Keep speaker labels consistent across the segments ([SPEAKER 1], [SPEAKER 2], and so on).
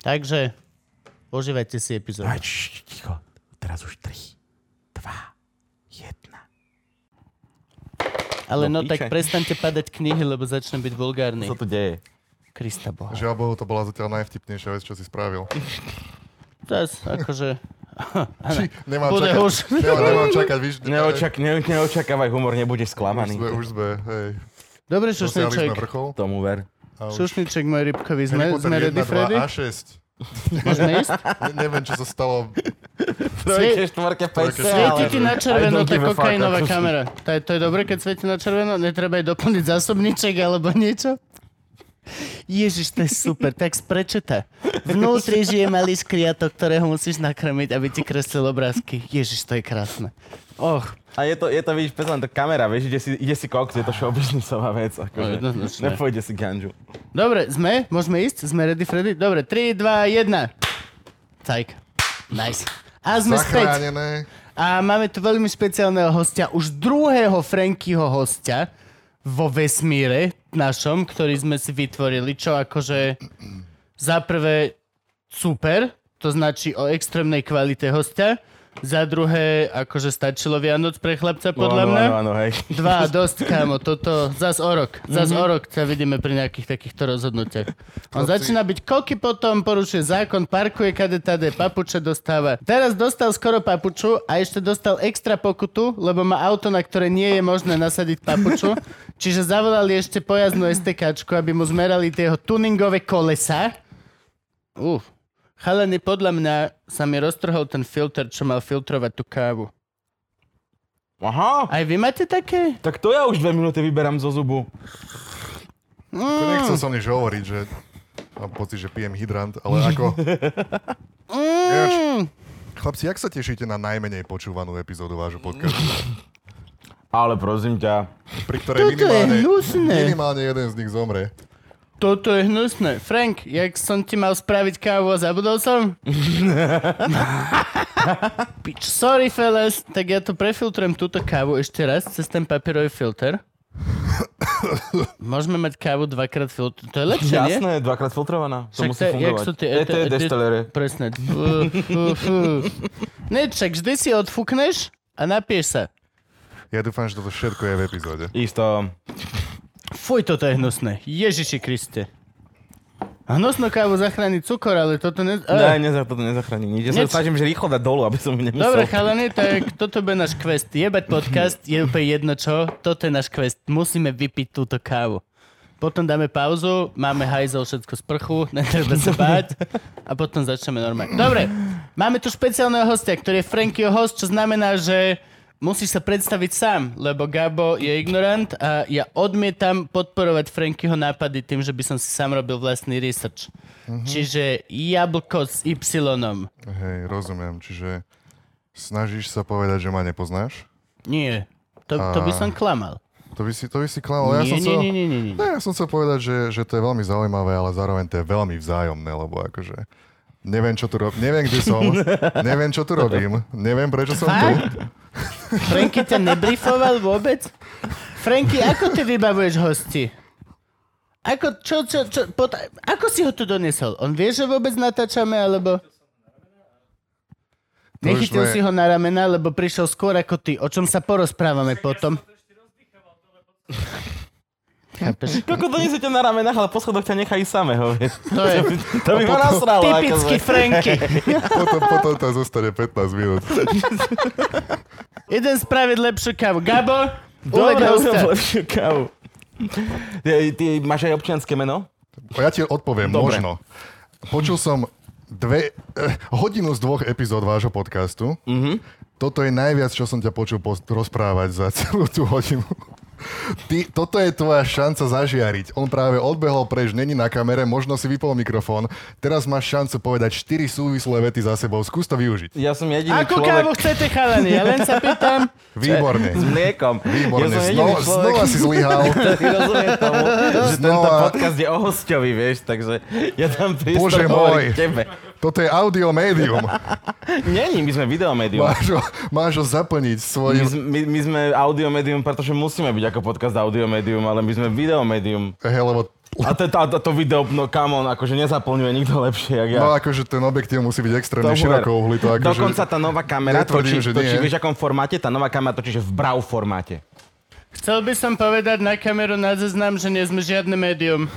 [SPEAKER 1] Takže užívajte si epizódu.
[SPEAKER 2] Aj, š, ticho. Teraz už 3, 2, 1.
[SPEAKER 1] Ale no,
[SPEAKER 2] no
[SPEAKER 1] tak
[SPEAKER 2] píče.
[SPEAKER 1] prestante padať knihy, lebo začnem byť vulgárny.
[SPEAKER 2] tu deje?
[SPEAKER 1] Krista Boha.
[SPEAKER 3] Žiaľ Bohu, to bola zatiaľ najvtipnejšia vec, čo si spravil.
[SPEAKER 1] Teraz akože...
[SPEAKER 3] Či, nemám
[SPEAKER 1] Bude
[SPEAKER 3] čakať,
[SPEAKER 1] už.
[SPEAKER 3] Nemám, nemám čakať, víš.
[SPEAKER 2] Neočak, ne, neočakávaj humor, nebudeš
[SPEAKER 3] Už
[SPEAKER 2] sklamaný.
[SPEAKER 3] sme, už sme, hej.
[SPEAKER 1] Dobre,
[SPEAKER 3] Dosiahli sme
[SPEAKER 1] šušniček.
[SPEAKER 3] vrchol.
[SPEAKER 2] Tomu ver.
[SPEAKER 3] A už.
[SPEAKER 1] Šušniček, môj rybkový,
[SPEAKER 3] Harry
[SPEAKER 1] sme,
[SPEAKER 3] Potter
[SPEAKER 1] sme
[SPEAKER 3] 1,
[SPEAKER 1] ready,
[SPEAKER 3] 2
[SPEAKER 1] Freddy?
[SPEAKER 3] A 6.
[SPEAKER 1] Môžeme ísť?
[SPEAKER 3] Ne, neviem, čo sa stalo.
[SPEAKER 1] Trojke,
[SPEAKER 2] štvorke,
[SPEAKER 3] peťke,
[SPEAKER 1] Svieti ti na
[SPEAKER 2] I
[SPEAKER 1] červeno
[SPEAKER 2] don't
[SPEAKER 1] tá
[SPEAKER 2] give a fuck,
[SPEAKER 1] kokainová
[SPEAKER 2] ako si-
[SPEAKER 1] kamera. To je, to je dobre, keď svieti na červeno? Netreba jej doplniť zásobníček alebo niečo? Ježiš, to je super, tak z prečeta. Vnútri žije malý skriatok, ktorého musíš nakrmiť, aby ti kreslil obrázky. Ježiš, to je krásne. Och,
[SPEAKER 4] A je to, je to vidíš, presne len tá kamera, vieš, ide si, ide si koks, je to showbiznisová vec, akože.
[SPEAKER 1] No, jednoznačne.
[SPEAKER 4] nepôjde si ganžu.
[SPEAKER 1] Dobre, sme? Môžeme ísť? Sme ready, Freddy? Dobre, 3, 2, 1. Cajk. Nice. A sme späť.
[SPEAKER 3] Zachránené.
[SPEAKER 1] A máme tu veľmi špeciálneho hostia, už druhého Frankyho hostia vo vesmíre našom, ktorý sme si vytvorili, čo akože za prvé super, to značí o extrémnej kvalite hostia, za druhé akože stačilo Vianoc pre chlapca podľa
[SPEAKER 4] no,
[SPEAKER 1] mňa.
[SPEAKER 4] Áno, áno, hej.
[SPEAKER 1] Dva, dosť, kámo, toto, zas o rok, zas mm-hmm. o rok sa vidíme pri nejakých takýchto rozhodnutiach. On
[SPEAKER 3] Chlapci.
[SPEAKER 1] začína byť koky potom, porušuje zákon, parkuje kade tade, papuče dostáva. Teraz dostal skoro papuču a ešte dostal extra pokutu, lebo má auto, na ktoré nie je možné nasadiť papuču. Čiže zavolali ešte pojaznú STKčku, aby mu zmerali tie jeho tuningové kolesa. Uf. Chalani, podľa mňa sa mi roztrhol ten filter, čo mal filtrovať tú kávu.
[SPEAKER 4] Aha,
[SPEAKER 1] Aj vy máte také?
[SPEAKER 4] tak to ja už dve minúty vyberám zo zubu.
[SPEAKER 3] To
[SPEAKER 1] Mm.
[SPEAKER 3] nechcel som nič hovoriť, že mám pocit, že pijem hydrant,
[SPEAKER 1] Mm.
[SPEAKER 3] ale ako... Ináč, Chlapci, jak sa tešíte na najmenej počúvanú epizódu vášho podcastu,
[SPEAKER 4] Ale prosím ťa,
[SPEAKER 3] pri ktorej
[SPEAKER 1] Toto je
[SPEAKER 3] minimálne,
[SPEAKER 1] hnusné.
[SPEAKER 3] minimálne jeden z nich zomre?
[SPEAKER 1] Toto je hnusné. Frank, jak som ti mal spraviť kávu a zabudol som? Pič, sorry fellas. Tak ja to prefiltrujem túto kávu ešte raz cez ten papierový filter. Môžeme mať kávu dvakrát filtr. To je lepšie, nie?
[SPEAKER 4] jasné, dvakrát filtrovaná, to musí
[SPEAKER 1] je- jak
[SPEAKER 4] fungovať.
[SPEAKER 1] sú tie
[SPEAKER 4] ET,
[SPEAKER 1] ete- ete-
[SPEAKER 4] destillery.
[SPEAKER 1] Presne. Fú, fú, fú. Nie, však vždy si odfúkneš a napiješ sa.
[SPEAKER 3] Ja dúfam, že toto všetko je v epizóde.
[SPEAKER 4] Isto.
[SPEAKER 1] Fuj, toto je hnusné. Ježiši Kriste. Hnusnú kávu zachráni cukor, ale toto ne...
[SPEAKER 4] Ne, neza, toto nezachráni nič. Ja sa
[SPEAKER 1] Nič.
[SPEAKER 4] snažím, že rýchlo dať dolu, aby som nemusel.
[SPEAKER 1] Dobre, chalani, tak toto bude náš quest. Jebať podcast, je úplne jedno čo, toto je náš quest. Musíme vypiť túto kávu. Potom dáme pauzu, máme hajzel všetko z prchu, netreba sa báť a potom začneme normálne. Dobre, máme tu špeciálneho hostia, ktorý je Frankyho host, čo znamená, že musíš sa predstaviť sám, lebo Gabo je ignorant a ja odmietam podporovať Frankyho nápady tým, že by som si sám robil vlastný research. Čiže jablko s Y.
[SPEAKER 3] Hej, rozumiem, čiže snažíš sa povedať, že ma nepoznáš?
[SPEAKER 1] Nie, to, to by som klamal.
[SPEAKER 3] To by si, to by si klamal. No ja
[SPEAKER 1] nie,
[SPEAKER 3] som
[SPEAKER 1] nie,
[SPEAKER 3] chcel,
[SPEAKER 1] nie, nie, nie, nie.
[SPEAKER 3] Ne, ja som chcel povedať, že, že to je veľmi zaujímavé, ale zároveň to je veľmi vzájomné, lebo akože Neviem, čo tu robím. Neviem, kde som. Neviem, čo tu robím. Neviem, prečo som tu.
[SPEAKER 1] Fakt? Franky ťa nebriefoval vôbec? Franky, ako ty vybavuješ hosti? Ako, čo, čo, čo, pot, ako si ho tu donesol? On vie, že vôbec natáčame, alebo...
[SPEAKER 3] To už
[SPEAKER 1] Nechytil
[SPEAKER 3] sme-
[SPEAKER 1] si ho na ramena, lebo prišiel skôr ako ty. O čom sa porozprávame potom? Chápeš?
[SPEAKER 4] Koľko to nesete na ramenách, ale po schodoch ťa nechajú samého. vieš.
[SPEAKER 1] To je
[SPEAKER 4] To by ma nasralo.
[SPEAKER 1] typicky
[SPEAKER 4] akože.
[SPEAKER 1] Franky.
[SPEAKER 3] Potom, potom tam zostane 15 minút.
[SPEAKER 1] Jeden spraviť lepšiu kávu. Gabo, uveď
[SPEAKER 4] Dobre,
[SPEAKER 1] hosta.
[SPEAKER 4] urob lepšiu kávu. Ty, ty máš aj občianské meno?
[SPEAKER 3] Ja ti odpoviem,
[SPEAKER 4] Dobre.
[SPEAKER 3] možno. Počul som dve, eh, hodinu z dvoch epizód vášho podcastu.
[SPEAKER 4] Mhm.
[SPEAKER 3] Mm-hmm. Toto je najviac, čo som ťa počul post- rozprávať za celú tú hodinu. Ty, toto je tvoja šanca zažiariť. On práve odbehol preč, není na kamere, možno si vypol mikrofón. Teraz máš šancu povedať 4 súvislé vety za sebou. Skús to využiť.
[SPEAKER 4] Ja som jediný
[SPEAKER 1] Akú
[SPEAKER 4] človek
[SPEAKER 1] kávu chcete, chalani? Ja len sa pýtam.
[SPEAKER 4] s
[SPEAKER 3] Výborne.
[SPEAKER 4] mliekom. Ja
[SPEAKER 3] Výborne.
[SPEAKER 4] som jediný
[SPEAKER 3] Znova,
[SPEAKER 4] človek,
[SPEAKER 3] znova si zlyhal.
[SPEAKER 4] ktorý rozumie tomu, že tento
[SPEAKER 3] Znova.
[SPEAKER 4] podcast je o hostovi, vieš, takže ja tam
[SPEAKER 3] Bože
[SPEAKER 4] prístor hovorím
[SPEAKER 3] môj.
[SPEAKER 4] k tebe.
[SPEAKER 3] Toto je audio médium.
[SPEAKER 4] Není, my sme videomédium.
[SPEAKER 3] Máš ho, máš ho zaplniť
[SPEAKER 4] My,
[SPEAKER 3] svojim...
[SPEAKER 4] z- my, my sme audiomédium, pretože musíme byť ako podcast audiomédium, ale my sme videomédium.
[SPEAKER 3] Hej, lebo
[SPEAKER 4] A to, a to, to video, no come on, akože nezaplňuje nikto lepšie, jak ja.
[SPEAKER 3] No akože ten objektív musí byť extrémne
[SPEAKER 4] Tomu
[SPEAKER 3] široko
[SPEAKER 4] ver.
[SPEAKER 3] uhlý. To akože...
[SPEAKER 4] Dokonca tá nová kamera
[SPEAKER 3] Netvrdím,
[SPEAKER 4] točí,
[SPEAKER 3] že
[SPEAKER 4] točí
[SPEAKER 3] nie.
[SPEAKER 4] vieš, akom formáte? Tá nová kamera točí, že v brau formáte.
[SPEAKER 1] Chcel by som povedať na kameru na zeznam, že nie sme žiadne médium.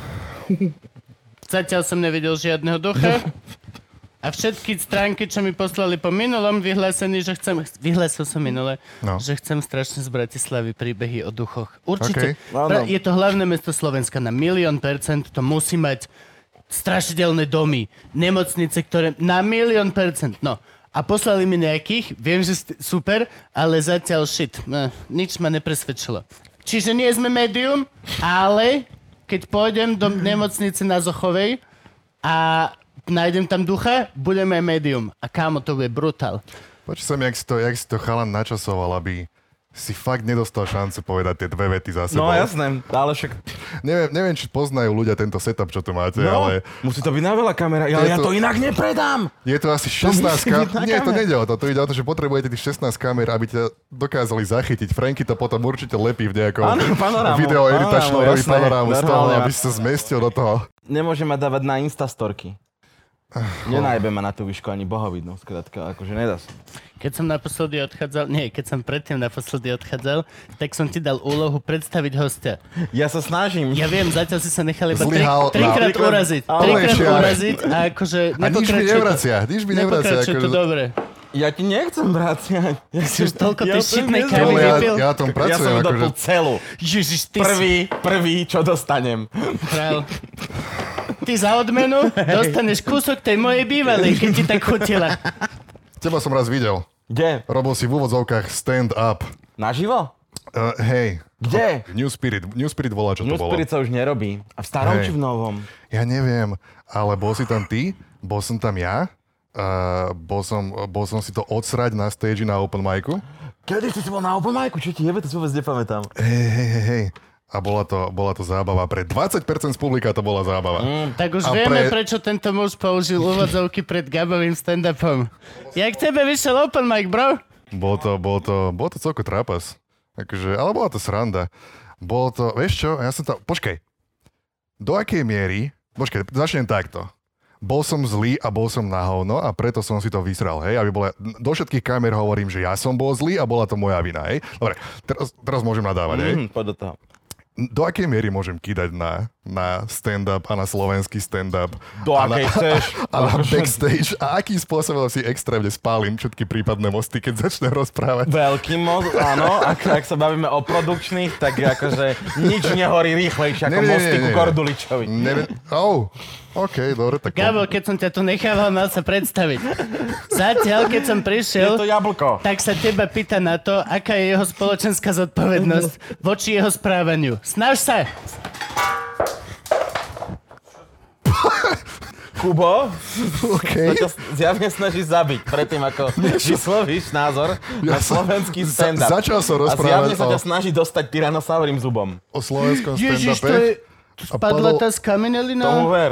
[SPEAKER 1] Zatiaľ som nevidel žiadneho ducha. A všetky stránky, čo mi poslali po minulom vyhlásení, že chcem... Vyhlásil som minule,
[SPEAKER 3] No.
[SPEAKER 1] že chcem strašne z Bratislavy príbehy o duchoch. Určite.
[SPEAKER 3] Okej.
[SPEAKER 4] Áno.
[SPEAKER 1] Pra- je to hlavné mesto Slovenska. Na milión percent to musí mať strašidelné domy, nemocnice, ktoré... Na milión percent, no. A poslali mi nejakých, viem, že ste, super, ale zatiaľ shit. Eh, nič ma nepresvedčilo. Čiže nie sme médium, ale keď pôjdem do nemocnice na Zochovej a nájdem tam ducha, budeme aj médium. A kámo, to bude brutál.
[SPEAKER 3] Počul som, jak si, to, jak si to chalan načasoval, aby si fakt nedostal šancu povedať tie dve vety za
[SPEAKER 4] No
[SPEAKER 3] sebou.
[SPEAKER 4] jasné, ale však...
[SPEAKER 3] Neviem, neviem, či poznajú ľudia tento setup, čo tu máte,
[SPEAKER 4] No,
[SPEAKER 3] ale
[SPEAKER 4] musí to byť na veľa kamera, ale
[SPEAKER 3] Je
[SPEAKER 4] ja
[SPEAKER 3] to-
[SPEAKER 4] to inak nepredám!
[SPEAKER 3] je to asi
[SPEAKER 4] musí
[SPEAKER 3] 16
[SPEAKER 4] byť
[SPEAKER 3] kamer.
[SPEAKER 4] na
[SPEAKER 3] Nie, to
[SPEAKER 4] kamere.
[SPEAKER 3] nejde o to. To ide o to, že potrebujete tých 16 kamer, aby ťa dokázali zachytiť. Franky to potom určite lepí v nejakom
[SPEAKER 4] Áno, panorámu,
[SPEAKER 3] video editačnom
[SPEAKER 4] panorámu,
[SPEAKER 3] robí
[SPEAKER 4] jasné,
[SPEAKER 3] panorámu z toho,
[SPEAKER 4] normálne.
[SPEAKER 3] aby si sa zmestil do toho.
[SPEAKER 4] Nemôže ma dávať na instastorky. Nenájbe ma na tú výšku ani bohovidnú, skrátka, akože nedá sa.
[SPEAKER 1] Keď som naposledy odchádzal, nie, keď som predtým naposledy odchádzal, tak som ti dal úlohu predstaviť hostia.
[SPEAKER 4] Ja sa snažím.
[SPEAKER 1] Ja viem, zatiaľ si sa nechal iba tri,
[SPEAKER 3] Zlyhal na-
[SPEAKER 1] trikrát
[SPEAKER 4] trikrát-
[SPEAKER 1] uraziť.
[SPEAKER 4] Ale
[SPEAKER 1] Trikrát
[SPEAKER 3] šiare.
[SPEAKER 1] uraziť a akože
[SPEAKER 3] A nič mi
[SPEAKER 1] nepokračuje to.
[SPEAKER 3] nevracia, nič mi nevracia.
[SPEAKER 1] Nepokračuje to
[SPEAKER 3] Akože...
[SPEAKER 1] dobre.
[SPEAKER 4] Ja ti nechcem vraciať. Ja
[SPEAKER 1] si už toľko tej
[SPEAKER 4] to
[SPEAKER 1] šitnej
[SPEAKER 4] nezvládam.
[SPEAKER 1] kávy
[SPEAKER 3] No, ja,
[SPEAKER 1] vypil.
[SPEAKER 3] ja na tom
[SPEAKER 4] Ja som
[SPEAKER 3] pracujem.
[SPEAKER 4] ju
[SPEAKER 3] akože...
[SPEAKER 4] dopil celú.
[SPEAKER 1] Ježiš, ty si
[SPEAKER 4] Prvý, prvý, čo dostanem.
[SPEAKER 1] král. Ty za odmenu dostaneš kúsok tej mojej bývalej, keď ti tak chutila.
[SPEAKER 3] Teba som raz videl.
[SPEAKER 4] Kde?
[SPEAKER 3] Robil si v úvodzovkách stand-up.
[SPEAKER 4] Naživo?
[SPEAKER 3] Uh, hej,
[SPEAKER 4] Kde?
[SPEAKER 3] New Spirit, New Spirit volá, čo to
[SPEAKER 4] New
[SPEAKER 3] bolo.
[SPEAKER 4] Spirit sa už nerobí. A v starom
[SPEAKER 3] Hej.
[SPEAKER 4] či v novom?
[SPEAKER 3] Ja neviem, ale bol si tam ty, bol som tam ja, uh, bol, som, bol som si to odsrať na stage na open micu.
[SPEAKER 4] Kedy si si bol na open micu? Čo ti jebe, to si vôbec nepamätám.
[SPEAKER 3] Hej, hej, hej, hej. A bola to, bola to zábava. Pre 20% z publika to bola zábava. Mm.
[SPEAKER 1] Tak už
[SPEAKER 3] A
[SPEAKER 1] vieme,
[SPEAKER 3] pre-
[SPEAKER 1] prečo tento muž použil úvodzovky pred Gabovým stand-upom. Jak tebe vyšiel open mic, bro?
[SPEAKER 3] Bol to, bol to, bol to celko trapas. Akože, ale bola to sranda. Bolo to, vieš čo, ja som tam, počkaj. Do akej miery, počkaj, začnem takto. Bol som zlý a bol som na hovno a preto som si to vysral, hej, aby bola, do všetkých kamer hovorím, že ja som bol zlý a bola to moja vina, hej. Dobre, teraz, teraz môžem nadávať, hej.
[SPEAKER 4] Mm, poď do toho.
[SPEAKER 3] Do akej miery môžem kýdať na, na stand-up a na slovenský stand-up?
[SPEAKER 4] Do
[SPEAKER 3] a na-
[SPEAKER 4] akej chceš.
[SPEAKER 3] a na backstage a akým spôsobom si extrémne spálim všetky prípadné mosty, keď začnem rozprávať.
[SPEAKER 4] Veľký moz, áno, ak, ak sa bavíme o produkčných, tak akože nič nehorí rýchlejšie ako
[SPEAKER 3] Nie, nie, nie,
[SPEAKER 4] mosty ku
[SPEAKER 3] nie.
[SPEAKER 4] Korduličovi.
[SPEAKER 3] Neviem. Oh, OK, dobre, tak...
[SPEAKER 1] Gabo, keď som ťa tu nechával, mal sa predstaviť. Zatiaľ, keď som
[SPEAKER 4] Je
[SPEAKER 1] prišiel,
[SPEAKER 4] to jablko.
[SPEAKER 1] tak sa teba pýta na to, aká je jeho spoločenská zodpovednosť voči jeho správaniu. Snaž sa!
[SPEAKER 4] Kubo sa
[SPEAKER 3] OK.
[SPEAKER 4] ťa zjavne snaží zabiť predtým, ako vyslovíš názor na
[SPEAKER 3] Ja som-
[SPEAKER 4] slovenský
[SPEAKER 3] za-
[SPEAKER 4] stand-up.
[SPEAKER 3] začal som
[SPEAKER 4] A zjavne
[SPEAKER 3] rozprávať
[SPEAKER 4] sa ťa
[SPEAKER 3] o-
[SPEAKER 4] snaží dostať tyrannosaurim zubom.
[SPEAKER 3] O slovenskom
[SPEAKER 1] Ježiš, to je...
[SPEAKER 3] stand-upe. eh? A
[SPEAKER 1] Spadla
[SPEAKER 3] padol
[SPEAKER 1] tá z kamenelina?
[SPEAKER 4] Tomu ver.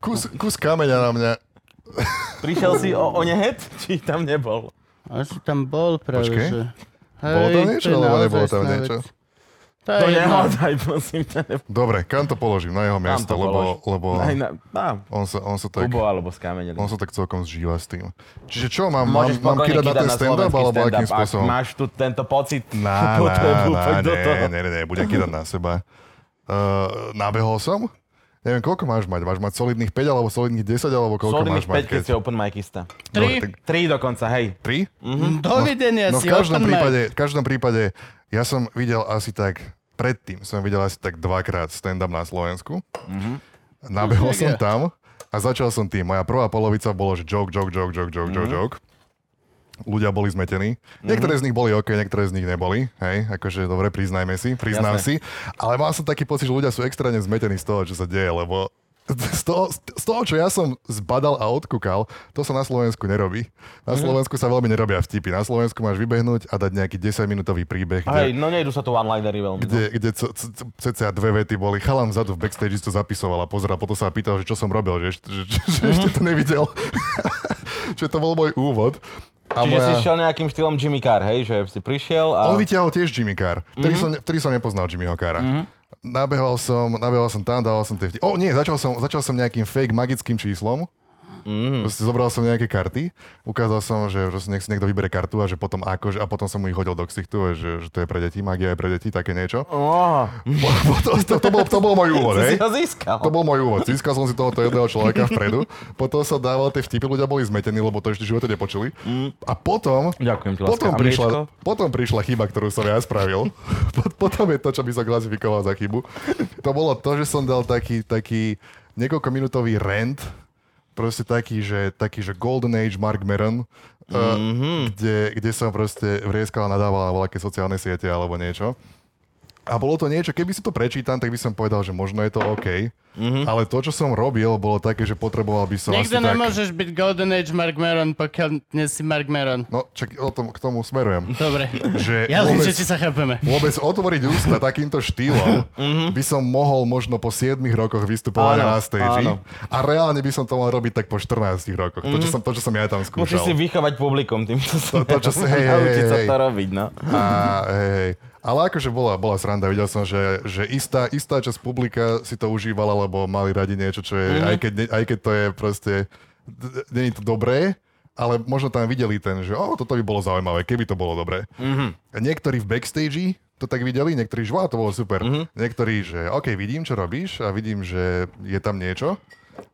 [SPEAKER 3] kus, kus kameňa na mňa.
[SPEAKER 4] Prišiel si o, o nehet, či tam nebol?
[SPEAKER 1] Až tam bol práve,
[SPEAKER 3] Počkej.
[SPEAKER 1] že...
[SPEAKER 3] Bolo tam
[SPEAKER 1] Hej,
[SPEAKER 3] niečo,
[SPEAKER 1] to je
[SPEAKER 3] alebo nebolo
[SPEAKER 1] naozaj
[SPEAKER 3] tam
[SPEAKER 1] sná
[SPEAKER 3] niečo? No,
[SPEAKER 1] vec. To je
[SPEAKER 4] To
[SPEAKER 1] jedno.
[SPEAKER 4] nehľadaj, prosím ťa. Ne...
[SPEAKER 3] Dobre, kam to položím? Na jeho
[SPEAKER 4] to
[SPEAKER 3] miesto, lebo, lebo
[SPEAKER 4] Aj na, na,
[SPEAKER 3] on, sa, on, sa tak,
[SPEAKER 4] Kubo alebo skamenili.
[SPEAKER 3] on sa tak celkom zžíva s tým. Čiže čo, mám, mám,
[SPEAKER 4] Môžeš
[SPEAKER 3] mám
[SPEAKER 4] pokojne
[SPEAKER 3] kýdať na ten stand-up,
[SPEAKER 4] slovenský
[SPEAKER 3] alebo akým
[SPEAKER 4] stand-up, ak
[SPEAKER 3] spôsobom?
[SPEAKER 4] máš tu tento pocit
[SPEAKER 3] Na, na,
[SPEAKER 4] potrebu,
[SPEAKER 3] na,
[SPEAKER 4] poď do toho.
[SPEAKER 3] ne, ne, ne, ne, budem kýdať na seba. Uh, nabehol som? Neviem, koľko máš mať? Máš mať solidných 5 alebo solidných 10 alebo koľko
[SPEAKER 4] Solidných
[SPEAKER 3] máš mať?
[SPEAKER 4] 5, keď si open micista.
[SPEAKER 1] Tri.
[SPEAKER 3] Dobre, tak
[SPEAKER 4] 3 dokonca, hej.
[SPEAKER 3] 3?
[SPEAKER 1] Dovidenia
[SPEAKER 3] No
[SPEAKER 1] si,
[SPEAKER 3] v každom
[SPEAKER 1] open mic.
[SPEAKER 3] prípade, v každom prípade, ja som videl asi tak, predtým som videl asi tak dvakrát stand-up na Slovensku.
[SPEAKER 1] Hm,
[SPEAKER 3] Nabehol som
[SPEAKER 1] je.
[SPEAKER 3] tam a začal som tým. Moja prvá polovica bolo, že joke, joke, joke, joke, joke, joke, joke. Ľudia boli zmetení.
[SPEAKER 4] Mhm.
[SPEAKER 3] Niektoré z nich boli OK, niektoré z nich neboli. Hej, akože dobre, priznajme si, priznám
[SPEAKER 4] Jasné.
[SPEAKER 3] si. Ale mal som taký pocit, že ľudia sú extrémne zmetení z toho, čo sa deje, lebo z toho, z toho, čo ja som zbadal a odkúkal, to sa na Slovensku nerobí.
[SPEAKER 4] Mhm.
[SPEAKER 3] Na Slovensku sa veľmi nerobia vtipy. Na Slovensku máš vybehnúť a dať nejaký 10-minútový príbeh,
[SPEAKER 4] Hej,
[SPEAKER 3] kde,
[SPEAKER 4] no nejdu sa tu one-linery veľmi.
[SPEAKER 3] kde, kde c- c- c- cca dve vety boli. Chalan vzadu v backstage to zapisoval a pozeral, potom sa ma pýtal, že čo som robil, že, ešte- že, že,
[SPEAKER 4] Mhm.
[SPEAKER 3] že ešte to nevidel. Čiže to bol môj úvod. A
[SPEAKER 4] Čiže si šiel nejakým štýlom Jimmy Carr, hej, že si prišiel a... Mhm.
[SPEAKER 3] On vyťahol tiež Jimmy Carr, ktorý, mm-hmm. som, ktorý som nepoznal Jimmyho Carra. Mm-hmm. Nabehol som, nabehol som tam, dával som tie vtipy. O, nie, začal som, začal som nejakým fake magickým číslom.
[SPEAKER 4] Mhm.
[SPEAKER 3] Mm. Proste zobral som nejaké karty, ukázal som, že proste nech si niekto vybere kartu a že potom akože, a potom som mu ich hodil do ksichtu, že, že to je pre deti, magia je pre deti, také niečo.
[SPEAKER 4] Oh,
[SPEAKER 3] Potom, to, to, bol, to bol môj úvod,
[SPEAKER 4] si
[SPEAKER 3] hej?
[SPEAKER 4] ho získal.
[SPEAKER 3] To bol môj úvod. Získal som si tohoto jedného človeka vpredu. Potom sa dával tie vtipy, ľudia boli zmetení, lebo to ešte v živote nepočuli.
[SPEAKER 4] Mhm.
[SPEAKER 3] A potom...
[SPEAKER 4] Ďakujem ti, láska.
[SPEAKER 3] Potom
[SPEAKER 4] A
[SPEAKER 3] prišla,
[SPEAKER 4] mliečko?
[SPEAKER 3] potom prišla chyba, ktorú som ja spravil. Po- potom je to, čo by som klasifikoval za chybu. To bolo to, že som dal taký, taký niekoľko minútový rant, proste taký, že, taký, že Golden Age Mark Maron, mm-hmm. kde, kde som proste vrieskal a nadával na voľaké sociálne siete alebo niečo. A bolo to niečo, keby si to prečítam, tak by som povedal, že možno je to OK. Mm-hmm. Ale to, čo som robil, bolo také, že potreboval by som
[SPEAKER 1] Nikdy
[SPEAKER 3] asi vlastne tak...
[SPEAKER 1] nemôžeš byť Golden Age Mark Maron, pokiaľ nie si Mark Maron.
[SPEAKER 3] No, čak, o tom, k tomu smerujem.
[SPEAKER 1] Dobre.
[SPEAKER 3] Že
[SPEAKER 1] Ja len, že
[SPEAKER 3] vôbec-
[SPEAKER 1] či sa chápeme.
[SPEAKER 3] vôbec otvoriť ústa takýmto štýlom by som mohol možno po 7 rokoch vystupovať
[SPEAKER 4] Mhm. Áno,
[SPEAKER 3] na stage
[SPEAKER 4] áno. Mhm.
[SPEAKER 3] a reálne by som to mal robiť tak po 14 rokoch. To, čo som, to, čo som ja tam
[SPEAKER 4] Musíš si
[SPEAKER 3] skúšal.
[SPEAKER 4] vychovať publikum týmto smerom.
[SPEAKER 3] to, čo si- hej, hej,
[SPEAKER 4] Naučiť sa
[SPEAKER 3] hej,
[SPEAKER 4] to
[SPEAKER 3] hej.
[SPEAKER 4] robiť, no.
[SPEAKER 3] A, hej, hej. Ale akože bola, bola sranda, videl som, že, že istá, istá časť publika si to užívala, lebo mali radi niečo, čo je, aj, keď, ne- aj keď to je proste, d- d- není to dobré, ale možno tam videli ten, že o, toto by bolo zaujímavé, keby to bolo dobré. Mm-hmm. Niektorí v backstage to tak videli, niektorí, že "Wow, to bolo super. Mm-hmm. Niektorí, že OK, vidím, čo robíš a vidím, že je tam niečo,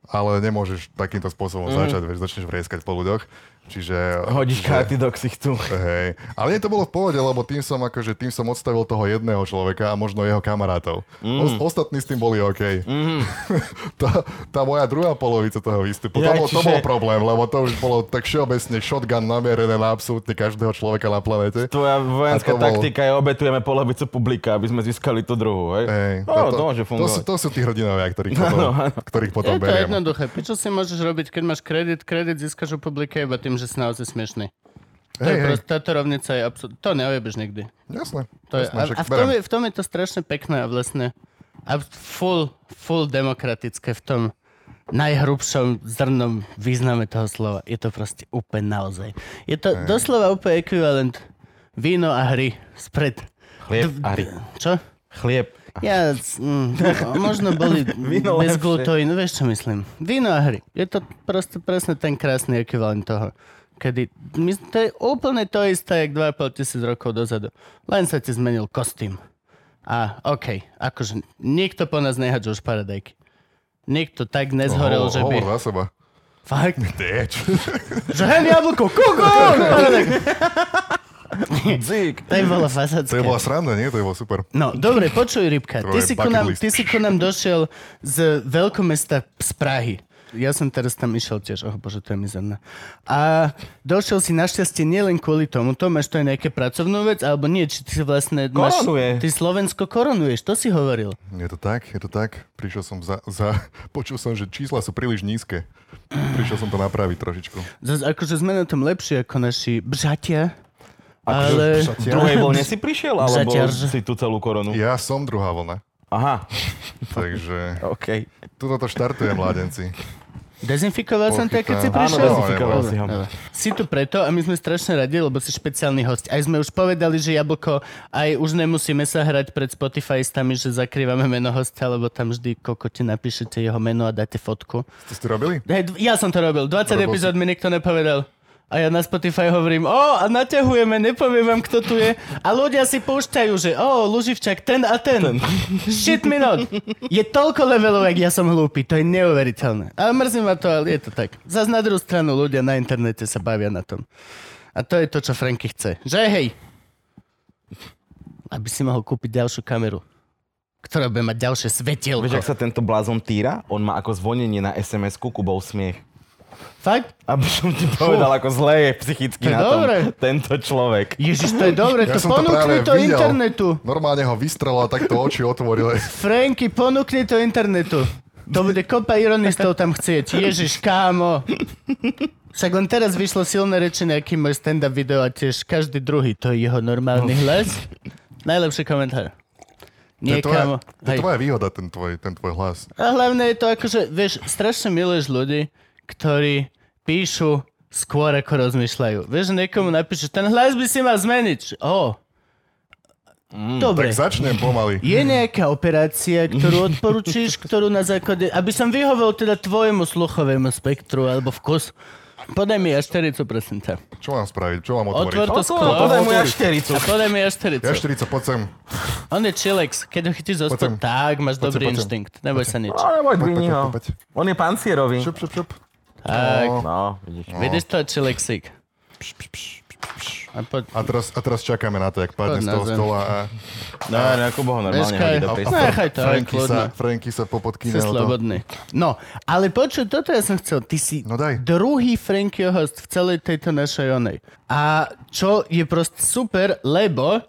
[SPEAKER 3] ale nemôžeš takýmto spôsobom mm-hmm. začať, vieš, začneš vrieskať po ľuďoch. Čiže...
[SPEAKER 4] Hodíš
[SPEAKER 3] že-
[SPEAKER 4] karty do ksichtu.
[SPEAKER 3] Hej, ale nie to bolo v pohode, lebo tým som akože, tým som odstavil toho jedného človeka a možno jeho kamarátov.
[SPEAKER 4] Mhm.
[SPEAKER 3] Mm. Os- ostatní s tým boli OK. Mm. tá, tá moja druhá polovica toho výstupu, to,
[SPEAKER 4] Ja,
[SPEAKER 3] bol, to
[SPEAKER 4] čiže-
[SPEAKER 3] bol problém, lebo to už bolo tak všeobecne shotgun namierené na absolútne každého človeka na planete.
[SPEAKER 4] Tvoja vojenská
[SPEAKER 3] A to bol-
[SPEAKER 4] taktika je obetujeme polovicu publika, aby sme získali tú druhú, hej?
[SPEAKER 3] Hej,
[SPEAKER 4] no, to, môže
[SPEAKER 3] to, sú,
[SPEAKER 4] fungovať.
[SPEAKER 3] to sú tí hrdinovia, ktorých potom, ktorých potom
[SPEAKER 1] Je to
[SPEAKER 3] beriem.
[SPEAKER 1] jednoduché. Prečo si môžeš robiť, keď máš kredit? Kredit získaš u publika iba tým, že si naozaj smiešný. To
[SPEAKER 3] Hej,
[SPEAKER 1] je
[SPEAKER 3] hej.
[SPEAKER 1] proste, táto rovnica je absolútne... To neojebiš nikdy.
[SPEAKER 3] Jasné.
[SPEAKER 1] To je,
[SPEAKER 3] jasné,
[SPEAKER 1] a,
[SPEAKER 3] však
[SPEAKER 1] a v, tom
[SPEAKER 3] berem.
[SPEAKER 1] je, v tom je to strašne pekné a vlastne a full, full demokratické v tom najhrubšom zrnom význame toho slova. Je to proste úplne naozaj. Je to doslova úplne ekvivalent víno a hry spred.
[SPEAKER 4] Chlieb a hry.
[SPEAKER 1] Čo?
[SPEAKER 4] Chlieb.
[SPEAKER 1] Ja, c- mm, no, možno boli
[SPEAKER 4] Víno
[SPEAKER 1] bez
[SPEAKER 4] lepšie.
[SPEAKER 1] glutóinu, vieš čo myslím. Víno a hry. Je to proste presne ten krásny ekvivalent toho. Kedy, my, to je úplne to isté, jak 2,5 tisíc rokov dozadu. Len sa ti zmenil kostým. A okej, akože nikto po nás nehadžil už paradajky. Nikto tak nezhorel,
[SPEAKER 3] Hovor-
[SPEAKER 1] že by...
[SPEAKER 3] Hovor za seba.
[SPEAKER 1] Fakt?
[SPEAKER 3] Deč.
[SPEAKER 1] Že hen jablko, kuku!
[SPEAKER 4] Dzik.
[SPEAKER 1] To je bolo
[SPEAKER 3] To
[SPEAKER 1] fasadské.
[SPEAKER 3] je bola sranda, nie? To je bolo super.
[SPEAKER 1] No, dobre, počuj, Rybka, ty
[SPEAKER 3] Troje
[SPEAKER 1] si, ku
[SPEAKER 3] bucket
[SPEAKER 1] nám,
[SPEAKER 3] list.
[SPEAKER 1] ty si ku nám došiel z veľkomesta z Prahy. Ja som teraz tam išiel tiež, oh bože, to je mizerné. A došiel si našťastie nielen kvôli tomu, to máš to je nejaké pracovnú vec, alebo nie, či ty vlastne máš,
[SPEAKER 4] Koronuje.
[SPEAKER 1] ty Slovensko koronuješ, to si hovoril.
[SPEAKER 3] Je to tak, je to tak. Prišiel som za, za... Počul som, že čísla sú príliš nízke. Prišiel som to napraviť trošičku.
[SPEAKER 1] Zas, akože sme na tom lepšie ako naši bžatia,
[SPEAKER 4] Akože
[SPEAKER 1] ale...
[SPEAKER 4] V druhej vlne si prišiel, alebo
[SPEAKER 1] Zaťaž.
[SPEAKER 4] si tú celú koronu?
[SPEAKER 3] Ja som druhá vlna,
[SPEAKER 4] Aha,
[SPEAKER 3] takže
[SPEAKER 4] OK.
[SPEAKER 3] tuto to štartuje, mládenci.
[SPEAKER 1] Dezinfikoval som to, aj keď si
[SPEAKER 3] Pochytá-
[SPEAKER 1] prišiel?
[SPEAKER 3] Áno,
[SPEAKER 4] dezinfikoval
[SPEAKER 3] nebol.
[SPEAKER 4] si ho.
[SPEAKER 1] Dobre. Si tu preto a my sme strašne radi, lebo si špeciálny host. Aj sme už povedali, že jablko, aj už nemusíme sa hrať pred Spotifystami, že zakrývame meno hosta, lebo tam vždy kokote napíšete jeho meno a dáte fotku.
[SPEAKER 3] To ste robili?
[SPEAKER 1] Hej, d- ja som to robil. 20
[SPEAKER 3] Robil
[SPEAKER 1] epizód mi nikto nepovedal. A ja na Spotify hovorím, o, a naťahujeme, nepoviem vám, kto tu je. A ľudia si púšťajú, že o, Luživčak, ten a ten. ten. Shit me not. Je toľko levelov, jak ja som hlúpy. To je neuveriteľné. Ale mrzí ma to, ale je to tak. Zas na druhú stranu ľudia na internete sa bavia na tom. A to je to, čo Franky chce. Že hej, aby si mohol kúpiť ďalšiu kameru, ktorá bude mať ďalšie svetielko.
[SPEAKER 4] Vieš, ak sa tento blázon týra? On má ako zvonenie na SMS-ku Kubov smiech.
[SPEAKER 1] Fakt?
[SPEAKER 4] Aby som ti povedal, ako zlé je
[SPEAKER 1] To je
[SPEAKER 4] psychicky na tom
[SPEAKER 1] dobre.
[SPEAKER 4] tento človek.
[SPEAKER 1] Ježiš, to je dobre,
[SPEAKER 3] Ja
[SPEAKER 1] to
[SPEAKER 3] som to
[SPEAKER 1] ponúkni
[SPEAKER 3] práve
[SPEAKER 1] to,
[SPEAKER 3] videl.
[SPEAKER 1] internetu.
[SPEAKER 3] Normálne ho vystrelal a takto oči otvoril.
[SPEAKER 1] Franky, ponúkni to internetu. To bude kopa ironistov tam chcieť. Ježiš, kámo. Však len teraz vyšlo silné reči nejaký môj stand-up video a tiež každý druhý, to je jeho normálny hlas. Najlepší komentár.
[SPEAKER 3] To
[SPEAKER 1] Nie,
[SPEAKER 3] je tvoja,
[SPEAKER 1] kámo.
[SPEAKER 3] to je
[SPEAKER 1] Hej.
[SPEAKER 3] tvoja výhoda, ten tvoj, ten tvoj hlas.
[SPEAKER 1] A hlavne je to akože, vieš, strašne miluješ ľudí, ktorí píšu skôr ako rozmýšľajú. Vieš, niekomu napíšeš, ten hlas by si mal zmeniť. Ó,
[SPEAKER 3] Tak Mm,
[SPEAKER 1] dobre.
[SPEAKER 3] začnem pomaly.
[SPEAKER 1] Je nejaká operácia, ktorú odporúčiš, ktorú na základe... Aby som vyhovel teda tvojemu sluchovému spektru alebo vkus. Podaj mi až 40%.
[SPEAKER 3] Čo mám spraviť? Čo mám
[SPEAKER 1] Otvor
[SPEAKER 3] otvoriť?
[SPEAKER 1] to sklo.
[SPEAKER 4] podaj mu
[SPEAKER 1] a
[SPEAKER 4] jaštericu.
[SPEAKER 1] podaj mi až
[SPEAKER 3] Ja
[SPEAKER 1] 40.
[SPEAKER 3] 40, poď sem.
[SPEAKER 1] On je chillax. Keď ho chytíš zo
[SPEAKER 3] Poď
[SPEAKER 1] spod,
[SPEAKER 3] sem.
[SPEAKER 1] tak máš
[SPEAKER 3] Poď sem,
[SPEAKER 1] dobrý
[SPEAKER 3] poď sem.
[SPEAKER 1] inštinkt. Neboj sa nič.
[SPEAKER 4] Ale poď,
[SPEAKER 3] Poď,
[SPEAKER 4] vyni
[SPEAKER 3] poď,
[SPEAKER 4] ho.
[SPEAKER 3] poď, poď.
[SPEAKER 4] On je pancierový.
[SPEAKER 3] Šup, šup, šup.
[SPEAKER 1] Tak,
[SPEAKER 4] No, vidíš.
[SPEAKER 1] vidíš to chillaxík. A poď...
[SPEAKER 3] A teraz, a teraz čakáme na to, jak
[SPEAKER 1] Poď
[SPEAKER 3] padne z
[SPEAKER 1] na
[SPEAKER 3] toho
[SPEAKER 1] zem.
[SPEAKER 3] stola a
[SPEAKER 4] No, no, ako boho normálne
[SPEAKER 1] Vieš,
[SPEAKER 4] hodí
[SPEAKER 1] Kaj,
[SPEAKER 4] do tej
[SPEAKER 1] a-
[SPEAKER 4] stopy.
[SPEAKER 1] Nechaj to, aj
[SPEAKER 3] Franky
[SPEAKER 1] kľudne.
[SPEAKER 3] sa, Franky sa popodkýne
[SPEAKER 1] Si
[SPEAKER 3] o to.
[SPEAKER 1] slobodný. No, ale počuj, toto ja som chcel. Ty si
[SPEAKER 3] No daj.
[SPEAKER 1] druhý Frankyho host v celej tejto našej onej. A čo je proste super, lebo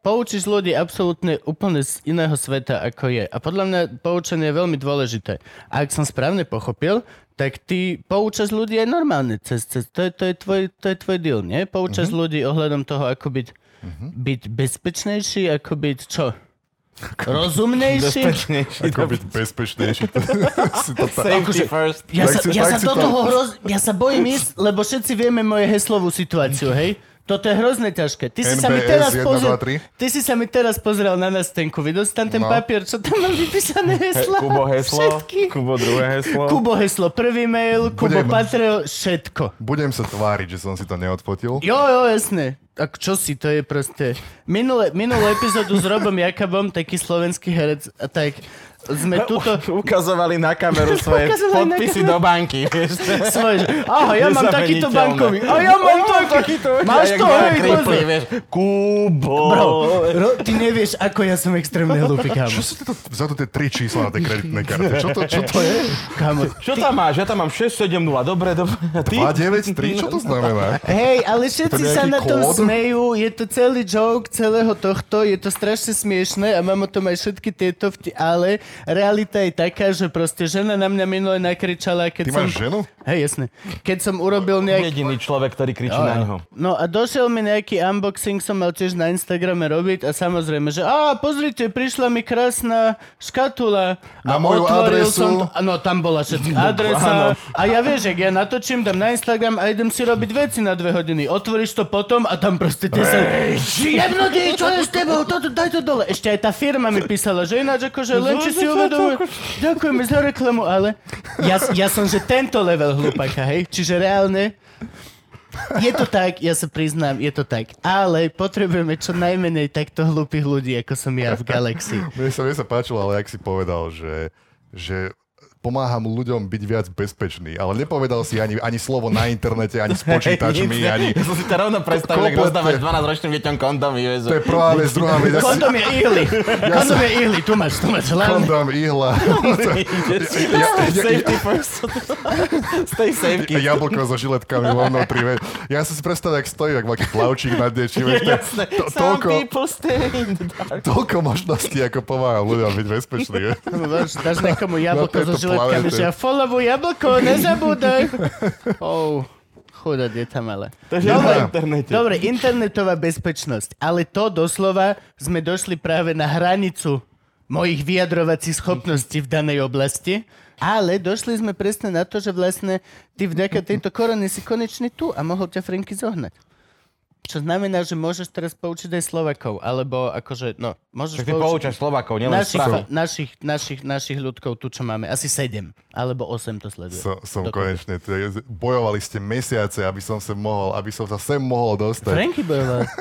[SPEAKER 1] poučíš ľudí absolútne úplne z iného sveta, ako je. A podľa mňa poučenie je veľmi dôležité. A ak som správne pochopil, tak ty poučaš ľudí aj normálne cez, cez to, je, to, je tvoj, to je tvoj deal, nie? Poučaš
[SPEAKER 3] Mhm.
[SPEAKER 1] mm-hmm. ľudí ohľadom toho, ako byť, byť bezpečnejší, ako byť čo? Rozumnejší?
[SPEAKER 4] Bezpečnejší.
[SPEAKER 3] Ako byť bezpečnejší. si to tá...
[SPEAKER 4] Safety first.
[SPEAKER 1] Ja
[SPEAKER 3] Tak
[SPEAKER 1] sa,
[SPEAKER 3] si-
[SPEAKER 1] ja
[SPEAKER 3] tak
[SPEAKER 1] sa
[SPEAKER 3] si
[SPEAKER 1] do
[SPEAKER 3] to-
[SPEAKER 1] toho hroz... Ja sa bojím ísť, lebo všetci vieme moje heslovú situáciu, hej? Toto je hrozne ťažké. Ty si, sa mi
[SPEAKER 3] NBS
[SPEAKER 1] teraz
[SPEAKER 3] 1, 2,
[SPEAKER 1] pozrel,
[SPEAKER 3] 3.
[SPEAKER 1] ty si sa mi teraz pozrel na nástenku. Videl si tam ten
[SPEAKER 3] No.
[SPEAKER 1] papier, čo tam mám vypísané hesla?
[SPEAKER 4] Kubo heslo,
[SPEAKER 1] Všetky.
[SPEAKER 4] Kubo druhé heslo.
[SPEAKER 1] Kubo heslo, prvý mail, Kubo
[SPEAKER 3] Budem-
[SPEAKER 1] Patreo, všetko.
[SPEAKER 3] Budem sa tváriť, že som si to neodfotil.
[SPEAKER 1] Jo, jo, jasne. Tak čo si, to je proste... Minulé, minulú epizódu s Robom Jakabom, taký slovenský herec, a tak sme tuto...
[SPEAKER 4] Ukazovali na kameru svoje
[SPEAKER 1] Ukazovali na
[SPEAKER 4] podpisy
[SPEAKER 1] kameru.
[SPEAKER 4] do banky. vieš.
[SPEAKER 1] Svoje, že, aha, ja mám takýto
[SPEAKER 4] Nezameniteľné.
[SPEAKER 1] bankový. A ja mám
[SPEAKER 4] Ó,
[SPEAKER 1] taký.
[SPEAKER 4] takýto.
[SPEAKER 1] Máš
[SPEAKER 4] Jak
[SPEAKER 1] to,
[SPEAKER 4] Mara
[SPEAKER 1] hej,
[SPEAKER 4] Kripli,
[SPEAKER 1] pozri.
[SPEAKER 4] vieš. Kubo.
[SPEAKER 1] Bro, ro, ty nevieš, ako ja som extrémne hlúpy, kámo.
[SPEAKER 3] Čo si to za to tie tri čísla na tej kreditnej karte? Čo to, čo to je?
[SPEAKER 1] kámo.
[SPEAKER 4] Čo tam máš? Ja tam mám 670, dobre, dobre. A ty?
[SPEAKER 3] 293? Čo to znamená?
[SPEAKER 1] Hej, ale všetci
[SPEAKER 3] To
[SPEAKER 1] sa
[SPEAKER 3] nejaký
[SPEAKER 1] na tom
[SPEAKER 3] kód?
[SPEAKER 1] smejú, je to celý joke celého tohto, je to strašne smiešné a mám o tom aj všetky tieto vti, ale realita je taká, že proste žena na mňa minule nakričala, keď
[SPEAKER 3] Ty
[SPEAKER 1] som...
[SPEAKER 3] máš ženu?
[SPEAKER 1] Hej, jasne. Keď som urobil nejaký
[SPEAKER 4] Jediný človek, ktorý kričí na neho.
[SPEAKER 1] No a došiel mi nejaký unboxing, som mal tiež na Instagrame robiť a samozrejme, že a pozrite, prišla mi krásna škatula. a
[SPEAKER 3] Na moju
[SPEAKER 1] otvoril
[SPEAKER 3] adresu.
[SPEAKER 1] Som to, a no, tam bola všetká adresa. a ja vieš, ak ja natočím, dám na Instagram a idem si robiť veci na dve hodiny. Otvoríš to potom a tam proste 10... Jebnutý, čo je s tebou? Toto, daj to dole. Ešte aj tá firma mi písala, že ináč akože len či si uvedomuje. Ďakujeme za reklamu, ale ja, ja som, že tento level hlupaka, hej? Čiže reálne je to tak, ja sa priznám, je to tak. Ale potrebujeme čo najmenej takto hlúpých ľudí, ako som ja v Galaxy.
[SPEAKER 3] Mne sa, mne sa páčilo, ale ak si povedal, že, že pomáham ľuďom byť viac bezpečný, ale nepovedal si ani, ani slovo na internete, ani s počítačmi,
[SPEAKER 4] Nič,
[SPEAKER 3] ani...
[SPEAKER 4] Ja som si to rovno predstavil, ak
[SPEAKER 3] Kompletne.
[SPEAKER 4] rozdávaš 12-ročným deťom kondomy. vieš,
[SPEAKER 3] To
[SPEAKER 4] že-
[SPEAKER 3] je prvá vec, druhá vec, ja si-
[SPEAKER 1] Kondom je ihly. Kondom je ihly. Tu máš, tu máš. Hlavne.
[SPEAKER 3] kondom, ihla,
[SPEAKER 4] Safety first. Stay safe, kid.
[SPEAKER 3] jablko so žiletkami vo vnútri. ve- Ja som si predstavil, jak stojí, jak aký plavčík nad niečím. vieš, to je
[SPEAKER 4] Jasné.
[SPEAKER 3] to-
[SPEAKER 4] Some
[SPEAKER 3] toľko-
[SPEAKER 4] people stay in the dark.
[SPEAKER 3] Toľko možností, ako pomáha ľuďom byť bezpečný. je.
[SPEAKER 1] Dáš, dáš niekomu jablko
[SPEAKER 3] Na tejto
[SPEAKER 1] so žiletkami,
[SPEAKER 3] planete.
[SPEAKER 1] že folovú jablko, nezabúdaj. Oh, chuda dieťa malé.
[SPEAKER 4] Takže
[SPEAKER 3] Dobre.
[SPEAKER 4] na internete.
[SPEAKER 1] Dobre, internetová bezpečnosť. Ale to doslova sme došli práve na hranicu mojich vyjadrovacích schopností v danej oblasti, ale došli sme presne na to, že vlastne ty vďaka tejto korony si konečne tu a mohol ťa Franky zohnať. Čo znamená, že môžeš teraz poučiť aj Slovakov, alebo akože, no, môžeš
[SPEAKER 4] Tak ty poučaš Slovakov, nielen
[SPEAKER 1] našich,
[SPEAKER 4] Spravu.
[SPEAKER 1] fa- našich, našich, našich ľudkov tu, čo máme, asi 7, alebo 8 to sleduje.
[SPEAKER 3] So, som
[SPEAKER 1] Dokopy.
[SPEAKER 3] konečne. tu. Bojovali ste mesiace, aby som sem mohol, aby som sa sem mohol dostať.
[SPEAKER 1] Franky bojoval.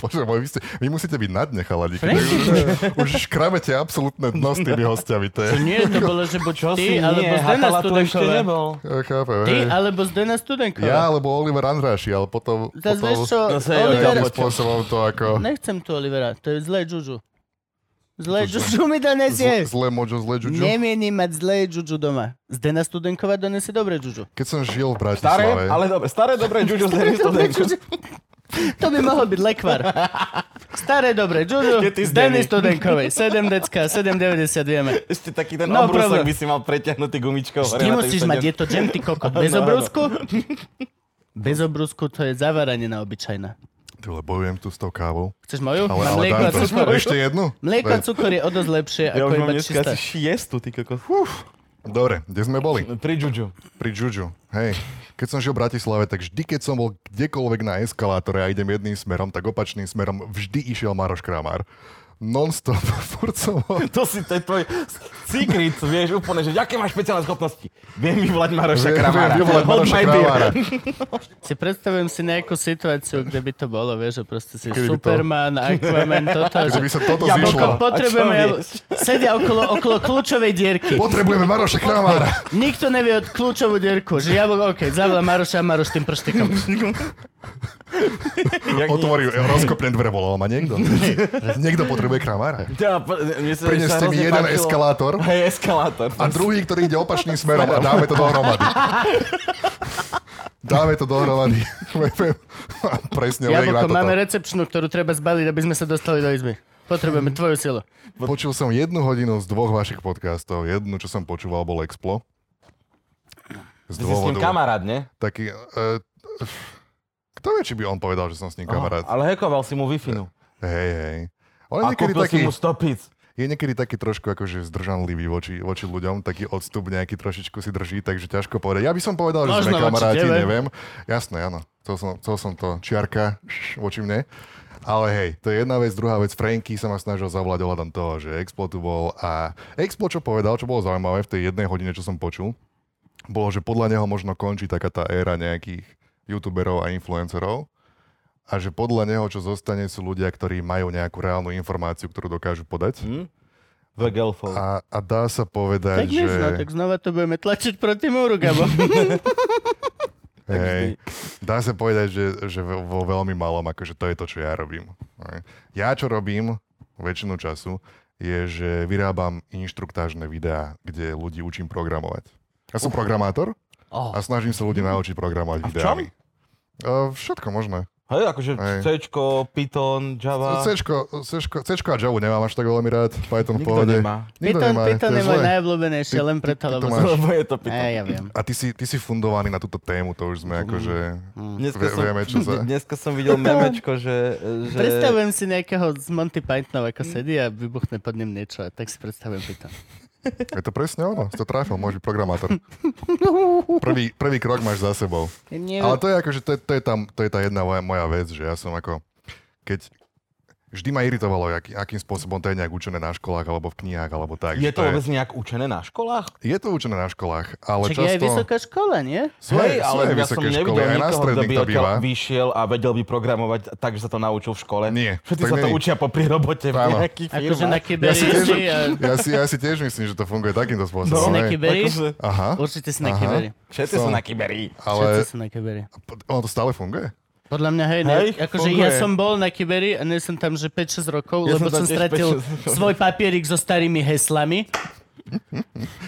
[SPEAKER 3] Bože môj, vy, ste, vy musíte byť na dne, chalani.
[SPEAKER 1] Franky bojoval.
[SPEAKER 3] Už škrabete absolútne dno s tými hostiami. To je,
[SPEAKER 1] To nie, to bolo, že buď
[SPEAKER 4] Čo
[SPEAKER 1] ty,
[SPEAKER 4] si
[SPEAKER 1] alebo
[SPEAKER 4] nie,
[SPEAKER 1] Zdena
[SPEAKER 4] Hatala tu ešte
[SPEAKER 1] Studenková.
[SPEAKER 4] nebol.
[SPEAKER 3] chápem,
[SPEAKER 1] Ty,
[SPEAKER 3] hej.
[SPEAKER 1] alebo Zdena Studenková.
[SPEAKER 3] Ja alebo Oliver Andráši, ale potom...
[SPEAKER 1] Zas
[SPEAKER 3] potom
[SPEAKER 1] vieš čo,
[SPEAKER 4] Zase je
[SPEAKER 1] Oliver,
[SPEAKER 3] Takým spôsobom to ako...
[SPEAKER 1] nechcem tu Olivera, to je zlé Juju. Zlé Juju mi donesie.
[SPEAKER 3] Zle, zle mojo, zle juju.
[SPEAKER 1] Nemienim mať zlé Juju doma. Zdena Studenková donesie dobré Juju.
[SPEAKER 3] Keď som žil v
[SPEAKER 4] Staré,
[SPEAKER 3] Bratislave...
[SPEAKER 4] ale dobre, staré dobré Juju z Aristoteku.
[SPEAKER 1] To by mohol byť lekvar. Staré dobré Juju,
[SPEAKER 4] Je ty z
[SPEAKER 1] Zdeny
[SPEAKER 4] Deny.
[SPEAKER 1] Studenkovej, 7 decka, 7,90 vieme.
[SPEAKER 4] Ešte taký ten
[SPEAKER 1] No, problém.
[SPEAKER 4] obrúsok by si mal preťahnutý gumičkou. hore
[SPEAKER 1] Ty
[SPEAKER 4] na tej
[SPEAKER 1] musíš
[SPEAKER 4] sedem-
[SPEAKER 1] mať, je to džem, ty kokot. Bez
[SPEAKER 4] Áno, áno.
[SPEAKER 1] obrusku? Bez obrusku to je zaváranina obyčajná.
[SPEAKER 3] Ty vole, bojujem tu s tou kávou.
[SPEAKER 1] Chceš moju?
[SPEAKER 3] Ale,
[SPEAKER 1] Mám
[SPEAKER 3] ale
[SPEAKER 1] mlieko
[SPEAKER 3] dám
[SPEAKER 1] a
[SPEAKER 3] to.
[SPEAKER 1] cukor.
[SPEAKER 3] Ešte jednu?
[SPEAKER 1] Mlieko a
[SPEAKER 3] Veď,
[SPEAKER 1] cukor je o dosť lepšie
[SPEAKER 4] Ja
[SPEAKER 1] ako
[SPEAKER 4] už mám
[SPEAKER 1] iba
[SPEAKER 4] dneska
[SPEAKER 1] čisté.
[SPEAKER 4] asi šiestu, ty kokos.
[SPEAKER 3] Dobre, kde sme boli?
[SPEAKER 4] Pri Juju.
[SPEAKER 3] Pri Juju. Hej. Keď som žil v Bratislave, tak vždy, keď som bol kdekoľvek na eskalátore a idem jedným smerom, tak opačným smerom vždy išiel Maroš Kramár. Non-stop, furt som ho...
[SPEAKER 4] To si, to je tvoj secret, vieš úplne, že aké máš špeciálne schopnosti. Viem vyvolať Maroša
[SPEAKER 3] Viem-
[SPEAKER 4] Kramára.
[SPEAKER 3] viem vyvolať
[SPEAKER 4] Hold
[SPEAKER 3] Maroša
[SPEAKER 4] my beer.
[SPEAKER 3] Kramára.
[SPEAKER 1] Si predstavujem si nejakú situáciu, kde by to bolo, vieš, že proste si
[SPEAKER 3] Keby by to-
[SPEAKER 1] Superman, Aquaman, toto. že-
[SPEAKER 3] Keby sa toto
[SPEAKER 4] Ja
[SPEAKER 1] Koko,
[SPEAKER 3] zišlo.
[SPEAKER 1] potrebujeme,
[SPEAKER 4] A čo vieš?
[SPEAKER 1] sedia okolo, okolo kľúčovej dierky.
[SPEAKER 3] Potrebujeme Maroša Kramára.
[SPEAKER 1] Nikto nevie od kľúčovú dierku, že ja bol, OK, zavolám Maroša a Maroš tým prštikom.
[SPEAKER 4] Jak nie-
[SPEAKER 3] Otvorí, rozkopne dvere, volal ma niekto. Niekto potrebuje Kramára.
[SPEAKER 4] Ja, po- mne sa- mne sa
[SPEAKER 3] Prineste mi
[SPEAKER 4] hrozne
[SPEAKER 3] jeden
[SPEAKER 4] páčilo-
[SPEAKER 3] eskalátor
[SPEAKER 4] Hej, eskalátor.
[SPEAKER 3] a druhý, ktorý ide opačným smerom a dáme to dohromady. Dáme to dohromady. Presne, lek na
[SPEAKER 1] Jablko,
[SPEAKER 3] toto.
[SPEAKER 1] máme recepčnú, ktorú treba zbaliť, aby sme sa dostali do izby. Potrebujeme tvoju silu.
[SPEAKER 3] Počul som jednu hodinu z dvoch vašich podcastov. Jednu, čo som počúval, bol Explo.
[SPEAKER 4] Ty si
[SPEAKER 3] Z
[SPEAKER 4] s ním
[SPEAKER 3] dôvodu.
[SPEAKER 4] kamarát, nie?
[SPEAKER 3] Taký, eh, kto vie, či by on povedal, že som s ním kamarát.
[SPEAKER 4] Aha, Ale hekoval si mu wi
[SPEAKER 3] Hej, hej. On je
[SPEAKER 4] A
[SPEAKER 3] niekedy,
[SPEAKER 4] kúpil si
[SPEAKER 3] taký,
[SPEAKER 4] mu 100 pizz.
[SPEAKER 3] je niekedy taký trošku akože zdržanlivý voči, voči ľuďom, taký odstup nejaký trošičku si drží, takže ťažko povedať. Ja by som povedal,
[SPEAKER 1] Možno
[SPEAKER 3] že sme
[SPEAKER 1] voči
[SPEAKER 3] kamaráti,
[SPEAKER 1] tebe.
[SPEAKER 3] neviem. Jasné, áno. Chcel som, chcel som to čiarka šš, voči mne. Ale hej, to je jedna vec, druhá vec. Franky sa ma snažil zavolať ohľadom toho, že Explo tu bol a Explo, čo povedal, čo bolo zaujímavé v tej jednej hodine, čo som počul, bolo, že podľa neho možno končí taká tá éra nejakých youtuberov a influencerov a že podľa neho, čo zostane, sú ľudia, ktorí majú nejakú reálnu informáciu, ktorú dokážu
[SPEAKER 1] Mm.
[SPEAKER 3] podať.
[SPEAKER 4] Vegelfov.
[SPEAKER 3] A, a dá sa povedať,
[SPEAKER 1] Tak
[SPEAKER 3] že...
[SPEAKER 1] nič, no, tak znova to budeme tlačiť proti múru, Gabo.
[SPEAKER 3] hej, dá sa povedať, že, že vo vo veľmi malom, akože to je to, čo ja robím. Hej. Ja čo robím väčšinu času, je, že vyrábam inštruktážne videá, kde ľudí učím programovať. Ja som programátor
[SPEAKER 1] Oh.
[SPEAKER 3] a snažím sa ľudí naučiť programovať
[SPEAKER 4] A v čom?
[SPEAKER 3] videami. A všetko možné.
[SPEAKER 4] Hej, akože
[SPEAKER 3] Hej.
[SPEAKER 4] Cčko, Python, Java.
[SPEAKER 3] Cčko, Cčko, Cčko a Java nemám až tak veľmi rád, Python v
[SPEAKER 4] Nikto
[SPEAKER 3] pohode.
[SPEAKER 4] nemá.
[SPEAKER 3] Nikto
[SPEAKER 1] Python,
[SPEAKER 3] nemá,
[SPEAKER 1] Python
[SPEAKER 3] to
[SPEAKER 1] je
[SPEAKER 3] je
[SPEAKER 1] môj
[SPEAKER 3] zlé.
[SPEAKER 1] najobľúbenejší,
[SPEAKER 3] Ty-
[SPEAKER 1] len
[SPEAKER 3] ty-
[SPEAKER 1] preto,
[SPEAKER 3] ty to
[SPEAKER 1] lebo...
[SPEAKER 3] máš.
[SPEAKER 4] Lebo je to Python.
[SPEAKER 1] Ej, ja viem.
[SPEAKER 3] A ty si, ty si fundovaný na túto tému, to už sme akože...
[SPEAKER 4] Dneska
[SPEAKER 3] Vie-
[SPEAKER 4] som,
[SPEAKER 3] vieme, čo sa-
[SPEAKER 4] dneska som videl memečko, že... že...
[SPEAKER 1] Predstavujem si nejakého z Monty Pythonov, ako sedí a vybuchne pod ním niečo. A tak si predstavujem Python.
[SPEAKER 3] Je to presne ono, si to trafil, môže byť programátor. Prvý, prvý krok máš za sebou.
[SPEAKER 1] Ja neviem.
[SPEAKER 3] Ale to je akože, to, je- to, je, tam, to je tá jedna moja, moja vec, že ja som ako, keď Vždy ma iritovalo, aký, akým spôsobom to je nejak učené na školách, alebo v knihách, alebo tak.
[SPEAKER 4] Je
[SPEAKER 3] že
[SPEAKER 4] to vôbec nejak učené na školách?
[SPEAKER 3] je, je to učené na školách, ale
[SPEAKER 1] Čak je aj
[SPEAKER 3] často...
[SPEAKER 1] vysoká škola, nie?
[SPEAKER 3] Sú aj-
[SPEAKER 4] Hej,
[SPEAKER 3] sú aj
[SPEAKER 4] ale ja som
[SPEAKER 3] vysoké
[SPEAKER 4] nevidel
[SPEAKER 3] školy, aj na
[SPEAKER 4] nikoho, kto
[SPEAKER 3] stredných
[SPEAKER 4] by
[SPEAKER 3] to
[SPEAKER 4] odtiaľ
[SPEAKER 3] býva.
[SPEAKER 4] vyšiel a vedel by programovať tak, že sa to naučil v škole.
[SPEAKER 3] Nie,
[SPEAKER 4] Všetci
[SPEAKER 3] tak
[SPEAKER 4] sa to
[SPEAKER 3] není.
[SPEAKER 4] učia po prirobote v
[SPEAKER 3] Áno.
[SPEAKER 4] nejakých
[SPEAKER 1] Akože na
[SPEAKER 4] firmách.
[SPEAKER 1] kyberisti a...
[SPEAKER 3] Ja si, ja si tiež myslím, že to funguje takýmto
[SPEAKER 1] Si
[SPEAKER 3] spôsobom.
[SPEAKER 1] na
[SPEAKER 3] hej.
[SPEAKER 1] kyberi?
[SPEAKER 4] Akože-
[SPEAKER 3] Aha,
[SPEAKER 1] Určite si na
[SPEAKER 3] Aha.
[SPEAKER 1] kyberi.
[SPEAKER 4] Všetci sú
[SPEAKER 3] Som.
[SPEAKER 4] na kyberi.
[SPEAKER 1] Všetci
[SPEAKER 3] ale
[SPEAKER 1] sú na kyberi.
[SPEAKER 3] ono to stále funguje?
[SPEAKER 1] Podľa mňa, hej, ne,
[SPEAKER 4] Hej,
[SPEAKER 1] akože
[SPEAKER 4] funguje.
[SPEAKER 1] ja som bol na kyberi a nie som tam, že 5-6 rokov,
[SPEAKER 4] Ja
[SPEAKER 1] lebo
[SPEAKER 4] som
[SPEAKER 1] som,
[SPEAKER 4] tam tiež
[SPEAKER 1] stratil
[SPEAKER 4] 5-6 rokov.
[SPEAKER 1] svoj papierik so starými heslami.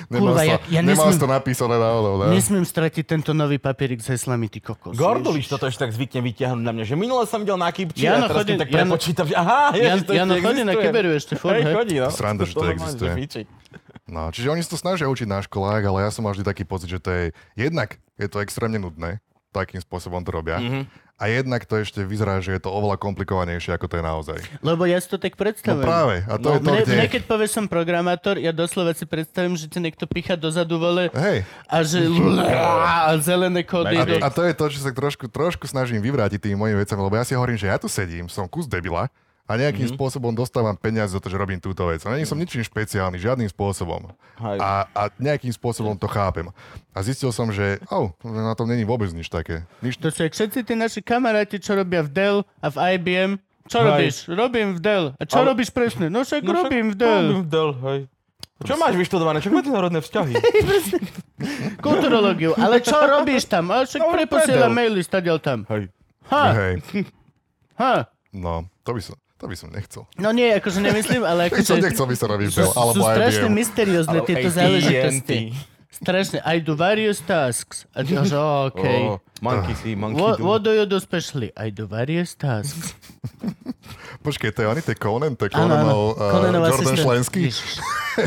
[SPEAKER 3] Nemal,
[SPEAKER 1] Kurva,
[SPEAKER 3] si
[SPEAKER 1] ja-
[SPEAKER 3] to-
[SPEAKER 1] ja
[SPEAKER 3] nemal si
[SPEAKER 1] nesmiem-
[SPEAKER 3] to napísané náhodou, ne?
[SPEAKER 1] Nesmiem stratiť tento nový papierik s heslami, ty kokos.
[SPEAKER 4] Gordulič toto ešte tak zvykne vyťahnuť na mňa, že minule som videl na kybči
[SPEAKER 1] Jano
[SPEAKER 4] a teraz
[SPEAKER 1] chodí-
[SPEAKER 4] keď tak
[SPEAKER 1] Jano-
[SPEAKER 4] prepočítam, že aha,
[SPEAKER 1] Ja,
[SPEAKER 4] ježiš, to
[SPEAKER 1] ja
[SPEAKER 4] ešte
[SPEAKER 1] chodí na
[SPEAKER 4] existuje.
[SPEAKER 1] kyberu ešte furt,
[SPEAKER 4] Hej,
[SPEAKER 1] hej.
[SPEAKER 4] chodí, no.
[SPEAKER 3] Sranda, že to
[SPEAKER 4] normálne,
[SPEAKER 3] existuje.
[SPEAKER 4] fičí.
[SPEAKER 3] No, čiže oni si to snažia učiť na školách, ale ja som mal vždy taký pocit, že to je jednak je to extrémne nudné, takým spôsobom to robia. Mm-hmm. A jednak to ešte vyzerá, že je to oveľa komplikovanejšie, ako to je naozaj.
[SPEAKER 1] Lebo ja si to tak
[SPEAKER 3] No
[SPEAKER 1] predstavujem.
[SPEAKER 3] práve, a to je to,
[SPEAKER 1] Mne,
[SPEAKER 3] kde...
[SPEAKER 1] mne keď povieš som programátor, ja doslova si predstavím, že ti niekto picha dozadu vole
[SPEAKER 3] Hej,
[SPEAKER 1] a že a zelené kódy
[SPEAKER 3] a to,
[SPEAKER 1] idú.
[SPEAKER 3] a to je to, čo sa trošku, trošku snažím vyvrátiť tými mojimi vecami, lebo ja si hovorím, že ja tu sedím, som kus debila a nejakým mm-hmm. spôsobom dostávam peniaze za to, že robím túto vec. A není som ničím špeciálny, žiadnym spôsobom.
[SPEAKER 4] Hej.
[SPEAKER 3] A, a nejakým spôsobom to chápem. A zistil som, že oh, na tom není vôbec nič také. Nič
[SPEAKER 1] To sú jak všetci tí naši kamaráti, čo robia v Dell a v IBM. Čo
[SPEAKER 4] Hej.
[SPEAKER 1] robíš? Robím v Dell. A čo
[SPEAKER 4] Ale-
[SPEAKER 1] robíš presne? No však
[SPEAKER 4] No však
[SPEAKER 1] robím v Dell.
[SPEAKER 4] Robím v Dell, hej. Čo máš vyštudované? Čo medzinárodné vzťahy?
[SPEAKER 1] Kulturológiu. Ale čo robíš tam? A však
[SPEAKER 4] No,
[SPEAKER 1] preposiela
[SPEAKER 4] Dell.
[SPEAKER 1] maily stadiaľ tam.
[SPEAKER 4] Hej.
[SPEAKER 1] Ha,
[SPEAKER 3] Hej,
[SPEAKER 1] ha.
[SPEAKER 3] no, to by som, to by som nechcel.
[SPEAKER 1] No nie, akože nemyslím, ale
[SPEAKER 3] By som
[SPEAKER 1] akože...
[SPEAKER 3] nechcel vyserať
[SPEAKER 1] Sú,
[SPEAKER 3] Intel, alebo
[SPEAKER 1] sú strašne
[SPEAKER 3] IBM.
[SPEAKER 1] mysteriózne tieto záležitosti. Strašne. I do various tasks. A ty že OK.
[SPEAKER 4] Okay. Oh, monkey see, monkey
[SPEAKER 1] What,
[SPEAKER 4] do.
[SPEAKER 1] what do you do specially? I do various tasks.
[SPEAKER 3] Počkej, to je oný, to je Conan, to je
[SPEAKER 1] Áno, áno.
[SPEAKER 3] Conanov uh,
[SPEAKER 1] Conanova
[SPEAKER 3] Jordan
[SPEAKER 1] sestra.
[SPEAKER 3] Šlenský.
[SPEAKER 1] Ježiš,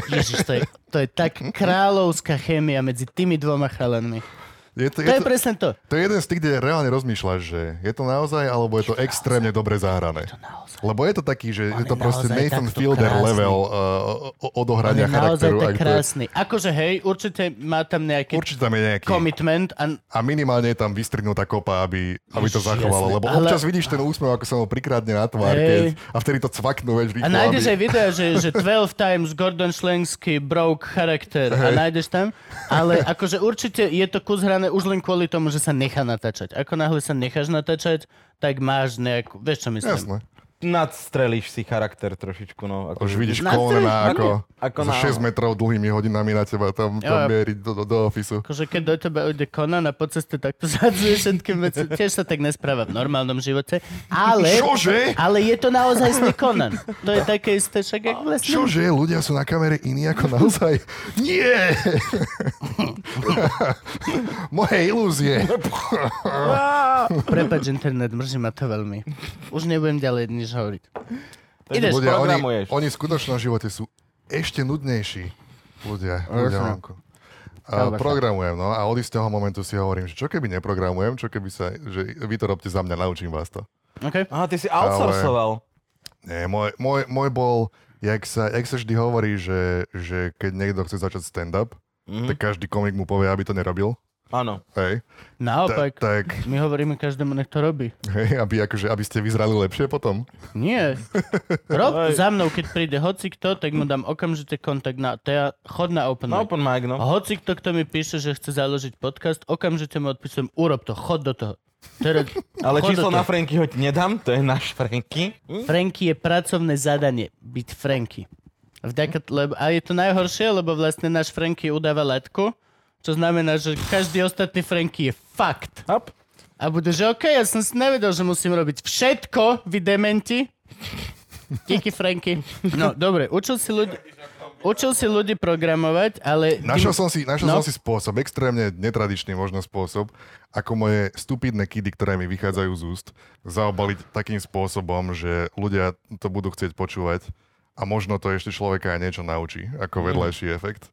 [SPEAKER 1] Ježiš to, je, to je tak kráľovská chémia medzi tými dvoma chalanmi.
[SPEAKER 3] Je
[SPEAKER 1] To
[SPEAKER 3] to,
[SPEAKER 1] je
[SPEAKER 3] je to,
[SPEAKER 1] presne to.
[SPEAKER 3] to je jeden z tých, kde reálne rozmýšľaš, že je to naozaj, alebo je to extrémne dobre zahrané.
[SPEAKER 1] naozaj.
[SPEAKER 3] Lebo je to taký, že je
[SPEAKER 1] je
[SPEAKER 3] to proste
[SPEAKER 1] naozaj
[SPEAKER 3] Nathan
[SPEAKER 1] takto
[SPEAKER 3] Fielder
[SPEAKER 1] krásny.
[SPEAKER 3] level
[SPEAKER 1] On
[SPEAKER 3] uh, o- o-
[SPEAKER 1] je
[SPEAKER 3] odohrania
[SPEAKER 1] naozaj
[SPEAKER 3] charakteru.
[SPEAKER 1] tak
[SPEAKER 3] ak to je-
[SPEAKER 1] krásny. Akože hej, určite má tam nejaký
[SPEAKER 3] Určite tam je nejaký.
[SPEAKER 1] commitment a
[SPEAKER 3] A minimálne je tam vystrihnutá kopa, aby, aby to
[SPEAKER 1] Ježiš,
[SPEAKER 3] zachovalo.
[SPEAKER 1] jasné,
[SPEAKER 3] Lebo
[SPEAKER 1] ale-
[SPEAKER 3] občas vidíš ten úsmev, ako sa mu prikrádne na tvár.
[SPEAKER 1] Hej.
[SPEAKER 3] Keď, a vtedy to cvaknú, veď
[SPEAKER 1] A
[SPEAKER 3] rýchlo.
[SPEAKER 1] nájdeš aj
[SPEAKER 3] aby-
[SPEAKER 1] videa, že, že 12 times Gordon Šlenský broke charakter a nájdeš tam, ale akože určite je to kus hrané už len kvôli tomu, že sa nechá natáčať. Ako náhle sa necháš natáčať, tak máš nejakú, vieš čo myslím.
[SPEAKER 3] Jasné.
[SPEAKER 4] Nadstrelíš si charakter trošičku, no.
[SPEAKER 3] Už
[SPEAKER 4] akože-
[SPEAKER 3] vidíš
[SPEAKER 1] Na
[SPEAKER 3] Conana ako,
[SPEAKER 4] Ako
[SPEAKER 3] ako so
[SPEAKER 4] na-
[SPEAKER 3] 6 metrov dlhými hodinami na teba tam, tam
[SPEAKER 1] Jo.
[SPEAKER 3] mieriť do, do, do ofisu.
[SPEAKER 1] Akože keď do teba ide Conan a po ceste takto zadzuje všetkým veci, tiež sa tak nespráva v normálnom živote, ale,
[SPEAKER 3] Čože?
[SPEAKER 1] ale je to naozaj istý Conan. To je také isté, však jak vlastne.
[SPEAKER 3] Čože? Ľudia sú na kamere iní ako naozaj? Nie! Moje ilúzie.
[SPEAKER 1] Prepač internet, mrzí ma to veľmi. Už nebudem ďalej nič hovoriť. Ideš,
[SPEAKER 3] Ľudia, oni,
[SPEAKER 4] programuješ.
[SPEAKER 3] oni v skutočnom živote sú ešte nudnejší. Ľudia, ľudia. mamko. A
[SPEAKER 1] Chápem.
[SPEAKER 3] programujem, no a od istého momentu si hovorím, že čo keby neprogramujem, čo keby sa, že vy to robte za mňa, naučím vás to.
[SPEAKER 1] OK?
[SPEAKER 4] Aha, ty si outsourcoval.
[SPEAKER 3] Nie, môj, môj, môj bol, jak sa, jak sa vždy hovorí, že, že keď niekto chce začať stand-up, mm. tak každý komik mu povie, aby to nerobil.
[SPEAKER 4] Áno.
[SPEAKER 3] Hej.
[SPEAKER 1] Naopak.
[SPEAKER 3] tak,
[SPEAKER 1] My hovoríme každému, nech to robí.
[SPEAKER 3] hej, aby, akože, aby ste vyzerali lepšie potom.
[SPEAKER 1] Nie. Rob
[SPEAKER 4] Aj.
[SPEAKER 1] za mnou, keď príde hoci kto, tak mu dám okamžite kontakt na... Teda chod na open
[SPEAKER 4] No,
[SPEAKER 1] mic.
[SPEAKER 4] open mic,
[SPEAKER 1] A
[SPEAKER 4] no.
[SPEAKER 1] hoci kto, kto mi píše, že chce založiť podcast, okamžite mu odpisujem, urob to, chod do toho. Teraz,
[SPEAKER 4] Ale
[SPEAKER 1] chod do
[SPEAKER 4] číslo na
[SPEAKER 1] toho.
[SPEAKER 4] Franky ho ti nedám, to je náš Franky. Hm?
[SPEAKER 1] Franky je pracovné zadanie, byť Franky. Vďaka, t- lebo, a je to najhoršie, lebo vlastne náš Franky udáva letku, čo znamená, že každý ostatný Franky je fakt.
[SPEAKER 4] Hop.
[SPEAKER 1] A bude, že OK, ja som si nevedel, že musím robiť všetko, vy dementi. Díky, Franky. No, dobre, učil si ľudí, učil si ľudí programovať, ale...
[SPEAKER 3] Našiel som si, našiel
[SPEAKER 1] No.
[SPEAKER 3] no. som si spôsob, extrémne netradičný možno spôsob, ako moje stupidné kidy, ktoré mi vychádzajú z úst, zaobaliť takým spôsobom, že ľudia to budú chcieť počúvať a možno to ešte človeka aj niečo naučí, ako vedľajší efekt.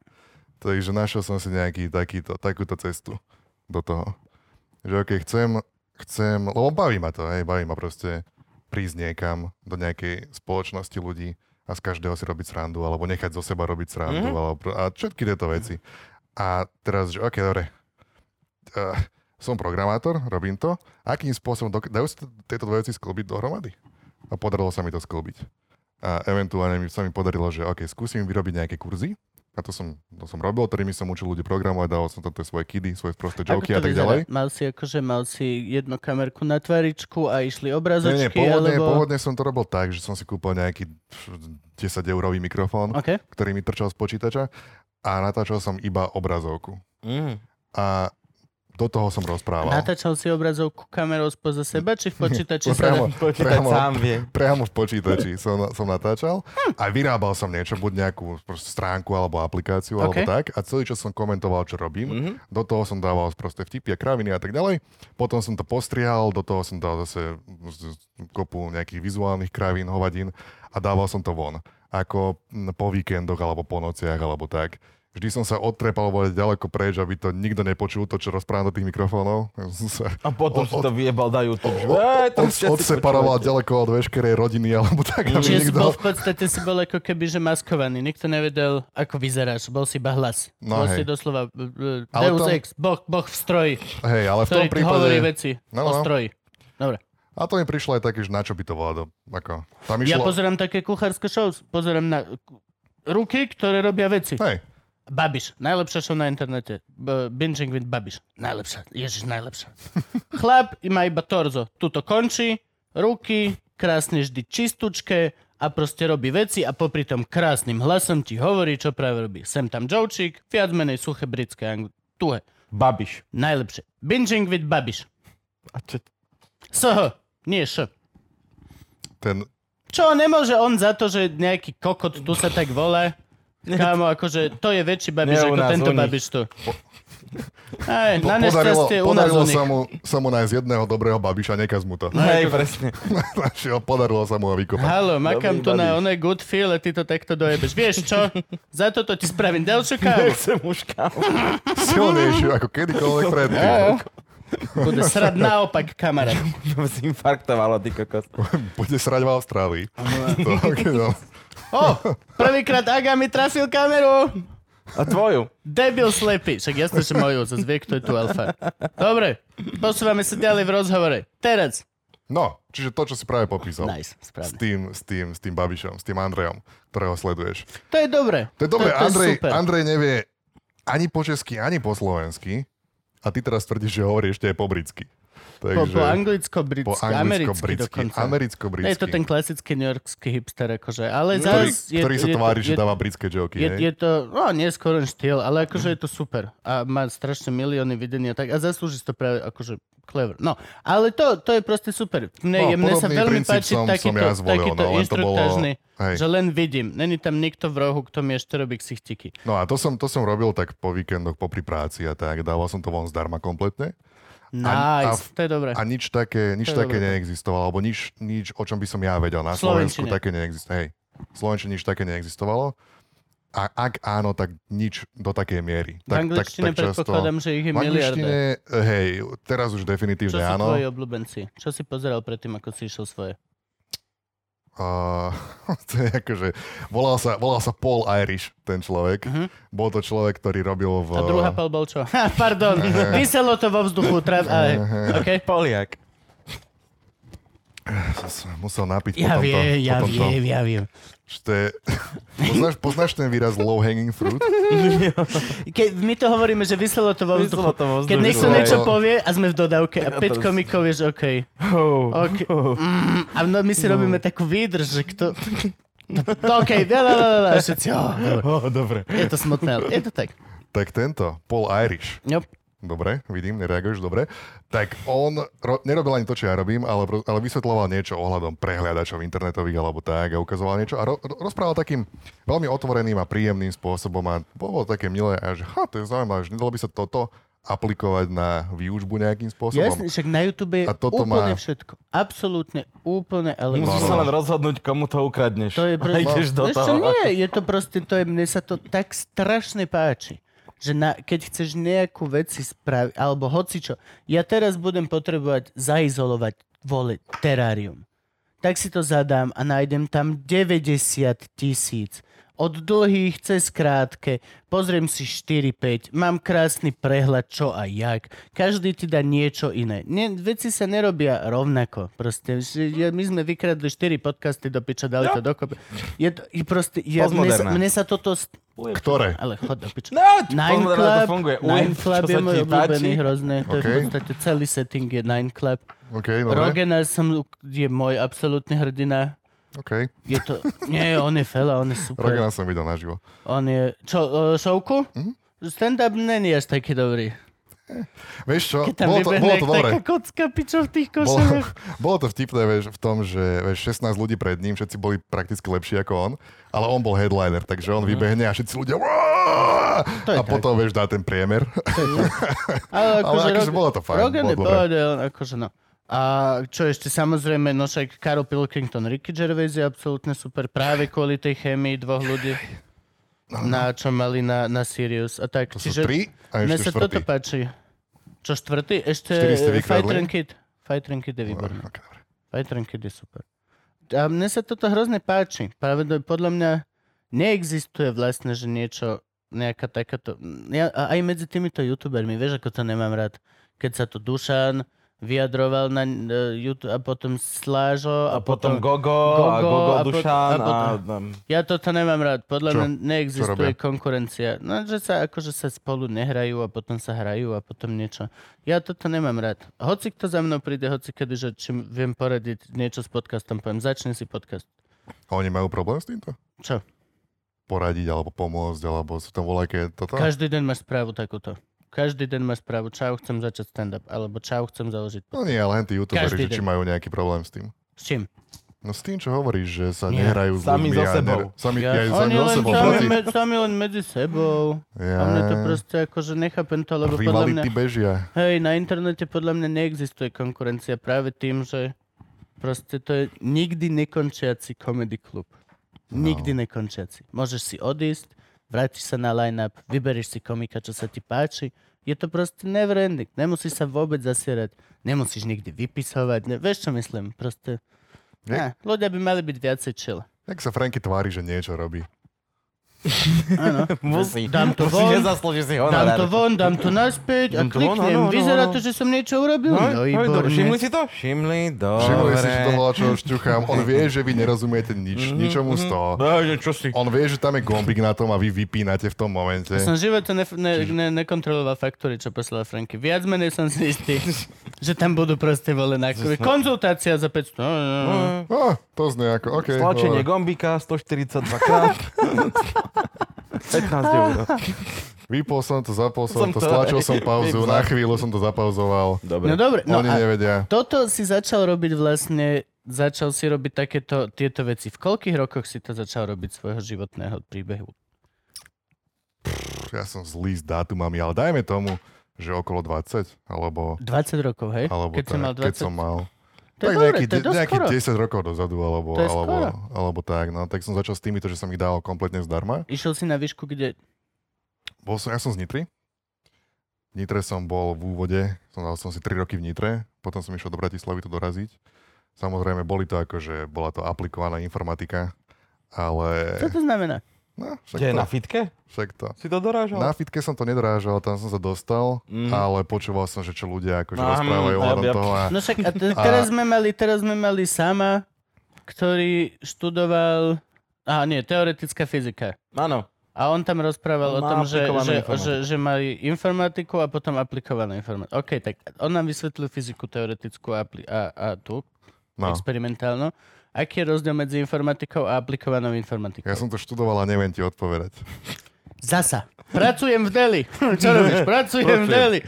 [SPEAKER 3] Takže našiel som si nejaký takýto, takúto cestu do toho. Že okej, chcem, chcem, lebo baví ma to, hej, baví ma proste prísť niekam do nejakej spoločnosti ľudí a z každého si robiť srandu, alebo nechať zo seba robiť srandu, mm-hmm. alebo, pro- a všetky tieto veci. A teraz, že ok, dobre, uh, som programátor, robím to, akým spôsobom, dok- dajú sa t- tieto dve veci sklbiť dohromady? A podarilo sa mi to sklbiť. A eventuálne mi sa mi podarilo, že ok, skúsim vyrobiť nejaké kurzy, a to som, to som robil, ktorými som učil ľudí programovať, dával som tam tie svoje kidy, svoje prosté
[SPEAKER 1] Ako to
[SPEAKER 3] joky a tak
[SPEAKER 1] vyzerá?
[SPEAKER 3] ďalej.
[SPEAKER 1] Mal si akože, mal si jednu kamerku na tvaričku a išli
[SPEAKER 3] Nie, nie,
[SPEAKER 1] obrazočky,
[SPEAKER 3] pôvodne,
[SPEAKER 1] alebo...
[SPEAKER 3] pôvodne som to robil tak, že som si kúpil nejaký 10-eurový mikrofón,
[SPEAKER 1] OK.
[SPEAKER 3] ktorý mi trčal z počítača a natáčal som iba obrazovku.
[SPEAKER 4] Mm.
[SPEAKER 3] A do toho som rozprával.
[SPEAKER 1] Natáčal si obrazovku kamerou spoza seba, či v počítači sa...
[SPEAKER 3] Priamo,
[SPEAKER 4] Počítať
[SPEAKER 3] priamo,
[SPEAKER 4] sám vie.
[SPEAKER 3] priamo v počítači som, som natáčal a vyrábal som niečo, buď nejakú proste stránku alebo aplikáciu alebo
[SPEAKER 1] OK.
[SPEAKER 3] tak a celý čas som komentoval, čo robím.
[SPEAKER 4] Mhm.
[SPEAKER 3] Do toho som dával proste vtipy a kraviny a tak ďalej. Potom som to postrihal, do toho som dal zase z- z- kopu nejakých vizuálnych kravín, hovadín a dával som to von. Ako mm, po víkendoch alebo po nociach alebo tak. Že Vždy som sa odtrepal vole, ďaleko preč, aby to nikto nepočul, to, čo rozprávam do tých mikrofónov. Ja som sa
[SPEAKER 4] A potom si to vyjebal na YouTube. že, "Ej, to
[SPEAKER 3] od,
[SPEAKER 4] všetci
[SPEAKER 3] odseparoval
[SPEAKER 4] počúvate."
[SPEAKER 3] ďaleko od veškerej rodiny, alebo tak, aby
[SPEAKER 1] Čiže si bol
[SPEAKER 3] nikto...
[SPEAKER 1] v podstate si bol ako keby, že maskovaný. Nikto nevedel, ako vyzeráš. Bol si iba hlas.
[SPEAKER 3] No
[SPEAKER 1] bol
[SPEAKER 3] hej.
[SPEAKER 1] si doslova b- b-
[SPEAKER 3] Ale
[SPEAKER 1] Deus
[SPEAKER 3] to-
[SPEAKER 1] Ex, boh, boh v stroji,
[SPEAKER 3] Hej, ale v
[SPEAKER 1] ktorý
[SPEAKER 3] tom
[SPEAKER 1] hovorí
[SPEAKER 3] prípade...
[SPEAKER 1] veci
[SPEAKER 3] No,
[SPEAKER 1] o
[SPEAKER 3] no.
[SPEAKER 1] stroji. Dobre.
[SPEAKER 3] A to mi prišlo aj také, že na čo by to vládo. Ako, tam
[SPEAKER 1] Ja
[SPEAKER 3] išlo...
[SPEAKER 1] pozerám také kuchárske show. Pozerám na ruky, ktoré robia veci.
[SPEAKER 3] Hej,
[SPEAKER 1] Babiš, najlepšia show na internete. B- Binging with Babiš. Najlepšia. Ježiš, najlepšia. Chlap má iba torzo. Tuto končí, ruky, krásne vždy čistúčke a proste robí veci a popri tom krásnym hlasom ti hovorí, čo práve robí. Sem tam jočík, viac menej suché britské angl... Tuhé.
[SPEAKER 4] Babiš.
[SPEAKER 1] Najlepšie. Binging with Babiš.
[SPEAKER 4] A čo?
[SPEAKER 1] SH. Nie š.
[SPEAKER 3] ten...
[SPEAKER 1] Čo, nemôže on za to, že nejaký kokot tu sa tak volá? Kámo, akože to je väčší babiš
[SPEAKER 4] Nie u
[SPEAKER 1] ako
[SPEAKER 4] nás,
[SPEAKER 1] tento
[SPEAKER 4] u nich.
[SPEAKER 1] babiš tu. Aj,
[SPEAKER 3] Po,
[SPEAKER 1] na
[SPEAKER 3] podarilo
[SPEAKER 1] nešťastie u nás
[SPEAKER 3] podarilo
[SPEAKER 1] u
[SPEAKER 3] sa,
[SPEAKER 1] nich.
[SPEAKER 3] mu, sa mu nájsť jedného dobrého babiša, nekaz mu to.
[SPEAKER 4] Hej, presne.
[SPEAKER 3] Našiel, podarilo sa mu ho vykopať.
[SPEAKER 1] Halo, makám
[SPEAKER 4] Dobrý
[SPEAKER 1] tu na
[SPEAKER 4] babiš.
[SPEAKER 1] one good feel a ty to takto dojebeš. Vieš čo? za toto ti spravím ďalšiu kávu.
[SPEAKER 4] Nechcem už kámo.
[SPEAKER 3] Silnejší ako kedykoľvek predtým.
[SPEAKER 1] Bude srad naopak, kamarát.
[SPEAKER 4] Tam si infarktovalo, ty kokos.
[SPEAKER 3] Bude srať v Austrálii. To, keď no.
[SPEAKER 1] O, prvýkrát Aga mi trafil kameru.
[SPEAKER 4] A tvoju?
[SPEAKER 1] Debil slepý. Však jasne, že moju, zase vie, kto je tu alfa. Dobre, posúvame sa ďalej v rozhovore. Teraz.
[SPEAKER 3] no, čiže to, čo si práve popísal.
[SPEAKER 1] Nice,
[SPEAKER 3] S
[SPEAKER 1] správne.
[SPEAKER 3] tým, s tým, s tým babišom, s tým Andrejom, ktorého sleduješ.
[SPEAKER 1] To je dobre.
[SPEAKER 3] To je dobré,
[SPEAKER 1] to, to
[SPEAKER 3] Andrej,
[SPEAKER 1] je super.
[SPEAKER 3] Andrej nevie ani po česky, ani po slovensky. A ty teraz tvrdíš, že hovorí ešte aj po britsky.
[SPEAKER 1] Po,
[SPEAKER 3] Takže
[SPEAKER 1] po anglicko-britsky,
[SPEAKER 3] po
[SPEAKER 1] americky
[SPEAKER 3] anglicko-britsky.
[SPEAKER 1] dokonca.
[SPEAKER 3] Americko-britsky.
[SPEAKER 1] je to ten klasický newyorský hipster, akože, ale
[SPEAKER 3] ktorý,
[SPEAKER 1] zás je,
[SPEAKER 3] No, ktorý sa
[SPEAKER 1] je,
[SPEAKER 3] tvári,
[SPEAKER 1] je,
[SPEAKER 3] že dáva britské joky,
[SPEAKER 1] je,
[SPEAKER 3] hej? Mhm.
[SPEAKER 1] je, to, no nie skoro štýl, ale akože je to super a má strašne milióny videnia tak, a zaslúži si to práve akože clever. No, ale to, to je proste super. Mne, je,
[SPEAKER 3] No,
[SPEAKER 1] mne sa
[SPEAKER 3] podobný
[SPEAKER 1] veľmi
[SPEAKER 3] princíp
[SPEAKER 1] páči
[SPEAKER 3] som- som
[SPEAKER 1] takýto,
[SPEAKER 3] ja zvolil,
[SPEAKER 1] takýto
[SPEAKER 3] no, len to bolo-
[SPEAKER 1] inštruktážny,
[SPEAKER 3] hej.
[SPEAKER 1] že len vidím. Není tam nikto v rohu, kto mi ešte robí ksichtiky.
[SPEAKER 3] No a to som, to som robil tak po víkendoch, popri práci a tak. Dával som to von zdarma kompletne. a
[SPEAKER 1] Nice,
[SPEAKER 3] v-
[SPEAKER 1] to je dobré.
[SPEAKER 3] A nič také,
[SPEAKER 1] To
[SPEAKER 3] nič
[SPEAKER 1] je
[SPEAKER 3] také
[SPEAKER 1] dobré.
[SPEAKER 3] neexistovalo, alebo nič, nič, o čom by som ja vedel.
[SPEAKER 1] V
[SPEAKER 3] Na
[SPEAKER 1] Slovenčine.
[SPEAKER 3] Slovensku také neexistovalo. Hej, v Slovenčine nič také neexistovalo. A ak áno, tak nič do takej
[SPEAKER 1] V
[SPEAKER 3] miery. Tak,
[SPEAKER 1] angličtine
[SPEAKER 3] tak, tak často...
[SPEAKER 1] predpokladám, že ich je
[SPEAKER 3] V
[SPEAKER 1] miliarda.
[SPEAKER 3] angličtine, eh, hej, teraz
[SPEAKER 1] Čo
[SPEAKER 3] už definitívne
[SPEAKER 1] sú
[SPEAKER 3] áno.
[SPEAKER 1] tvoji obľúbenci? Čo si pozeral predtým, ako si išiel svoje?
[SPEAKER 3] A, to je akože, volal sa, volal sa Paul Irish, ten človek.
[SPEAKER 1] Mhm.
[SPEAKER 3] Bol to človek, ktorý robil v...
[SPEAKER 1] A druhá pal bol čo? Ha, pardon,
[SPEAKER 3] Aha.
[SPEAKER 1] vyselo to vo vzduchu. Tra... Ale, okay.
[SPEAKER 4] Poliak.
[SPEAKER 3] Som sa musel napiť
[SPEAKER 1] Ja
[SPEAKER 3] po tomto.
[SPEAKER 1] viem, ja
[SPEAKER 3] po tomto.
[SPEAKER 1] viem, ja viem.
[SPEAKER 3] Že to je- Poznáš, poznáš ten výraz low hanging fruit?
[SPEAKER 1] Keď my to hovoríme, že vyselo to vo vzduchu.
[SPEAKER 4] Vyselo to vo vzduchu.
[SPEAKER 1] Keď niekto
[SPEAKER 3] Vyselo
[SPEAKER 1] niečo
[SPEAKER 3] to-
[SPEAKER 1] povie a sme v dodávke a
[SPEAKER 4] Ja
[SPEAKER 1] 5
[SPEAKER 4] to-
[SPEAKER 1] komikov je, že okej.
[SPEAKER 4] Oh.
[SPEAKER 1] OK. Mm, a no, my si robíme takú výdrž, že kto... No, To okej, la, la, la, la, a všetci, oh, dobre.
[SPEAKER 4] Oh, dobre.
[SPEAKER 1] Je to smutné, ale je to tak.
[SPEAKER 3] tak tento, Paul Irish.
[SPEAKER 1] Yep.
[SPEAKER 3] Dobre, vidím, nereaguješ, dobre. Tak on ro- nerobil ani to, čo ja robím, ale, pro- ale vysvetľoval niečo ohľadom prehliadačov internetových alebo tak a ukazoval niečo a ro- ro- rozprával takým veľmi otvoreným a príjemným spôsobom a bolo také milé a že ha, to je zaujímavé, že nedalo by sa toto aplikovať na výučbu nejakým spôsobom.
[SPEAKER 1] Jasne, však na YouTube je
[SPEAKER 3] A toto
[SPEAKER 1] úplne
[SPEAKER 3] má-
[SPEAKER 1] všetko. Absolútne, úplne, ale...
[SPEAKER 3] no.
[SPEAKER 4] Musíš sa len rozhodnúť, komu to ukradneš.
[SPEAKER 1] To je
[SPEAKER 4] A
[SPEAKER 1] proste...
[SPEAKER 4] ideš do
[SPEAKER 1] Vieš čo,
[SPEAKER 4] toho.
[SPEAKER 1] nie, je to proste, to je, mne sa to tak strašne páči, že na, keď chceš nejakú vec si spraviť, alebo hocičo, ja teraz budem potrebovať zaizolovať, vole, terárium. Tak si to zadám a nájdem tam 90 tisíc. Od dlhých cez krátke, pozriem si 4-5, mám krásny prehľad čo a jak. Každý ti dá niečo iné. Ne, veci sa nerobia rovnako. Proste, že ja- my sme vykradli 4 podcasty do piča, dali to dokopy. Je to, je proste, ja, mne, sa,
[SPEAKER 4] Postmoderné.
[SPEAKER 1] mne sa toto... st-
[SPEAKER 3] Ktoré?
[SPEAKER 1] Ale chod do piča.
[SPEAKER 4] No,
[SPEAKER 1] Nine
[SPEAKER 4] pozor,
[SPEAKER 1] Club,
[SPEAKER 4] to funguje.
[SPEAKER 1] Nine
[SPEAKER 4] Ujeb,
[SPEAKER 1] Club
[SPEAKER 4] čo
[SPEAKER 1] je
[SPEAKER 4] sa
[SPEAKER 1] môj
[SPEAKER 4] ti
[SPEAKER 1] obľúbený
[SPEAKER 4] páči.
[SPEAKER 1] hrozné. To je v
[SPEAKER 3] OK.
[SPEAKER 1] podstate celý setting je Nine Club.
[SPEAKER 3] OK, dobre.
[SPEAKER 1] Rogena som, je môj absolútny hrdina.
[SPEAKER 3] OK.
[SPEAKER 1] Je to... Nie, on je fela, on je super.
[SPEAKER 3] Rogena som videl naživo.
[SPEAKER 1] On je... Čo, uh, šovku?
[SPEAKER 3] Mhm.
[SPEAKER 1] Stand-up není až taký dobrý.
[SPEAKER 3] Vieš čo,
[SPEAKER 1] Keď tam
[SPEAKER 3] bolo to, bolo
[SPEAKER 1] vybehne
[SPEAKER 3] to
[SPEAKER 1] jak
[SPEAKER 3] dobre.
[SPEAKER 1] taká kocka pičo v tých
[SPEAKER 3] Bolo,
[SPEAKER 1] košeliach.
[SPEAKER 3] bolo to vtipné vieš, v tom, že vieš, 16 ľudí pred ním, všetci boli prakticky lepší ako on, ale on bol headliner, takže on vybehne a všetci ľudia "Uá!"
[SPEAKER 1] To je
[SPEAKER 3] a
[SPEAKER 1] tak. no.
[SPEAKER 3] potom vieš, dá ten priemer.
[SPEAKER 1] Ale akože,
[SPEAKER 3] akože bolo to fajn,
[SPEAKER 1] Rogan
[SPEAKER 3] bolo
[SPEAKER 1] je
[SPEAKER 3] dobre.
[SPEAKER 1] povedal, akože no. A čo ešte, samozrejme, no však Carol Pilkington, Ricky Gervais je absolútne super práve kvôli tej chémii dvoch ľudí. na čo mali na, na Sirius. A tak,
[SPEAKER 3] No, To sú tri a
[SPEAKER 1] mne
[SPEAKER 3] ešte
[SPEAKER 1] sa toto
[SPEAKER 3] štvrtý.
[SPEAKER 1] páči. Čo štvrtý? Ešte
[SPEAKER 3] Štyri ste
[SPEAKER 1] eh,
[SPEAKER 3] vykradli?
[SPEAKER 1] Fighter and Kid. Fighter and Kid je
[SPEAKER 3] Dobre,
[SPEAKER 1] výborný.
[SPEAKER 3] ok, dobre.
[SPEAKER 1] Fighter and Kid je super. A mne sa toto hrozne páči. Práve do- podľa mňa neexistuje vlastne, že niečo, nejaká takáto... Ja, a aj medzi týmito youtubermi, vieš, ako to nemám rád. Keď sa tu Dušan vyjadroval na e, YouTube a potom Slážo a,
[SPEAKER 4] A potom Gogo, a
[SPEAKER 1] Gogo,
[SPEAKER 4] Gogo
[SPEAKER 1] a pot-
[SPEAKER 4] Dušan
[SPEAKER 1] a
[SPEAKER 4] a...
[SPEAKER 1] potom- Ja toto nemám rád. Podľa
[SPEAKER 3] Čo?
[SPEAKER 1] mňa
[SPEAKER 3] Čo
[SPEAKER 1] neexistuje
[SPEAKER 3] robia?
[SPEAKER 1] konkurencia. No, že sa akože sa spolu nehrajú a potom sa hrajú a potom niečo. Ja toto nemám rád. Hoci kto za mnou príde, hoci kedy, že či viem poradiť niečo s podcastom, poviem, začni si podcast.
[SPEAKER 3] A oni majú problém s týmto?
[SPEAKER 1] Čo?
[SPEAKER 3] Poradiť alebo pomôcť, alebo sú tam voľaké toto?
[SPEAKER 1] Každý deň máš správu takúto. Každý deň máš správu, čau, chcem začať stand-up, alebo čau, chcem založiť.
[SPEAKER 3] No nie, ale len tí youtuberi,
[SPEAKER 1] Každý
[SPEAKER 3] že či
[SPEAKER 1] deň.
[SPEAKER 3] majú nejaký problém s tým.
[SPEAKER 1] S čím?
[SPEAKER 3] No s tým, čo hovoríš, že sa
[SPEAKER 4] Nie,
[SPEAKER 3] nehrajú s
[SPEAKER 4] sami
[SPEAKER 3] ľuďmi
[SPEAKER 4] so
[SPEAKER 3] a
[SPEAKER 4] sebou.
[SPEAKER 3] nehra- Sami, ja,
[SPEAKER 1] Ja,
[SPEAKER 3] aj
[SPEAKER 1] oni
[SPEAKER 3] sami so
[SPEAKER 1] len,
[SPEAKER 3] sebou.
[SPEAKER 1] sami,
[SPEAKER 3] proti-
[SPEAKER 1] me, sami len medzi sebou.
[SPEAKER 3] Ja,
[SPEAKER 1] A mne to proste akože nechápem to, lebo podľa mňa...
[SPEAKER 3] Rivality bežia.
[SPEAKER 1] Hej, na internete podľa mňa neexistuje konkurencia práve tým, že proste to je nikdy nekončiaci comedy klub. Nikdy nekončiaci. Môžeš si odísť, vrátiš sa na line-up, vyberieš si komika, čo sa ti páči. Je to proste never ending. Nemusíš sa vôbec zasierať. Nemusíš nikdy vypisovať. Ne, vieš, čo myslím? Proste... Ne, ľudia by mali byť viacej chill.
[SPEAKER 3] Tak sa Franky tvári, že niečo robí.
[SPEAKER 4] Musí.
[SPEAKER 1] Dám to
[SPEAKER 4] Musí,
[SPEAKER 1] von.
[SPEAKER 4] že zaslúži si honorár.
[SPEAKER 1] Dám to von, dám to naspäť a
[SPEAKER 4] Dám to von, áno,
[SPEAKER 1] kliknem.
[SPEAKER 4] áno,
[SPEAKER 1] Vyzerá
[SPEAKER 4] áno.
[SPEAKER 1] to, že som niečo urobil. No,
[SPEAKER 4] No, no,
[SPEAKER 1] výborne.
[SPEAKER 4] dobre, všimli si to? Všimli, dobre.
[SPEAKER 3] Všimli si, že to volá, čo šťuchám. On vie, že vy nerozumiete
[SPEAKER 1] Mhm,
[SPEAKER 3] nič, ničomu z toho.
[SPEAKER 4] No, že čo si?
[SPEAKER 3] On vie, že tam je gombík na tom a vy vypínate v tom momente.
[SPEAKER 1] Ja som v živote nef- ne- ne- nekontroloval faktory, čo poslala Franky. Viac menej som si istý, že tam budú proste vole nákupy. Konzultácia za 500. No, no, no.
[SPEAKER 3] Á, to znie ako, OK.
[SPEAKER 4] Stlačenie
[SPEAKER 3] dobre.
[SPEAKER 4] gombika 142 krát. 15
[SPEAKER 1] No,
[SPEAKER 4] eur.
[SPEAKER 3] Vypol som to, zapol som,
[SPEAKER 4] Som
[SPEAKER 3] to,
[SPEAKER 4] to-
[SPEAKER 3] stlačil som pauzu, na chvíľu som to zapauzoval.
[SPEAKER 1] no dobre, no
[SPEAKER 3] Oni
[SPEAKER 1] a
[SPEAKER 3] nevedia.
[SPEAKER 1] toto si začal robiť vlastne, začal si robiť takéto, tieto veci. V koľkých rokoch si to začal robiť svojho životného príbehu?
[SPEAKER 3] Pff, Ja som zlý s dátumami, ale dajme tomu, že okolo 20, alebo...
[SPEAKER 1] 20 rokov, hej?
[SPEAKER 3] alebo
[SPEAKER 1] keď
[SPEAKER 3] tak,
[SPEAKER 1] si mal 20,
[SPEAKER 3] keď som mal.
[SPEAKER 1] to je
[SPEAKER 3] tak
[SPEAKER 1] dobre,
[SPEAKER 3] nejaký,
[SPEAKER 1] to je
[SPEAKER 3] de-
[SPEAKER 1] dosť
[SPEAKER 3] nejaký
[SPEAKER 1] skoro.
[SPEAKER 3] 10 rokov dozadu, alebo,
[SPEAKER 1] To je
[SPEAKER 3] alebo,
[SPEAKER 1] skoro.
[SPEAKER 3] alebo tak. No, tak som začal s týmito, že som ich dal kompletne zdarma.
[SPEAKER 1] Išiel si na výšku, kde...
[SPEAKER 3] Bol som, ja som z Nitry. V Nitre som bol v úvode, som dal som si 3 roky v Nitre, potom som išiel do Bratislavy to doraziť. Samozrejme, boli to akože, bola to aplikovaná informatika, ale...
[SPEAKER 1] Čo to znamená?
[SPEAKER 3] No, však
[SPEAKER 4] Kde je
[SPEAKER 3] to,
[SPEAKER 4] na fitke?
[SPEAKER 3] však to.
[SPEAKER 4] Si to
[SPEAKER 1] No.
[SPEAKER 4] dorážal?
[SPEAKER 3] Na fitke som to nedorážal, tam som sa dostal, mm.
[SPEAKER 4] Mhm.
[SPEAKER 3] ale počúval som, že čo ľudia akože
[SPEAKER 4] Aha,
[SPEAKER 3] rozprávajú
[SPEAKER 4] mhm,
[SPEAKER 3] ohľadom
[SPEAKER 4] ja- ja-
[SPEAKER 3] toho a
[SPEAKER 1] No však, a t- teraz, sme mali, teraz sme mali sama, ktorý študoval... Aha, nie, teoretická fyzika.
[SPEAKER 4] Áno.
[SPEAKER 1] A on tam rozprával
[SPEAKER 4] On
[SPEAKER 1] o
[SPEAKER 4] má
[SPEAKER 1] tom, že,
[SPEAKER 4] aplikovanú
[SPEAKER 1] že,
[SPEAKER 4] informatiku.
[SPEAKER 1] že, že mali informatiku a potom aplikovanú informatiku. OK, tak on nám vysvetlil fyziku teoretickú a, apli- a, a tú,
[SPEAKER 3] no.
[SPEAKER 1] experimentálnu. Aký je rozdiel medzi informatikou a aplikovanou informatikou?
[SPEAKER 3] Ja som to študoval a neviem ti odpovedať.
[SPEAKER 1] Zasa. Pracujem v Deli. Čo robíš? Pracujem v Deli.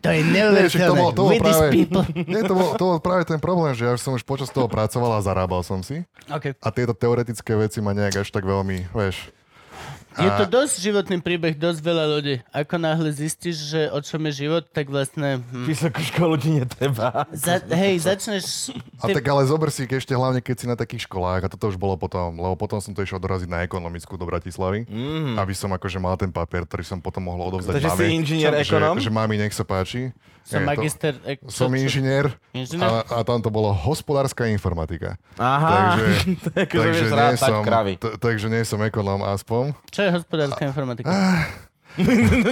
[SPEAKER 1] To je
[SPEAKER 3] Nie, však to
[SPEAKER 1] neuveriteľné.
[SPEAKER 3] bol, to bol
[SPEAKER 1] With these
[SPEAKER 3] práve,
[SPEAKER 1] people.
[SPEAKER 3] nie, to bol, to bol práve ten problém, že ja už som už počas toho pracoval a zarábal som si.
[SPEAKER 1] OK.
[SPEAKER 3] A tieto teoretické veci ma nejak až tak veľmi, vieš.
[SPEAKER 1] Je to dosť životný príbeh, dosť veľa ľudí. Ako náhle zistíš, že o čom je život, tak vlastne... Hm,
[SPEAKER 4] Vysokú školu ti netreba.
[SPEAKER 1] za, hej, začneš...
[SPEAKER 3] A tak ale zober si ešte hlavne, keď si na takých školách, a toto už bolo potom, lebo potom som to išiel doraziť na ekonomickú do Bratislavy, mm. aby som akože mal ten papier, ktorý som potom mohol odovzdať
[SPEAKER 4] Mhm. Takže si
[SPEAKER 3] mami,
[SPEAKER 4] inžinier ekonóm?
[SPEAKER 3] Že, že mami, nech sa páči.
[SPEAKER 1] Som
[SPEAKER 3] Je to-
[SPEAKER 1] magister... ek- čo-
[SPEAKER 3] Som
[SPEAKER 1] čo-
[SPEAKER 3] inžinier
[SPEAKER 1] Inžinier?
[SPEAKER 3] a, a tam to bolo hospodárska informatika.
[SPEAKER 4] Aha.
[SPEAKER 3] Takže,
[SPEAKER 4] Takže,
[SPEAKER 3] takže,
[SPEAKER 4] vieš
[SPEAKER 3] nie
[SPEAKER 4] rátať
[SPEAKER 3] som,
[SPEAKER 4] kravy.
[SPEAKER 3] t- takže nie som ekonóm aspoň.
[SPEAKER 1] Čo je hospodárska informatika?
[SPEAKER 3] Ah.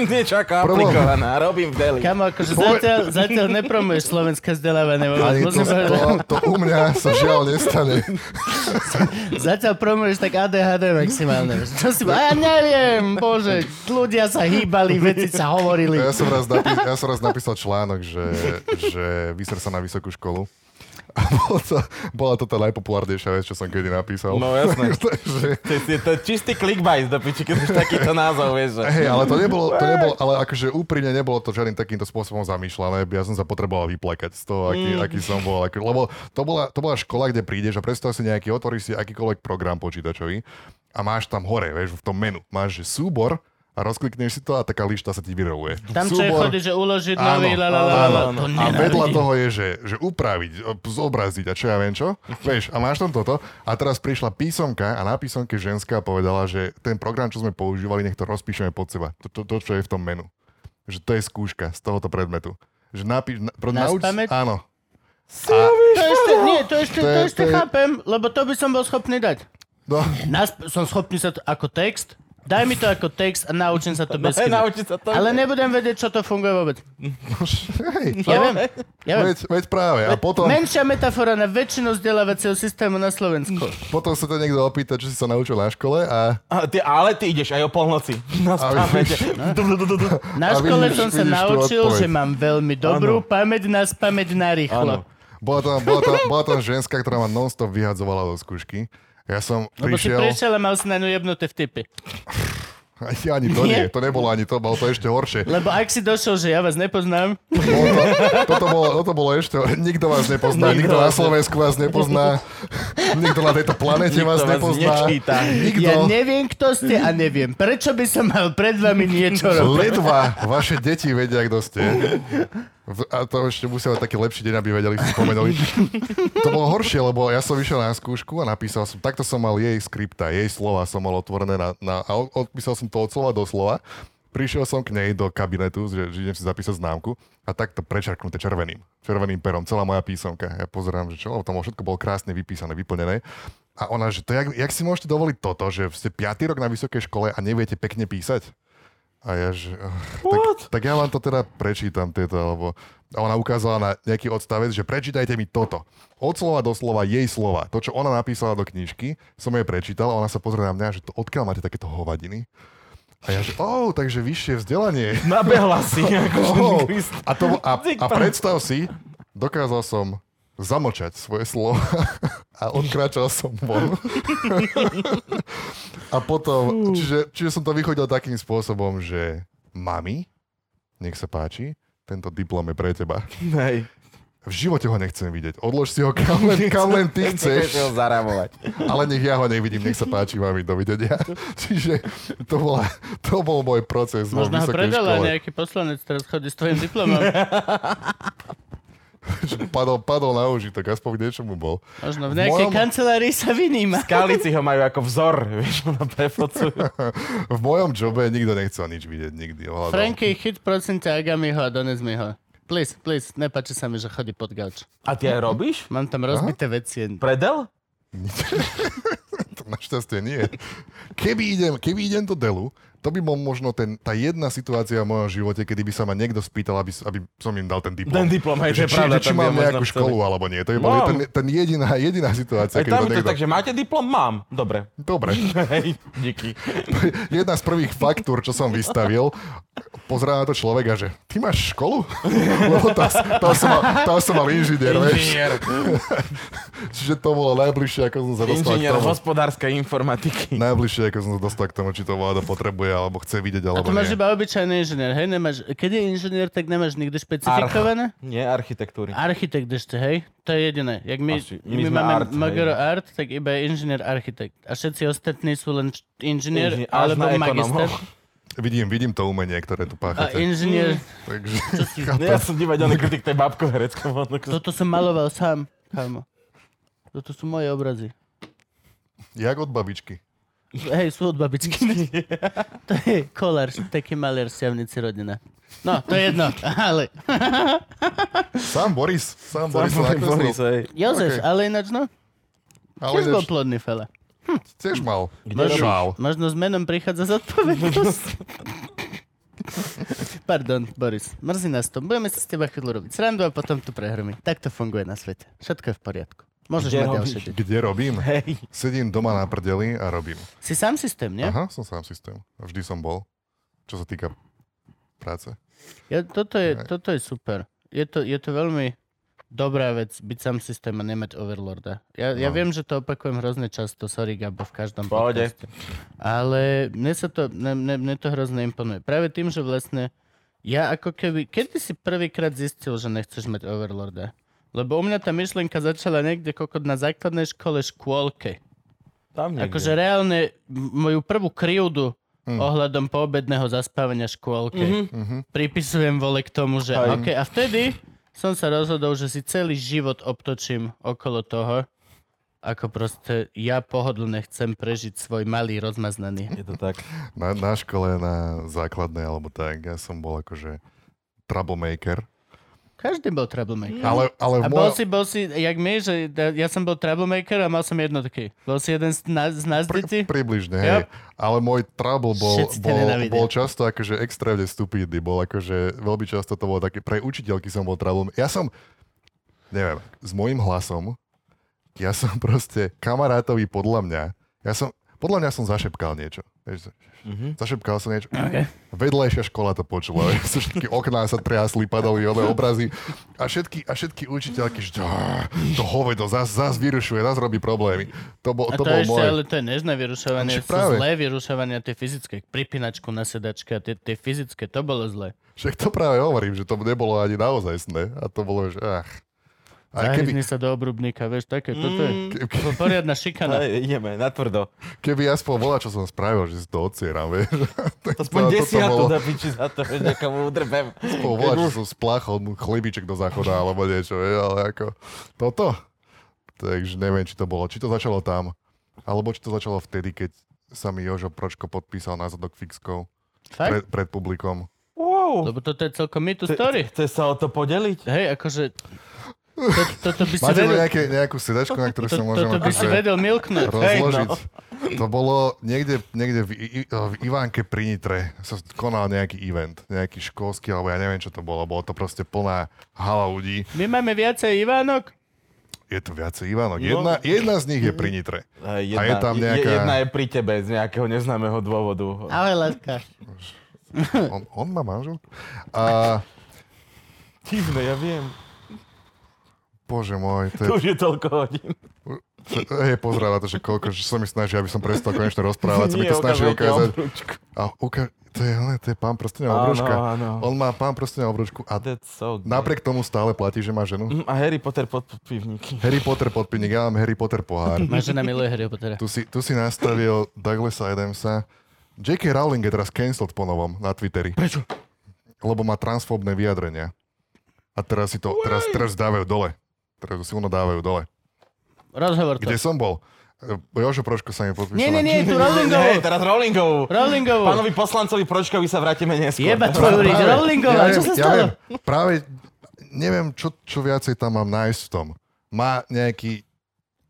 [SPEAKER 4] Niečo ako
[SPEAKER 3] Problém.
[SPEAKER 4] aplikovaná. Robím v deli.
[SPEAKER 1] Kamo, akože zatiaľ, zatiaľ nepromuješ slovenské vzdelávanie. vôbec.
[SPEAKER 3] Ani to,
[SPEAKER 1] Musím
[SPEAKER 3] to,
[SPEAKER 1] povedať,
[SPEAKER 3] to u mňa sa žiaľ nestane.
[SPEAKER 1] zatiaľ promuješ tak ADHD maximálne. Čo si... A ja neviem, bože, ľudia sa hýbali, veci sa hovorili.
[SPEAKER 3] Ja som raz, napí- ja som raz napísal článok, že, že vyser sa na vysokú školu. A bolo to, bola to tá najpopulárnejšia vec, čo som kedy napísal.
[SPEAKER 4] No, jasné.
[SPEAKER 3] Takže,
[SPEAKER 4] To je to je čistý clickbait do piči, keď už takýto názov, vieš. Že...
[SPEAKER 3] hej, ale to nebolo, to nebolo, ale akože úprimne nebolo to žiadnym takýmto spôsobom zamýšľané. Ja som sa potreboval vyplakať z toho, aký, aký som bol. Aký, lebo to bola, to bola škola, kde prídeš a predstav si nejaký, otvoríš si akýkoľvek program počítačový a máš tam hore, vieš, v tom menu, máš že súbor a rozklikneš si to a taká lišta sa ti vyroluje.
[SPEAKER 1] Tam, čo je
[SPEAKER 3] Súbor-
[SPEAKER 1] chody, že uložiť
[SPEAKER 3] Áno,
[SPEAKER 1] nový, la, la, la, la, la, to
[SPEAKER 3] áno, A vedľa
[SPEAKER 1] nenávidím.
[SPEAKER 3] toho je, že, že upraviť, o- zobraziť a čo ja viem čo. Vieš, a máš tam toto. A teraz prišla písomka a na písomke ženská povedala, že ten program, čo sme používali, nech to rozpíšeme pod seba. To, to, to čo je v tom menu. Že to je skúška z tohoto predmetu. Že napíš... Na, pro,
[SPEAKER 1] Na
[SPEAKER 3] nauč,
[SPEAKER 1] spameť?
[SPEAKER 3] áno.
[SPEAKER 4] No,
[SPEAKER 1] To ešte, nie, to ešte,
[SPEAKER 3] To
[SPEAKER 1] to
[SPEAKER 3] je-
[SPEAKER 1] ešte
[SPEAKER 3] to je-
[SPEAKER 1] chápem, lebo to by som bol schopný dať.
[SPEAKER 3] No,
[SPEAKER 1] Nas, som schopný sa to ako text, daj mi to ako text a naučím sa to bez
[SPEAKER 4] Hej,
[SPEAKER 1] chyby.
[SPEAKER 4] naučiť sa to.
[SPEAKER 1] Ale nebudem vedieť, čo to funguje vôbec.
[SPEAKER 4] No,
[SPEAKER 3] hej,
[SPEAKER 1] Ja viem, ja viem.
[SPEAKER 3] veď, veď práve. A potom,
[SPEAKER 1] Menšia metafora na väčšinu vzdelávacieho systému na Slovensku.
[SPEAKER 3] potom sa to niekto opýta, čo si sa naučil na škole a...
[SPEAKER 4] A ty, ale ty ideš aj o polnoci. Na spávete.
[SPEAKER 1] Na
[SPEAKER 3] A
[SPEAKER 1] škole
[SPEAKER 3] vidíš-
[SPEAKER 1] som sa
[SPEAKER 3] vidíš tú
[SPEAKER 1] naučil,
[SPEAKER 3] odpoveď.
[SPEAKER 1] že mám veľmi dobrú pamäť na spamäť na rýchlo.
[SPEAKER 4] Áno.
[SPEAKER 3] Bola tam, bola, tam, bola tam ženská, ktorá ma non-stop vyhadzovala do skúšky. Ja som
[SPEAKER 1] Lebo si
[SPEAKER 3] prišiel...
[SPEAKER 1] prišiel a mal si na ňu jebnuté vtipy.
[SPEAKER 3] Ani, ani to nie.
[SPEAKER 1] Nie?
[SPEAKER 3] to nebolo ani to, bolo to ešte horšie.
[SPEAKER 1] Lebo ak si došiel, že ja vás nepoznám,
[SPEAKER 3] Bolo to, toto, bolo, toto bolo ešte, nikto vás nepozná, nikto, na Slovensku vás nepozná, nikto na tejto planete
[SPEAKER 4] Nikto
[SPEAKER 3] vás
[SPEAKER 4] vás
[SPEAKER 3] nepozná,
[SPEAKER 4] nečíta.
[SPEAKER 3] nikto,
[SPEAKER 1] ja neviem, kto ste a neviem, prečo by som mal pred vami niečo robiť.
[SPEAKER 3] ledva vaše deti vedia, kto ste. V- A to ešte musia mať taký lepší deň, aby vedeli, si spomenuli. To bolo horšie, lebo ja som išiel na skúšku a napísal som, takto som mal jej skripta, jej slova som mal otvorené na, na, a o- odpísal som to od slova do slova. Prišiel som k nej do kabinetu, že, že idem si zapísať známku a takto prečarknuté červeným, červeným perom, celá moja písomka. Ja pozerám, že čo, lebo tam všetko bolo krásne vypísané, vyplnené. A ona, že to, jak, jak si môžete dovoliť toto, že ste piatý rok na vysokej škole a neviete pekne písať? A ja, že, tak, tak ja vám to teda prečítam tieto, alebo a ona ukázala na nejaký odstavec, že prečítajte mi toto. Od slova do slova jej slova. To, čo ona napísala do knižky, som jej prečítal a ona sa pozrie na mňa, že to, odkiaľ máte takéto hovadiny? A ja, že oh, takže vyššie vzdelanie.
[SPEAKER 4] Nabehla si. Akože,
[SPEAKER 3] Oh.
[SPEAKER 4] Krist-
[SPEAKER 3] A, to, a,
[SPEAKER 4] Ty
[SPEAKER 3] a predstav si, dokázal som zamlčať svoje slova a odkráčal som von. a potom, čiže, čiže som to vychodil takým spôsobom, že mami, nech sa páči, tento diplom je pre teba.
[SPEAKER 4] Hej.
[SPEAKER 3] V živote ho nechcem vidieť. Odlož si ho kam len, kam len ty
[SPEAKER 4] Chceš ho
[SPEAKER 3] chceš,
[SPEAKER 4] zarámovať.
[SPEAKER 3] ale nech ja ho nevidím. Nech sa páči, mami, dovidenia. Čiže to, bola, to bol môj proces vo
[SPEAKER 1] Možno ho
[SPEAKER 3] vysokej
[SPEAKER 1] predala
[SPEAKER 3] škole.
[SPEAKER 1] nejaký poslanec, teraz chodí s tvojim diplomom.
[SPEAKER 3] Padol, padol na užitok, aspoň niečo mu bol.
[SPEAKER 1] Možno v nejakej
[SPEAKER 3] mojom-
[SPEAKER 1] kancelárii sa vyníma.
[SPEAKER 4] Kalici ho majú ako vzor, vieš, na prefocu.
[SPEAKER 3] V mojom jobe nikto nechcel nič vidieť nikdy. Ohľadom.
[SPEAKER 1] Franky, chyt prosím ťa Agamiho a dones mi ho. Please, please, nepáči sa mi, že chodí pod gauč.
[SPEAKER 4] A ty aj robíš?
[SPEAKER 1] Mám tam rozbité veci.
[SPEAKER 4] Predel?
[SPEAKER 3] To Našťastie nie. Keby idem, keby idem do Delu, to by bol možno ten, tá jedna situácia v mojom živote, kedy by sa ma niekto spýtal, aby, aby som im dal ten diplom.
[SPEAKER 4] Ten diplom, hej, to
[SPEAKER 3] No. že,
[SPEAKER 4] je
[SPEAKER 3] či,
[SPEAKER 4] pravda,
[SPEAKER 3] že či
[SPEAKER 4] tam by
[SPEAKER 3] mám
[SPEAKER 4] možno
[SPEAKER 3] nejakú
[SPEAKER 4] chceli.
[SPEAKER 3] školu alebo nie. To je bol
[SPEAKER 4] Mám.
[SPEAKER 3] ten, ten jediná, jediná situácia,
[SPEAKER 4] Tak
[SPEAKER 3] kedy to
[SPEAKER 4] tam to,
[SPEAKER 3] niekto...
[SPEAKER 4] takže máte diplom? Mám. Dobre.
[SPEAKER 3] Dobre.
[SPEAKER 4] Hej, díky.
[SPEAKER 3] Jedna z prvých faktúr, čo som vystavil, pozerá na to človek a že, ty máš školu? Lebo tam, tam, som, mal, tam som mal inžinier, vieš.
[SPEAKER 4] Inžinier,
[SPEAKER 3] Čiže to bolo najbližšie, ako som sa dostal k
[SPEAKER 4] inžinier
[SPEAKER 3] tomu.
[SPEAKER 4] hospodárskej informatiky.
[SPEAKER 3] Najbližšie, ako som sa dostal k tomu, či to vláda potrebuje, alebo chce vidieť,
[SPEAKER 1] A to
[SPEAKER 3] alebo
[SPEAKER 1] máš
[SPEAKER 3] nie.
[SPEAKER 1] iba obyčajný inžinier, hej? Nemáš, keď je inžinier, tak nemáš nikdy špecifikované?
[SPEAKER 4] Nie architektúry.
[SPEAKER 1] Architekt ešte, hej? To je jediné. Jak my,
[SPEAKER 4] Asi.
[SPEAKER 1] my,
[SPEAKER 4] My
[SPEAKER 1] my
[SPEAKER 4] sme
[SPEAKER 1] máme
[SPEAKER 4] art, hej.
[SPEAKER 1] Magoro Art, tak iba je inžinier architekt. A všetci ostatní sú len vš- inžinier,
[SPEAKER 4] Inžinier, až
[SPEAKER 1] alebo
[SPEAKER 4] na
[SPEAKER 1] magister.
[SPEAKER 4] ekonomov.
[SPEAKER 3] Vidím, vidím to umenie, ktoré
[SPEAKER 1] A
[SPEAKER 3] tu páchate.
[SPEAKER 1] inžinier,
[SPEAKER 3] Takže
[SPEAKER 4] Ja som divadelný kritik tej babko hereckom.
[SPEAKER 1] toto som maloval sám, kámo. Toto sú moje obrazy.
[SPEAKER 3] jak od babičky.
[SPEAKER 1] Hej, sú od babičky. to je kolár, taký maliar z Javnici rodina. No, to je jedno, ale...
[SPEAKER 3] Sám Boris. Sám, Boris. sa nakreslil.
[SPEAKER 1] Jozef,
[SPEAKER 3] Ok.
[SPEAKER 1] ale ináč no,
[SPEAKER 3] Ale
[SPEAKER 1] tiež bol
[SPEAKER 3] ideš,
[SPEAKER 1] plodný fela.
[SPEAKER 3] tiež mal.
[SPEAKER 4] robíš?
[SPEAKER 3] Šál.
[SPEAKER 1] Možno s menom prichádza zodpovednosť. Pardon, Boris, mrzí nás to. Budeme sa s teba chvíľu robiť srandu a potom tu prehrmi. Tak to funguje na svete. Všetko je v poriadku. Môžeš
[SPEAKER 4] Kde
[SPEAKER 1] mať
[SPEAKER 4] robíš?
[SPEAKER 1] ďalšie deti.
[SPEAKER 3] Kde robím?
[SPEAKER 4] Hej.
[SPEAKER 3] Sedím doma na prdeli a robím.
[SPEAKER 1] Si sám systém, nie?
[SPEAKER 3] Aha, som sám systém. Vždy som bol. Čo sa týka práce.
[SPEAKER 1] Ja, toto, je,
[SPEAKER 3] Hej.
[SPEAKER 1] toto je super. Je to, je to veľmi dobrá vec byť sám systém a nemať overlorda. Ja, ja
[SPEAKER 3] No.
[SPEAKER 1] viem, že to opakujem hrozne často, sorry Gabo, v každom
[SPEAKER 4] Pohode.
[SPEAKER 1] podcaste. Ale mne, sa to, mne, mne, mne to hrozne imponuje. Práve tým, že vlastne ja ako keby... Kedy si prvýkrát zistil, že nechceš mať overlorda? Lebo u mňa tá myšlienka začala niekde kokot na základnej škole škôlke.
[SPEAKER 4] Tam niekde.
[SPEAKER 1] Akože reálne m- moju prvú krivdu
[SPEAKER 3] Hm.
[SPEAKER 1] ohľadom poobedného zaspávania škôlke.
[SPEAKER 3] Mhm.
[SPEAKER 1] Pripisujem vole k tomu, že
[SPEAKER 4] Aj.
[SPEAKER 1] OK, a vtedy som sa rozhodol, že si celý život obtočím okolo toho, ako proste ja pohodlne chcem prežiť svoj malý rozmaznaný.
[SPEAKER 4] Je to tak.
[SPEAKER 3] Na, na škole, na základnej alebo tak, ja som bol akože troublemaker.
[SPEAKER 1] Každý bol troublemaker.
[SPEAKER 3] Ale, ale
[SPEAKER 1] Mhm. A bol
[SPEAKER 3] moja...
[SPEAKER 1] si, bol si, jak my, že ja- ja som bol troublemaker a mal som jednotky. Bol si jeden z nás, z nás deti?
[SPEAKER 3] Pri, približne, hej.
[SPEAKER 1] Yep.
[SPEAKER 3] Ale môj trouble bol,
[SPEAKER 1] Všetci ťa
[SPEAKER 3] bol,
[SPEAKER 1] nenávidia.
[SPEAKER 3] bol často akože extrémne stupidný. Bol akože, veľmi často to bolo také, pre učiteľky som bol trouble. Ja som, neviem, s môjim hlasom, ja som proste kamarátovi podľa mňa, ja som, podľa mňa som zašepkal niečo. Vieš,
[SPEAKER 4] Mhm.
[SPEAKER 3] Zašepkal som niečo. Vedľajšia škola to počula. vieš, sa všetky okná sa triasli, padali oné obrazy. A všetky, a všetky učiteľky, že "Á, to hovedo, zás, zás vyrušuje, zás robí problémy. To bol,
[SPEAKER 1] A
[SPEAKER 3] to
[SPEAKER 1] to,
[SPEAKER 3] bol
[SPEAKER 1] ešte,
[SPEAKER 3] môj.
[SPEAKER 1] ale to je nežné vyrušovanie,
[SPEAKER 3] Čiže
[SPEAKER 1] sú
[SPEAKER 3] práve.
[SPEAKER 1] zlé vyrušovania, tie fyzické, pripinačku na sedačke a tie, tie fyzické, to bolo zlé.
[SPEAKER 3] Však to práve hovorím, že to nebolo ani naozaj sné. A to bolo, že ach. A
[SPEAKER 1] Zahryzni
[SPEAKER 3] keby, Mm.
[SPEAKER 1] sa do obrubníka, vieš, také, toto je
[SPEAKER 3] keby,
[SPEAKER 1] po- poriadna šikana.
[SPEAKER 4] Ale No, ideme, natvrdo.
[SPEAKER 3] keby aspoň volá, čo som spravil, že si to odcieram, vieš. Tak
[SPEAKER 4] Aspoň
[SPEAKER 3] No, toto
[SPEAKER 4] desiatu
[SPEAKER 3] bolo.
[SPEAKER 4] da piči za to, že niekomu udrbem.
[SPEAKER 3] Aspoň volá, že som spláchol mu chlebíček do záchoda alebo niečo, vieš, ale ako toto. Takže neviem, či to bolo, či to začalo tam, alebo či to začalo vtedy, keď sa mi Jožo Pročko podpísal na zadok fixkou
[SPEAKER 1] Fakt?
[SPEAKER 3] pred, pred publikom.
[SPEAKER 4] Wow.
[SPEAKER 1] Lebo toto je celkom mytu
[SPEAKER 4] Chce-
[SPEAKER 1] story.
[SPEAKER 4] Chce sa o to podeliť?
[SPEAKER 1] Hej, akože... To, toto by si
[SPEAKER 3] Máte tu
[SPEAKER 1] vedel,
[SPEAKER 3] nejaké, nejakú sedačku, na ktorú
[SPEAKER 1] to,
[SPEAKER 3] sa môžem
[SPEAKER 1] toto by si
[SPEAKER 3] akože-
[SPEAKER 1] vedel no. milknúť.
[SPEAKER 3] rozložiť. To bolo niekde, niekde v, I- I- v Ivánke pri Nitre sa konal nejaký event, nejaký školský, alebo ja neviem, čo to bolo. Bolo to proste plná hala ľudí.
[SPEAKER 1] My máme viacej Ivánok.
[SPEAKER 3] Je tu viacej
[SPEAKER 4] No.
[SPEAKER 3] Ivánok. Jedna, jedna z nich je pri Nitre.
[SPEAKER 4] Hej,
[SPEAKER 3] A je tam
[SPEAKER 4] je-
[SPEAKER 3] nejaká-
[SPEAKER 4] Jedna je pri tebe z nejakého neznámeho dôvodu.
[SPEAKER 1] Ale látka.
[SPEAKER 3] On, on má manželku? A
[SPEAKER 4] Divné, ja viem.
[SPEAKER 3] bože môj, to je,
[SPEAKER 4] To už je toľko hodín.
[SPEAKER 3] to je pozráva to, že koľko, že sa mi snaží, aby som prestal konečne rozprávať, sa mi No, to
[SPEAKER 4] Nie,
[SPEAKER 3] snaží
[SPEAKER 4] ukážete
[SPEAKER 3] ukázať.
[SPEAKER 4] obrúčku.
[SPEAKER 3] A uka- to je, ono, to je pán prsteňová
[SPEAKER 4] Áno,
[SPEAKER 3] obručka.
[SPEAKER 4] áno.
[SPEAKER 3] On má pán prsteňová obručku a
[SPEAKER 4] That's so gay.
[SPEAKER 3] napriek tomu stále platí, že má ženu.
[SPEAKER 4] Mm, A Harry Potter pod pivníky.
[SPEAKER 3] Harry Potter podpinník, ja mám Harry Potter pohár.
[SPEAKER 4] Mhm.
[SPEAKER 1] Moja žena miluje Harry Pottera.
[SPEAKER 3] Tu si, tu si nastavil Douglasa Adamsa. J.K. Rowling je teraz cancelled po novom na Twitteri. Prečo? Lebo má transfóbne vyjadrenia. A teraz si to, teraz, teraz dávajú dole. Teraz to silno dávajú dole.
[SPEAKER 1] Rozhovor to.
[SPEAKER 3] Kde som bol? E, Jožo Proško sa mi podpísal.
[SPEAKER 1] Nie, nie, nie, tu
[SPEAKER 4] Hej,
[SPEAKER 1] Rowlingovú.
[SPEAKER 4] teraz Rowlingovú.
[SPEAKER 1] Rowlingovú.
[SPEAKER 4] Pánovi poslancovi Pročkovi sa vrátime neskôr.
[SPEAKER 1] Jeba tvoju riť, Rowlingová, čo sa
[SPEAKER 3] ja
[SPEAKER 1] stalo?
[SPEAKER 3] viem, práve neviem, čo, čo viacej tam mám nájsť v tom. Má nejaký,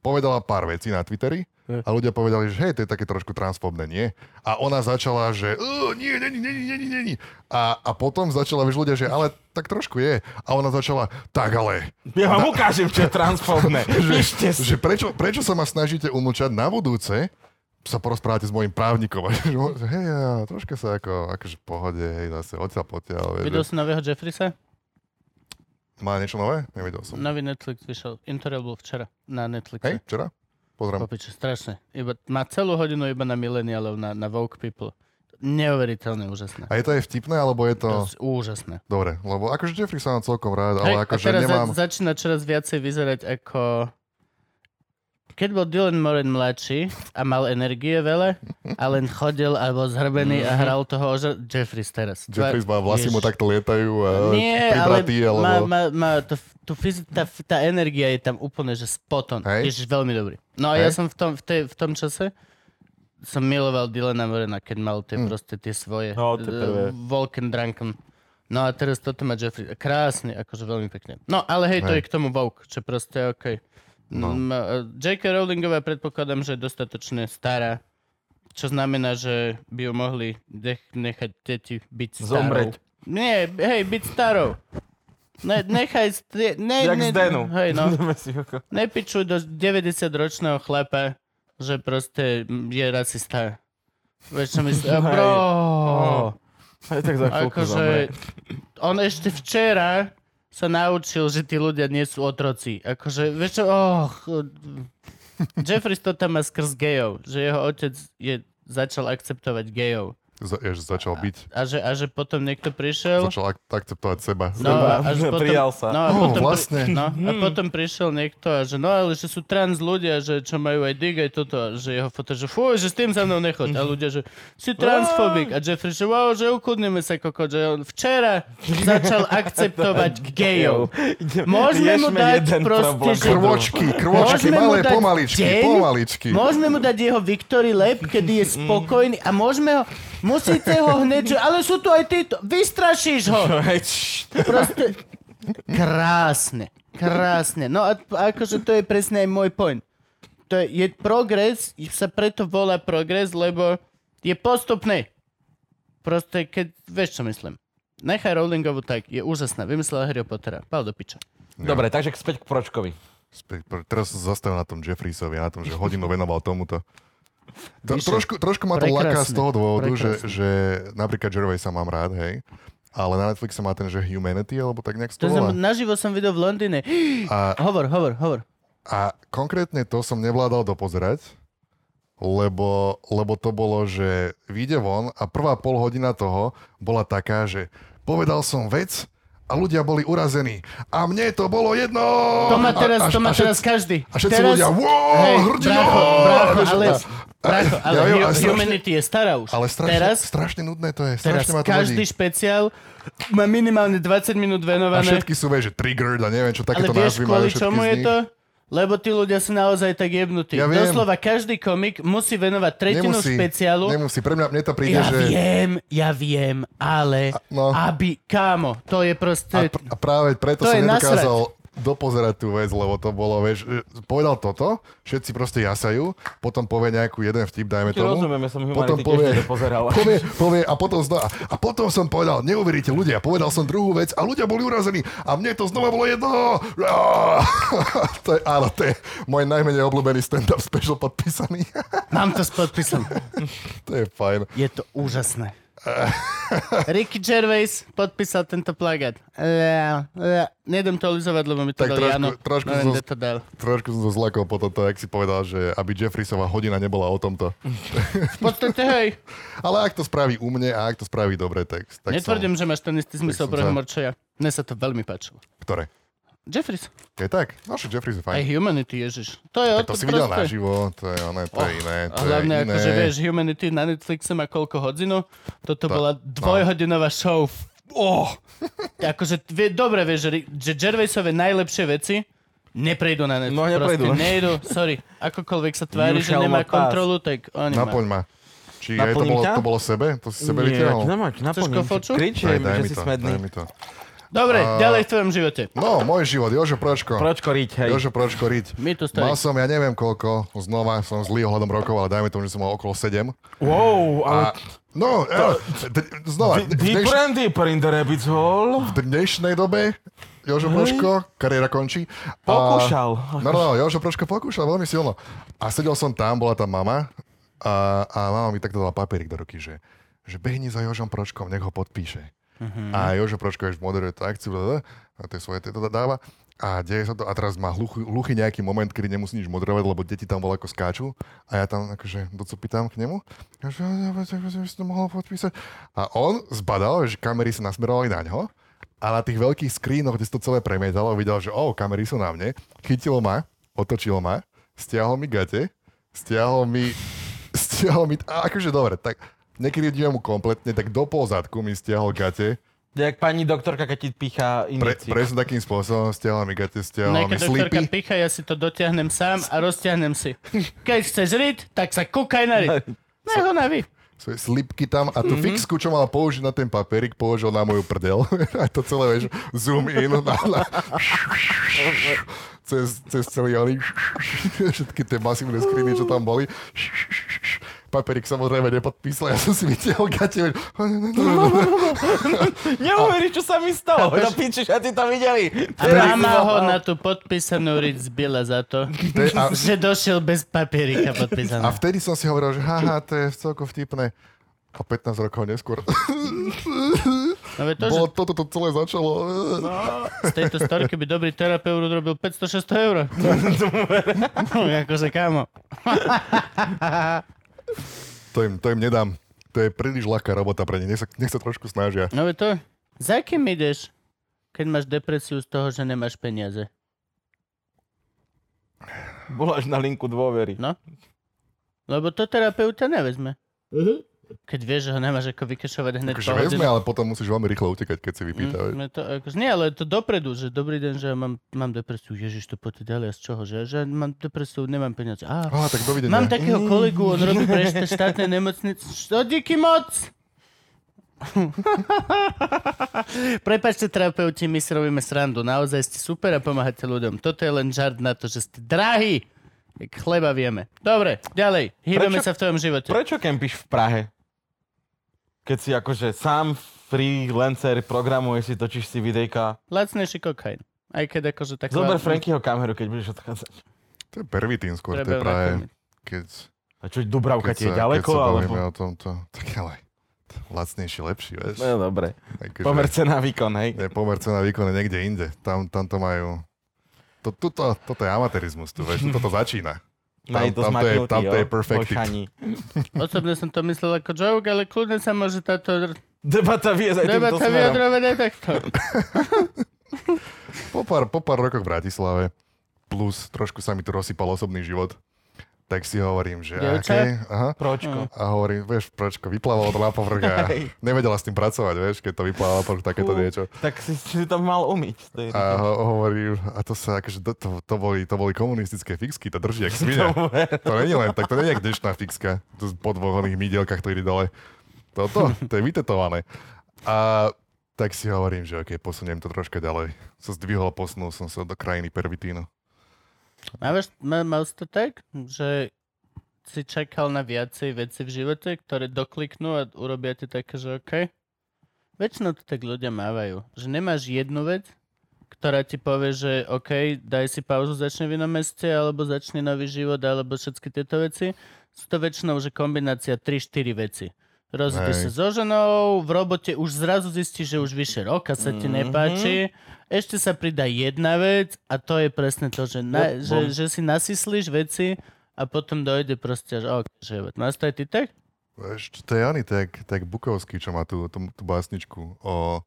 [SPEAKER 3] povedala pár vecí na Twitteri
[SPEAKER 1] Hm.
[SPEAKER 3] a ľudia povedali, že hej, to je také trošku transfobné, nie? A ona začala, že "Ö, nie, nie, nie, nie, nie, nie, nie, nie. A, a potom začala, vieš, ľudia, že ale tak trošku je. A ona začala, tak ale,
[SPEAKER 4] Ja vám ukážem, čo je transfobné. Píšte si.
[SPEAKER 3] že prečo, prečo sa ma snažíte umlčať na budúce, sa porozprávate s môjim právnikom. A že, hej, ja, troška sa ako, akože v pohode, hej, zase odtiaľ potiaľ. vieš,
[SPEAKER 1] Videl
[SPEAKER 3] že-
[SPEAKER 1] si nového Jeffrisa?
[SPEAKER 3] Má niečo nové? Nevidel som.
[SPEAKER 1] Nový Netflix vyšiel. Interrail bol včera na Netflixe.
[SPEAKER 3] Hej, včera? Pozriem.
[SPEAKER 1] Popiče, strašné. Iba, má celú hodinu iba na mileniálov, na, na woke people. Neuveriteľne úžasné.
[SPEAKER 3] A je to aj vtipné, alebo je to...
[SPEAKER 1] To je úžasné.
[SPEAKER 3] Dobre, lebo akože Jeffrey sa mám celkom
[SPEAKER 1] Hej,
[SPEAKER 3] rád, ale akože
[SPEAKER 1] a teraz
[SPEAKER 3] nemám...
[SPEAKER 1] za, začína čoraz viacej vyzerať ako... Keď bol Dylan Moran mladší a mal energie veľa, a len chodil a bol zhrbený a hral toho ožra... Jeffries teraz.
[SPEAKER 3] Jeffrey Mhm. má vlasy mu
[SPEAKER 1] Ježiš.
[SPEAKER 3] takto lietajú a
[SPEAKER 1] Nie, ale
[SPEAKER 3] pribratí, alebo...
[SPEAKER 1] má, má, má to, tu fyzi- tá, tá energia je tam úplne, že spoton.
[SPEAKER 3] Hej.
[SPEAKER 1] Ježiš, veľmi dobrý. No a ja
[SPEAKER 3] Hej.
[SPEAKER 1] som v tom, v, tej, v tom čase som miloval Dylana Morena, keď mal tie
[SPEAKER 3] Hm.
[SPEAKER 1] proste tie svoje
[SPEAKER 4] No, tie
[SPEAKER 1] eh,
[SPEAKER 4] prvé.
[SPEAKER 1] Vulcan Drunken. No a teraz toto má Jeffrey. Krásny, akože veľmi pekne. No, ale hej, to je
[SPEAKER 3] Hej.
[SPEAKER 1] k tomu Vogue, čo proste okej.
[SPEAKER 3] No.
[SPEAKER 1] M, eh, J.K. Rowlingová predpokladám, že je dostatočne stará, čo znamená, že by ju mohli dech- nechať deti byť starou.
[SPEAKER 4] Zomreť.
[SPEAKER 1] Nie, hej, byť starou. Ne, nechaj... st- Ne,
[SPEAKER 4] Jak
[SPEAKER 1] ne,
[SPEAKER 4] z Denu.
[SPEAKER 1] Hej, no.
[SPEAKER 4] Dáme si oko.
[SPEAKER 1] Nepičuj do 90-ročného chlapa, že proste je rasista. Vieš, čo myslím? A Bro, oh,
[SPEAKER 4] Aj tak za chvíľku zomre.
[SPEAKER 1] akože... On ešte včera sa naučil, že tí ľudia nie sú otroci. Akože, vieš čo, oh, Jeffrey to tam má skrz gejov, že jeho otec je, začal akceptovať gejov.
[SPEAKER 3] za, až začal byť.
[SPEAKER 1] A že, a že potom niekto prišiel...
[SPEAKER 3] Začal ak- akceptovať seba.
[SPEAKER 1] No, a až potom,
[SPEAKER 4] Prijal sa. Hmm.
[SPEAKER 1] No, a
[SPEAKER 3] Ó,
[SPEAKER 1] potom, pri-
[SPEAKER 3] vlastne.
[SPEAKER 1] no, a potom prišiel niekto a že no, ale že sú trans ľudia, že čo majú aj dig aj toto, a že jeho foto, že fuj, že s tým za mnou nechod. A ľudia, že si transfobik. A Jeffrey, že wow, že ukudneme sa koko, že on včera začal akceptovať gejov. Môžeme mu
[SPEAKER 4] Riešme
[SPEAKER 1] dať
[SPEAKER 4] jeden
[SPEAKER 1] proste,
[SPEAKER 4] problém
[SPEAKER 1] že-
[SPEAKER 4] po druhom.
[SPEAKER 3] Krôčky, krôčky,
[SPEAKER 1] Môžeme mu
[SPEAKER 3] malé
[SPEAKER 1] dať
[SPEAKER 3] pomaličky,
[SPEAKER 1] deň?
[SPEAKER 3] pomaličky.
[SPEAKER 1] Môžeme mu dať jeho Victory Lab, kedy je
[SPEAKER 4] Hmm.
[SPEAKER 1] spokojný a môžeme ho, musíte ho hneď, že ale sú tu aj títo, vystrašíš ho.
[SPEAKER 4] No, Hej, čš.
[SPEAKER 1] Proste... Krásne, krásne. No a a akože to je presne aj môj point. To je, je progres, sa preto volá progres, lebo je postupný. Proste, keď, vieš čo myslím. Nechaj Rowlingovu tak, je úžasná. Vymyslela Harry Pottera. Pal do piča.
[SPEAKER 4] Dobre, takže späť k Pročkovi.
[SPEAKER 3] Späť, pr- Teraz som zastavil na tom Jeffreysovi, na tom, že hodinu venoval tomuto. To, trošku, trošku ma to laká z
[SPEAKER 1] Prekrásne,
[SPEAKER 3] toho dôvodu, že,
[SPEAKER 1] prekrásne.
[SPEAKER 3] že napríklad Gervais sa mám rád, hej. Ale na Netflixe má ten, že Humanity, alebo tak nejak
[SPEAKER 1] To
[SPEAKER 3] to
[SPEAKER 1] som,
[SPEAKER 3] volá.
[SPEAKER 1] naživo som videl v Londýne.
[SPEAKER 3] A,
[SPEAKER 1] Hovor, hovor, hovor.
[SPEAKER 3] a konkrétne to som nevládal dopozerať, lebo, lebo to bolo, že vyjde von a prvá pol hodina toho bola taká, že povedal som vec a ľudia boli urazení. A mne to bolo jedno!
[SPEAKER 1] To má
[SPEAKER 3] A-
[SPEAKER 1] teraz,
[SPEAKER 3] a-
[SPEAKER 1] to má
[SPEAKER 3] a všetci-
[SPEAKER 1] teraz každý.
[SPEAKER 3] A všetci
[SPEAKER 1] teraz,
[SPEAKER 3] ľudia, wow,
[SPEAKER 1] Hej,
[SPEAKER 3] hrdina!
[SPEAKER 1] brácho, brácho, ale, brácho, ale
[SPEAKER 3] Ja viem,
[SPEAKER 1] hu-
[SPEAKER 3] ale strašne-
[SPEAKER 1] Humanity je stará už.
[SPEAKER 3] Ale strašne,
[SPEAKER 1] teraz,
[SPEAKER 3] strašne nudné to je.
[SPEAKER 1] teraz
[SPEAKER 3] Strašne ma to
[SPEAKER 1] každý
[SPEAKER 3] každý
[SPEAKER 1] špeciál má minimálne 20 minút
[SPEAKER 3] A
[SPEAKER 1] venované.
[SPEAKER 3] všetky sú, vieš, že triggered a neviem, čo
[SPEAKER 1] ale
[SPEAKER 3] takéto
[SPEAKER 1] vieš,
[SPEAKER 3] názvy majú
[SPEAKER 1] kvôli
[SPEAKER 3] všetky
[SPEAKER 1] čomu
[SPEAKER 3] z
[SPEAKER 1] je
[SPEAKER 3] nich.
[SPEAKER 1] to? Lebo tí ľudia sú naozaj tak jebnutí.
[SPEAKER 3] Ja viem.
[SPEAKER 1] Doslova každý komik musí venovať tretinu
[SPEAKER 3] Nemusí,
[SPEAKER 1] špeciálu.
[SPEAKER 3] nemusí. Pre mňa, mne to príde,
[SPEAKER 1] ja
[SPEAKER 3] že...
[SPEAKER 1] viem, ja viem, ale
[SPEAKER 3] no.
[SPEAKER 1] aby, kámo, to je
[SPEAKER 3] A,
[SPEAKER 1] proste...
[SPEAKER 3] pr- a práve preto
[SPEAKER 1] To
[SPEAKER 3] som
[SPEAKER 1] je
[SPEAKER 3] nedokázal dopozerať tú vec, lebo to bolo, vieš, že povedal toto, všetci proste jasajú, potom povie nejakú jeden vtip, dajme
[SPEAKER 4] Ti
[SPEAKER 3] tomu.
[SPEAKER 4] rozumieme, som
[SPEAKER 3] potom
[SPEAKER 4] humanity
[SPEAKER 3] povie,
[SPEAKER 4] tiež nedopozeral.
[SPEAKER 3] povie, povie, a potom znova. A potom som povedal, neuveríte ľudia, povedal som druhú vec a ľudia boli urazení a mne to znova bolo jedno. Á! to je, áno, to je môj najmenej obľúbený stand-up special podpísaný.
[SPEAKER 1] Mám to s podpisom.
[SPEAKER 3] to je fajn.
[SPEAKER 1] Je to úžasné. Ricky Gervais podpísal tento plagát. Le, le, Nejdem to olizovať, lebo mi to dal
[SPEAKER 3] Tak trošku-
[SPEAKER 1] Jano.
[SPEAKER 3] trošku
[SPEAKER 1] Neviem,
[SPEAKER 3] zo-
[SPEAKER 1] kde to dal.
[SPEAKER 3] Trošku som sa zlakol po toto, jak si povedal, že aby Jeffreysová hodina nebola o tomto.
[SPEAKER 1] V podstate, hej,
[SPEAKER 3] Ale ak to spraví u mne a ak to spraví dobre, tak, tak
[SPEAKER 1] netvrdím, že máš ten istý zmysel
[SPEAKER 3] som
[SPEAKER 1] pre
[SPEAKER 3] za.
[SPEAKER 1] humor, čo ja. Mne sa to veľmi páčilo.
[SPEAKER 3] som... Ktoré?
[SPEAKER 1] Jeffries,
[SPEAKER 3] Je tak? No, že Jeffreys je fajn.
[SPEAKER 1] aj Humanity, ježiš. To je o
[SPEAKER 3] tak to
[SPEAKER 1] to
[SPEAKER 3] si videl
[SPEAKER 1] proste.
[SPEAKER 3] naživo, to je ono, to je iné,
[SPEAKER 1] A
[SPEAKER 3] to je
[SPEAKER 1] hlavne
[SPEAKER 3] iné.
[SPEAKER 1] ako, že vieš, Humanity na Netflixe má koľko hodinu. Toto bola
[SPEAKER 3] no.
[SPEAKER 1] dvojhodinová show. F- Oh. akože, vie, dobre vieš, že, Ri- že Gervaisové najlepšie veci neprejdú na Netflix.
[SPEAKER 4] No, neprejdú.
[SPEAKER 1] Proste nejdu, sorry. Akokoľvek sa tvári,
[SPEAKER 4] You
[SPEAKER 1] že
[SPEAKER 4] shall
[SPEAKER 1] nemá
[SPEAKER 4] not pass.
[SPEAKER 1] kontrolu, tak oni má.
[SPEAKER 3] Napoň ma. Či aj to
[SPEAKER 4] Naplním
[SPEAKER 3] bolo,
[SPEAKER 4] ťa?
[SPEAKER 3] to bolo sebe? To si sebe
[SPEAKER 4] Nie,
[SPEAKER 3] vytiahol?
[SPEAKER 4] nemáš,
[SPEAKER 1] Chceš
[SPEAKER 4] naplním.
[SPEAKER 1] kofoču?
[SPEAKER 3] Daj,
[SPEAKER 4] Kričím,
[SPEAKER 3] daj mi
[SPEAKER 4] že si
[SPEAKER 3] to,
[SPEAKER 4] smedný.
[SPEAKER 3] daj mi to.
[SPEAKER 1] Dobre, ďalej v tvojom živote.
[SPEAKER 3] No, môj život, Jožo Pročko.
[SPEAKER 4] Pročko riť, hej.
[SPEAKER 3] Jožo Pročko Riť.
[SPEAKER 1] My tu stojí.
[SPEAKER 3] Mal som, ja neviem koľko, znova som zlý ohľadom rokov, ale dajme tomu, že som mal okolo 7.
[SPEAKER 4] Wow, ale...
[SPEAKER 3] A, no, eh, d- znova, v dneš,
[SPEAKER 4] Deeper and deeper in the rabbit hole.
[SPEAKER 3] v dnešnej dobe Jožo Pročko, kariéra končí. A-
[SPEAKER 4] Pokúšal.
[SPEAKER 3] No, no, Jožo Pročko pokúšal veľmi silno. A sedel som tam, bola tam mama a, a mama mi takto dala papierik do ruky, že, že behni za Jožom Pročkom, nech ho podpíše. A Jožo Pročko už moderuje tú akciu, blablabla, a tie svoje tieto dáva. A deje sa to, a teraz má hluchý, hluchý nejaký moment, kedy nemusí nič moderovať, lebo deti tam voľako skáču. A ja tam akože docupitám k nemu. Ja, že, ja, ja, ja, ja, si to mohol podpísať. A on zbadal, že kamery sa nasmerovali na ňo. A na tých veľkých skrínoch, kde sa to celé premietalo, videl, že o, kamery sú na mne. Chytilo ma, otočilo ma, stiahol mi gate, stiahol mi, stiahol mi, a akože dobre, tak nekedy mu kompletne, tak do polzadku mi stiahol gate,
[SPEAKER 4] Jak pani doktorka, keď ti pícha
[SPEAKER 3] pre,
[SPEAKER 4] injekciu.
[SPEAKER 3] presne takým spôsobom stiahla mi gate, stiahla mi
[SPEAKER 1] Nejaká No, doktorka
[SPEAKER 3] slipy.
[SPEAKER 1] picha, ja si to dotiahnem sám a roztiahnem si. Keď chceš riť, tak sa kúkaj na riť. Nech ho naví.
[SPEAKER 3] svoje slipky tam a tú mm-hmm. fixku, čo mal použiť na ten papierik, použil na moju prdel. a to celé, vieš, zoom in na, na cez, cez celý oný všetky tie masívne skriny, čo tam boli. Papierik samozrejme nepodpísal, ja som si vytiahol gate. vieš.
[SPEAKER 4] Neuveríš, čo sa mi stalo. Do piči, a ty to videli.
[SPEAKER 1] A mama ho na tú podpísanú riť zbila za to,
[SPEAKER 3] je- a-
[SPEAKER 1] že došiel bez papierika
[SPEAKER 3] A
[SPEAKER 1] podpísaného.
[SPEAKER 3] vtedy som si hovoril, že haha, to je celkom vtipné. A 15 rokov neskôr.
[SPEAKER 1] No veď to, že
[SPEAKER 3] Bolo toto to celé začalo.
[SPEAKER 1] z tejto storky by dobrý terapeut urobil 500-600 eur. akože No, kámo.
[SPEAKER 3] To im, to im nedám. to je príliš ľahká robota pre ne. Nech sa, nech sa trošku snažia.
[SPEAKER 1] No veď to, za kým ideš, keď máš depresiu z toho, že nemáš peniaze?
[SPEAKER 4] Voláš na linku dôvery.
[SPEAKER 1] No. Lebo to terapeuta nevezme. Keď vieš, že ho nemáš ako vykašovať hneď
[SPEAKER 3] Akože
[SPEAKER 1] po hodine.
[SPEAKER 3] vezme, ale potom musíš veľmi rýchlo utekať, keď si vypýta.
[SPEAKER 1] Mm,
[SPEAKER 3] Mm.
[SPEAKER 1] no to, akože, nie, ale to dopredu, že dobrý deň, že ja mám, mám depresiu. Ježiš, to poďte ďalej, a z čoho, že, že mám depresiu, nemám peniaze. Á,
[SPEAKER 3] Á, tak dovidenia.
[SPEAKER 1] Mám takého
[SPEAKER 4] Mm.
[SPEAKER 1] kolegu, on robí pre šte- štátne nemocnice. Čo, díky moc! Prepačte, terapeuti, my si robíme srandu. Naozaj ste super a pomáhate ľuďom. Toto je len žart na to, že ste drahí. Jak chleba vieme. Dobre, ďalej. Hýbeme
[SPEAKER 4] Prečo-
[SPEAKER 1] sa v tvojom živote.
[SPEAKER 4] Prečo kempíš v Prahe? Keď si akože sám freelancer, programuješ si, točíš si videjka.
[SPEAKER 1] Lacnejší kokain. Aj keď akože tak...
[SPEAKER 4] Zober Frankyho kameru, keď budeš odchádzať.
[SPEAKER 3] To je pervitín skôr, to
[SPEAKER 1] Treba
[SPEAKER 3] je práve,
[SPEAKER 1] nakrmiť.
[SPEAKER 3] keď,
[SPEAKER 4] A čo, Dubravka
[SPEAKER 3] keď,
[SPEAKER 4] ti je
[SPEAKER 3] sa,
[SPEAKER 4] ďaleko,
[SPEAKER 3] keď sa
[SPEAKER 4] alebo...
[SPEAKER 3] bavíme o tomto. Tak ale lacnejší, lepší, vieš.
[SPEAKER 4] No dobre.
[SPEAKER 3] Akože-
[SPEAKER 4] Pomer cena výkon, hej.
[SPEAKER 3] Je pomer cena výkon je niekde inde. Tam, tam to majú... To, tuto, toto je amatérizmus, tu, vieš, tuto to začína. Tam-
[SPEAKER 4] Majú to
[SPEAKER 3] tam to je-
[SPEAKER 4] zmaknutý,
[SPEAKER 3] tam to
[SPEAKER 4] jo,
[SPEAKER 3] je perfect
[SPEAKER 4] po šaní.
[SPEAKER 1] Osobne som to myslel ako joke, ale kľudne sa môže táto
[SPEAKER 4] Debata viesť aj týmto
[SPEAKER 1] debata
[SPEAKER 4] smerom.
[SPEAKER 1] vyjadrovať aj takto.
[SPEAKER 3] Po pár, po pár rokoch v Bratislave, plus trošku sa mi tu rozsypal osobný život, tak si hovorím, že...
[SPEAKER 1] Dievča?
[SPEAKER 3] okay, aha,
[SPEAKER 4] Pročko.
[SPEAKER 3] a hovorím, vieš, prečko, vyplávalo to na povrch a nevedela s tým pracovať, vieš, keď to vyplávalo na povrch, takéto
[SPEAKER 4] Fú.
[SPEAKER 3] niečo.
[SPEAKER 4] Tak si, si to mal umyť. To je
[SPEAKER 3] A ho, hovorím, a to sa akože, to, to, to, boli, to boli komunistické fixky, to drží jak svinia. To není len, tak to není jak dnešná fixka. To po dvoch oných mydielkach to ide dole. Toto, to je vytetované. A tak si hovorím, že okej, posuniem to troška ďalej. Som zdvihol, posunul som sa do krajiny pervitínu.
[SPEAKER 1] Mávaš, má, mal si to tak, že si čakal na viacej veci v živote, ktoré dokliknú a urobia ti také, že OK. Väčšinou to tak ľudia mávajú. Že nemáš jednu vec, ktorá ti povie, že OK, daj si pauzu, začne v inom meste, alebo začne nový život, alebo všetky tieto veci. Sú to väčšinou, že kombinácia 3-4 veci. Rozídeš
[SPEAKER 3] Hej.
[SPEAKER 1] sa so ženou, v robote už zrazu zistíš, že už vyše roka sa ti nepáči. Ešte sa pridá jedna vec a to je presne to, že, na,
[SPEAKER 4] Bom,
[SPEAKER 1] že,
[SPEAKER 4] bom.
[SPEAKER 1] že si nasyslíš veci a potom dojde proste až ok, život. Máš to aj ty tak?
[SPEAKER 3] Vieš, to je ani tak, tak Bukovský, čo má tú, tú, tú básničku o,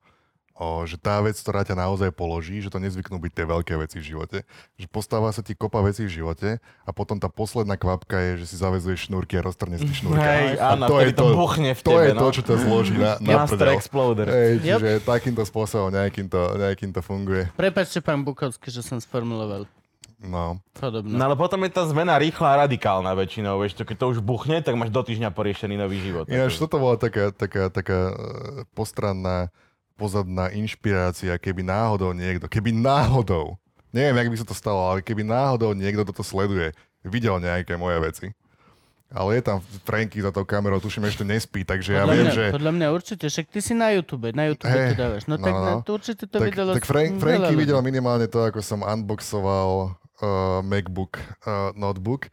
[SPEAKER 3] o, že tá vec, ktorá ťa naozaj položí, že to nezvyknú byť tie veľké veci v živote. Že postáva sa ti kopa vecí v živote a potom tá posledná kvapka je, že si zavezuješ šnúrky a roztrhneš si šnúrky.
[SPEAKER 4] Hej, áno,
[SPEAKER 3] to je
[SPEAKER 4] vtedy to
[SPEAKER 3] to-
[SPEAKER 4] buchne v
[SPEAKER 3] To
[SPEAKER 4] tebe,
[SPEAKER 3] je
[SPEAKER 4] no.
[SPEAKER 3] to, čo ťa zloží na, na
[SPEAKER 4] Master
[SPEAKER 3] prdel.
[SPEAKER 4] Exploder.
[SPEAKER 3] Hej,
[SPEAKER 1] Yep.
[SPEAKER 3] čiže takýmto spôsobom nejakým to, nejakým to funguje.
[SPEAKER 1] Prepačte, pán Bukovský, že som sformuloval
[SPEAKER 3] No.
[SPEAKER 1] podobno.
[SPEAKER 4] No ale potom je tá zmena rýchla a radikálna väčšinou, vieš, to, keď to už buchne, tak máš do týždňa poriešený nový život.
[SPEAKER 3] Ináč
[SPEAKER 4] Takže-
[SPEAKER 3] toto bola taká, taká, taká eh, postranná, pozadná inšpirácia, keby náhodou niekto, keby náhodou, neviem, jak by sa to stalo, ale keby náhodou niekto toto sleduje, videl nejaké moje veci. Ale je tam Franky za tou kamerou, tuším, ešte nespí, takže ja
[SPEAKER 1] podľa,
[SPEAKER 3] viem,
[SPEAKER 1] mňa,
[SPEAKER 3] že...
[SPEAKER 1] podľa mňa určite, však ty si na YouTube, na YouTube to
[SPEAKER 3] Hej,
[SPEAKER 1] dávaš. No,
[SPEAKER 3] no,
[SPEAKER 1] tak
[SPEAKER 3] no.
[SPEAKER 1] na, to určite to
[SPEAKER 3] tak,
[SPEAKER 1] videlo...
[SPEAKER 3] tak Frank,
[SPEAKER 1] veľa
[SPEAKER 3] Franky
[SPEAKER 1] ľudí.
[SPEAKER 3] videl minimálne to, ako som unboxoval uh, MacBook, uh, notebook.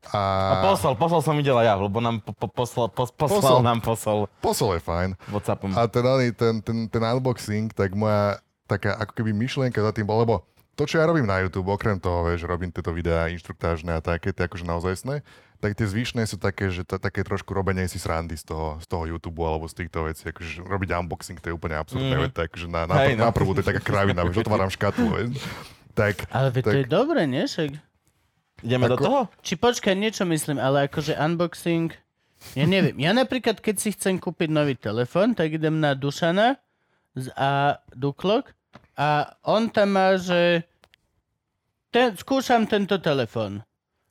[SPEAKER 3] A,
[SPEAKER 4] A poslal, poslal som videla ja, lebo nám po, po, poslal, pos, poslal,
[SPEAKER 3] Poslal.
[SPEAKER 4] nám poslal
[SPEAKER 3] posol je fajn.
[SPEAKER 4] Whatsappom.
[SPEAKER 3] A ten, oný- ten, ten, ten unboxing, tak moja taká ako keby myšlienka za tým bola, lebo to, čo ja robím na YouTube, okrem toho, vieš, robím tieto videá inštruktážne a také, tie akože naozajstné, tak tie zvyšné sú také, že ta, také trošku robenie si srandy z toho, z toho YouTube alebo z týchto vecí. Akože robiť unboxing, to je úplne absurdné, mm. takže na, na,
[SPEAKER 4] Mhm. Hej,
[SPEAKER 3] hey,
[SPEAKER 4] no.
[SPEAKER 3] na prvú to je taká kravina, že otváram škatlu, vieš. Tak,
[SPEAKER 1] Ale veď to
[SPEAKER 3] tak-
[SPEAKER 1] je dobré, nie? Však...
[SPEAKER 4] Ideme do
[SPEAKER 3] ako-
[SPEAKER 4] toho?
[SPEAKER 1] Či počkaj, niečo myslím, ale akože unboxing... Ja neviem. Ja napríklad, keď si chcem kúpiť nový telefón, tak idem na Dušana z- a Duklok a on tam má, že ten, skúšam tento telefón.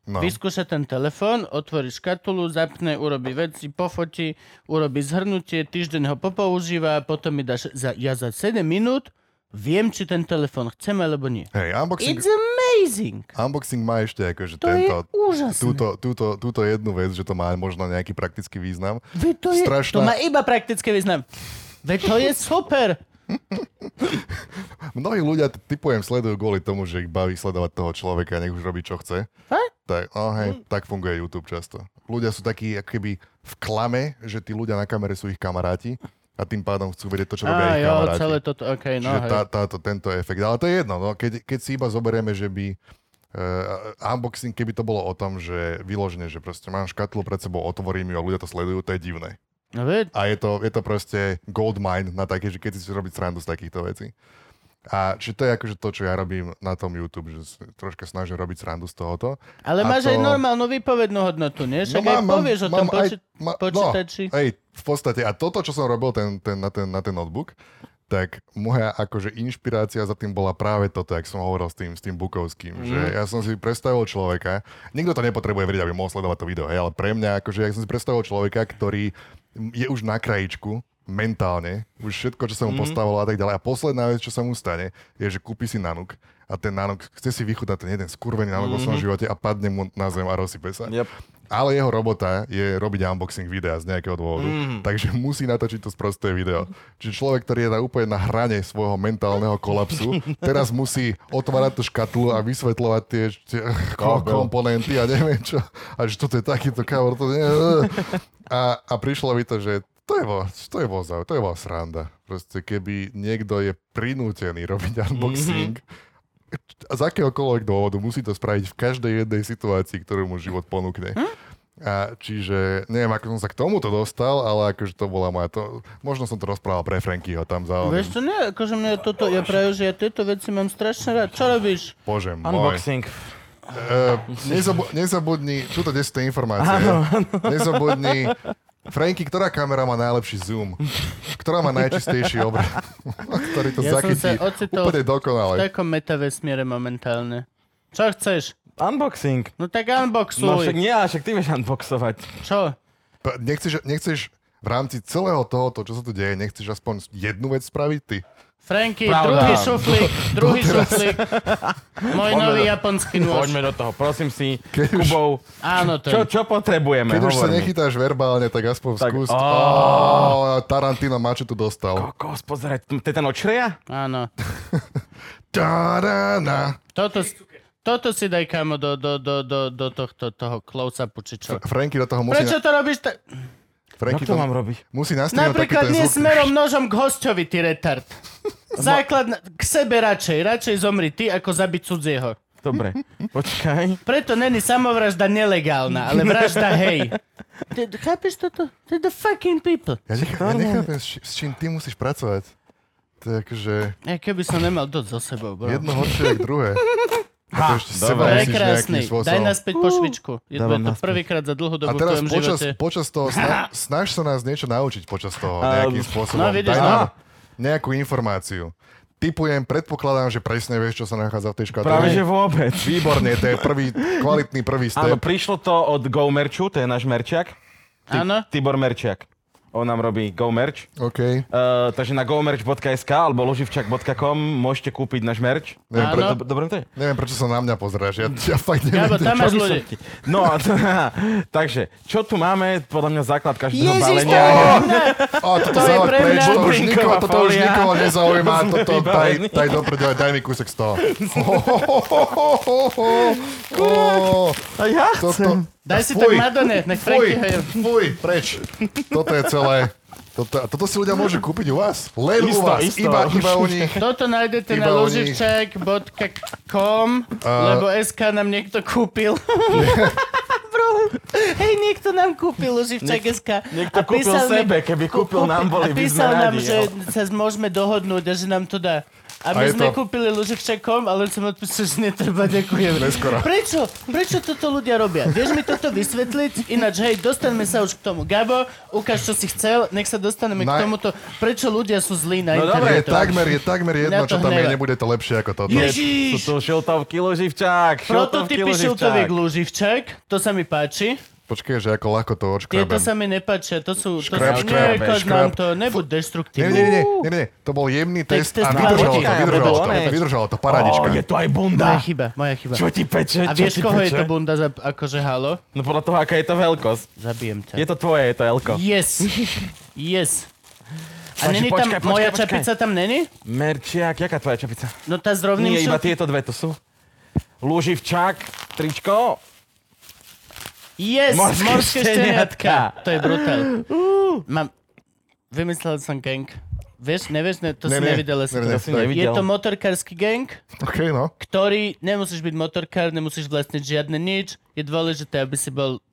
[SPEAKER 3] no.
[SPEAKER 1] Vyskúša ten telefón, otvorí škatulu, zapne, urobí veci, pofotí, urobí zhrnutie, týždeň ho popoužíva a potom mi dáš za, ja za 7 minút viem, či ten telefón chcem alebo nie.
[SPEAKER 3] Hej, unboxing,
[SPEAKER 1] It's amazing!
[SPEAKER 3] unboxing má ešte akože
[SPEAKER 1] To je
[SPEAKER 3] tento,
[SPEAKER 1] úžasné.
[SPEAKER 3] túto, túto, túto jednu vec, že to má možno nejaký praktický význam.
[SPEAKER 1] Veď to, je,
[SPEAKER 3] Strašná-
[SPEAKER 1] to má iba praktické význam. Veď to je super.
[SPEAKER 3] Mnohí ľudia, t- typujem, sledujú kvôli tomu, že ich baví sledovať toho človeka, nech už robí, čo chce.
[SPEAKER 1] Ha?
[SPEAKER 3] Tak, no hej,
[SPEAKER 1] Mm.
[SPEAKER 3] tak funguje YouTube často. Ľudia sú takí ako keby v klame, že tí ľudia na kamere sú ich kamaráti a tým pádom chcú vedieť to, čo robia
[SPEAKER 1] Á,
[SPEAKER 3] ich
[SPEAKER 1] jo,
[SPEAKER 3] kamaráti.
[SPEAKER 1] celé toto, okej, no
[SPEAKER 3] Čiže
[SPEAKER 1] hej.
[SPEAKER 3] tá, táto, tento efekt. Ale to je jedno, no, keď, keď si iba zoberieme, že by Uh, unboxing, keby to bolo o tom, že vyložne, že proste mám škatlu pred sebou, otvorím ju a ľudia to sledujú, to je divné.
[SPEAKER 1] No, veď,
[SPEAKER 3] A je to, je to proste gold mine na také, že keď si chceš robiť srandu z takýchto vecí. A či to je akože to, čo ja robím na tom YouTube, že s- troška snažím robiť srandu z tohoto.
[SPEAKER 1] ale
[SPEAKER 3] A
[SPEAKER 1] máš aj
[SPEAKER 3] to- No
[SPEAKER 1] normálnu výpovednú hodnotu, nie? Však aj povieš o tom poči-
[SPEAKER 3] ma-
[SPEAKER 1] počítači.
[SPEAKER 3] No, hej, v podstate. A toto, čo som robil ten, ten, na, ten, na ten notebook, tak moja akože inšpirácia za tým bola práve toto, jak som hovoril s tým, s tým Bukovským. Mm.
[SPEAKER 1] Mhm.
[SPEAKER 3] Že ja som si predstavil človeka, nikto to nepotrebuje vedieť, aby mohol sledovať to video, hej, ale pre mňa, akože ja som si predstavil človeka, ktorý je už na krajičku, mentálne, už všetko, čo sa
[SPEAKER 1] Mhm.
[SPEAKER 3] mu postavilo a tak ďalej. A posledná vec, čo sa mu stane, je, že kúpi si nanuk a ten nanuk chce si vychutnať ten jeden skurvený nanuk mm-hmm. vo
[SPEAKER 1] Mhm.
[SPEAKER 3] svojom živote a padne mu na zem a rozsype sa.
[SPEAKER 4] Yep.
[SPEAKER 3] Ale jeho robota je robiť unboxing videa z nejakého dôvodu, mm. takže musí natočiť to sprosté video. Čiže človek, ktorý je na úplne na hrane svojho mentálneho kolapsu, teraz musí otvárať tú škatlu a vysvetľovať tie, tie ko-
[SPEAKER 4] Kábel.
[SPEAKER 3] komponenty a neviem čo. A že toto je takýto cover, to nie... A, a prišlo mi to, že to je, bol, to, je bol, zau- to je bola sranda. Proste keby niekto je prinútený robiť unboxing, mm-hmm a z akéhokoľvek dôvodu musí to spraviť v každej jednej situácii, ktorú mu život ponúkne. A čiže neviem, ako som sa k tomuto dostal, ale akože to bola moja... To, možno som to rozprával pre Frankyho tam za oným.
[SPEAKER 1] Vieš čo, nie, akože mne toto, ja práve, že ja tieto veci mám strašne rád. Čo robíš?
[SPEAKER 3] Bože môj.
[SPEAKER 4] Unboxing.
[SPEAKER 3] Uh, nezabu- nezabudni, sú to desiaté informácie. Nezabudni, Franky, ktorá kamera má najlepší zoom? Ktorá má najčistejší obraz? ktorý to
[SPEAKER 1] Ja som sa
[SPEAKER 3] zachytí
[SPEAKER 1] ocitol
[SPEAKER 3] úplne
[SPEAKER 1] V
[SPEAKER 3] dokonale.
[SPEAKER 1] takom metavesmíre momentálne. Čo chceš?
[SPEAKER 4] Unboxing.
[SPEAKER 1] No tak
[SPEAKER 4] No však
[SPEAKER 1] unboxuj.
[SPEAKER 4] nie, ale však ty vieš unboxovať.
[SPEAKER 1] Čo?
[SPEAKER 3] Pa- Nechceš, nechceš v rámci celého tohoto, čo sa tu deje, nechceš aspoň jednu vec spraviť ty?
[SPEAKER 1] Franky,
[SPEAKER 2] Pravda.
[SPEAKER 1] druhý šuflík, druhý šuflík. Môj
[SPEAKER 2] Poďme
[SPEAKER 1] nový
[SPEAKER 2] do-
[SPEAKER 1] japonský nôž.
[SPEAKER 2] Poďme do toho, prosím si,
[SPEAKER 3] Keď už-
[SPEAKER 2] Kubov,
[SPEAKER 1] Áno, to
[SPEAKER 4] Čo,
[SPEAKER 1] je.
[SPEAKER 4] čo potrebujeme?
[SPEAKER 3] Keď už sa
[SPEAKER 4] Hovor mi.
[SPEAKER 3] nechytáš verbálne, tak aspoň tak,
[SPEAKER 4] Tak-
[SPEAKER 3] skús.
[SPEAKER 4] Á.
[SPEAKER 3] Oh, Tarantino maču tu dostal.
[SPEAKER 4] Kokos, pozeraj, to to je ten očreja?
[SPEAKER 1] Áno.
[SPEAKER 3] Tarana.
[SPEAKER 1] Toto, s- toto si daj kamo do, do, do, do, do tohto, toho close-upu, či čo.
[SPEAKER 3] Franky do toho musí,
[SPEAKER 1] Prečo to robíš tak?
[SPEAKER 3] Franky
[SPEAKER 4] Jak No, to mám robiť?
[SPEAKER 3] musí nastrihnúť taký
[SPEAKER 1] Napríklad
[SPEAKER 3] ten
[SPEAKER 1] nie
[SPEAKER 3] zvuk.
[SPEAKER 1] smerom nožom k hostovi, ty retard. Základná, k sebe radšej, radšej zomri ty, ako zabiť cudzieho.
[SPEAKER 4] Dobre, počkaj.
[SPEAKER 1] Preto není samovražda nelegálna, ale vražda hej. Ty, chápeš toto? To je the fucking people.
[SPEAKER 3] Ja, nech, ja nechápem, s, či- s čím ty musíš pracovať. Takže
[SPEAKER 1] Ja keby som nemal dosť so sebou, bro.
[SPEAKER 3] jedno horšie ako druhé. Ha, ešte seba
[SPEAKER 4] dobre.
[SPEAKER 3] musíš nejakým
[SPEAKER 1] Prekrásny. Daj
[SPEAKER 3] spôsobom.
[SPEAKER 1] naspäť pošvičku. Je to,
[SPEAKER 4] Dávam
[SPEAKER 1] je to
[SPEAKER 4] naspäť.
[SPEAKER 1] prvýkrát za dlhú
[SPEAKER 3] A
[SPEAKER 1] dobu v
[SPEAKER 3] teraz
[SPEAKER 1] tvojom
[SPEAKER 3] počas,
[SPEAKER 1] živote.
[SPEAKER 3] počas toho, sna, snaž sa nás niečo naučiť počas toho
[SPEAKER 4] A-
[SPEAKER 3] nejakým spôsobom.
[SPEAKER 1] No, vidíš,
[SPEAKER 3] Daj
[SPEAKER 1] no.
[SPEAKER 3] nám nejakú informáciu. Typujem, predpokladám, že presne vieš, čo sa nachádza v tej škatuli.
[SPEAKER 4] Práve že vôbec.
[SPEAKER 3] Výborne, to je prvý, kvalitný prvý
[SPEAKER 4] Áno,
[SPEAKER 3] step.
[SPEAKER 4] prišlo to od Go Merchu, to je náš merčiak. Ty-
[SPEAKER 1] Áno?
[SPEAKER 4] Tibor Merčiak. On nám robí Go Merch.
[SPEAKER 3] OK.
[SPEAKER 4] Uh, takže na gomerch.sk alebo loživčak.com môžete kúpiť náš merch.
[SPEAKER 3] Neviem,
[SPEAKER 1] Áno.
[SPEAKER 3] pre,
[SPEAKER 4] Dob- Dobre to je?
[SPEAKER 3] neviem, prečo sa na mňa pozeráš. Ja, ja fakt neviem.
[SPEAKER 1] Gabo, tam máš ľudí.
[SPEAKER 4] Ti- No a t- takže, čo tu máme? Podľa mňa základ každého balenia.
[SPEAKER 3] Á, toto
[SPEAKER 1] To je
[SPEAKER 3] záleď
[SPEAKER 1] pre
[SPEAKER 3] preč,
[SPEAKER 1] mňa
[SPEAKER 3] to už nikoho, toto už
[SPEAKER 4] bublinková
[SPEAKER 3] nikoho nezaujíma.
[SPEAKER 4] Sme
[SPEAKER 3] Toto, daj,
[SPEAKER 4] vybavení.
[SPEAKER 3] daj do prdele, daj mi kúsek z toho. Ó,
[SPEAKER 4] A ja chcem.
[SPEAKER 3] Toto,
[SPEAKER 1] Daj si tak
[SPEAKER 3] Fuj.
[SPEAKER 1] Madone, nech
[SPEAKER 3] Fuj,
[SPEAKER 1] Franky hejú.
[SPEAKER 3] fuj, preč. Toto je celé. Toto, toto si ľudia môžu kúpiť u vás. Len u
[SPEAKER 4] Isto,
[SPEAKER 3] vás.
[SPEAKER 4] isto.
[SPEAKER 3] Iba, iba u nich.
[SPEAKER 1] Toto nájdete
[SPEAKER 3] Iba
[SPEAKER 1] na
[SPEAKER 3] oni-
[SPEAKER 1] loživčak.com, lebo SK nám niekto kúpil. Bro, hej, niekto nám kúpil loživčak.sk.
[SPEAKER 4] niekto kúpil sebe, keby kúpil nám, boli by sme
[SPEAKER 1] Písal nám,
[SPEAKER 4] radi,
[SPEAKER 1] že
[SPEAKER 4] jo.
[SPEAKER 1] sa môžeme dohodnúť a že nám to dá. A my
[SPEAKER 3] A je
[SPEAKER 1] sme
[SPEAKER 3] to-
[SPEAKER 1] kúpili loživčakom, ale som odpísal, že netreba, ďakujem.
[SPEAKER 3] Neskoro.
[SPEAKER 1] Prečo? Prečo toto ľudia robia? Vieš mi toto vysvetliť? Ináč, hej, dostaneme sa už k tomu. Gabo, ukáž, čo si chcel, nech sa dostaneme
[SPEAKER 3] Na-
[SPEAKER 1] k tomuto. Prečo ľudia sú zlí na
[SPEAKER 4] No dobre,
[SPEAKER 3] Je
[SPEAKER 1] internetu?
[SPEAKER 3] takmer, je takmer jedno,
[SPEAKER 1] to
[SPEAKER 3] čo tam je,
[SPEAKER 1] hneva.
[SPEAKER 3] nebude to lepšie ako toto.
[SPEAKER 4] Ježiš! Sú tu šiltovky loživčák. Šiltovky
[SPEAKER 1] Prototypy šiltoviek
[SPEAKER 4] loživčák.
[SPEAKER 1] Lúživčák, to sa mi páči.
[SPEAKER 3] Počkej, že ako ľahko to
[SPEAKER 1] Tieto
[SPEAKER 3] odškrabem.
[SPEAKER 1] sa mi nepáčia, to sú... To
[SPEAKER 3] Škráb,
[SPEAKER 1] sú
[SPEAKER 3] škráb,
[SPEAKER 1] Neklad
[SPEAKER 3] škráb.
[SPEAKER 1] nám to, nebuď
[SPEAKER 3] Nie, nie,
[SPEAKER 1] destruktívny.
[SPEAKER 3] nie, nie, nie, to bol jemný test
[SPEAKER 1] test
[SPEAKER 3] a
[SPEAKER 1] na
[SPEAKER 3] vydržalo to,
[SPEAKER 4] počkaj, ale
[SPEAKER 3] vydržalo
[SPEAKER 4] bolo
[SPEAKER 3] to,
[SPEAKER 4] oné.
[SPEAKER 3] vydržalo
[SPEAKER 4] Ó,
[SPEAKER 3] to,
[SPEAKER 4] je
[SPEAKER 3] parádička.
[SPEAKER 4] tu aj bunda.
[SPEAKER 1] Moja chyba, moja chyba.
[SPEAKER 4] Čo ti peče?
[SPEAKER 1] A
[SPEAKER 4] Čo
[SPEAKER 1] vieš,
[SPEAKER 4] ti
[SPEAKER 1] koho je
[SPEAKER 4] peče?
[SPEAKER 1] to bunda za, akože halo?
[SPEAKER 4] No podľa toho, aká je to veľkosť.
[SPEAKER 1] Zabijem ťa.
[SPEAKER 4] Je to tvoje, je to Elko.
[SPEAKER 1] Yes. Yes. A
[SPEAKER 4] Počkaj,
[SPEAKER 1] není tam,
[SPEAKER 4] počkaj, počkaj,
[SPEAKER 1] moja
[SPEAKER 4] počkaj.
[SPEAKER 1] čapica tam není?
[SPEAKER 4] Merčiak, jaká tvoja čapica?
[SPEAKER 1] No tá s rovným
[SPEAKER 4] Nie, iba
[SPEAKER 1] šil-
[SPEAKER 4] tieto dve to sú. Lúživčák, tričko.
[SPEAKER 1] Yes,
[SPEAKER 4] Morské
[SPEAKER 1] morské,
[SPEAKER 4] šteniatka.
[SPEAKER 1] šteniatka. To je brutál. Mám... Vymyslel som gang. Vieš, nevieš, ne, to si
[SPEAKER 3] Ne, ne,
[SPEAKER 1] nevidel asi. to.
[SPEAKER 3] ne, ne,
[SPEAKER 4] To si nevidel.
[SPEAKER 1] Je to motorkársky gang,
[SPEAKER 3] OK, no.
[SPEAKER 1] ktorý nemusíš byť motorkár, nemusíš vlastniť žiadne nič. Je dôležité, aby si bol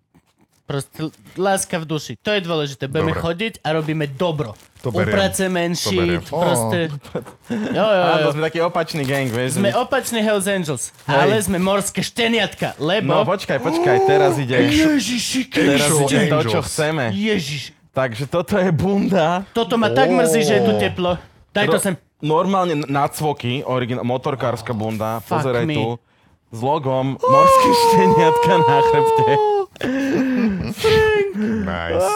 [SPEAKER 1] proste l- láska v duši. To je dôležité. Budeme
[SPEAKER 3] Dobre.
[SPEAKER 1] chodiť a robíme dobro.
[SPEAKER 3] To beriem.
[SPEAKER 1] Upraceme and
[SPEAKER 3] To
[SPEAKER 1] shit,
[SPEAKER 3] beriem. Ó.
[SPEAKER 1] proste. Jo, jo,
[SPEAKER 4] Áno,
[SPEAKER 1] jo.
[SPEAKER 4] sme taký opačný gang, vieš.
[SPEAKER 1] E. Sme
[SPEAKER 4] my-
[SPEAKER 1] opačný Hells Angels, ale sme morské šteniatka,
[SPEAKER 4] No
[SPEAKER 1] lebo...
[SPEAKER 4] počkaj, počkaj, teraz ide,
[SPEAKER 1] Ježiši,
[SPEAKER 4] teraz
[SPEAKER 3] Angel
[SPEAKER 4] ide to,
[SPEAKER 3] Angels.
[SPEAKER 4] čo chceme.
[SPEAKER 1] Ježiš.
[SPEAKER 4] Takže toto je bunda.
[SPEAKER 1] Toto ma tak mrzí, že je tu teplo. Daj to
[SPEAKER 4] Ro-
[SPEAKER 1] sem. Oh,
[SPEAKER 4] Normálne n- nácvoky, originál, motorkárska bunda,
[SPEAKER 1] Fuck
[SPEAKER 4] pozeraj
[SPEAKER 1] me. Oh.
[SPEAKER 4] tu. S logom morské šteniatka na chrbte.
[SPEAKER 3] Nice.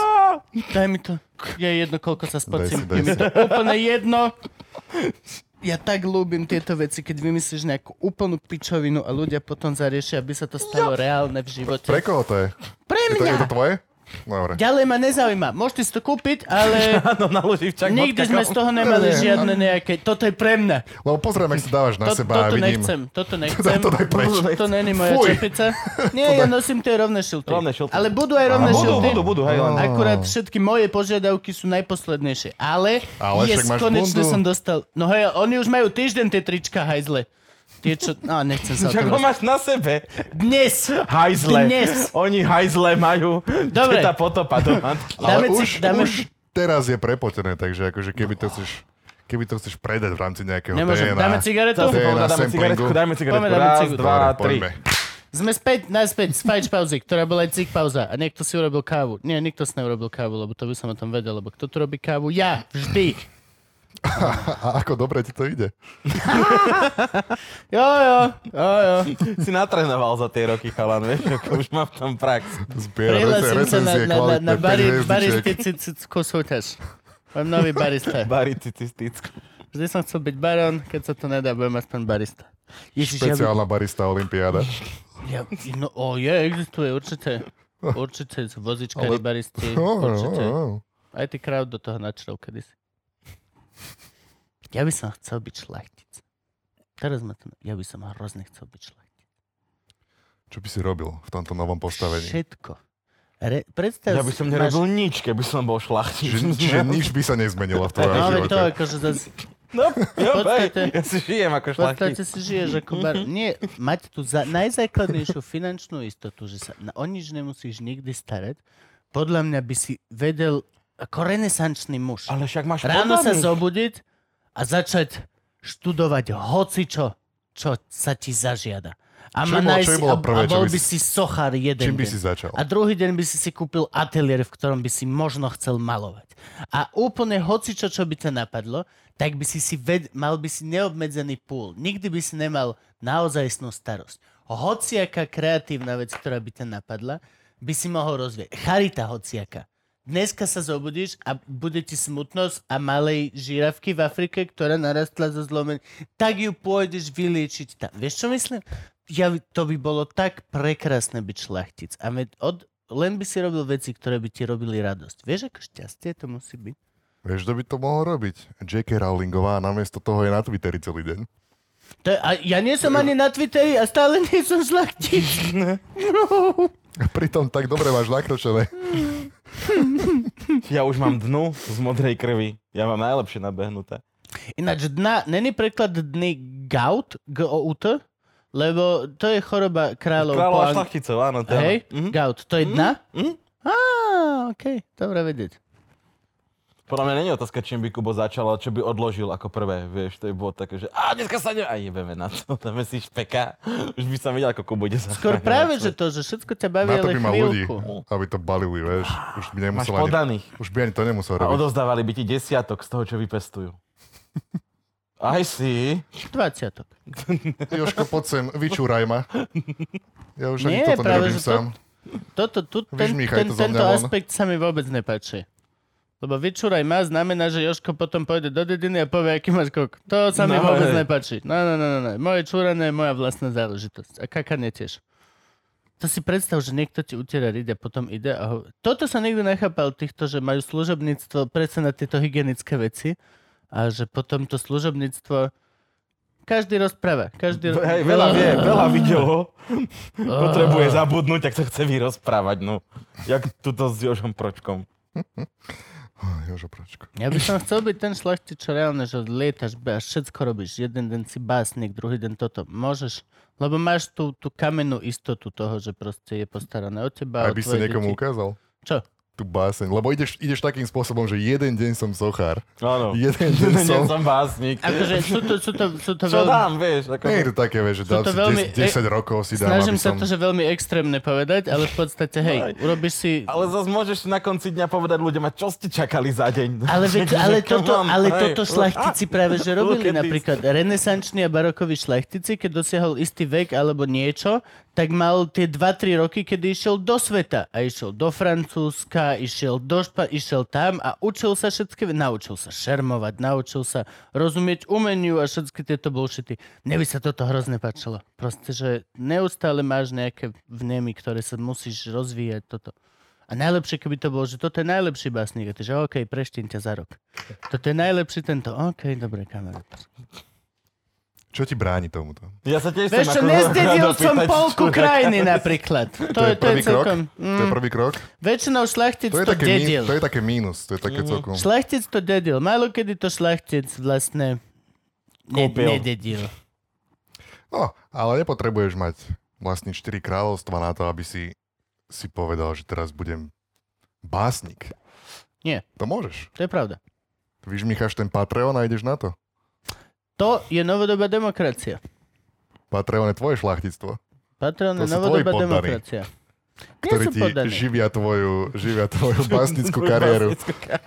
[SPEAKER 1] Daj mi to. Je jedno, koľko sa spocím.
[SPEAKER 3] Daj si, daj
[SPEAKER 1] Je mi
[SPEAKER 3] si.
[SPEAKER 1] to úplne jedno. Ja tak ľúbim tieto veci, keď vymyslíš nejakú úplnú pičovinu a ľudia potom zariešia, aby sa to stalo reálne v živote.
[SPEAKER 3] Pre koho to je?
[SPEAKER 1] Pre
[SPEAKER 3] Je to, je to
[SPEAKER 1] mňa!
[SPEAKER 3] tvoje? Dobre.
[SPEAKER 1] Ďalej ma nezaujíma. Môžete si to kúpiť, ale
[SPEAKER 4] Áno, na Luživčak.
[SPEAKER 1] nikdy sme z toho nemali
[SPEAKER 3] Ne, ne,
[SPEAKER 1] žiadne nejaké... Toto je pre mňa.
[SPEAKER 3] Lebo pozriem, ak si dávaš na
[SPEAKER 1] To,
[SPEAKER 3] seba a
[SPEAKER 1] toto
[SPEAKER 3] vidím.
[SPEAKER 1] nechcem, toto nechcem.
[SPEAKER 3] Daj to daj preč.
[SPEAKER 1] To není moja
[SPEAKER 3] Fuj.
[SPEAKER 1] čepica. Nie, ja nosím tie rovné šilty.
[SPEAKER 4] Rovné šilty.
[SPEAKER 1] Ale budú aj rovné
[SPEAKER 4] Budú,
[SPEAKER 1] šilty.
[SPEAKER 4] budú, budú, hej,
[SPEAKER 1] No.
[SPEAKER 4] len.
[SPEAKER 3] Oh.
[SPEAKER 1] Akurát všetky moje požiadavky sú najposlednejšie. Ale,
[SPEAKER 3] Ale
[SPEAKER 1] yes,
[SPEAKER 3] však máš
[SPEAKER 1] konečne
[SPEAKER 3] bundu.
[SPEAKER 1] som dostal. No hej, oni už majú týždeň tie trička hajzle. Tie čo... No, nechcem sa o
[SPEAKER 4] Však
[SPEAKER 1] tom
[SPEAKER 4] ho
[SPEAKER 1] rozprávať.
[SPEAKER 4] máš na sebe.
[SPEAKER 1] Dnes!
[SPEAKER 4] Hajzle.
[SPEAKER 1] Dnes.
[SPEAKER 4] Oni hajzle majú.
[SPEAKER 1] Dobre.
[SPEAKER 4] Tá potopa doma.
[SPEAKER 1] Dáme
[SPEAKER 3] Ale
[SPEAKER 1] si-
[SPEAKER 3] už,
[SPEAKER 1] dáme- No.
[SPEAKER 3] už teraz je prepotené, takže akože keby to chceš, keby to chceš predať v rámci nejakého
[SPEAKER 1] Nemôžem.
[SPEAKER 3] DNA.
[SPEAKER 1] Dáme cigaretu?
[SPEAKER 3] To je na
[SPEAKER 4] Dáme
[SPEAKER 3] samplingu.
[SPEAKER 4] cigaretku, dajme cigaretku.
[SPEAKER 1] Poďme, dáme
[SPEAKER 4] Raz,
[SPEAKER 1] cigaretku.
[SPEAKER 4] dva,
[SPEAKER 3] Dobre,
[SPEAKER 4] tri.
[SPEAKER 3] poďme.
[SPEAKER 1] Sme späť, naspäť z fajč pauzy, ktorá bola aj cik pauza. A niekto si urobil kávu. Nie, nikto si neurobil kávu, lebo to by som o tom vedel, lebo kto tu robí kávu? Ja, vždy.
[SPEAKER 3] A ako dobre ti to ide.
[SPEAKER 1] Jo, jo, jo, jo.
[SPEAKER 4] Si natrenoval za tie roky, chalan, vieš, ako už mám tam prax.
[SPEAKER 3] Zbiera
[SPEAKER 1] Prihlásim sa na,
[SPEAKER 3] recenzie,
[SPEAKER 1] na, na, na
[SPEAKER 3] kvalitné, päť
[SPEAKER 1] bari,
[SPEAKER 3] hviezdičiek.
[SPEAKER 1] baristickú súťaž. Mám nový barista.
[SPEAKER 4] Baricistickú.
[SPEAKER 1] Vždy som chcel byť barón, keď sa to nedá, budem aspoň barista. Ježiš, ja, by-
[SPEAKER 3] Špeciálna barista olimpiáda.
[SPEAKER 1] ja, no, o, je, existuje, určite. Určite, sú vozičkári,
[SPEAKER 3] Ale-
[SPEAKER 1] baristi,
[SPEAKER 3] Ó, ó,
[SPEAKER 1] určite.
[SPEAKER 3] ó.
[SPEAKER 1] Aj ty kraut do toho načrel kedysi. Ja by som chcel byť šlachtic. Teraz ma to... Ja by som hrozne chcel byť šlachtic.
[SPEAKER 3] Čo by si robil v tomto novom postavení?
[SPEAKER 1] Všetko. Re, predstav
[SPEAKER 4] Ja by som nerobil nič, keby som bol šlachtic.
[SPEAKER 3] Čiže, čiže nič by sa nezmenilo v tvojom
[SPEAKER 1] No, veď to
[SPEAKER 3] živote.
[SPEAKER 1] akože zase...
[SPEAKER 4] No, jo,
[SPEAKER 1] V podstate-
[SPEAKER 4] hej, ja si žijem ako
[SPEAKER 1] V podstate
[SPEAKER 4] šlachtic.
[SPEAKER 1] si žiješ ako
[SPEAKER 4] Mhm.
[SPEAKER 1] bar... Nie, mať tú za... najzákladnejšiu finančnú istotu, že sa na... o nič nemusíš nikdy starať, podľa mňa by si vedel ako renesančný muž.
[SPEAKER 4] Ale však máš
[SPEAKER 1] Ráno sa
[SPEAKER 4] podobných.
[SPEAKER 1] zobudiť a začať študovať hocičo, čo sa ti zažiada. A, ma
[SPEAKER 3] Čo bolo- čo
[SPEAKER 1] nájsť-
[SPEAKER 3] by bolo
[SPEAKER 1] a-
[SPEAKER 3] prvé,
[SPEAKER 1] a
[SPEAKER 3] čo
[SPEAKER 1] bol
[SPEAKER 3] by
[SPEAKER 1] by si
[SPEAKER 3] si-
[SPEAKER 1] sochár jeden
[SPEAKER 3] Čím by
[SPEAKER 1] deň.
[SPEAKER 3] si začal?
[SPEAKER 1] A druhý deň by si si kúpil ateliér, v ktorom by si možno chcel malovať. A úplne hocičo, čo by ťa napadlo, tak by si, si ved- mal by si neobmedzený púl. Nikdy by si nemal naozajstnú starosť. Hociaká kreatívna vec, ktorá by ťa napadla, by si mohol rozvieť. Charita hociaka. Dneska sa zobudíš a bude ti smutnosť a malej žirafky v Afrike, ktorá narastla zo zlomen, tak ju pôjdeš vyliečiť tam. Vieš, čo myslím? Ja, by- to by bolo tak prekrásne byť šlachtic. A med, od, len by si robil veci, ktoré by ti robili radosť. Vieš, ako šťastie to musí byť?
[SPEAKER 3] Vieš, kto by to mohol robiť? J.K. Rowlingová a namiesto toho je na Twitteri celý deň.
[SPEAKER 1] To, je- a ja nie som ani na Twitteri a stále nie som šlachtic.
[SPEAKER 3] A pritom tak dobre máš nakročené.
[SPEAKER 4] Ja už mám dnu z modrej krvi. Ja mám najlepšie nabehnuté.
[SPEAKER 1] Ináč dna, není preklad dny gout, G-O-U-T, lebo to je choroba kráľov. po
[SPEAKER 4] Kráľová
[SPEAKER 1] ang-
[SPEAKER 4] šlachticov, áno. To
[SPEAKER 1] Hej,
[SPEAKER 4] áno. Mhm.
[SPEAKER 1] gout, to je dna?
[SPEAKER 4] mhm.
[SPEAKER 1] Á, okej, dobre vedieť.
[SPEAKER 4] Podľa mňa není otázka, čím by Kubo začal, ale čo by odložil ako prvé, vieš, to je bolo také, že a dneska sa ne... A jebeme na to, dáme si špeka. Už by som videl, ako Kubo ide sa.
[SPEAKER 1] Skôr práve, že to, že všetko ťa baví,
[SPEAKER 3] Na to
[SPEAKER 1] ale
[SPEAKER 3] by mal ľudí,
[SPEAKER 1] chvíľku.
[SPEAKER 3] aby to balili, vieš. Už by
[SPEAKER 4] Máš
[SPEAKER 3] nemusel ani,
[SPEAKER 4] podaných.
[SPEAKER 3] už by ani to nemusel
[SPEAKER 4] A
[SPEAKER 3] robiť.
[SPEAKER 4] odovzdávali by ti desiatok z toho, čo vypestujú. Aj si.
[SPEAKER 1] 20.
[SPEAKER 3] Joško, poď sem, vyčúraj ma. Ja už ani
[SPEAKER 1] Nie,
[SPEAKER 3] toto
[SPEAKER 1] práve,
[SPEAKER 3] nerobím
[SPEAKER 1] že to-
[SPEAKER 3] sám.
[SPEAKER 1] Toto, tu, ten,
[SPEAKER 3] Vyžmýchaj
[SPEAKER 1] ten,
[SPEAKER 3] to zo mňa
[SPEAKER 1] tento
[SPEAKER 4] no.
[SPEAKER 3] von.
[SPEAKER 1] aspekt sa mi vôbec nepáči. Lebo vyčúraj ma znamená, že Joško potom pôjde do dediny a povie, aký máš kok. To sa mi
[SPEAKER 4] No,
[SPEAKER 1] vôbec
[SPEAKER 4] hej.
[SPEAKER 1] nepáči. No, no, no, no, no. Moje čúranie je moja vlastná záležitosť. A kakanie tiež. To si predstav, že niekto ti utiera ride, potom ide a ho... Toto sa nikdy nechápal týchto, že majú služobníctvo presne na tieto hygienické veci a že potom to služobníctvo každý rozpráva. Každý... Oh.
[SPEAKER 4] Hej, veľa vie, veľa videlo. Potrebuje zabudnúť, ak sa chce vyrozprávať, no. Jak tuto s Jožom Pročkom.
[SPEAKER 3] Jožo Pračko.
[SPEAKER 1] Ja by som chcel byť ten šlachtic, čo reálne, že lietaš be- a všetko robíš. Jeden den si básnik, druhý den toto. Môžeš, lebo máš tú, tú kamennú istotu toho, že proste je postarané o teba. o
[SPEAKER 3] Aj by si
[SPEAKER 1] tvoje
[SPEAKER 3] niekomu
[SPEAKER 1] deti.
[SPEAKER 3] ukázal
[SPEAKER 1] Čo?
[SPEAKER 3] tú báseň. Lebo ideš, ideš takým spôsobom, že jeden deň som sochár.
[SPEAKER 4] Áno.
[SPEAKER 3] Jeden deň
[SPEAKER 4] Nie
[SPEAKER 3] som...
[SPEAKER 4] som básnik.
[SPEAKER 1] Akože sú to, sú to, sú to
[SPEAKER 4] Čo
[SPEAKER 1] veľmi...
[SPEAKER 4] dám, vieš? Ako...
[SPEAKER 3] Nie je to také, vieš, že
[SPEAKER 1] Sú
[SPEAKER 3] dám
[SPEAKER 1] to
[SPEAKER 3] si
[SPEAKER 1] veľmi- e,
[SPEAKER 3] 10, 10 rokov si dám,
[SPEAKER 1] Snažím
[SPEAKER 3] aby
[SPEAKER 1] sa
[SPEAKER 3] som...
[SPEAKER 1] to, že veľmi extrémne povedať, ale v podstate, hej, urobíš si...
[SPEAKER 4] Ale zase môžeš na konci dňa povedať ľuďom, a čo ste čakali za deň?
[SPEAKER 1] Ale, veď,
[SPEAKER 4] Že
[SPEAKER 1] ale,
[SPEAKER 4] come
[SPEAKER 1] toto,
[SPEAKER 4] on,
[SPEAKER 1] ale
[SPEAKER 4] hej.
[SPEAKER 1] toto šlachtici práve že robili.
[SPEAKER 4] Look at this.
[SPEAKER 1] Napríklad renesanční a barokoví šlachtici, keď dosiahol istý vek alebo niečo, tak mal tie 2-3 roky, kedy išiel do sveta. A išiel do Francúzska, išiel do Špa, išiel tam a učil sa všetky, naučil sa šermovať, naučil sa rozumieť umeniu a všetky tieto bullshity. Mne by sa toto hrozne páčilo. Proste, že neustále máš nejaké vnemy, ktoré sa musíš rozvíjať toto. A najlepšie, keby to bolo, že toto je najlepší básnik. A ty, že OK, preštím ťa za rok. Toto je najlepší tento. OK, dobre, kamarát.
[SPEAKER 3] Čo ti bráni tomuto?
[SPEAKER 4] Ja sa tiež
[SPEAKER 1] Vieš čo,
[SPEAKER 4] chcem ako-
[SPEAKER 1] nezdedil som
[SPEAKER 4] dopýtať
[SPEAKER 1] polku
[SPEAKER 4] človeka.
[SPEAKER 1] krajiny napríklad. To, Mm.
[SPEAKER 3] To je prvý krok?
[SPEAKER 1] celkom...
[SPEAKER 3] To je prvý krok?
[SPEAKER 1] Väčšinou šlachtic
[SPEAKER 3] To je
[SPEAKER 1] no, to,
[SPEAKER 3] také, mí,
[SPEAKER 1] dedil.
[SPEAKER 3] to je také mínus, to je
[SPEAKER 1] Mm.
[SPEAKER 3] také celkom...
[SPEAKER 1] Šlachtic to dedil. Málo kedy to šlachtic vlastne ne,
[SPEAKER 4] Kúpil.
[SPEAKER 1] nededil.
[SPEAKER 3] No, ale nepotrebuješ mať vlastne 4 kráľovstva na to, aby si si povedal, že teraz budem básnik.
[SPEAKER 1] Nie,
[SPEAKER 3] To môžeš.
[SPEAKER 1] to je pravda.
[SPEAKER 3] Vyžmýchaš ten Patreon a ideš na to.
[SPEAKER 1] To je novodobá demokracia.
[SPEAKER 3] Patreon je tvoje šlachtictvo,
[SPEAKER 1] Patron
[SPEAKER 3] To
[SPEAKER 1] je
[SPEAKER 3] sú
[SPEAKER 1] novodobá
[SPEAKER 3] tvoji poddaní,
[SPEAKER 1] demokracia. Nie
[SPEAKER 3] ktoré
[SPEAKER 1] sú
[SPEAKER 3] ti
[SPEAKER 1] poddaní.
[SPEAKER 3] živia tvoju, živia tvoju básnickú kariéru.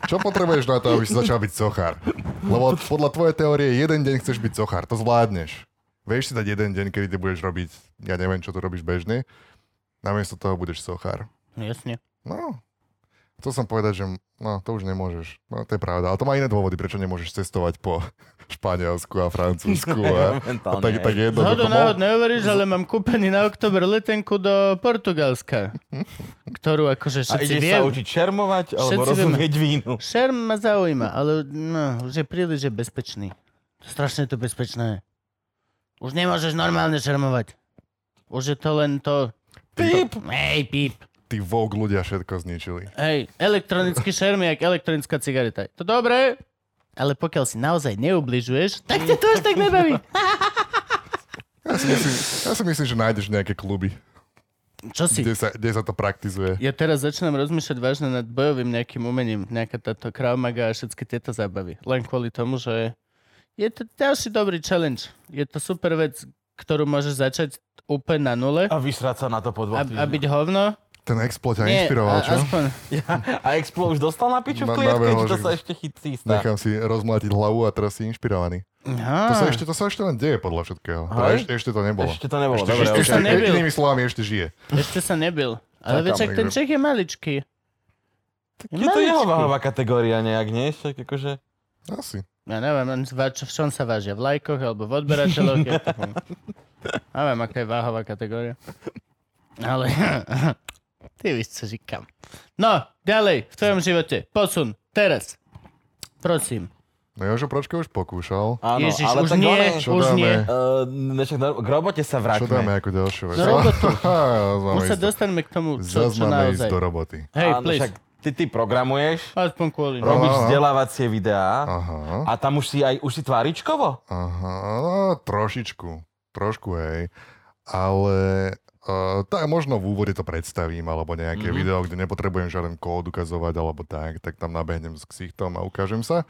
[SPEAKER 3] Čo potrebuješ na to, aby si začal byť sochár?
[SPEAKER 1] No
[SPEAKER 3] Lebo podľa tvojej teórie jeden deň chceš byť sochár, to zvládneš. Vieš si dať jeden deň, kedy ty budeš robiť, ja neviem, čo tu robíš bežne, namiesto toho budeš sochár.
[SPEAKER 1] Jasne.
[SPEAKER 3] No, chcel som povedať, že no, to už nemôžeš. No, to je pravda. Ale to má iné dôvody, prečo nemôžeš cestovať po Španielsku a Francúzsku. A, a
[SPEAKER 4] Momentálne,
[SPEAKER 3] tak, no,
[SPEAKER 4] hej.
[SPEAKER 3] tak jedno,
[SPEAKER 1] Zhodou
[SPEAKER 3] to mo-
[SPEAKER 1] náhod nehovoríš, ale mám kúpený na oktober letenku do Portugalska, ktorú akože
[SPEAKER 4] A
[SPEAKER 1] všetci
[SPEAKER 4] ideš sa
[SPEAKER 1] vie.
[SPEAKER 4] učiť šermovať, alebo
[SPEAKER 1] Všetci
[SPEAKER 4] rozumieť vínu.
[SPEAKER 1] Šerm ma zaujíma, ale no, už je príliš je bezpečný. Strašne to bezpečné je. Už nemôžeš normálne šermovať. Už je to len to... Píp! Hej, píp.
[SPEAKER 3] Tí Vogue ľudia všetko zničili.
[SPEAKER 1] Hej, elektronický šerm je jak elektronická cigareta. Je to dobré, ale pokiaľ si naozaj neubližuješ, tak ťa to až tak nebaví.
[SPEAKER 3] Ja si myslím, ja si myslím že nájdeš nejaké kluby,
[SPEAKER 1] Čo si?
[SPEAKER 3] kde sa, kde sa to praktizuje.
[SPEAKER 1] Ja teraz začínam rozmýšľať vážne nad bojovým nejakým umením, nejaká táto Krav Maga a všetky tieto zábavy. Len kvôli tomu, že je to ďalší dobrý challenge. Je to super vec, ktorú môžeš začať úplne na nule
[SPEAKER 4] A vysrať sa na to po
[SPEAKER 1] a,
[SPEAKER 4] dvoch
[SPEAKER 1] a
[SPEAKER 4] týždňoch.
[SPEAKER 1] byť hovno.
[SPEAKER 3] Ten explo ťa
[SPEAKER 1] Nie,
[SPEAKER 3] inšpiroval,
[SPEAKER 1] a-
[SPEAKER 3] čo?
[SPEAKER 1] Aspoň,
[SPEAKER 4] A Explo už dostal na piču
[SPEAKER 3] Na-
[SPEAKER 4] v klietke, či
[SPEAKER 3] nabehol,
[SPEAKER 4] to
[SPEAKER 3] že-
[SPEAKER 4] sa ešte chytí stá.
[SPEAKER 3] Nechám si rozmlátiť hlavu a teraz si inšpirovaný.
[SPEAKER 1] aha,
[SPEAKER 3] To sa ešte, to sa ešte len deje podľa všetkého. To
[SPEAKER 4] Hej.
[SPEAKER 3] ešte, ešte to nebolo.
[SPEAKER 4] Ešte to nebolo,
[SPEAKER 3] Ešte,
[SPEAKER 4] dobre.
[SPEAKER 3] ešte,
[SPEAKER 1] Ešte
[SPEAKER 3] ešte,
[SPEAKER 1] sa nebil.
[SPEAKER 3] inými slovami ešte žije.
[SPEAKER 1] ešte sa nebil. Ale
[SPEAKER 3] Čakám,
[SPEAKER 1] vieš, ak ten
[SPEAKER 3] takže-
[SPEAKER 1] Čech je maličký. Je
[SPEAKER 4] Je to jeho váhová kategória nejak, nie? Však akože...
[SPEAKER 3] Asi.
[SPEAKER 1] Ja neviem, on zva- čo- v čom sa vážia? V lajkoch alebo v odberateľoch? ja to poviem. neviem, aká je váhová kategória. Ale ty víš, čo říkam. No, ďalej, v tvojom živote. Posun, teraz. Prosím.
[SPEAKER 3] No Jožo Pročko už pokúšal.
[SPEAKER 4] Áno,
[SPEAKER 1] Ježiš,
[SPEAKER 4] ale
[SPEAKER 1] už
[SPEAKER 4] tak
[SPEAKER 1] nie,
[SPEAKER 4] one...
[SPEAKER 3] Čo
[SPEAKER 1] už
[SPEAKER 3] dáme?
[SPEAKER 1] nie.
[SPEAKER 4] Uh, ne, však na- k robote sa
[SPEAKER 3] Čo dáme
[SPEAKER 4] vráťme.
[SPEAKER 3] ako ďalšiu vec?
[SPEAKER 1] Do robotu.
[SPEAKER 3] Zase
[SPEAKER 1] Už sa
[SPEAKER 3] ísť-
[SPEAKER 1] dostaneme k tomu, čo,
[SPEAKER 3] Zase
[SPEAKER 1] čo
[SPEAKER 3] máme ísť
[SPEAKER 1] naozaj.
[SPEAKER 3] do roboty.
[SPEAKER 1] Hej,
[SPEAKER 4] Áno,
[SPEAKER 1] please.
[SPEAKER 4] no však ty, ty programuješ,
[SPEAKER 1] Aspoň kvôli.
[SPEAKER 3] Ro-
[SPEAKER 4] robíš
[SPEAKER 3] Aha.
[SPEAKER 4] vzdelávacie videá
[SPEAKER 3] Aha,
[SPEAKER 4] a tam už si aj, už si tváričkovo?
[SPEAKER 3] aha, no, trošičku, trošku, hej. Ale uh, tak možno v úvode to predstavím, alebo nejaké
[SPEAKER 1] Mhm.
[SPEAKER 3] mm-hmm. video, kde nepotrebujem žiaden kód ukazovať, alebo tak, tak tam nabehnem s ksichtom a ukážem sa.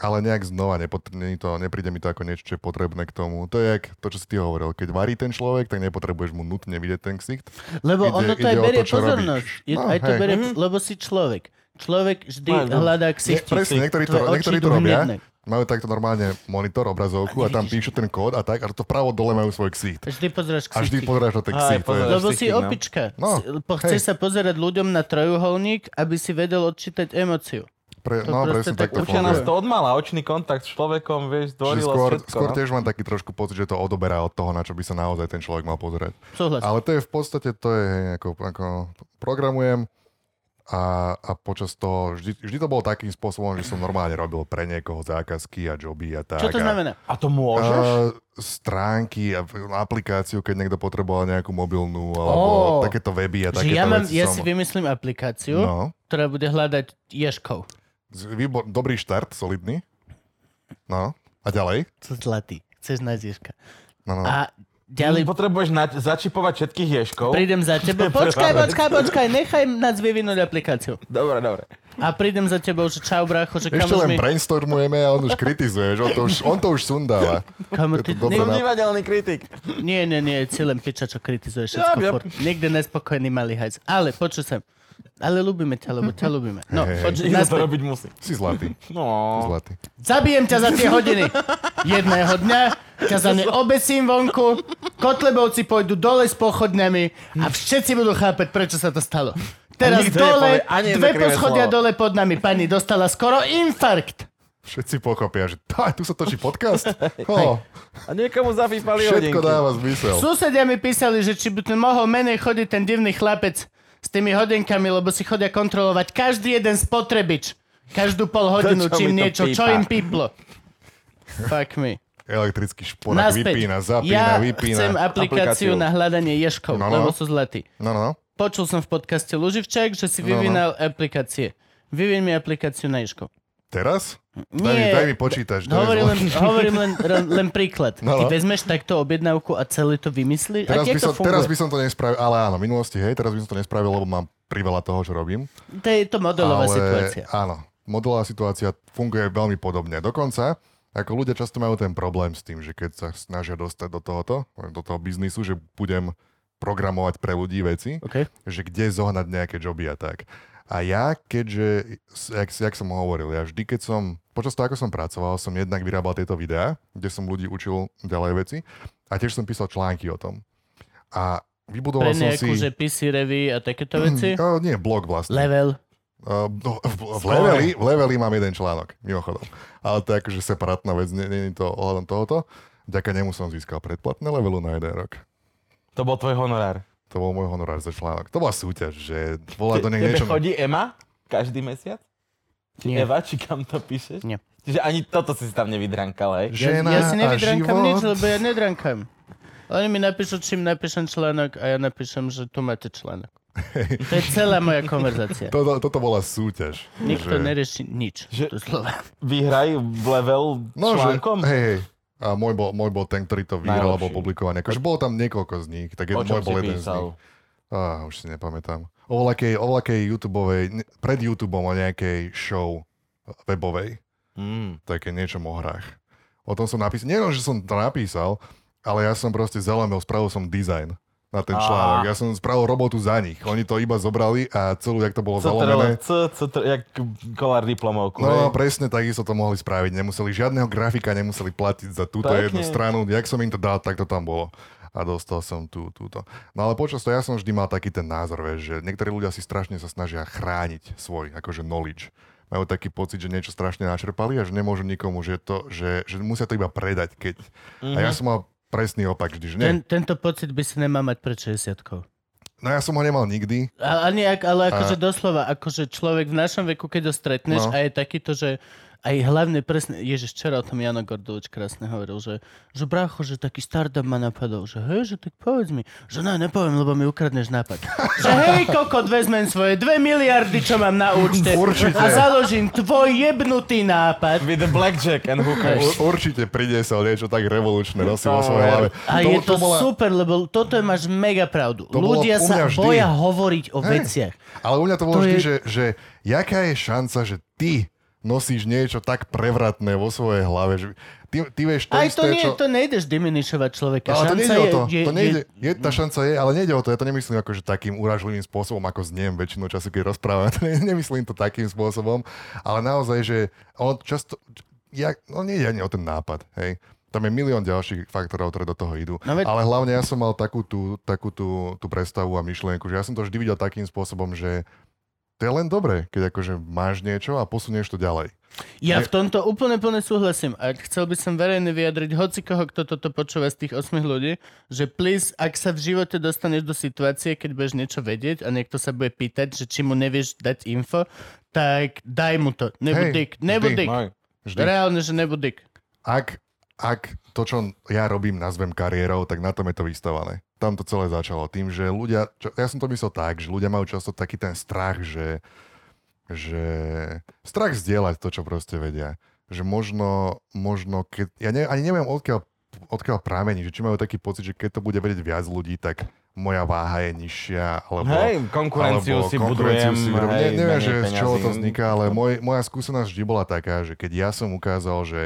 [SPEAKER 3] Ale nejak znova nepot- nie je to, nepríde mi to ako niečo, čo je potrebné k tomu. To je jak to, čo si ty hovoril. Keď varí ten človek, tak nepotrebuješ mu nutne vidieť ten ksicht.
[SPEAKER 1] Lebo
[SPEAKER 3] Ide-
[SPEAKER 1] ono to aj
[SPEAKER 3] ide o to,
[SPEAKER 1] berie
[SPEAKER 3] čo
[SPEAKER 1] pozornosť.
[SPEAKER 3] robíš.
[SPEAKER 1] Je,
[SPEAKER 3] No,
[SPEAKER 1] aj to
[SPEAKER 3] hej.
[SPEAKER 1] berie,
[SPEAKER 4] Mhm.
[SPEAKER 1] lebo si človek. Človek vždy
[SPEAKER 4] Áno.
[SPEAKER 1] hľadá
[SPEAKER 3] Nie,
[SPEAKER 1] ksichti.
[SPEAKER 3] presne, niektorí to,
[SPEAKER 1] Tvoje oči
[SPEAKER 3] niektorí to
[SPEAKER 1] idú
[SPEAKER 3] robia.
[SPEAKER 1] hneď.
[SPEAKER 3] Majú takto normálne monitor, obrazovku
[SPEAKER 1] A
[SPEAKER 3] a, tam
[SPEAKER 1] nevidíš.
[SPEAKER 3] píšu ten kód a tak, a to pravo dole majú svoj ksicht.
[SPEAKER 1] Vždy pozráš
[SPEAKER 3] A vždy
[SPEAKER 1] ksichti.
[SPEAKER 3] pozeráš na ten
[SPEAKER 4] Aj,
[SPEAKER 3] ksicht. to je-
[SPEAKER 4] pozeráš.
[SPEAKER 1] Lebo si
[SPEAKER 4] Plastik, no.
[SPEAKER 1] opička.
[SPEAKER 3] No,
[SPEAKER 1] No, po, chceš
[SPEAKER 3] hej.
[SPEAKER 1] sa pozerať ľuďom na trojuholník, aby si vedel odčítať emóciu.
[SPEAKER 3] Pre,
[SPEAKER 1] To
[SPEAKER 3] no,
[SPEAKER 1] proste
[SPEAKER 3] presne
[SPEAKER 1] tak
[SPEAKER 3] tak to
[SPEAKER 4] Učia nás
[SPEAKER 3] funguje.
[SPEAKER 4] to odmala, očný kontakt s človekom, vieš,
[SPEAKER 3] Čiže
[SPEAKER 4] zdvorilo
[SPEAKER 3] skôr,
[SPEAKER 4] všetko.
[SPEAKER 3] skôr
[SPEAKER 4] no.
[SPEAKER 3] tiež mám taký trošku pocit, že to odoberá od toho, na čo by sa naozaj ten človek mal pozerať.
[SPEAKER 1] Súhlas. Ale...
[SPEAKER 3] Ale to je v podstate, to je hej, ako, ako programujem a, a počas toho, vždy, vždy to bolo takým spôsobom, že som normálne robil pre niekoho zákazky a joby a tak.
[SPEAKER 1] Čo to
[SPEAKER 3] a-
[SPEAKER 1] znamená?
[SPEAKER 4] A to môžeš?
[SPEAKER 3] Uh, stránky a v- no, aplikáciu, keď niekto potreboval nejakú mobilnú
[SPEAKER 1] Ó.
[SPEAKER 3] alebo takéto weby a
[SPEAKER 1] Že
[SPEAKER 3] takéto
[SPEAKER 1] ja, mám,
[SPEAKER 3] veci
[SPEAKER 1] ja si
[SPEAKER 3] som...
[SPEAKER 1] vymyslím aplikáciu,
[SPEAKER 3] No,
[SPEAKER 1] ktorá bude hľadať ješkov.
[SPEAKER 3] Z- Výbor, dobrý štart, solidný. No, a ďalej?
[SPEAKER 1] Co zlatý. Chceš nájsť Ježka.
[SPEAKER 3] No, no.
[SPEAKER 1] A ďalej
[SPEAKER 4] Potrebuješ na- začipovať všetkých ješkov.
[SPEAKER 1] prídem za tebou. Počkaj, počkaj, počkaj, nechaj nás vyvinúť aplikáciu.
[SPEAKER 4] Dobre, dobre.
[SPEAKER 1] A prídem za tebou, že čau, brácho, že
[SPEAKER 3] Ešte
[SPEAKER 1] kamoš
[SPEAKER 3] len
[SPEAKER 1] mi...
[SPEAKER 3] brainstormujeme a on už kritizuje, že on to už, on to už sundáva.
[SPEAKER 1] Kamoš, No
[SPEAKER 3] Je
[SPEAKER 1] ty...
[SPEAKER 3] to dobré
[SPEAKER 1] nie-
[SPEAKER 4] Som
[SPEAKER 3] na-
[SPEAKER 4] divadelný kritik.
[SPEAKER 1] Nie, nie, nie, cieľem piča, čo kritizuje všetko
[SPEAKER 4] Ja viem.
[SPEAKER 1] furt. Niekde nespokojný malý hajc. Ale počuj sem. Ale ľúbime ťa, lebo ťa ľúbime. No,
[SPEAKER 3] Hej.
[SPEAKER 1] počuj,
[SPEAKER 4] Nikto to
[SPEAKER 1] naspäť.
[SPEAKER 4] robiť musí.
[SPEAKER 3] Si zlatý,
[SPEAKER 4] No.
[SPEAKER 3] zlatý.
[SPEAKER 1] Zabijem ťa za tie hodiny. Jedného dňa ťa za ne obesím vonku, kotlebovci pôjdu dole s pochodňami a všetci budú chápať, prečo sa to stalo. Teraz
[SPEAKER 4] nikto
[SPEAKER 1] dole,
[SPEAKER 4] nepovie ani jedno
[SPEAKER 1] dve
[SPEAKER 4] krivé
[SPEAKER 1] poschodia
[SPEAKER 4] slovo.
[SPEAKER 1] dole pod nami. Pani dostala skoro infarkt.
[SPEAKER 3] Všetci pochopia, že tá, tu sa točí podcast. Ho,
[SPEAKER 4] A niekomu zafípali hodinky.
[SPEAKER 3] všetko dáva zmysel.
[SPEAKER 1] Susedia mi písali, že či by tu mohol menej chodiť ten divný chlapec s tými hodinkami, lebo si chodia kontrolovať každý jeden spotrebič. Každú pol hodinu,
[SPEAKER 4] čo
[SPEAKER 1] čím
[SPEAKER 4] mi to
[SPEAKER 1] niečo, čo
[SPEAKER 4] pípa?
[SPEAKER 1] im píplo. Fuck me.
[SPEAKER 3] Elektrický šporak
[SPEAKER 1] Naspäť.
[SPEAKER 3] vypína,
[SPEAKER 1] ja
[SPEAKER 3] zapína,
[SPEAKER 1] chcem
[SPEAKER 3] vypína.
[SPEAKER 1] aplikáciu,
[SPEAKER 4] Aplikáciu.
[SPEAKER 1] na hľadanie ješkov,
[SPEAKER 3] No, no.
[SPEAKER 1] lebo sú zlatí.
[SPEAKER 3] No, no,
[SPEAKER 1] Počul som v podcaste Luživčák, že si
[SPEAKER 3] no.
[SPEAKER 1] vyvinal aplikácie. Vyvin mi aplikáciu na ješkov.
[SPEAKER 3] teraz? Daj mi,
[SPEAKER 1] Nie. No,
[SPEAKER 3] daj mi počítač. to je
[SPEAKER 1] Hovorím
[SPEAKER 3] zle.
[SPEAKER 1] len, hovorím len, len, len príklad.
[SPEAKER 3] No, no.
[SPEAKER 1] Ty vezmeš takto objednávku a celé to vymyslíš? a
[SPEAKER 3] Teraz
[SPEAKER 1] kde
[SPEAKER 3] by,
[SPEAKER 1] to
[SPEAKER 3] som,
[SPEAKER 1] funguje?
[SPEAKER 3] teraz by som to nespravil, ale áno, v minulosti, hej, teraz by som to nespravil, lebo mám priveľa toho, čo robím.
[SPEAKER 1] To je to modelová
[SPEAKER 3] ale,
[SPEAKER 1] situácia.
[SPEAKER 3] Áno, modelová situácia funguje veľmi podobne. Dokonca, ako ľudia často majú ten problém s tým, že keď sa snažia dostať do tohoto, do toho biznisu, že budem programovať pre ľudí veci,
[SPEAKER 1] OK.
[SPEAKER 3] že kde zohnať nejaké joby a tak. A ja, keďže, s- jak, jak som hovoril, ja vždy, keď som, počas toho, ako som pracoval, som jednak vyrábal tieto videá, kde som ľudí učil ďalej veci a tiež som písal články o tom. A
[SPEAKER 1] Pre
[SPEAKER 3] vybudoval som
[SPEAKER 1] nejakú,
[SPEAKER 3] si... Mm,
[SPEAKER 1] že PC revy a takéto veci.
[SPEAKER 3] O, nie, blog vlastne.
[SPEAKER 1] Level.
[SPEAKER 3] Uh, no, v, v, leveli, v leveli mám jeden článok, mimochodom. Ale to je akože separátna vec, nie, nie je to ohľadom tohoto. Vďaka nemu som získal predplatné levelu na jeden rok.
[SPEAKER 4] To bol tvoj honorár.
[SPEAKER 3] To bol môj honorár za článok. To bola súťaž, že bola do nej
[SPEAKER 4] Tebe
[SPEAKER 3] niečo...
[SPEAKER 4] chodí Ema každý mesiac? Či
[SPEAKER 1] Nie.
[SPEAKER 4] Eva, či kam to píšeš?
[SPEAKER 1] Nie.
[SPEAKER 4] Čiže ani toto si si tam nevydrankal, hej?
[SPEAKER 1] Ja,
[SPEAKER 3] Žena
[SPEAKER 1] ja si
[SPEAKER 3] a
[SPEAKER 1] nevydrankam
[SPEAKER 3] život.
[SPEAKER 1] nič, lebo ja nedrankam. Oni mi napíšu, čím napíšem článok a ja napíšem, že tu máte článok. To je celá moja konverzácia.
[SPEAKER 3] Toto, toto bola súťaž.
[SPEAKER 1] Nikto nerieši nič.
[SPEAKER 4] Že-
[SPEAKER 1] doslova.
[SPEAKER 4] Vyhraj v level
[SPEAKER 3] no, že,
[SPEAKER 4] článkom?
[SPEAKER 3] hej, hej. A môj bol, môj bol ten, ktorý to vyhral,
[SPEAKER 4] Najlepší.
[SPEAKER 3] bol publikovaný. Akože bolo tam niekoľko z nich, tak
[SPEAKER 4] o
[SPEAKER 3] jeden,
[SPEAKER 4] čom si
[SPEAKER 3] môj bol jeden z
[SPEAKER 4] písal?
[SPEAKER 3] nich. Á, už si nepamätám. O voľakej, o voľakej YouTubeovej, ne- pred YouTubeom o nejakej show webovej.
[SPEAKER 4] Mm.
[SPEAKER 3] také niečo o hrách. O tom som napísal, nie len, že som to napísal, ale ja som proste zelenil, spravil som design na ten
[SPEAKER 4] Á.
[SPEAKER 3] článok. Ja som spravil robotu za nich. Oni to iba zobrali a celú, jak to bolo
[SPEAKER 4] Zalomené.
[SPEAKER 3] zalomené.
[SPEAKER 4] teda C, c, tr- jak kolár diplomovku, hej?
[SPEAKER 3] No presne takisto to mohli spraviť. Nemuseli žiadneho grafika, nemuseli platiť za túto
[SPEAKER 4] Pekne.
[SPEAKER 3] jednu stranu. Jak som im to dal, tak to tam bolo. A dostal som tú, túto. No ale počas toho ja som vždy mal taký ten názor, vieš, že niektorí ľudia si strašne sa snažia chrániť svoj, akože knowledge. Majú taký pocit, že niečo strašne načerpali a že nemôžu nikomu, že, to, že, že musia to iba predať, keď. A ja som mal presný opak vždy, že nie.
[SPEAKER 1] Mhm. Ten, tento pocit by si nemal mať pred 60
[SPEAKER 3] No ja som ho nemal nikdy.
[SPEAKER 1] A, ani ak, ale akože doslova, akože človek v našom veku, keď ho stretneš no.
[SPEAKER 3] No.
[SPEAKER 1] a je takýto, že aj hlavne presne, ježiš, včera o tom Jano Gordovič krásne hovoril, že, že brácho, že taký startup ma napadol, že hej, že tak povedz mi, že ne, nepoviem, lebo mi ukradneš nápad. že hej, kokot, vezmem svoje dve miliardy, čo mám na účte
[SPEAKER 3] Určite.
[SPEAKER 1] a založím tvoj jebnutý nápad.
[SPEAKER 4] With the blackjack and hookers.
[SPEAKER 3] U- Určite priniesol niečo tak revolučné, nosím vo
[SPEAKER 4] No,
[SPEAKER 3] svojej hlave.
[SPEAKER 1] A je to super, lebo toto je- máš mega pravdu.
[SPEAKER 3] bolo
[SPEAKER 1] Ľudia
[SPEAKER 3] u
[SPEAKER 1] sa
[SPEAKER 3] mňa vždy.
[SPEAKER 1] boja hovoriť o
[SPEAKER 3] Hej.
[SPEAKER 1] veciach.
[SPEAKER 3] Ale u mňa to
[SPEAKER 1] To
[SPEAKER 3] bolo vždy,
[SPEAKER 1] je-
[SPEAKER 3] že, že jaká je šanca, že ty nosíš niečo tak prevratné vo svojej hlave, že ty, ty vieš to
[SPEAKER 1] Aj
[SPEAKER 3] isté,
[SPEAKER 1] to nie,
[SPEAKER 3] čo...
[SPEAKER 1] to nejdeš diminišovať človeka.
[SPEAKER 3] ale to
[SPEAKER 1] Šanca
[SPEAKER 3] nejde o
[SPEAKER 1] je-
[SPEAKER 3] to.
[SPEAKER 1] je-
[SPEAKER 3] to nejde,
[SPEAKER 1] je-
[SPEAKER 3] je, tá šanca je, ale nejde o to. Ja to nemyslím ako, že takým uražlivým spôsobom, ako zniem väčšinu času, keď rozprávam. To ne- nemyslím to takým spôsobom. Ale naozaj, že on často... Ja, no nejde ani o ten nápad, hej. Tam je milión ďalších faktorov, ktoré do toho idú.
[SPEAKER 1] No veď-
[SPEAKER 3] Ale hlavne ja som mal takú, tú, takú tú, tú predstavu a myšlienku, že ja som to vždy videl takým spôsobom, že to je len dobré, keď akože máš niečo a posunieš to ďalej.
[SPEAKER 1] Ja v tomto úplne plne súhlasím a chcel by som verejne vyjadriť hoci koho, kto toto počúva z tých 8 ľudí, že please, ak sa v živote dostaneš do situácie, keď budeš niečo vedieť a niekto sa bude pýtať, že či mu nevieš dať info, tak daj mu to.
[SPEAKER 3] Hej,
[SPEAKER 1] Nebudik, nebudik.
[SPEAKER 4] Maj.
[SPEAKER 3] Vždy.
[SPEAKER 1] Reálne, že nebudik.
[SPEAKER 3] ak, ak to, čo ja robím, nazvem kariérou, tak na tom je to vystavané. Tam to celé začalo tým, že ľudia, čo, ja som to myslel tak, že ľudia majú často taký ten strach, že že strach zdieľať to, čo proste vedia. Že možno, možno keď, ja ne, ani neviem odkiaľ, odkiaľ pramení, že či majú taký pocit, že keď to bude vedieť viac ľudí, tak moja váha je nižšia, alebo...
[SPEAKER 4] Hej, konkurenciu si budujem,
[SPEAKER 3] vyrobím.
[SPEAKER 4] hej,
[SPEAKER 3] ne, neviem,
[SPEAKER 4] menej
[SPEAKER 3] že z čoho
[SPEAKER 4] peňazí.
[SPEAKER 3] to vzniká, ale moj, moja skúsenosť vždy bola taká, že keď ja som ukázal, že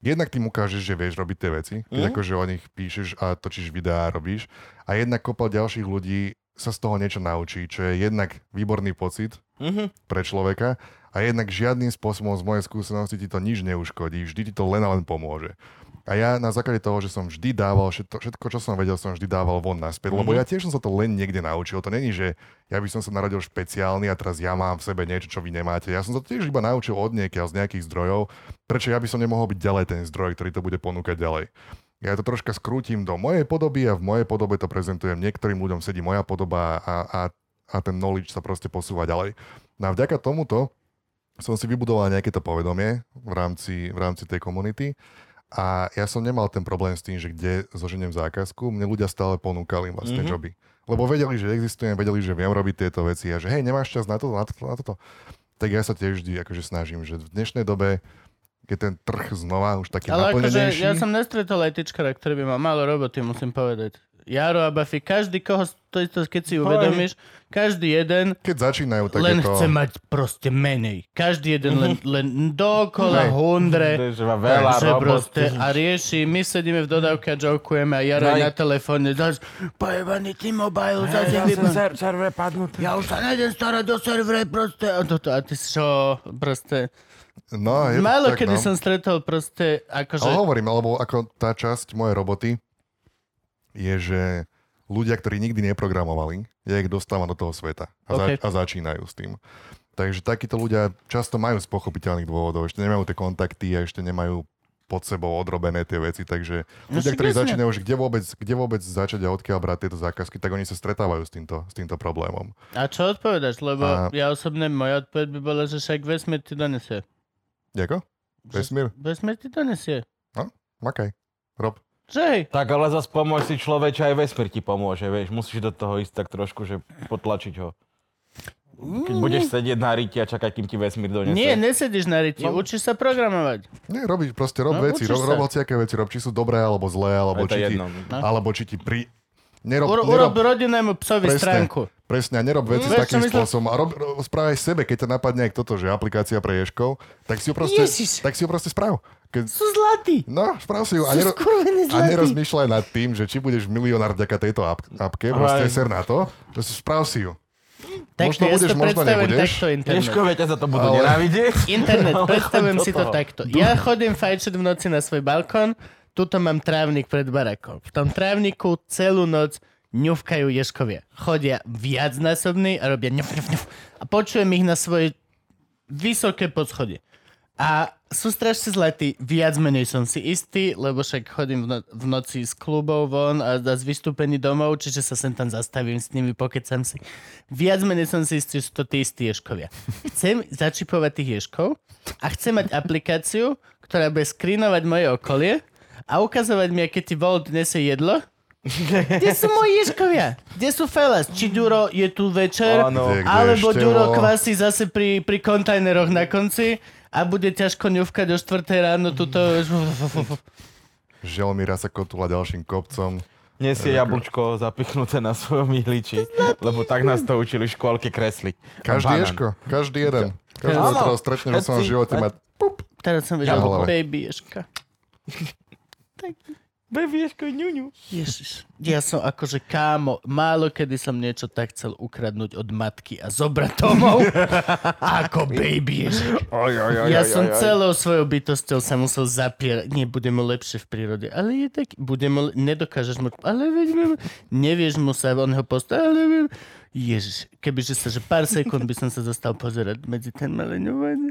[SPEAKER 3] jednak tým ukážeš, že vieš robiť tie veci, keď
[SPEAKER 4] Mhm.
[SPEAKER 3] akože o nich píšeš a točíš videá a robíš, a jednak kopa ďalších ľudí sa z toho niečo naučí, čo je jednak výborný pocit,
[SPEAKER 4] Mhm.
[SPEAKER 3] pre človeka a jednak žiadnym spôsobom z mojej skúsenosti ti to nič neuškodí, vždy ti to len a len pomôže. A ja na základe toho, že som vždy dával, všetko, všetko čo som vedel, som vždy dával von naspäť, mm-hmm. lebo ja tiež som sa to len niekde naučil. To není, že ja by som sa narodil špeciálny a teraz ja mám v sebe niečo, čo vy nemáte. Ja som sa to tiež iba naučil od niekiaľ, z nejakých zdrojov, prečo ja by som nemohol byť ďalej ten zdroj, ktorý to bude ponúkať ďalej. Ja to troška skrútim do mojej podoby a v mojej podobe to prezentujem. Niektorým ľuďom sedí moja podoba a, a, a ten knowledge sa proste posúva ďalej. No a vďaka tomuto som si vybudoval nejaké to povedomie v rámci, v rámci tej komunity a ja som nemal ten problém s tým, že kde zoženiem zákazku, mne ľudia stále ponúkali vlastne
[SPEAKER 4] Mhm.
[SPEAKER 3] mm-hmm. joby. Lebo vedeli, že existujem, vedeli, že viem robiť tieto veci a že hej, nemáš čas na toto, na toto, na toto. Tak ja sa tiež vždy akože snažím, že v dnešnej dobe je ten trh znova už taký
[SPEAKER 1] Ale akože
[SPEAKER 3] naplnenejší.
[SPEAKER 1] ja som nestretol aj tyčkara, ktorý by mal malo roboty, musím povedať. Jaro a Buffy, každý, koho, to, to, keď si uvedomíš, každý jeden
[SPEAKER 3] Keď začínajú
[SPEAKER 1] tak len
[SPEAKER 3] takéto...
[SPEAKER 1] chce mať proste menej. Každý jeden len, len dokola
[SPEAKER 3] Hej.
[SPEAKER 1] hundre.
[SPEAKER 4] Mhm. Že má veľa
[SPEAKER 1] že proste
[SPEAKER 4] roboty.
[SPEAKER 1] a rieši, my sedíme v dodávke a jokujeme a Jaro je
[SPEAKER 4] Hej.
[SPEAKER 1] na telefóne. Zas, pojebaný T-Mobile, zase ja
[SPEAKER 4] server padnutý.
[SPEAKER 1] Ja už sa nejdem starať o servere, proste. A, toto, a ty čo, proste.
[SPEAKER 3] No, je to
[SPEAKER 1] Málo
[SPEAKER 3] tak,
[SPEAKER 1] kedy
[SPEAKER 3] no.
[SPEAKER 1] som stretol proste, akože...
[SPEAKER 3] Ale hovorím, alebo ako tá časť mojej roboty je, že ľudia, ktorí nikdy neprogramovali, ja ich dostávam do toho sveta a,
[SPEAKER 1] Okay.
[SPEAKER 3] okay. zač- a začínajú s tým. Takže takíto ľudia často majú z pochopiteľných dôvodov, ešte nemajú tie kontakty a ešte nemajú pod sebou odrobené tie veci, takže
[SPEAKER 1] No
[SPEAKER 3] ľudia,
[SPEAKER 1] však
[SPEAKER 3] ktorí
[SPEAKER 1] jasne.
[SPEAKER 3] začínajú, že kde vôbec, kde vôbec začať a odkiaľ brať tieto zákazky, tak oni sa stretávajú s týmto, s týmto problémom.
[SPEAKER 1] A čo odpovedaš? Lebo
[SPEAKER 3] A-
[SPEAKER 1] ja osobne, moja odpoveď by bola, že však vesmír ti donesie.
[SPEAKER 3] Ďako? Vesmír?
[SPEAKER 1] Vesmír ti donesie.
[SPEAKER 3] Makaj. Rob.
[SPEAKER 1] Že hej,
[SPEAKER 4] Tak ale zas pomôž si človeče, aj vesmír ti pomôže, vieš. Musíš do toho ísť tak trošku, že potlačiť ho. Keď budeš sedieť na rite a čakať, kým ti vesmír donesie.
[SPEAKER 1] Mm. nie, nesedíš na riti,
[SPEAKER 4] No.
[SPEAKER 1] učíš sa programovať.
[SPEAKER 3] Nie, robiť, proste rob
[SPEAKER 1] No,
[SPEAKER 3] veci,
[SPEAKER 1] učíš
[SPEAKER 3] rob,
[SPEAKER 1] sa.
[SPEAKER 3] rob hociaké veci, rob, či sú dobré, alebo zlé, alebo
[SPEAKER 4] je to
[SPEAKER 3] či ti,
[SPEAKER 4] jedno.
[SPEAKER 1] No.
[SPEAKER 3] Alebo či ti pri... Nerob,
[SPEAKER 1] Uro,
[SPEAKER 3] nerob,
[SPEAKER 1] urob rodinnému psovi
[SPEAKER 3] Presne.
[SPEAKER 1] stránku. Mm,
[SPEAKER 3] presne, a nerob veci
[SPEAKER 1] Vieš, čo
[SPEAKER 3] s takým
[SPEAKER 1] myslím?
[SPEAKER 3] spôsobom. A rob, rob, správaj sebe, keď ťa napadne aj toto, že aplikácia pre ješkov, tak si ju proste,
[SPEAKER 1] Ježiš.
[SPEAKER 3] tak si ju proste správ. Keď,
[SPEAKER 1] Sú zlatí.
[SPEAKER 3] no, správ si ju. A, nero,
[SPEAKER 1] skurvení
[SPEAKER 3] a
[SPEAKER 1] zlatí.
[SPEAKER 3] nerozmýšľaj nad tým, že či budeš milionár vďaka tejto ap- apke,
[SPEAKER 4] Aj.
[SPEAKER 3] proste ser na to, že si správ si ju.
[SPEAKER 1] Tak
[SPEAKER 3] Možno
[SPEAKER 1] ja si
[SPEAKER 3] budeš,
[SPEAKER 1] to
[SPEAKER 3] možno
[SPEAKER 1] predstavujem
[SPEAKER 3] nebudeš.
[SPEAKER 1] takto internet.
[SPEAKER 4] Dneškové ťa za to budú
[SPEAKER 3] Ale-
[SPEAKER 4] nenávidieť.
[SPEAKER 1] Internet,
[SPEAKER 4] Ale
[SPEAKER 1] predstavujem
[SPEAKER 4] choď do
[SPEAKER 1] si to
[SPEAKER 4] toho.
[SPEAKER 1] takto. Ja chodím fajčiť v noci na svoj balkón, tuto mám trávnik pred barakom. V tom trávniku celú noc ňufkajú ješkovia. Chodia viacnásobní a robia ňuf, ňuf, ňuf. A počujem ich na svojej vysoké podschodie. A sú strašne zlatí, viac menej som si istý, lebo však chodím v, no- v noci z klubov von a, a z vystúpení domov, čiže sa sem tam zastavím s nimi, pokecam si. Viac menej som si istý, že sú to tí istí ješkovia. Chcem začipovať tých ješkov a chcem mať aplikáciu, ktorá bude skrinovať moje okolie a ukazovať mi, aké ti vol dnes je jedlo. Kde sú moji ješkovia? Kde sú felas? Či Duro je tu večer?
[SPEAKER 4] Áno.
[SPEAKER 3] Kde, kde
[SPEAKER 1] Alebo
[SPEAKER 3] ešte,
[SPEAKER 1] Duro
[SPEAKER 3] o-
[SPEAKER 1] kvasí zase pri, pri kontajneroch na konci a bude ťažko ňufkať o 4 ráno tuto.
[SPEAKER 3] Želomíra sa kotula ďalším kopcom.
[SPEAKER 4] Nesie jablčko zapichnuté na svojom ihliči, lebo tak nás to učili v škôlke kresliť.
[SPEAKER 3] Každý
[SPEAKER 4] Banán.
[SPEAKER 3] ješko, každý jeden. Každý,
[SPEAKER 4] Áno.
[SPEAKER 3] ktorého stretneš vo svojom
[SPEAKER 4] Všetci.
[SPEAKER 3] živote, má
[SPEAKER 1] Teraz som vedel,
[SPEAKER 3] Jablko.
[SPEAKER 1] baby ješka.
[SPEAKER 4] Baby, ješko, ňuňu.
[SPEAKER 1] Ježiš. Ja som akože kámo, málo kedy som niečo tak chcel ukradnúť od matky a zobrať domov, ako baby ježek.
[SPEAKER 4] Oj, oj, oj,
[SPEAKER 1] Ja
[SPEAKER 4] oj,
[SPEAKER 1] som
[SPEAKER 4] oj, oj.
[SPEAKER 1] celou svojou bytosťou sa musel zapierať. Nie, budem mu lepšie v prírode. Ale je tak, budem mu, le- nedokážeš mu, ale veď, mu- nevieš mu sa, on ho postaví, ale viem. Ježiš, kebyže sa, že pár sekúnd by som sa zostal pozerať medzi ten maleňovanie.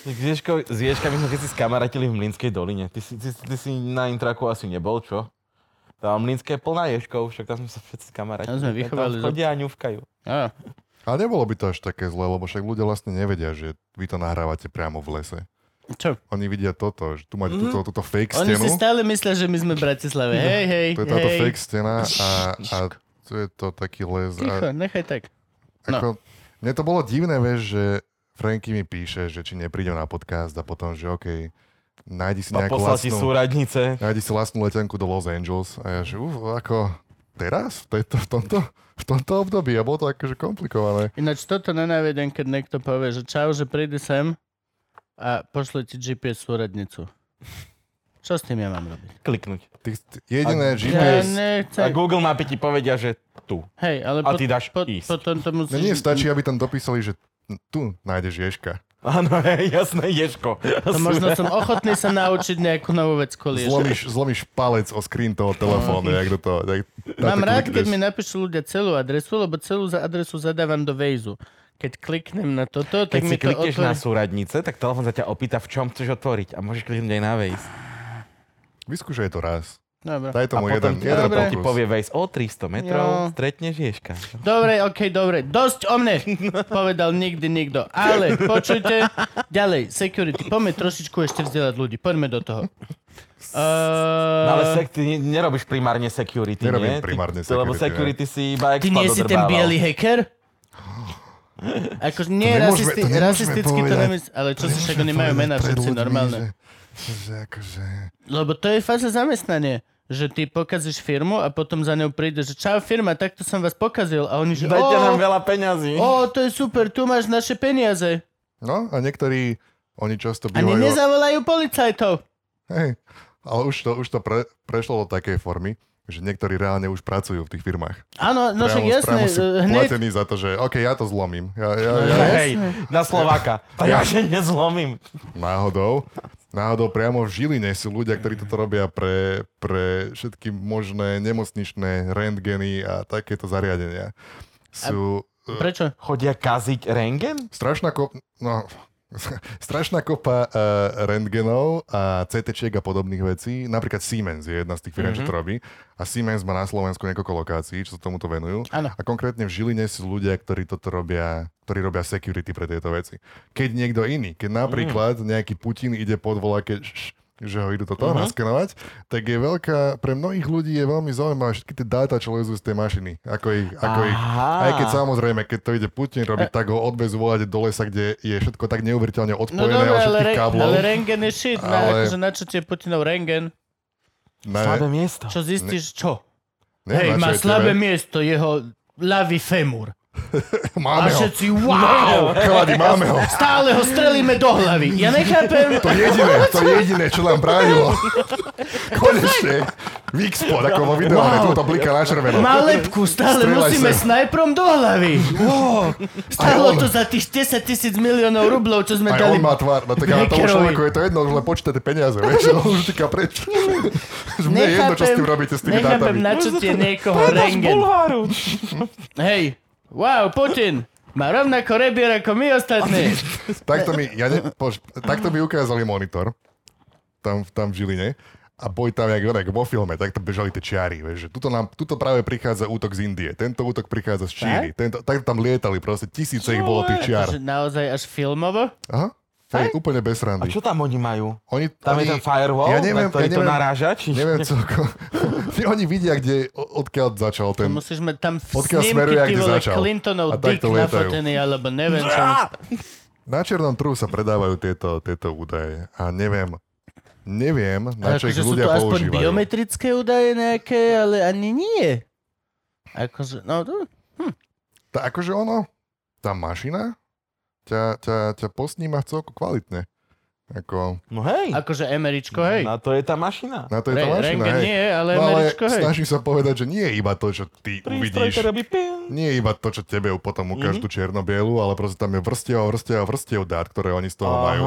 [SPEAKER 4] Tak S, ješko, s ješkami sme keď si skamaratili v Mlinskej doline. Ty si, ty, si- ty si na intraku asi nebol, čo? Tá Mlinska je plná ješkov, však tam sme sa všetci skamaratili.
[SPEAKER 1] Tam sme vychovali, že-
[SPEAKER 4] Tam chodia a ňufkajú.
[SPEAKER 1] Á,
[SPEAKER 3] Ale nebolo by to až také zlé, lebo však ľudia vlastne nevedia, že vy to nahrávate priamo v lese.
[SPEAKER 1] čo?
[SPEAKER 3] Oni vidia toto, že tu máte mm-hmm. túto, túto fake
[SPEAKER 1] Mhm. Oni
[SPEAKER 3] stenu. No,
[SPEAKER 1] si stále myslia, že my sme v Bratislave. Hej, hej,
[SPEAKER 3] To je táto
[SPEAKER 1] hej.
[SPEAKER 3] fake stena a, a to je to taký les.
[SPEAKER 1] Ticho, No.
[SPEAKER 3] A,
[SPEAKER 1] nechaj tak.
[SPEAKER 3] ako, mne to bolo divné, vieš, že, Franky mi píše, že či nepríde na podcast a potom, že okej, nájdi si
[SPEAKER 1] No,
[SPEAKER 4] Ma
[SPEAKER 3] nejakú
[SPEAKER 4] poslal ti
[SPEAKER 3] vlastnú...
[SPEAKER 4] súradnice.
[SPEAKER 3] Nájdi si vlastnú letenku do Los Angeles a ja že uf, ako teraz? V, tejto, v, tomto, v tomto období a bolo to akože komplikované.
[SPEAKER 1] Ináč toto nenávidím, keď niekto povie, že čau, že prídi sem a pošle ti GPS súradnicu. Čo s tým ja mám robiť?
[SPEAKER 4] Kliknúť.
[SPEAKER 3] Ty, ty, jediné
[SPEAKER 1] Ja
[SPEAKER 3] GPS...
[SPEAKER 4] A
[SPEAKER 1] nechcem.
[SPEAKER 4] Google mapy ti povedia, že tu.
[SPEAKER 1] Hej, ale
[SPEAKER 4] A
[SPEAKER 1] po,
[SPEAKER 4] ty dáš
[SPEAKER 1] po,
[SPEAKER 4] ísť.
[SPEAKER 1] potom to
[SPEAKER 3] Ne,
[SPEAKER 1] musíš...
[SPEAKER 3] No nie, stačí, aby tam dopísali, že tu nájdeš Ježka.
[SPEAKER 4] Áno, hej, jasné, Ježko.
[SPEAKER 1] To možno som ochotný sa naučiť nejakú novú vec koliež.
[SPEAKER 3] Zlomíš, zlomíš palec o skrín toho telefónu, jak do toho. Jak,
[SPEAKER 1] Mám rád, keď mi napíšu ľudia celú adresu, lebo celú za adresu zadávam do Waze. Keď kliknem na toto, tak
[SPEAKER 4] Keď si
[SPEAKER 1] mi to
[SPEAKER 4] klikneš na
[SPEAKER 1] otvorí...
[SPEAKER 4] súradnice, tak telefon sa ťa opýta, v čom chceš otvoriť. A môžeš kliknúť aj na Waze.
[SPEAKER 3] Vyskúšaj to raz.
[SPEAKER 1] Dobre.
[SPEAKER 3] Daj tomu
[SPEAKER 4] a
[SPEAKER 3] jeden,
[SPEAKER 4] potom ti,
[SPEAKER 3] jeden
[SPEAKER 1] Dobre.
[SPEAKER 4] ti
[SPEAKER 3] pokus.
[SPEAKER 4] povie Waze o 300 metrov,
[SPEAKER 1] Jo. Eh.
[SPEAKER 4] stretneš Ježka.
[SPEAKER 1] Dobre, okej, dobre. Dosť o mne, povedal nikdy nikto. Ale počujte, ďalej, security, poďme trošičku ešte vzdelať ľudí. Poďme do toho.
[SPEAKER 4] No ale
[SPEAKER 1] Uh,
[SPEAKER 4] sek, ty ne- nerobíš primárne security, nie?
[SPEAKER 3] Nerobím primárne
[SPEAKER 4] ty, Lebo security
[SPEAKER 3] security,
[SPEAKER 4] si iba
[SPEAKER 1] ty nie si ten biely hacker? Akože nie,
[SPEAKER 3] To nemôžeme-
[SPEAKER 1] rasisti,
[SPEAKER 3] to nemôžeme
[SPEAKER 1] rasisticky to
[SPEAKER 3] povedať.
[SPEAKER 1] nemysl... Ale čo si však oni majú mená všetci normálne.
[SPEAKER 3] Že, že akože...
[SPEAKER 1] Lebo to je fáza zamestnanie že ty pokazíš firmu a potom za ňou príde, že čau firma, takto som vás pokazil. A oni, že o,
[SPEAKER 4] Dajte nám veľa peňazí.
[SPEAKER 1] o, to je super, tu máš naše peniaze.
[SPEAKER 3] No a niektorí, oni často
[SPEAKER 1] Ani
[SPEAKER 3] bývajú...
[SPEAKER 1] nezavolajú policajtov.
[SPEAKER 3] Hej, ale už to, už to pre, prešlo do takej formy, že niektorí reálne už pracujú v tých firmách.
[SPEAKER 1] Áno, no však
[SPEAKER 3] Priamo-
[SPEAKER 1] jasné,
[SPEAKER 3] priamo sú
[SPEAKER 1] eh, hneď...
[SPEAKER 3] platení za to, že OK, ja to zlomím. Ja, ja, ja,
[SPEAKER 4] Hej, na Slováka. To ja že nezlomím.
[SPEAKER 3] náhodou. Náhodou priamo v Žiline sú ľudia, ktorí toto robia pre, pre všetky možné nemocničné rentgeny a takéto zariadenia. Sú eh,
[SPEAKER 1] Prečo?
[SPEAKER 4] Chodia kaziť rengen?
[SPEAKER 3] strašná, kop, no, strašná kopa uh, rentgenov a CT a podobných vecí. Napríklad Siemens je jedna z tých firm, mm-hmm. čo to robí. A Siemens má na Slovensku niekoľko lokácií, čo sa tomuto venujú.
[SPEAKER 1] Áno.
[SPEAKER 3] A konkrétne v Žiline sú ľudia, ktorí toto robia, ktorí robia security pre tieto veci. Keď niekto iný, keď napríklad nejaký Putin ide pod volaké š- že ho idú toto uh-huh. naskenovať, tak je veľká, pre mnohých ľudí je veľmi zaujímavé všetky tie dáta, čo lezú z tej mašiny. Ako ich, ako ich,
[SPEAKER 4] Aha.
[SPEAKER 3] aj keď samozrejme, keď to ide Putin robiť, tak ho odvezú volať do lesa, kde je všetko tak neuveriteľne
[SPEAKER 1] E- No
[SPEAKER 3] odpojené
[SPEAKER 1] dobre,
[SPEAKER 3] od
[SPEAKER 1] ale,
[SPEAKER 3] všetkých
[SPEAKER 1] re-
[SPEAKER 3] káblov.
[SPEAKER 1] ale rengen je shit. Ale...
[SPEAKER 3] Ale-
[SPEAKER 1] akože na čo ti je Putinov rengen?
[SPEAKER 3] Ne,
[SPEAKER 4] Slabé miesto.
[SPEAKER 1] Čo zistíš? Čo? Hej,
[SPEAKER 3] neviem, na čo
[SPEAKER 1] má
[SPEAKER 3] je tebe.
[SPEAKER 1] slabé miesto, jeho ľavý femur. A
[SPEAKER 3] Máme ho, No.
[SPEAKER 1] všetci, wow!
[SPEAKER 3] chalani, máme ho.
[SPEAKER 1] Stále ho strelíme do hlavy. Ja nechápem.
[SPEAKER 3] To jediné, to jediné, čo nám bránilo. Konečne. Vixpod, ako vo videu, wow. túto blika na červeno.
[SPEAKER 1] Má lepku, stále
[SPEAKER 3] Strieľaj
[SPEAKER 1] musíme
[SPEAKER 3] sem.
[SPEAKER 1] snajprom do hlavy. Wow.
[SPEAKER 3] Aj
[SPEAKER 1] Stálo
[SPEAKER 3] on.
[SPEAKER 1] to za tých 10 tisíc miliónov rublov, čo sme
[SPEAKER 3] Aj
[SPEAKER 1] dali.
[SPEAKER 3] on má tvár, no tak ale tomu
[SPEAKER 1] Hackerovi.
[SPEAKER 3] človeku je to jedno, že len počítate peniaze, vieš, on už týka preč. Že Mne je jedno, čo s tým robíte, s tými
[SPEAKER 1] nechápem,
[SPEAKER 3] dátami.
[SPEAKER 1] na čo ti je niekoho rengen. Hej, wow, Putin. Má rovnako rebier ako my ostatní.
[SPEAKER 3] Takto mi, ja ne, poč, takto mi ukázali monitor, tam, tam v Žiline, a boj tam, jak, jak vo filme, takto bežali tie čiary, vieš, že tuto, nám, tuto práve prichádza útok z Indie, tento útok prichádza z Číny, tento, takto tam lietali, proste tisíce ich bolo tých čiar.
[SPEAKER 1] Že Akože naozaj až filmovo?
[SPEAKER 3] Aha, hej, úplne bez
[SPEAKER 4] A
[SPEAKER 3] randy.
[SPEAKER 4] čo tam oni majú?
[SPEAKER 3] Oni,
[SPEAKER 4] Tam je
[SPEAKER 3] oni,
[SPEAKER 4] ten firewall,
[SPEAKER 3] ja
[SPEAKER 4] na
[SPEAKER 3] neviem,
[SPEAKER 4] ktorý
[SPEAKER 3] ja
[SPEAKER 4] to
[SPEAKER 3] neviem,
[SPEAKER 4] naráža? Či...
[SPEAKER 3] Neviem celko. oni vidia, kde, o- odkiaľ začal
[SPEAKER 1] To
[SPEAKER 3] ten...
[SPEAKER 1] musíš mať tam
[SPEAKER 3] Odkiaľ
[SPEAKER 1] snímky,
[SPEAKER 3] smeruje,
[SPEAKER 1] ty
[SPEAKER 3] kde
[SPEAKER 1] vole,
[SPEAKER 3] začal.
[SPEAKER 1] Clintonov
[SPEAKER 3] A
[SPEAKER 1] dick
[SPEAKER 3] takto lietajú.
[SPEAKER 1] nafotený, alebo neviem čo.
[SPEAKER 3] Na černom trhu sa predávajú tieto, tieto údaje a neviem, neviem, na čo ich
[SPEAKER 1] Akože sú
[SPEAKER 3] ľudia
[SPEAKER 1] to aspoň
[SPEAKER 3] používajú.
[SPEAKER 1] biometrické údaje nejaké, ale ani nie. Akože, no, to-
[SPEAKER 3] Tá, akože ono, tá mašina ťa, ťa, ťa posníma celku kvalitne. Ako,
[SPEAKER 4] No hej,
[SPEAKER 1] akože Američko, hej.
[SPEAKER 4] na to je tá mašina.
[SPEAKER 3] na No, to
[SPEAKER 1] Re,
[SPEAKER 3] je tá mašina,
[SPEAKER 1] Rengen
[SPEAKER 3] hej.
[SPEAKER 1] nie, ale
[SPEAKER 3] no ale
[SPEAKER 1] Američko, hej.
[SPEAKER 3] snažím sa povedať, že nie je iba to, čo ty
[SPEAKER 4] Prístroj,
[SPEAKER 3] uvidíš.
[SPEAKER 4] ktorý robí pin.
[SPEAKER 3] Nie je iba to, čo tebe potom
[SPEAKER 1] Mhm.
[SPEAKER 3] ukážu mm-hmm. tú čierno-bielu, ale proste tam je vrstiev a vrstiev a vrstiev dát, ktoré oni z toho
[SPEAKER 4] Aha.
[SPEAKER 3] majú.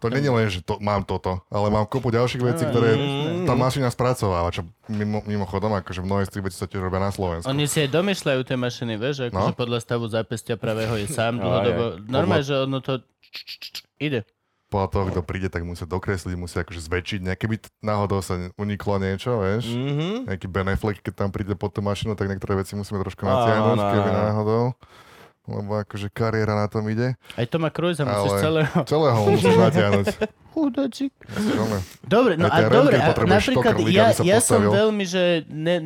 [SPEAKER 3] To nie je len, že to, mám toto, ale mám kopu ďalších vecí, ktoré
[SPEAKER 1] Mhm. Mm.
[SPEAKER 3] tá mašina spracováva, čo mimo, mimochodom, akože mnohé z tých vecí sa tiež robia na Slovensku.
[SPEAKER 1] Oni si aj domýšľajú tie mašiny, vieš, akože
[SPEAKER 3] No.
[SPEAKER 1] podľa stavu zápestia pravého je sám
[SPEAKER 4] Aj,
[SPEAKER 1] dlhodobo. Normálne, že ono to č- č- č- ide.
[SPEAKER 3] Podľa toho, kto príde, tak musia dokresliť, musia akože zväčšiť, nejaké by t- náhodou sa uniklo niečo, vieš.
[SPEAKER 1] Mm.
[SPEAKER 4] Mhm.
[SPEAKER 3] nejaký beneflek, keď tam príde pod tú mašinu, tak niektoré veci musíme
[SPEAKER 4] Áno,
[SPEAKER 3] trošku natiahnuť,
[SPEAKER 4] áno,
[SPEAKER 3] keby
[SPEAKER 4] áno.
[SPEAKER 3] náhodou. Lebo akože kariéra na tom ide.
[SPEAKER 1] Aj Toma Cruise musíš
[SPEAKER 3] Ale
[SPEAKER 1] celého...
[SPEAKER 3] celého ho musíš natiahnuť.
[SPEAKER 1] Chudáčik.
[SPEAKER 3] Silné.
[SPEAKER 1] Dobre, no
[SPEAKER 3] Aj tie
[SPEAKER 1] a
[SPEAKER 3] renty
[SPEAKER 1] dobre, a
[SPEAKER 3] potrebuješ
[SPEAKER 1] napríklad
[SPEAKER 3] štokrlík,
[SPEAKER 1] ja,
[SPEAKER 3] aby sa
[SPEAKER 1] ja som
[SPEAKER 3] postavil.
[SPEAKER 1] veľmi, že ne,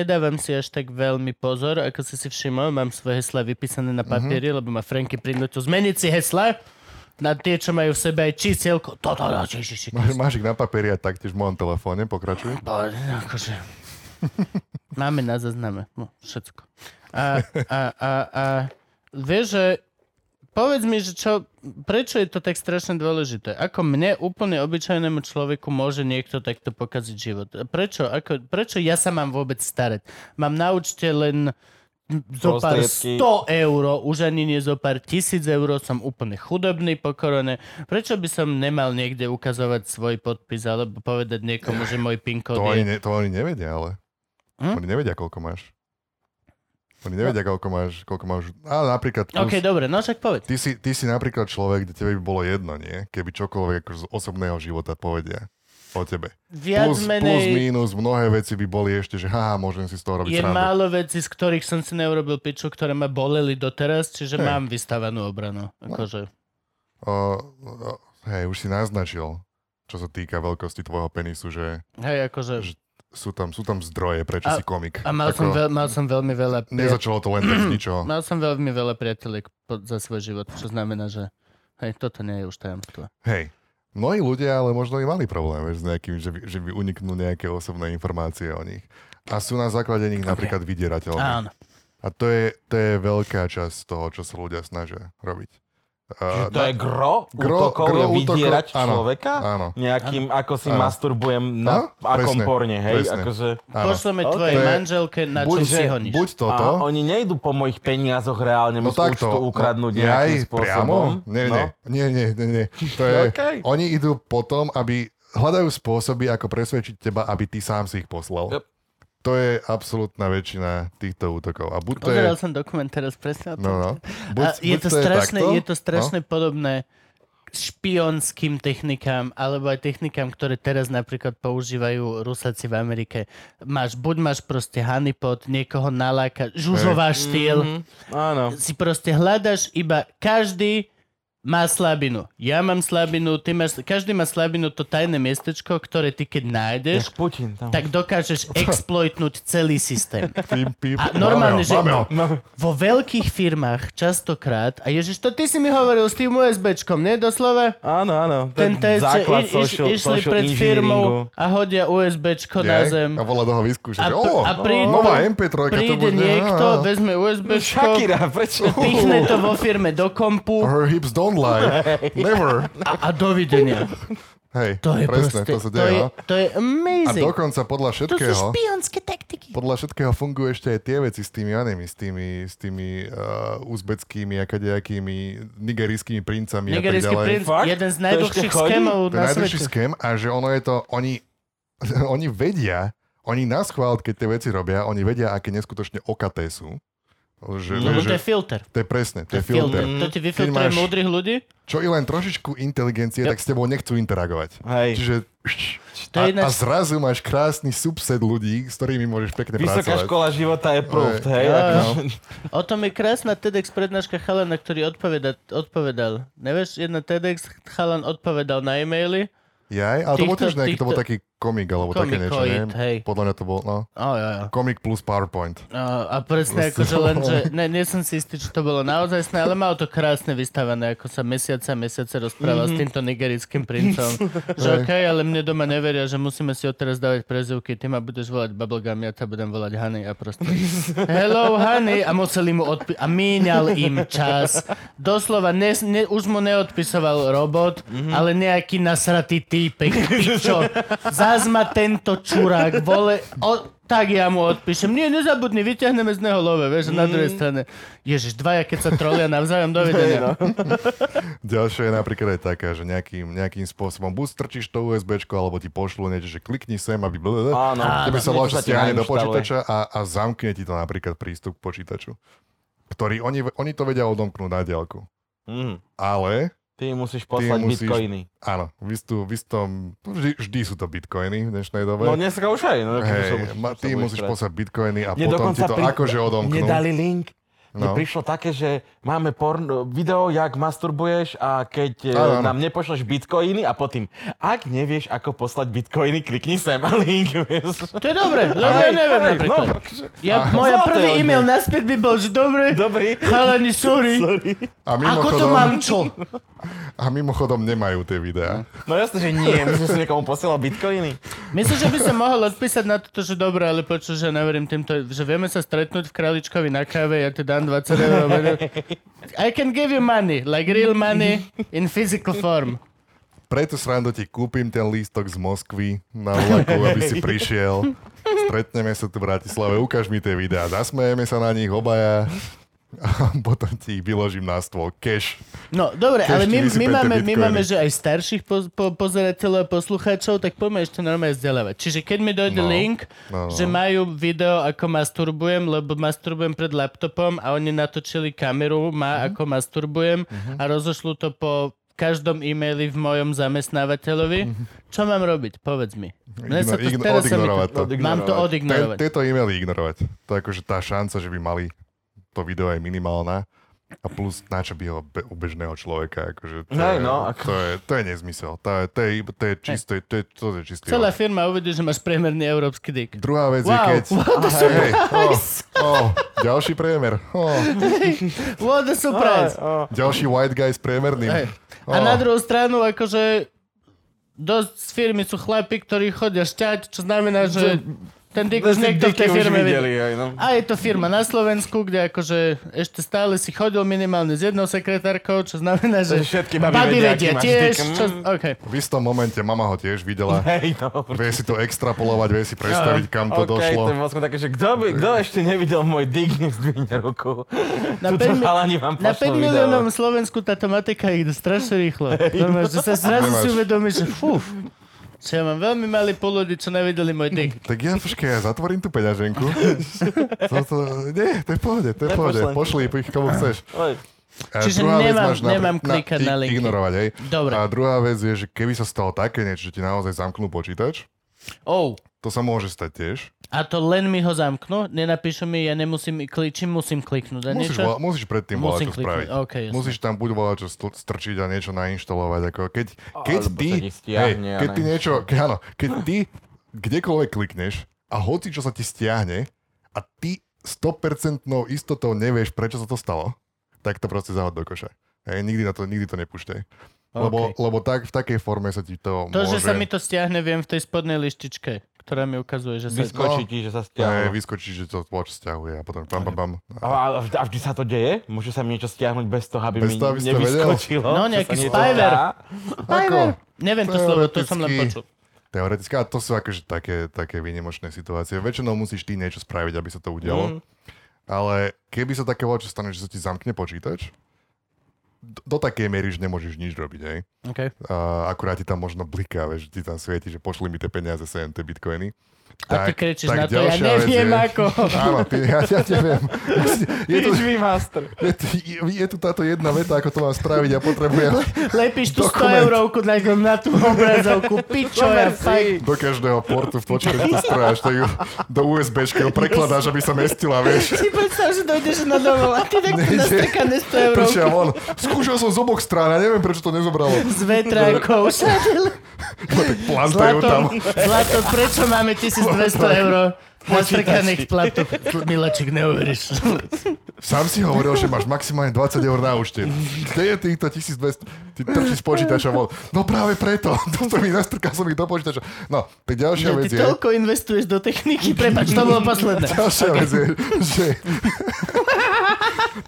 [SPEAKER 1] nedávam si až tak veľmi pozor, ako si si všimol, mám svoje hesla vypísané
[SPEAKER 3] Mhm.
[SPEAKER 1] na papieri, lebo ma Franky prinútil zmeniť si hesla na tie, čo majú v sebe aj čísielko. Toto, no, či, či, či,
[SPEAKER 3] Máš, máš ich na papieri a taktiež v mojom telefóne, pokračuj.
[SPEAKER 1] Bože, akože... Máme na zazname, no, všetko. A, a, a, a vieš, že povedz mi, že čo, prečo je to tak strašne dôležité? Ako mne, úplne obyčajnému človeku, môže niekto takto pokaziť život? Prečo? Ako, prečo ja sa mám vôbec starať? Mám na účte len zo pár
[SPEAKER 4] Prostriedky.
[SPEAKER 1] 100 eur, už ani nie zo pár tisíc eur, som úplne chudobný po korone. Prečo by som nemal niekde ukazovať svoj podpis alebo povedať niekomu, že môj PIN
[SPEAKER 3] To
[SPEAKER 1] kód je...
[SPEAKER 3] oni, ne, to oni nevedia, ale.
[SPEAKER 1] Hm? No.
[SPEAKER 3] Oni nevedia, koľko máš. Oni nevedia, koľko máš. Koľko máš. A napríklad... plus-
[SPEAKER 1] OK, dobre, no však povedz.
[SPEAKER 3] Ty si, ty si napríklad človek, kde tebe by bolo jedno, nie? Keby čokoľvek akože z osobného života povedia o tebe.
[SPEAKER 1] Viac
[SPEAKER 3] plus, plus,
[SPEAKER 1] menej
[SPEAKER 3] mínus, mnohé veci by boli ešte, že haha, môžem si z toho robiť
[SPEAKER 1] je
[SPEAKER 3] srandu.
[SPEAKER 1] málo vecí, z ktorých som si neurobil piču, ktoré ma boleli doteraz, čiže
[SPEAKER 3] Hej. No.
[SPEAKER 1] mám vystávanú obranu. Akože,
[SPEAKER 3] O, o, hej, už si naznačil, čo sa týka veľkosti tvojho penisu, že
[SPEAKER 1] hej, akože...
[SPEAKER 3] Že- sú tam, sú tam zdroje, prečo
[SPEAKER 1] A-
[SPEAKER 3] si komik.
[SPEAKER 1] A mal, som, veľ, No. mal som veľmi veľa... priat-
[SPEAKER 3] Nezačalo to len tak z ničoho.
[SPEAKER 1] Mal som veľmi veľa priateliek po, za svoj život, čo znamená, že hej, toto nie je už tajomstvo.
[SPEAKER 3] Hej. Mnohí ľudia ale možno i mali problém vieš, s nejakým, že, by- že by uniknú nejaké osobné informácie o nich. A sú na základe nich napríklad vydierateľní.
[SPEAKER 1] Áno.
[SPEAKER 3] A to je, to je veľká časť toho, čo sa ľudia snažia robiť.
[SPEAKER 4] Že
[SPEAKER 3] A,
[SPEAKER 4] to je gro,
[SPEAKER 3] gro-
[SPEAKER 4] útokov
[SPEAKER 3] gro
[SPEAKER 4] je
[SPEAKER 3] útokov,
[SPEAKER 4] vydierať
[SPEAKER 3] áno,
[SPEAKER 4] človeka?
[SPEAKER 3] áno.
[SPEAKER 4] Nejakým, ako si
[SPEAKER 3] Áno.
[SPEAKER 4] masturbujem na
[SPEAKER 3] Áno,
[SPEAKER 4] akom
[SPEAKER 3] presne,
[SPEAKER 4] porne, hej?
[SPEAKER 3] presne.
[SPEAKER 4] Akože,
[SPEAKER 3] áno.
[SPEAKER 1] Pošleme
[SPEAKER 4] Ok.
[SPEAKER 1] tvojej
[SPEAKER 3] To je-
[SPEAKER 1] manželke, na
[SPEAKER 3] buď,
[SPEAKER 1] čom
[SPEAKER 3] že-
[SPEAKER 1] si honíš.
[SPEAKER 3] buď toto,
[SPEAKER 4] a oni nejdu po mojich peniazoch reálne,
[SPEAKER 3] no
[SPEAKER 4] mi z
[SPEAKER 3] takto.
[SPEAKER 4] účtu ukradnúť
[SPEAKER 3] no,
[SPEAKER 4] nejakým
[SPEAKER 3] jaj,
[SPEAKER 4] spôsobom.
[SPEAKER 3] Priamo? Nie,
[SPEAKER 4] no.
[SPEAKER 3] nie, nie, nie, nie, nie. To je,
[SPEAKER 4] Okej.
[SPEAKER 3] Oni idú potom, aby hľadajú spôsoby, ako presvedčiť teba, aby ty sám si ich poslal.
[SPEAKER 4] Yep.
[SPEAKER 3] To je absolútna väčšina týchto útokov. A buď to je...
[SPEAKER 1] Pozeral som dokument teraz presne o tom.
[SPEAKER 3] No, no.
[SPEAKER 1] A je, to strašne,
[SPEAKER 3] takto, No.
[SPEAKER 1] je to strašne podobné špionským technikám, alebo aj technikám, ktoré teraz napríklad používajú Rusáci v Amerike. Máš, buď máš proste honeypot, niekoho naláka, žužová štýl,
[SPEAKER 4] Mhm, Áno.
[SPEAKER 1] si proste hľadaš iba každý má slabinu. Ja mám slabinu, ty máš, každý má slabinu, to tajné miestečko, ktoré ty keď nájdeš,
[SPEAKER 4] Jak Putin tam.
[SPEAKER 1] tak dokážeš exploitnúť celý systém.
[SPEAKER 3] Pím, pím.
[SPEAKER 1] A normálne,
[SPEAKER 3] máme ho,
[SPEAKER 1] že
[SPEAKER 3] Máme ho.
[SPEAKER 4] No,
[SPEAKER 1] vo veľkých firmách častokrát, a Ježiš, to ty si mi hovoril s tým USBčkom, nie doslova?
[SPEAKER 4] Áno, áno.
[SPEAKER 1] Ten test, že
[SPEAKER 4] základ
[SPEAKER 1] i- iš,
[SPEAKER 4] social,
[SPEAKER 1] išli
[SPEAKER 4] social
[SPEAKER 1] pred firmou
[SPEAKER 4] engineeringu.
[SPEAKER 1] a hodia USBčko na
[SPEAKER 3] Jej,
[SPEAKER 1] zem.
[SPEAKER 3] A volá toho vyskúšať.
[SPEAKER 1] A, pr-
[SPEAKER 3] o,
[SPEAKER 1] a príde,
[SPEAKER 3] nová MP3. to
[SPEAKER 1] príde
[SPEAKER 3] bude-
[SPEAKER 1] niekto,
[SPEAKER 3] á,
[SPEAKER 1] vezme USBčko,
[SPEAKER 4] Shakira, prečo?
[SPEAKER 1] pichne to vo firme do kompu
[SPEAKER 3] Her hips don't lie. Never.
[SPEAKER 1] a, a dovidenia.
[SPEAKER 3] Hej,
[SPEAKER 1] To je
[SPEAKER 3] presne,
[SPEAKER 1] proste,
[SPEAKER 3] to
[SPEAKER 1] to,
[SPEAKER 3] sa deje.
[SPEAKER 1] je,
[SPEAKER 3] no.
[SPEAKER 1] to je
[SPEAKER 3] A
[SPEAKER 1] amazing.
[SPEAKER 3] dokonca podľa
[SPEAKER 1] to sú
[SPEAKER 3] všetkého...
[SPEAKER 1] špionské taktiky.
[SPEAKER 3] Podľa všetkého fungujú ešte aj tie veci s tými, ja neviem, s tými, s tými uh, uzbeckými a kadejakými nigerijskými princami a
[SPEAKER 1] Nigerijský
[SPEAKER 3] tak ďalej.
[SPEAKER 1] princ,
[SPEAKER 4] Fakt?
[SPEAKER 1] jeden z
[SPEAKER 4] To
[SPEAKER 1] najdlhších
[SPEAKER 4] ešte chodí?
[SPEAKER 1] skémov
[SPEAKER 3] To je
[SPEAKER 1] na
[SPEAKER 3] najdlhší
[SPEAKER 1] svete.
[SPEAKER 3] ském a že ono je to, oni, oni vedia, oni na schvál, keď tie veci robia, oni vedia, aké neskutočne okaté sú. Že,
[SPEAKER 1] No, Lebo to
[SPEAKER 3] že,
[SPEAKER 1] je filter.
[SPEAKER 3] to je presne,
[SPEAKER 1] To
[SPEAKER 3] to je filter.
[SPEAKER 1] To ti vyfiltruje
[SPEAKER 3] Keď máš-
[SPEAKER 1] múdrych ľudí.
[SPEAKER 3] Čo i len trošičku inteligencie,
[SPEAKER 1] Yep.
[SPEAKER 3] tak s tebou nechcú interagovať.
[SPEAKER 4] Hej.
[SPEAKER 3] Čiže
[SPEAKER 1] To je
[SPEAKER 3] a, a
[SPEAKER 1] ináč-
[SPEAKER 3] zrazu máš krásny subset ľudí, s ktorými môžeš pekne
[SPEAKER 4] Vysoká
[SPEAKER 3] pracovať.
[SPEAKER 4] škola života je proof,
[SPEAKER 3] Hej.
[SPEAKER 4] hej.
[SPEAKER 1] Ja,
[SPEAKER 4] akože-
[SPEAKER 3] no.
[SPEAKER 1] O tom je krásna TEDx prednáška chalana, ktorý odpoveda, odpovedal. Nevieš, jedna TEDx chalan odpovedal na e-maily.
[SPEAKER 3] Jaj, ale to bol
[SPEAKER 1] Týchto-
[SPEAKER 3] tiež nejaký, to bol
[SPEAKER 1] týchto-
[SPEAKER 3] taký komik alebo také niečo, nie?
[SPEAKER 1] Komikoid, hej.
[SPEAKER 3] Podľa mňa to bol, no.
[SPEAKER 1] Oh, jo, jo.
[SPEAKER 3] Komik plus PowerPoint.
[SPEAKER 1] A, a presne akože len, že ne, nie som si istý, či to bolo naozaj sné, ale malo to krásne vystavané, ako sa mesiace a mesiace rozprával
[SPEAKER 3] Mhm.
[SPEAKER 1] mm-hmm. s týmto nigerickým princom. že
[SPEAKER 3] Hej.
[SPEAKER 1] okej, ale mne doma neveria, že musíme si odteraz dávať prezivky, ty ma budeš volať Bubblegum, ja ťa budem volať Honey a proste Hello Honey a museli mu odpi- a míňal im čas. Doslova, ne, ne, už mu neodpisoval robot,
[SPEAKER 4] Mhm.
[SPEAKER 1] mm-hmm. ale nejaký nasratý týpek, pičo. Zazma tento čurák, vole, o, tak ja mu odpíšem. Nie, nezabudni, vyťahneme z neho love, vieš,
[SPEAKER 4] Mhm.
[SPEAKER 1] mm. na druhej strane. Ježiš, dvaja, keď sa trolia navzájom, dovedenia.
[SPEAKER 4] no.
[SPEAKER 3] Ďalšia je napríklad aj taká, že nejakým, nejakým spôsobom buď strčíš to USB, alebo ti pošlú niečo, že klikni sem, aby bl-
[SPEAKER 4] Áno.
[SPEAKER 3] tebe sa
[SPEAKER 4] Niečo
[SPEAKER 3] loď
[SPEAKER 4] sa ti
[SPEAKER 3] stiahne
[SPEAKER 4] nainštaluje.
[SPEAKER 3] do počítača a, a zamkne ti to napríklad prístup k počítaču. Ktorý, oni, oni to vedia odomknúť na diálku.
[SPEAKER 4] Mhm.
[SPEAKER 3] Ale,
[SPEAKER 4] Ty musíš poslať
[SPEAKER 3] musíš-
[SPEAKER 4] bitcoiny.
[SPEAKER 3] áno, v, istú, v istom, no vždy, vždy sú to bitcoiny v dnešnej dobe.
[SPEAKER 4] No dneska už aj. No, akože sa
[SPEAKER 3] Hej,
[SPEAKER 4] budeš-
[SPEAKER 3] ma,
[SPEAKER 4] sa
[SPEAKER 3] ty
[SPEAKER 4] budeš
[SPEAKER 3] musíš
[SPEAKER 4] brať.
[SPEAKER 3] poslať bitcoiny a
[SPEAKER 4] Mne
[SPEAKER 3] potom ti
[SPEAKER 4] dokonca
[SPEAKER 3] to
[SPEAKER 4] pri-
[SPEAKER 3] akože odomknú.
[SPEAKER 4] Mne dali link No.
[SPEAKER 3] No.
[SPEAKER 4] prišlo také, že máme porno, video, jak masturbuješ a keď e,
[SPEAKER 3] Áno, áno.
[SPEAKER 4] nám nepošleš bitcoiny a potom, ak nevieš, ako poslať bitcoiny, klikni sem a link, vieš.
[SPEAKER 1] To je dobré,
[SPEAKER 3] No,
[SPEAKER 1] lebo ja neviem napríklad.
[SPEAKER 4] No,
[SPEAKER 1] Ja, moja
[SPEAKER 4] Zlaté od
[SPEAKER 1] prvý
[SPEAKER 4] nej.
[SPEAKER 1] e-mail naspäť by bol, že dobre,
[SPEAKER 4] dobrý.
[SPEAKER 1] chalani, sorry.
[SPEAKER 3] A
[SPEAKER 1] Ako to
[SPEAKER 3] mimochodom,
[SPEAKER 1] mám čo?
[SPEAKER 3] a mimochodom nemajú tie videá.
[SPEAKER 4] No jasne, že nie, my sme si niekomu posielal bitcoiny.
[SPEAKER 1] Myslím, že by som mohol odpísať na toto, že dobre, ale počuš, že neverím týmto, že vieme sa stretnúť v Kraličkovi na káve, ja ti dám 20 eur. menu. I can give you money, like real money in physical form.
[SPEAKER 3] Preto srando ti kúpim ten lístok z Moskvy na vlaku, aby si prišiel. Stretneme sa tu v Bratislave, ukáž mi tie videá, zasmejeme sa na nich obaja a potom ti ich vyložím na stôl. Cash.
[SPEAKER 1] No, dobre,
[SPEAKER 3] Keď
[SPEAKER 1] ale
[SPEAKER 3] ti
[SPEAKER 1] my, my,
[SPEAKER 3] vysypete
[SPEAKER 1] máme, my
[SPEAKER 3] bitcoiny.
[SPEAKER 1] máme, že aj starších po, po, pozerateľov a poslucháčov, tak poďme ešte normálne vzdelávať. Čiže keď mi dojde
[SPEAKER 3] No,
[SPEAKER 1] link,
[SPEAKER 3] no, no.
[SPEAKER 1] že majú video, ako masturbujem, lebo masturbujem pred laptopom a oni natočili kameru,
[SPEAKER 3] Mhm.
[SPEAKER 1] má ako masturbujem a rozošlu to po každom e-maili v mojom zamestnávateľovi.
[SPEAKER 3] Mhm.
[SPEAKER 1] Čo mám robiť? Povedz mi. Mne sa to-
[SPEAKER 3] Igno-
[SPEAKER 1] teraz sa mi to-
[SPEAKER 3] odignorovať to.
[SPEAKER 1] Mám to
[SPEAKER 3] Ten,
[SPEAKER 1] odignorovať.
[SPEAKER 3] tieto e-maily ignorovať. To je akože tá šanca, že by mali to video je minimálna. A plus, na čo by ho be, u bežného človeka, akože to,
[SPEAKER 4] Hej,
[SPEAKER 3] je,
[SPEAKER 4] no, ako-
[SPEAKER 3] to, je, to je nezmysel. To je, to je, to je čistý, to je, to je čistý
[SPEAKER 1] Celá
[SPEAKER 3] opak.
[SPEAKER 1] firma uvidí, že máš priemerný európsky dik.
[SPEAKER 3] Druhá vec je,
[SPEAKER 1] Wow,
[SPEAKER 3] keď...
[SPEAKER 1] what a
[SPEAKER 3] Hej, hej, oh, oh, ďalší priemer. Oh,
[SPEAKER 1] What a
[SPEAKER 3] No,
[SPEAKER 1] surprise!
[SPEAKER 3] ďalší white guy s priemerným.
[SPEAKER 1] Hej.
[SPEAKER 3] Oh,
[SPEAKER 1] A na druhú stranu, akože dosť z firmy sú chlapi, ktorí chodia šťať, čo znamená, že ten dick už niekto v tej firme videl.
[SPEAKER 4] aj, no.
[SPEAKER 1] A je to firma na Slovensku, kde akože ešte stále si chodil minimálne s jednou sekretárkou, čo znamená, že
[SPEAKER 4] Všetky baby
[SPEAKER 1] baby
[SPEAKER 4] vedia, aký
[SPEAKER 1] vedia
[SPEAKER 4] máš
[SPEAKER 1] tiež.
[SPEAKER 4] dick.
[SPEAKER 1] Čo, okay.
[SPEAKER 3] V istom momente mama ho tiež videla.
[SPEAKER 4] Hej, no.
[SPEAKER 3] Vie si to extrapolovať, vie si predstaviť, kam to
[SPEAKER 4] OK,
[SPEAKER 3] došlo.
[SPEAKER 4] to je vlastne také, že kto, by, kto ešte nevidel môj dick, nech zdvihne ruku.
[SPEAKER 1] Na
[SPEAKER 4] Tuto
[SPEAKER 1] 5,
[SPEAKER 4] chalani vám
[SPEAKER 1] na 5
[SPEAKER 4] pošlo video.
[SPEAKER 1] miliónom Slovensku táto matika ide strašne rýchlo. Normálne, že sa zrazu si
[SPEAKER 3] Nemáš.
[SPEAKER 1] uvedomíš, že fú, čo ja mám veľmi malí poludí, čo nevideli môj dick.
[SPEAKER 3] Tak ja, počkaj, ja zatvorím tú peňaženku. to, to, nie, to je v pohode, to je v pohode.
[SPEAKER 4] Nepošlem.
[SPEAKER 3] Pošli ich komu chceš.
[SPEAKER 4] Oj,
[SPEAKER 3] A
[SPEAKER 1] Čiže
[SPEAKER 3] druhá vec
[SPEAKER 1] nemám-
[SPEAKER 3] máš napr-
[SPEAKER 1] nemám klikať na
[SPEAKER 3] i-
[SPEAKER 1] linky.
[SPEAKER 3] Ignorovať, hej.
[SPEAKER 1] Dobre.
[SPEAKER 3] A druhá vec je, že keby sa stalo také niečo, že ti naozaj zamknú počítač,
[SPEAKER 1] Oh.
[SPEAKER 3] to sa môže stať tiež.
[SPEAKER 1] A to len mi ho zamknú, nenapíšu mi, ja nemusím, kli, čím musím kliknúť a
[SPEAKER 3] Musíš,
[SPEAKER 1] niečo?
[SPEAKER 3] vola, musíš predtým volať,
[SPEAKER 1] Musím
[SPEAKER 3] čo
[SPEAKER 1] kliknúť,
[SPEAKER 3] spraviť.
[SPEAKER 1] OK, jasne.
[SPEAKER 3] musíš tam buď volať, čo stl- strčiť a niečo nainštalovať. Ako keď, keď
[SPEAKER 4] Alebo
[SPEAKER 3] ty,
[SPEAKER 4] sa ti stiahne a
[SPEAKER 3] keď ty
[SPEAKER 4] nainštaluje.
[SPEAKER 3] niečo, ke, áno, keď ty kdekoľvek klikneš a hoci čo sa ti stiahne a ty 100% istotou nevieš, prečo sa to stalo, tak to proste zahod do koša. Hej, nikdy, na to, nikdy to nepúšťaj. Lebo, lebo tak, v takej forme sa ti to,
[SPEAKER 1] To, že
[SPEAKER 3] môže...
[SPEAKER 1] sa mi to stiahne, viem v tej spodnej lištičke, ktorá mi ukazuje, že sa...
[SPEAKER 4] Vyskočí ti, že sa
[SPEAKER 3] Hej,
[SPEAKER 4] stiahne.
[SPEAKER 3] vyskočí, že to tlač stiahuje a potom bam, bam, bam.
[SPEAKER 4] A, a vždy, a vždy sa to deje? Môže sa mi niečo stiahnuť bez toho, aby mi
[SPEAKER 3] Bez toho, aby si to vedel?
[SPEAKER 4] nevyskočilo?
[SPEAKER 1] No,
[SPEAKER 4] Že
[SPEAKER 1] nejaký
[SPEAKER 4] sa niečo
[SPEAKER 1] spyware.
[SPEAKER 4] dá?
[SPEAKER 3] Ako?
[SPEAKER 1] Neviem to slovo, to som len
[SPEAKER 3] Teoreticky-
[SPEAKER 1] počul.
[SPEAKER 3] Teoreticky, a to sú akože také, také výnimočné situácie. Väčšinou musíš ty niečo spraviť, aby sa to
[SPEAKER 1] Mhm.
[SPEAKER 3] udialo. Mm. Ale keby sa také voľačo stane, že sa ti zamkne počítač, do, do takej miery, že nemôžeš nič robiť, hej.
[SPEAKER 1] Okay.
[SPEAKER 3] A akurát ti tam možno bliká, vieš, že ti tam svieti, že pošli mi tie peniaze sem, tie bitcoiny.
[SPEAKER 1] A ty kričíš na to, ja
[SPEAKER 3] ďalšia vec
[SPEAKER 1] neviem
[SPEAKER 3] je-
[SPEAKER 1] ako.
[SPEAKER 3] Áno, ty, ja, ja neviem. Je tu,
[SPEAKER 4] Teach me, master.
[SPEAKER 3] je, tu, je tu táto jedna veta, ako to mám spraviť, ja potrebujem
[SPEAKER 1] Lepíš tu 100
[SPEAKER 3] Dokument.
[SPEAKER 1] eurovku na, na tú obrazovku, pičo, ja fakt...
[SPEAKER 3] do každého portu vtlačíš tú stráž, tak ju do USBčky ho prekladáš, aby sa mestila, vieš.
[SPEAKER 1] Si predstav, že dojdeš na domov a ty takto
[SPEAKER 3] Nejde.
[SPEAKER 1] nastrkané 100 eurovku
[SPEAKER 3] Prečo ja von? Skúšal som z oboch strán a neviem, prečo to nezobralo.
[SPEAKER 1] s vetrákou. všade
[SPEAKER 3] Plantajú tam.
[SPEAKER 1] Zlato, zlato, prečo máme 1200 eur nastrkaných platoch? Milačik, neuveríš.
[SPEAKER 3] Sám si hovoril, že máš maximálne 20 eur na účte. Kde je týchto 1200? Ty trčíš z počítača von. No práve preto. Toto mi nastrkal som ich do počítača. No, tak
[SPEAKER 1] Že
[SPEAKER 3] ďalšia
[SPEAKER 1] ty
[SPEAKER 3] vec je...
[SPEAKER 1] toľko investuješ do techniky, prepač, to bolo posledné.
[SPEAKER 3] Ďalšia vec je, že...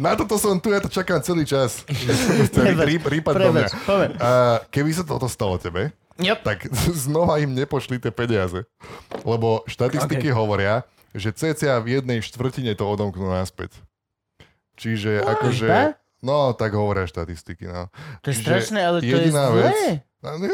[SPEAKER 3] Na toto som tu, ja to čakám celý čas. Celý
[SPEAKER 1] Preber,
[SPEAKER 3] prí- prípad do mňa.
[SPEAKER 1] preber, poviem.
[SPEAKER 3] A keby sa toto stalo tebe,
[SPEAKER 1] Yep.
[SPEAKER 3] tak znova im nepošli tie peniaze. Lebo štatistiky hovoria, že cca v jednej štvrtine to odomknú naspäť. Čiže akože...
[SPEAKER 1] iba?
[SPEAKER 3] No, tak hovoria štatistiky, no.
[SPEAKER 1] To je
[SPEAKER 3] Čiže
[SPEAKER 1] strašné, ale to je
[SPEAKER 3] jediná
[SPEAKER 1] zlé.
[SPEAKER 3] vec- A nie,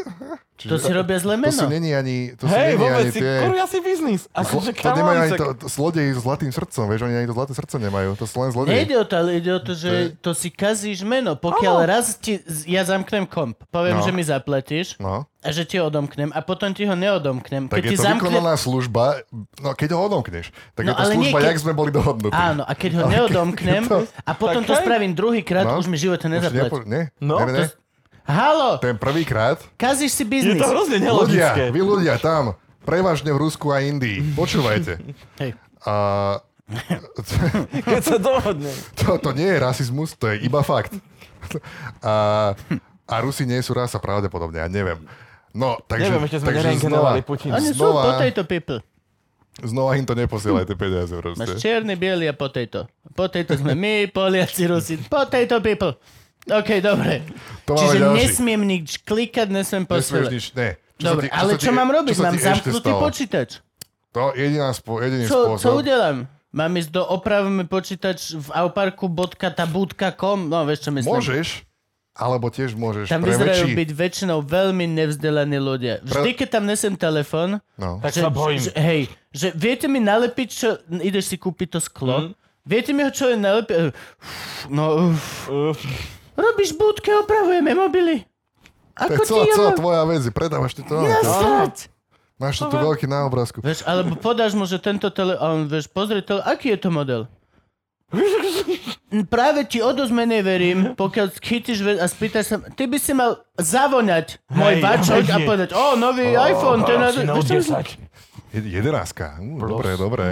[SPEAKER 3] Čiže,
[SPEAKER 1] To si robia zle
[SPEAKER 3] to
[SPEAKER 1] meno.
[SPEAKER 3] sú není ani, to sú
[SPEAKER 4] Hej,
[SPEAKER 3] není
[SPEAKER 4] vôbec
[SPEAKER 3] ani
[SPEAKER 4] si,
[SPEAKER 3] tie...
[SPEAKER 4] kurva, si biznis. A
[SPEAKER 3] Zlo,
[SPEAKER 4] že
[SPEAKER 3] to nemajú ani
[SPEAKER 4] kamaricek.
[SPEAKER 3] to, to zlodeji s zlatým srdcom, vieš, oni ani to zlaté srdce nemajú, to sú len zlodeji.
[SPEAKER 1] Nejde o to, ale ide o to, že to si kazíš meno. Pokiaľ raz ti, z- ja zamknem komp, poviem,
[SPEAKER 3] No.
[SPEAKER 1] že mi zaplatíš
[SPEAKER 3] No,
[SPEAKER 1] a že ti ho odomknem a potom ti ho neodomknem.
[SPEAKER 3] tak
[SPEAKER 1] Keď ti
[SPEAKER 3] je to
[SPEAKER 1] zamknem,
[SPEAKER 3] vykonaná služba, no keď ho odomkneš, tak
[SPEAKER 1] No,
[SPEAKER 3] je to
[SPEAKER 1] ale nie,
[SPEAKER 3] služba,
[SPEAKER 1] keď-
[SPEAKER 3] jak sme boli dohodnutí.
[SPEAKER 1] Áno, a keď ho neodomknem
[SPEAKER 3] to-
[SPEAKER 1] a potom to
[SPEAKER 4] Tak hej.
[SPEAKER 1] spravím druhýkrát,
[SPEAKER 3] No.
[SPEAKER 1] už mi v živote
[SPEAKER 3] Už nepo-
[SPEAKER 1] nezaplatí.
[SPEAKER 3] nie,
[SPEAKER 4] No,
[SPEAKER 3] ne, ne, ne.
[SPEAKER 1] to- Halo,
[SPEAKER 3] Ten prvýkrát,
[SPEAKER 1] kazíš si
[SPEAKER 4] Je
[SPEAKER 1] biznis.
[SPEAKER 4] to hrozne
[SPEAKER 3] ľudia,
[SPEAKER 4] nelogické.
[SPEAKER 3] vy ľudia tam, prevažne v Rusku a Indii, počúvajte.
[SPEAKER 1] Hej.
[SPEAKER 3] A,
[SPEAKER 4] Keď sa dohodne.
[SPEAKER 3] to, to nie je rasizmus, to je iba fakt. A, a Rusi nie sú rasa pravdepodobne, ja neviem. No, takže,
[SPEAKER 4] Neviem, ešte sme
[SPEAKER 3] takže
[SPEAKER 4] nerengenovali Putina.
[SPEAKER 1] Oni
[SPEAKER 3] znova-
[SPEAKER 1] sú potato people.
[SPEAKER 3] znova im to neposielajte peniaze proste.
[SPEAKER 1] Máš čierny, biely a potato. Potato sme my, Poliaci, Rusi. Potato people. OK, dobre.
[SPEAKER 3] To máme
[SPEAKER 1] Čiže
[SPEAKER 3] ďalší.
[SPEAKER 1] nesmiem nič klikať, nesmiem
[SPEAKER 3] Nesmieš
[SPEAKER 1] posielať.
[SPEAKER 3] nič, ne.
[SPEAKER 1] Dobre, ale čo mám robiť? Mám
[SPEAKER 3] sa ti ešte
[SPEAKER 1] zamknutý
[SPEAKER 3] stalo?
[SPEAKER 1] počítač.
[SPEAKER 3] To je jediná spo, jediný
[SPEAKER 1] Čo,
[SPEAKER 3] spôsob.
[SPEAKER 1] čo udelám? Mám ísť do opravme počítač v auparku.tabúd.com? No, vieš, čo myslím.
[SPEAKER 3] Môžeš, alebo tiež môžeš
[SPEAKER 1] Tam
[SPEAKER 3] pre
[SPEAKER 1] vyzerajú
[SPEAKER 3] väčší...
[SPEAKER 1] byť väčšinou veľmi nevzdelaní ľudia. Vždy, keď tam nesem telefon,
[SPEAKER 3] No.
[SPEAKER 4] Tak sa bojím.
[SPEAKER 1] Že, hej, že viete mi nalepiť, čo... Ideš si kúpiť to sklo? Mm. Viete mi ho, čo je nalepiť? No, uf.
[SPEAKER 4] Uf.
[SPEAKER 1] Robíš budke, opravujeme mobily.
[SPEAKER 3] To je
[SPEAKER 1] Ako
[SPEAKER 3] celá,
[SPEAKER 1] ti ja
[SPEAKER 3] celá
[SPEAKER 1] mám...
[SPEAKER 3] tvoja vec, predávaš ty to.
[SPEAKER 1] Nasrať!
[SPEAKER 3] Máš to tu veľký na obrázku.
[SPEAKER 1] Vieš, alebo podáš mu, že tento tele... A on, vieš, pozri, tele... aký je to model? Práve ti o dosť menej verím, pokiaľ chytíš ve- a spýtaš sa, ty by si mal zavoňať môj
[SPEAKER 4] Hej,
[SPEAKER 1] vačok a
[SPEAKER 4] hej.
[SPEAKER 1] povedať, o, nový iPhone, ten... na-
[SPEAKER 4] Syna,
[SPEAKER 1] Vieš, čo myslím?
[SPEAKER 4] 10.
[SPEAKER 3] Je- Jedenáctka. Ú, dobre, dobre.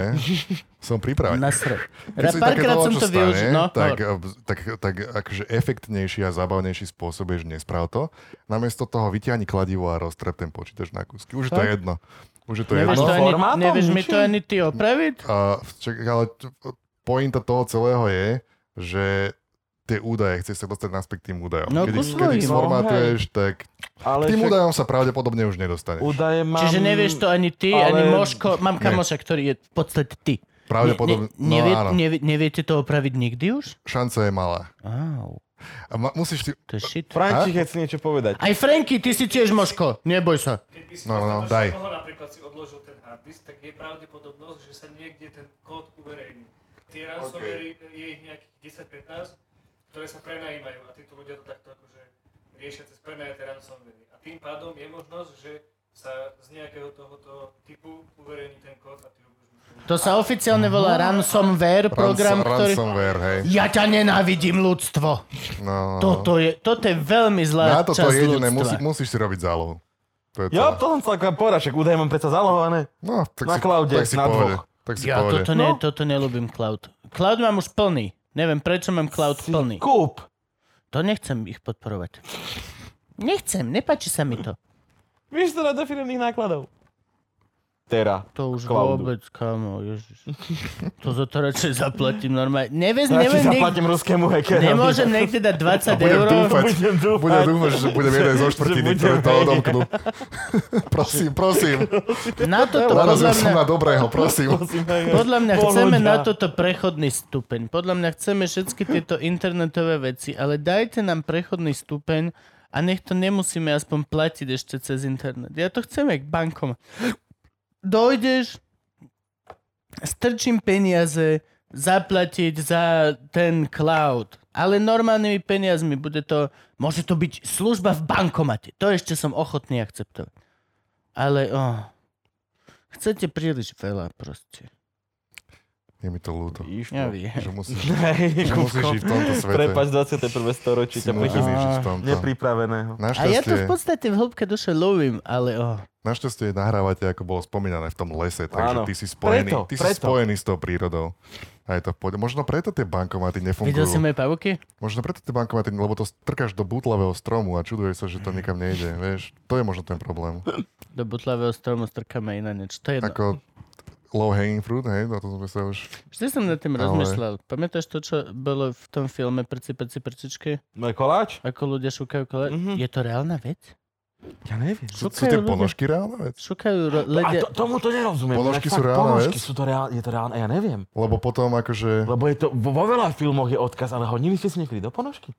[SPEAKER 3] Som pripravený.
[SPEAKER 1] Nasrať.
[SPEAKER 3] Keď sa ti také
[SPEAKER 1] Párkrát
[SPEAKER 3] dalo,
[SPEAKER 1] som
[SPEAKER 3] čo
[SPEAKER 1] to
[SPEAKER 3] stane,
[SPEAKER 1] využil, no.
[SPEAKER 3] tak,
[SPEAKER 1] hovor.
[SPEAKER 3] eh, tak, tak akože efektnejší a zábavnejší spôsob je, že nesprav to. Namiesto toho vyťahni kladivo a roztrep ten počítač na kusky. Už je to jedno. Už je to
[SPEAKER 1] Nevieš,
[SPEAKER 3] jedno.
[SPEAKER 1] to ani,
[SPEAKER 4] formátom,
[SPEAKER 1] nevieš mi
[SPEAKER 4] ničím?
[SPEAKER 1] to ani ty opraviť?
[SPEAKER 3] A, čak, ale t- pointa toho celého je, že tie údaje, chceš sa dostať naspäť k tým údajom.
[SPEAKER 1] No,
[SPEAKER 3] keď,
[SPEAKER 1] ku
[SPEAKER 3] ich, keď ich
[SPEAKER 1] svojim.
[SPEAKER 3] sformatuješ, tak
[SPEAKER 4] Ale
[SPEAKER 3] k tým
[SPEAKER 4] však
[SPEAKER 3] údajom sa pravdepodobne už nedostaneš.
[SPEAKER 4] údaje mám...
[SPEAKER 1] Čiže nevieš to ani ty,
[SPEAKER 4] ale-
[SPEAKER 1] ani Moško. Mám kamoša, ktorý je v podstate ty.
[SPEAKER 3] Pravdepodobne,
[SPEAKER 1] Ne, ne,
[SPEAKER 3] no áno,
[SPEAKER 1] nevie, nevie, neviete to opraviť nikdy už?
[SPEAKER 3] šanca je malá.
[SPEAKER 1] Au,
[SPEAKER 3] A ma, musíš ty...
[SPEAKER 1] to je shit.
[SPEAKER 4] František chce niečo povedať.
[SPEAKER 1] Aj Franky, ty si tiež Moško, neboj sa.
[SPEAKER 5] Keby si
[SPEAKER 3] No,
[SPEAKER 5] no,
[SPEAKER 3] no,
[SPEAKER 5] no,
[SPEAKER 3] daj.
[SPEAKER 5] toho napríklad si odložil ten hard disk, tak je pravdepodobnosť, že sa niekde ten kód uverejní. Tie ransomware je ich nejakých 10-15, ktoré sa prenajímajú a títo ľudia to takto akože riešia cez prenajaté ransomware. A tým pádom je možnosť, že sa z nejakého tohoto typu uverejní ten kód a ty ho budeš musieť
[SPEAKER 1] To sa oficiálne volá ransomware program,
[SPEAKER 3] Rans-
[SPEAKER 1] ktorý...
[SPEAKER 3] Ransomware, hej.
[SPEAKER 1] Ja ťa nenávidím, ľudstvo.
[SPEAKER 3] No, no, no.
[SPEAKER 1] Toto je, toto je veľmi zlá
[SPEAKER 3] Na toto
[SPEAKER 1] časť
[SPEAKER 3] jediné musí,
[SPEAKER 1] ľudstva.
[SPEAKER 3] musíš si robiť zálohu. To je
[SPEAKER 4] Ja
[SPEAKER 3] celé.
[SPEAKER 4] to som sa akorát povedať, však údaje mám predsa zalohované.
[SPEAKER 3] No, tak
[SPEAKER 4] na
[SPEAKER 3] si,
[SPEAKER 4] cloude,
[SPEAKER 3] tak si
[SPEAKER 4] na
[SPEAKER 3] pohode.
[SPEAKER 4] dvoch.
[SPEAKER 3] Tak si
[SPEAKER 1] Ja
[SPEAKER 3] pohode.
[SPEAKER 1] toto, ne, toto nelúbim cloud. Cloud mám už plný. Neviem, prečo mám cloud plný.
[SPEAKER 4] Kúp.
[SPEAKER 1] To nechcem ich podporovať. Nechcem, nepáči sa mi to.
[SPEAKER 4] Víš to na definovaných nákladov. Tera.
[SPEAKER 1] To už
[SPEAKER 4] Cloudu.
[SPEAKER 1] vôbec, kamo, ježiš. To za to radšej zaplatím normálne. Neviem,
[SPEAKER 4] Radšej
[SPEAKER 1] neviem, nek-
[SPEAKER 4] zaplatím ruskému hackerovi.
[SPEAKER 1] nemôžem niekde dať 20
[SPEAKER 3] Budem
[SPEAKER 1] eur.
[SPEAKER 3] dúfať,
[SPEAKER 4] Budem dúfať.
[SPEAKER 3] budem dúfať, že budem jeden zo
[SPEAKER 4] Že
[SPEAKER 3] štvrtiny,
[SPEAKER 4] budem
[SPEAKER 3] ktoré to
[SPEAKER 4] jeden.
[SPEAKER 3] odomknú. prosím, prosím.
[SPEAKER 1] Na toto, podľa
[SPEAKER 3] Narazil
[SPEAKER 1] mňa,
[SPEAKER 3] som na dobrého, prosím.
[SPEAKER 1] podľa mňa
[SPEAKER 4] Pohoda.
[SPEAKER 1] chceme na toto prechodný stupeň. Podľa mňa chceme všetky tieto internetové veci, ale dajte nám prechodný stupeň a nech to nemusíme aspoň platiť ešte cez internet. Ja to chcem jak bankom. Dojdeš, strčím peniaze zaplatiť za ten cloud. Ale normálnymi peniazmi bude to, môže to byť služba v bankomate. To ešte som ochotný akceptovať. Ale oh, chcete príliš veľa proste.
[SPEAKER 3] Je mi to ľúto,
[SPEAKER 1] Ja viem.
[SPEAKER 3] že musíš,
[SPEAKER 4] Hej,
[SPEAKER 3] že musíš
[SPEAKER 4] Kupko.
[SPEAKER 3] žiť v tomto svete.
[SPEAKER 4] Prepač 21. storočí
[SPEAKER 3] si
[SPEAKER 4] ťa
[SPEAKER 3] musíš
[SPEAKER 4] pochytí.
[SPEAKER 3] žiť v tomto.
[SPEAKER 4] Nepripraveného.
[SPEAKER 1] A ja to
[SPEAKER 3] Našťastie,
[SPEAKER 1] v podstate v hĺbke duše lovím, ale oh.
[SPEAKER 3] našťastie nahrávate, ako bolo spomínané, v tom lese, takže
[SPEAKER 4] Áno.
[SPEAKER 3] ty si spojený,
[SPEAKER 4] Preto,
[SPEAKER 3] ty si
[SPEAKER 4] preto.
[SPEAKER 3] spojený s tou prírodou. A je to v pohode. Možno preto tie bankomaty
[SPEAKER 1] Videl si
[SPEAKER 3] nefungujú.
[SPEAKER 1] moje pavuky?
[SPEAKER 3] Možno preto tie bankomaty, lebo to strkáš do butlavého stromu a čuduješ sa, že to nikam nejde. Vieš, to je možno ten problém.
[SPEAKER 1] Do butlavého stromu strkáme iné niečo. To je jedno.
[SPEAKER 3] Ako low hanging fruit, hej, na to sme sa už...
[SPEAKER 1] Vždy som nad tým
[SPEAKER 3] Ale-
[SPEAKER 1] rozmýšľal. Pamätáš to, čo bolo v tom filme Prci, prci, prčičky?
[SPEAKER 4] Môj koláč?
[SPEAKER 1] Ako ľudia šúkajú kole...
[SPEAKER 4] Mhm.
[SPEAKER 1] Je to reálna vec?
[SPEAKER 4] Ja neviem.
[SPEAKER 3] Sú, sú
[SPEAKER 1] Šukajú
[SPEAKER 3] tie
[SPEAKER 1] ľudia.
[SPEAKER 3] ponožky reálna vec?
[SPEAKER 1] Šúkajú ro-
[SPEAKER 4] A
[SPEAKER 1] ledia...
[SPEAKER 4] to, tomu to nerozumiem. Inak
[SPEAKER 3] Ponožky sú
[SPEAKER 4] fakt,
[SPEAKER 3] reálna
[SPEAKER 4] Ponožky
[SPEAKER 3] vec?
[SPEAKER 4] sú to reálne, je to reálne, ja neviem.
[SPEAKER 3] Lebo potom akože...
[SPEAKER 4] Lebo je to, vo, vo veľa filmoch je odkaz, ale hodili ste si niekedy do ponožky?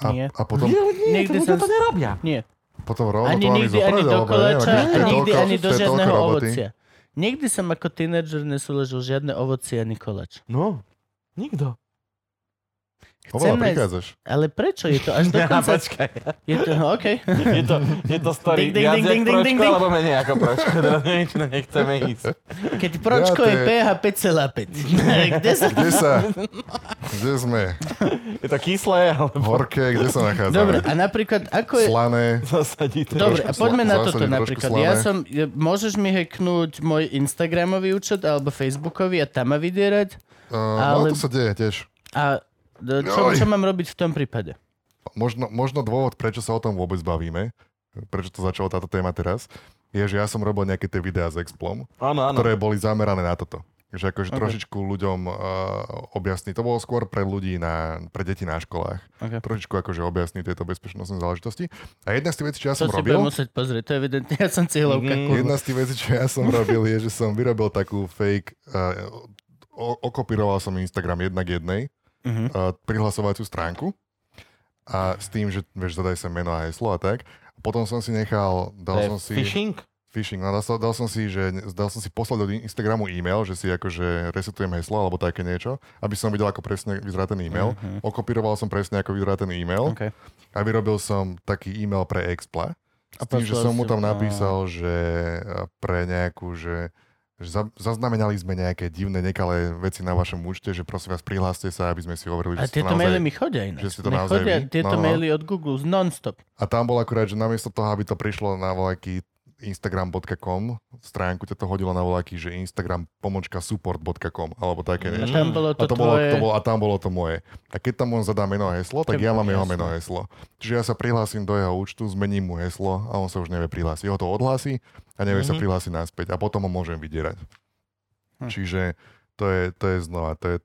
[SPEAKER 3] A,
[SPEAKER 1] Nie.
[SPEAKER 3] a potom...
[SPEAKER 4] Nie, nie,
[SPEAKER 1] Niekde
[SPEAKER 4] to ľudia
[SPEAKER 1] som-
[SPEAKER 4] to nerobia.
[SPEAKER 1] Nie.
[SPEAKER 3] Potom rovno
[SPEAKER 1] Ani
[SPEAKER 3] to vám
[SPEAKER 1] nikdy, ani do
[SPEAKER 3] alebo neviem,
[SPEAKER 1] koláča,
[SPEAKER 3] akože to je
[SPEAKER 1] ani nikdy,
[SPEAKER 3] toľko-
[SPEAKER 1] ani do
[SPEAKER 3] to je toľko
[SPEAKER 1] žiadneho
[SPEAKER 3] roboty.
[SPEAKER 1] ovocia. Nikdy som ako tínedžer nesúležil žiadne ovocie ani koláč.
[SPEAKER 4] No, nikto.
[SPEAKER 3] Oveľa
[SPEAKER 1] Chcem nájsť-
[SPEAKER 3] prichádzaš.
[SPEAKER 1] Ale prečo je to až do
[SPEAKER 4] Ja,
[SPEAKER 1] konca?
[SPEAKER 4] počkaj.
[SPEAKER 1] Je to, no, OK.
[SPEAKER 4] Je to, je to
[SPEAKER 1] Ding,
[SPEAKER 4] story
[SPEAKER 1] ding,
[SPEAKER 4] viac
[SPEAKER 1] ding,
[SPEAKER 4] jak
[SPEAKER 1] ding, ding, ding.
[SPEAKER 4] pročko, alebo menej ako pročko. Teraz neviem, či na ne chceme ísť.
[SPEAKER 1] Keď pročko
[SPEAKER 3] Ja, to
[SPEAKER 1] je
[SPEAKER 3] je-
[SPEAKER 1] pH 5,5. Kde sa...
[SPEAKER 3] Kde sa? Kde sme?
[SPEAKER 4] Je to kyslé, alebo
[SPEAKER 3] Horké, kde sa nachádzame?
[SPEAKER 1] Dobre, a napríklad, ako je...
[SPEAKER 3] Slané.
[SPEAKER 4] zasadíte.
[SPEAKER 1] Dobre, a
[SPEAKER 3] Trošku
[SPEAKER 1] poďme
[SPEAKER 3] sla-
[SPEAKER 1] na
[SPEAKER 3] zásadne
[SPEAKER 1] toto
[SPEAKER 3] trošku
[SPEAKER 1] napríklad. Ja
[SPEAKER 3] slané.
[SPEAKER 1] som, ja- môžeš mi hacknúť môj Instagramový účet alebo Facebookový a tam ma vydierať?
[SPEAKER 3] Uh,
[SPEAKER 1] Ale-
[SPEAKER 3] No to sa deje tiež.
[SPEAKER 1] A d- čo,
[SPEAKER 3] Joj.
[SPEAKER 1] čo mám robiť v tom prípade?
[SPEAKER 3] Možno, možno dôvod, prečo sa o tom vôbec bavíme, prečo to začala táto téma teraz, je, že ja som robil nejaké tie videá s Explom,
[SPEAKER 4] Áno, áno.
[SPEAKER 3] ktoré boli zamerané na toto. Že akože
[SPEAKER 1] Ok.
[SPEAKER 3] trošičku ľuďom uh, objasní. To bolo skôr pre ľudí, na, pre deti na školách.
[SPEAKER 1] Ok.
[SPEAKER 3] Trošičku akože objasní tieto bezpečnostné záležitosti. A jedna z tých vecí, čo ja
[SPEAKER 1] To
[SPEAKER 3] som
[SPEAKER 1] si
[SPEAKER 3] robil...
[SPEAKER 1] budem musieť pozrieť, to je evidentne, ja som cieľovka.
[SPEAKER 4] Mhm.
[SPEAKER 1] kurva.
[SPEAKER 3] Jedna z tých vecí, čo ja som robil, je, že som vyrobil takú fake, uh, o- okopíroval som Instagram jednak jednej,
[SPEAKER 1] Mhm.
[SPEAKER 3] uh, prihlasovaciu stránku a s tým, že vieš, zadaj sa meno a heslo a tak. Potom som si nechal,
[SPEAKER 4] To
[SPEAKER 3] dal
[SPEAKER 4] je
[SPEAKER 3] som si...
[SPEAKER 4] phishing?
[SPEAKER 3] Phishing. No, dal, som- dal, som si, že, dal som si poslať do Instagramu e-mail, že si akože resetujem heslo alebo také niečo, aby som videl, ako presne vyzerá ten e-mail. Okopíroval som presne, ako vyzerá ten e-mail
[SPEAKER 1] Mhm. OK.
[SPEAKER 3] a vyrobil som taký e-mail pre Expla.
[SPEAKER 1] A
[SPEAKER 3] S tým, že
[SPEAKER 1] poslal
[SPEAKER 3] som mu
[SPEAKER 1] si-
[SPEAKER 3] tam
[SPEAKER 1] á.
[SPEAKER 3] napísal, že eh, pre nejakú, že, že za- zaznamenali sme nejaké divné, nekalé veci na vašom účte, že prosím vás, prihláste sa, aby sme si hovorili,
[SPEAKER 1] A
[SPEAKER 3] že ste
[SPEAKER 1] tieto
[SPEAKER 3] to naozaj...
[SPEAKER 1] maily mi chodia inak.
[SPEAKER 3] že si to
[SPEAKER 1] Mi
[SPEAKER 3] naozaj
[SPEAKER 1] chodia
[SPEAKER 3] vy?
[SPEAKER 1] tieto
[SPEAKER 3] No, no.
[SPEAKER 1] maily od Google non-stop.
[SPEAKER 3] A tam bol akurát, že namiesto toho, aby to prišlo na voľaký instagram.com stránku, ťa to hodilo na voľaký, že instagram pomočka support.com alebo také
[SPEAKER 1] A
[SPEAKER 4] Mm-hmm.
[SPEAKER 3] niečo.
[SPEAKER 1] tam bolo
[SPEAKER 3] Mhm. A,
[SPEAKER 1] to,
[SPEAKER 3] to bolo,
[SPEAKER 1] tvoje...
[SPEAKER 3] to bolo, a tam bolo to moje. A keď tam on zadá meno a heslo,
[SPEAKER 1] To
[SPEAKER 3] tak ja
[SPEAKER 1] bolo
[SPEAKER 3] mám jeho
[SPEAKER 1] jasné.
[SPEAKER 3] meno a heslo. Čiže ja sa prihlásim do jeho účtu, zmením mu heslo a on sa už nevie prihlásiť. Jeho to odhlási a nevie sa
[SPEAKER 4] Mhm.
[SPEAKER 3] prihlásiť naspäť a potom ho môžem vydierať.
[SPEAKER 1] Hm.
[SPEAKER 3] Čiže to je, to je znova, to je,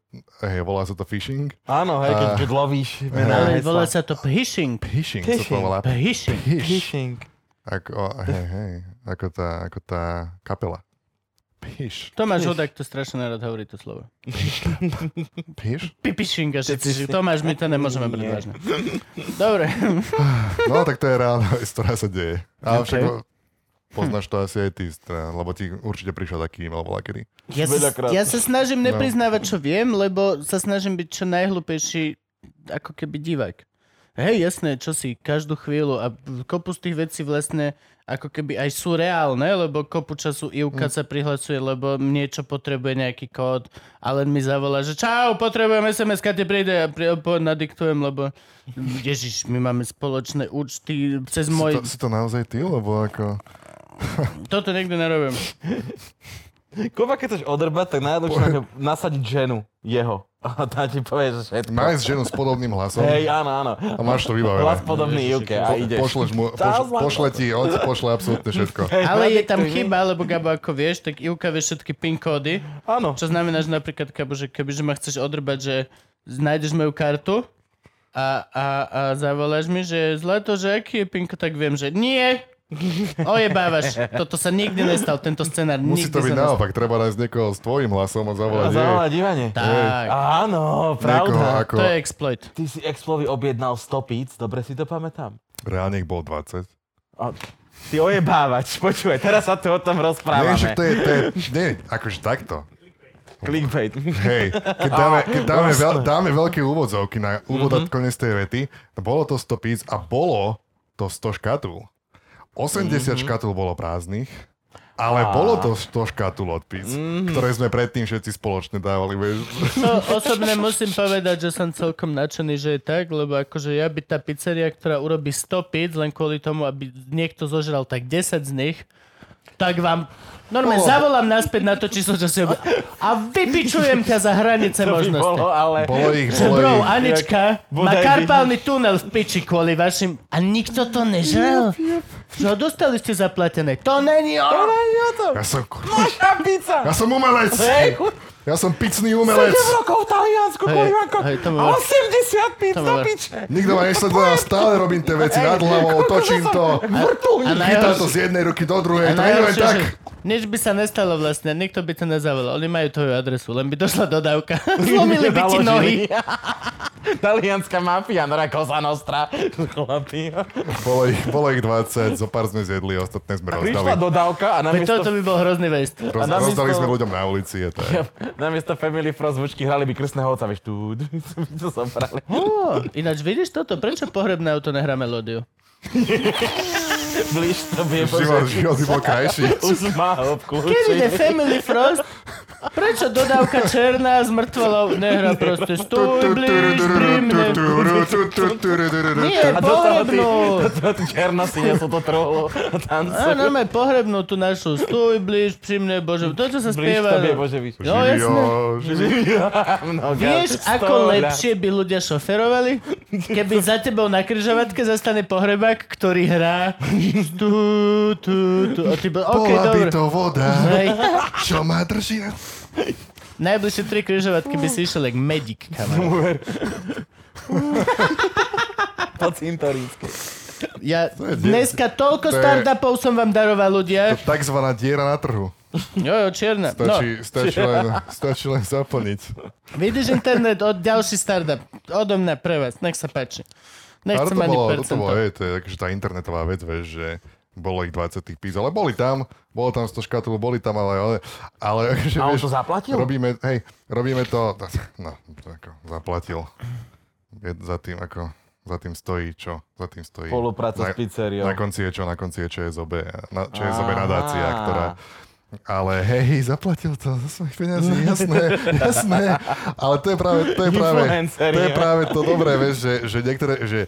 [SPEAKER 3] hej, volá sa to phishing.
[SPEAKER 4] Áno, hej, keď,
[SPEAKER 3] A-
[SPEAKER 4] keď lovíš mená
[SPEAKER 1] Ale
[SPEAKER 4] hesla.
[SPEAKER 1] volá sa to phishing.
[SPEAKER 3] Phishing, phishing. sa to
[SPEAKER 4] Phishing.
[SPEAKER 3] volá.
[SPEAKER 1] Phishing.
[SPEAKER 3] Phish.
[SPEAKER 4] Phishing.
[SPEAKER 3] Ako, a hej, hej, ako tá, ako tá kapela. Piš.
[SPEAKER 1] Tomáš
[SPEAKER 4] Phish.
[SPEAKER 1] Hudák to strašne rád hovorí to slovo.
[SPEAKER 3] Piš?
[SPEAKER 1] Pipishing a všetci, že
[SPEAKER 4] Pipishing.
[SPEAKER 1] Tomáš, my to nemôžeme brať
[SPEAKER 4] Nie.
[SPEAKER 1] vážne. Dobre.
[SPEAKER 3] No, tak to je reálna vec, ktorá sa deje. Ale
[SPEAKER 1] Okay.
[SPEAKER 3] však poznáš to asi aj ty, teda, lebo ti určite prišiel taký e-mail volá kedy.
[SPEAKER 1] Ja sa,
[SPEAKER 4] Veľakrát.
[SPEAKER 1] ja sa snažím
[SPEAKER 3] No.
[SPEAKER 1] nepriznávať, čo viem, lebo sa snažím byť čo najhlúpejší ako keby divák. Hej, jasné, čo si, každú chvíľu a kopu z tých vecí vlastne ako keby aj sú reálne, lebo kopu času Ivka sa prihlasuje, lebo niečo potrebuje nejaký kód a len mi zavolá, že čau, potrebujem SMS, keď príde a pri, po, nadiktujem, lebo ježiš, my máme spoločné účty cez
[SPEAKER 3] Si,
[SPEAKER 1] môj...
[SPEAKER 3] to, si to naozaj ty, lebo ako...
[SPEAKER 1] Toto nikdy nerobím.
[SPEAKER 4] Kuba, keď chceš odrbať, tak najlepšie na ňo nasadiť ženu. Jeho. A tá ti povie, že všetko.
[SPEAKER 3] Nájsť ženu s podobným hlasom
[SPEAKER 4] Hej, áno, áno.
[SPEAKER 3] a máš to
[SPEAKER 4] Hlas
[SPEAKER 3] vybavené.
[SPEAKER 4] podobný Juke a ideš.
[SPEAKER 3] Pošleš mu, poš, pošle ti, on ti pošle absolútne všetko.
[SPEAKER 1] Ale je tam
[SPEAKER 4] Nadiktuj mi.
[SPEAKER 1] chyba, lebo Gabo, ako vieš, tak Ivka vie všetky PIN kódy
[SPEAKER 4] Áno.
[SPEAKER 1] Čo znamená, že napríklad, keby, že, keby, že ma chceš odrbať, že nájdeš moju kartu a, a, a zavoláš mi, že zlato, že aký je pinko, tak viem, že nie. Ojebávaš. Toto sa nikdy nestal, tento scenár
[SPEAKER 3] Musí
[SPEAKER 1] nikdy
[SPEAKER 3] to byť
[SPEAKER 1] sa nestal.
[SPEAKER 3] naopak, treba nájsť niekoho s tvojim hlasom a zavolať jej.
[SPEAKER 4] Zaujímavé divanie.
[SPEAKER 1] Tak,
[SPEAKER 4] Áno,
[SPEAKER 3] Niekoho
[SPEAKER 4] pravda.
[SPEAKER 3] ako...
[SPEAKER 1] to je exploit.
[SPEAKER 4] Ty si Explovi objednal 100 píc, dobre si to pamätám.
[SPEAKER 3] Reálne ich bol 20.
[SPEAKER 4] A ty ojebávač, počúvaj, teraz sa tu o tom
[SPEAKER 3] Nie,
[SPEAKER 4] rozprávame.
[SPEAKER 3] však to je, to je, nie, akože takto.
[SPEAKER 4] Clickbait.
[SPEAKER 3] Hej, keď dáme, keď dáme, veľ, dáme veľké úvodzovky
[SPEAKER 1] Mhm.
[SPEAKER 3] na úvod mm-hmm. koniec tej vety, bolo to 100 píc a bolo to 100 škatul.
[SPEAKER 1] Mhm.
[SPEAKER 3] 80 mm-hmm. škatul bolo prázdnych, ale
[SPEAKER 4] Á.
[SPEAKER 3] bolo to 100 škatul od píc,
[SPEAKER 1] Mhm.
[SPEAKER 3] mm-hmm. ktoré sme predtým všetci spoločne dávali. Vieš.
[SPEAKER 1] To osobne musím povedať, že som celkom nadšený, že je tak, lebo akože ja by tá pizzeria, ktorá urobí 100 pizz, len kvôli tomu, aby niekto zožral tak 10 z nich, tak vám normálne
[SPEAKER 3] Bolo.
[SPEAKER 1] zavolám naspäť na to číslo, čo si ob... Oh. A vypičujem ťa za hranice
[SPEAKER 4] To by bolo,
[SPEAKER 1] možnosti.
[SPEAKER 4] ale...
[SPEAKER 3] Bolo ich,
[SPEAKER 1] Že
[SPEAKER 3] bolo
[SPEAKER 1] bro,
[SPEAKER 3] ich.
[SPEAKER 1] Anička má
[SPEAKER 4] bodaj by-
[SPEAKER 1] karpálny tunel v piči kvôli vašim... A nikto to nežral? Čo dostali ste zaplatené? To není
[SPEAKER 4] To
[SPEAKER 1] ono!
[SPEAKER 4] není o tom.
[SPEAKER 3] Ja som, kurva,
[SPEAKER 4] Tá pizza!
[SPEAKER 3] ja som umelec!
[SPEAKER 4] Hej, chuť,
[SPEAKER 3] Ja som picný
[SPEAKER 4] 7
[SPEAKER 3] umelec!
[SPEAKER 4] rokov v Taliansku,
[SPEAKER 1] Hej,
[SPEAKER 4] kurvanko.
[SPEAKER 1] hej, to bolo.
[SPEAKER 4] 80 píc
[SPEAKER 1] To
[SPEAKER 4] do
[SPEAKER 1] bolo.
[SPEAKER 4] piče.
[SPEAKER 3] Nikto ma nesleduje, ja stále robím tie veci nad hlavou, točím
[SPEAKER 1] A
[SPEAKER 3] to, chytám to
[SPEAKER 1] najhoršie-
[SPEAKER 3] z jednej ruky do druhej,
[SPEAKER 1] A
[SPEAKER 3] to je
[SPEAKER 1] No, najhoršie,
[SPEAKER 3] tak.
[SPEAKER 1] že nič by sa nestalo vlastne, nikto by to nezavolal. Oni majú tvoju adresu, len by došla dodávka. Zlomili by ti
[SPEAKER 4] Naložili.
[SPEAKER 1] nohy.
[SPEAKER 4] Talianská mafia, no Cosa Nostra. Chlapi.
[SPEAKER 3] Bolo ich, bolo ich 20, zo pár sme zjedli, ostatné sme
[SPEAKER 4] Prišla
[SPEAKER 3] rozdali.
[SPEAKER 4] dodávka a
[SPEAKER 1] Veď
[SPEAKER 4] namiesto,
[SPEAKER 1] toto by bol hrozný vest.
[SPEAKER 3] Roz,
[SPEAKER 4] a namiesto-
[SPEAKER 3] rozdali sme ľuďom na ulici. Je to je.
[SPEAKER 4] namiesto Family Frost zvučky hrali by krstného oca, vieš, tu, to som prali.
[SPEAKER 1] Ó, Ináč vidíš toto? Prečo pohrebné auto nehrá melódiu?
[SPEAKER 4] Blíž to by
[SPEAKER 3] Život, život by bol krajší.
[SPEAKER 4] Už má ho v
[SPEAKER 1] Keď ide
[SPEAKER 4] kľúči.
[SPEAKER 1] Family Frost, prečo dodávka černá s mŕtvolou nehrá proste stoj blíž pri mne? Nie,
[SPEAKER 4] A do toho ty,
[SPEAKER 1] pohrebnú.
[SPEAKER 4] do toho ty černo si nesú to trhlo a
[SPEAKER 1] Á,
[SPEAKER 4] tancujú.
[SPEAKER 1] normálne pohrebnú tú našu stoj blíž pri mne, bože. To, čo sa
[SPEAKER 4] Blíž to
[SPEAKER 1] spieva.
[SPEAKER 4] vie, bože, víš.
[SPEAKER 1] Jo, no, jasné.
[SPEAKER 4] Mnoho
[SPEAKER 1] Vieš,
[SPEAKER 4] gát,
[SPEAKER 1] ako
[SPEAKER 4] No, sto gát.
[SPEAKER 1] lepšie by ľudia šoferovali? Keby za tebou na kryžovatke zastane pohrebák, ktorý hrá tu, tu, tu. A ty bol, OK,
[SPEAKER 3] Bola by
[SPEAKER 1] dobre.
[SPEAKER 3] to voda,
[SPEAKER 1] Hej,
[SPEAKER 3] čo ma drží.
[SPEAKER 1] najbližšie tri kryžovatky by si išiel jak medík, kamarát.
[SPEAKER 4] Po cintorínske.
[SPEAKER 1] Ja
[SPEAKER 3] je dier-
[SPEAKER 1] dneska toľko
[SPEAKER 3] to je-
[SPEAKER 1] startupov som vám daroval, ľudia.
[SPEAKER 3] Takzvaná diera na trhu.
[SPEAKER 1] Jo, jo, čierna. No,
[SPEAKER 3] Stačí, stačí, len, stačí len zaplniť.
[SPEAKER 1] vidíš internet od ďalší startup. Odo mňa pre vás, nech sa páči.
[SPEAKER 3] Ale
[SPEAKER 1] Nechcem
[SPEAKER 3] to
[SPEAKER 1] ani
[SPEAKER 3] bolo, to
[SPEAKER 1] percento.
[SPEAKER 3] bolo, je, to je akože tá internetová vec, vieš, že bolo ich 20 tých pís, ale boli tam, bolo tam 100 škatulov, boli tam, ale, ale, ale akože,
[SPEAKER 4] A on
[SPEAKER 3] vieš,
[SPEAKER 4] to zaplatil?
[SPEAKER 3] Robíme, hej, robíme to, no, to ako, zaplatil. Je, za tým, ako, za tým stojí čo? Za tým stojí...
[SPEAKER 4] Spolupráca s
[SPEAKER 3] na,
[SPEAKER 4] pizzeriou.
[SPEAKER 3] Na konci je čo? Na konci je ČSOB, na, ČSOB nadácia, ktorá... Ale hej, zaplatil to za svojich peniazí, jasné, jasné. Ale to je práve to, je práve,
[SPEAKER 4] Influenceri,
[SPEAKER 3] to, je
[SPEAKER 4] jo.
[SPEAKER 3] práve to dobré, vieš, že, že niektoré, že,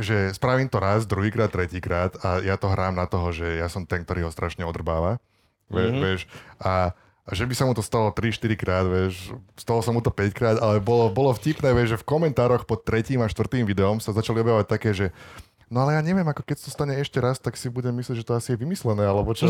[SPEAKER 3] že spravím to raz, druhýkrát, tretíkrát a ja to hrám na toho, že ja som ten, ktorý ho strašne odrbáva. Ve, mm-hmm. vieš, a, a že by sa mu to stalo 3-4 krát, vieš, stalo sa mu to 5 krát, ale bolo, bolo vtipné, vieš, že v komentároch pod tretím a štvrtým videom sa začali objavovať také, že No ale ja neviem, ako keď to stane ešte raz, tak si budem myslieť, že to asi je vymyslené, alebo čo.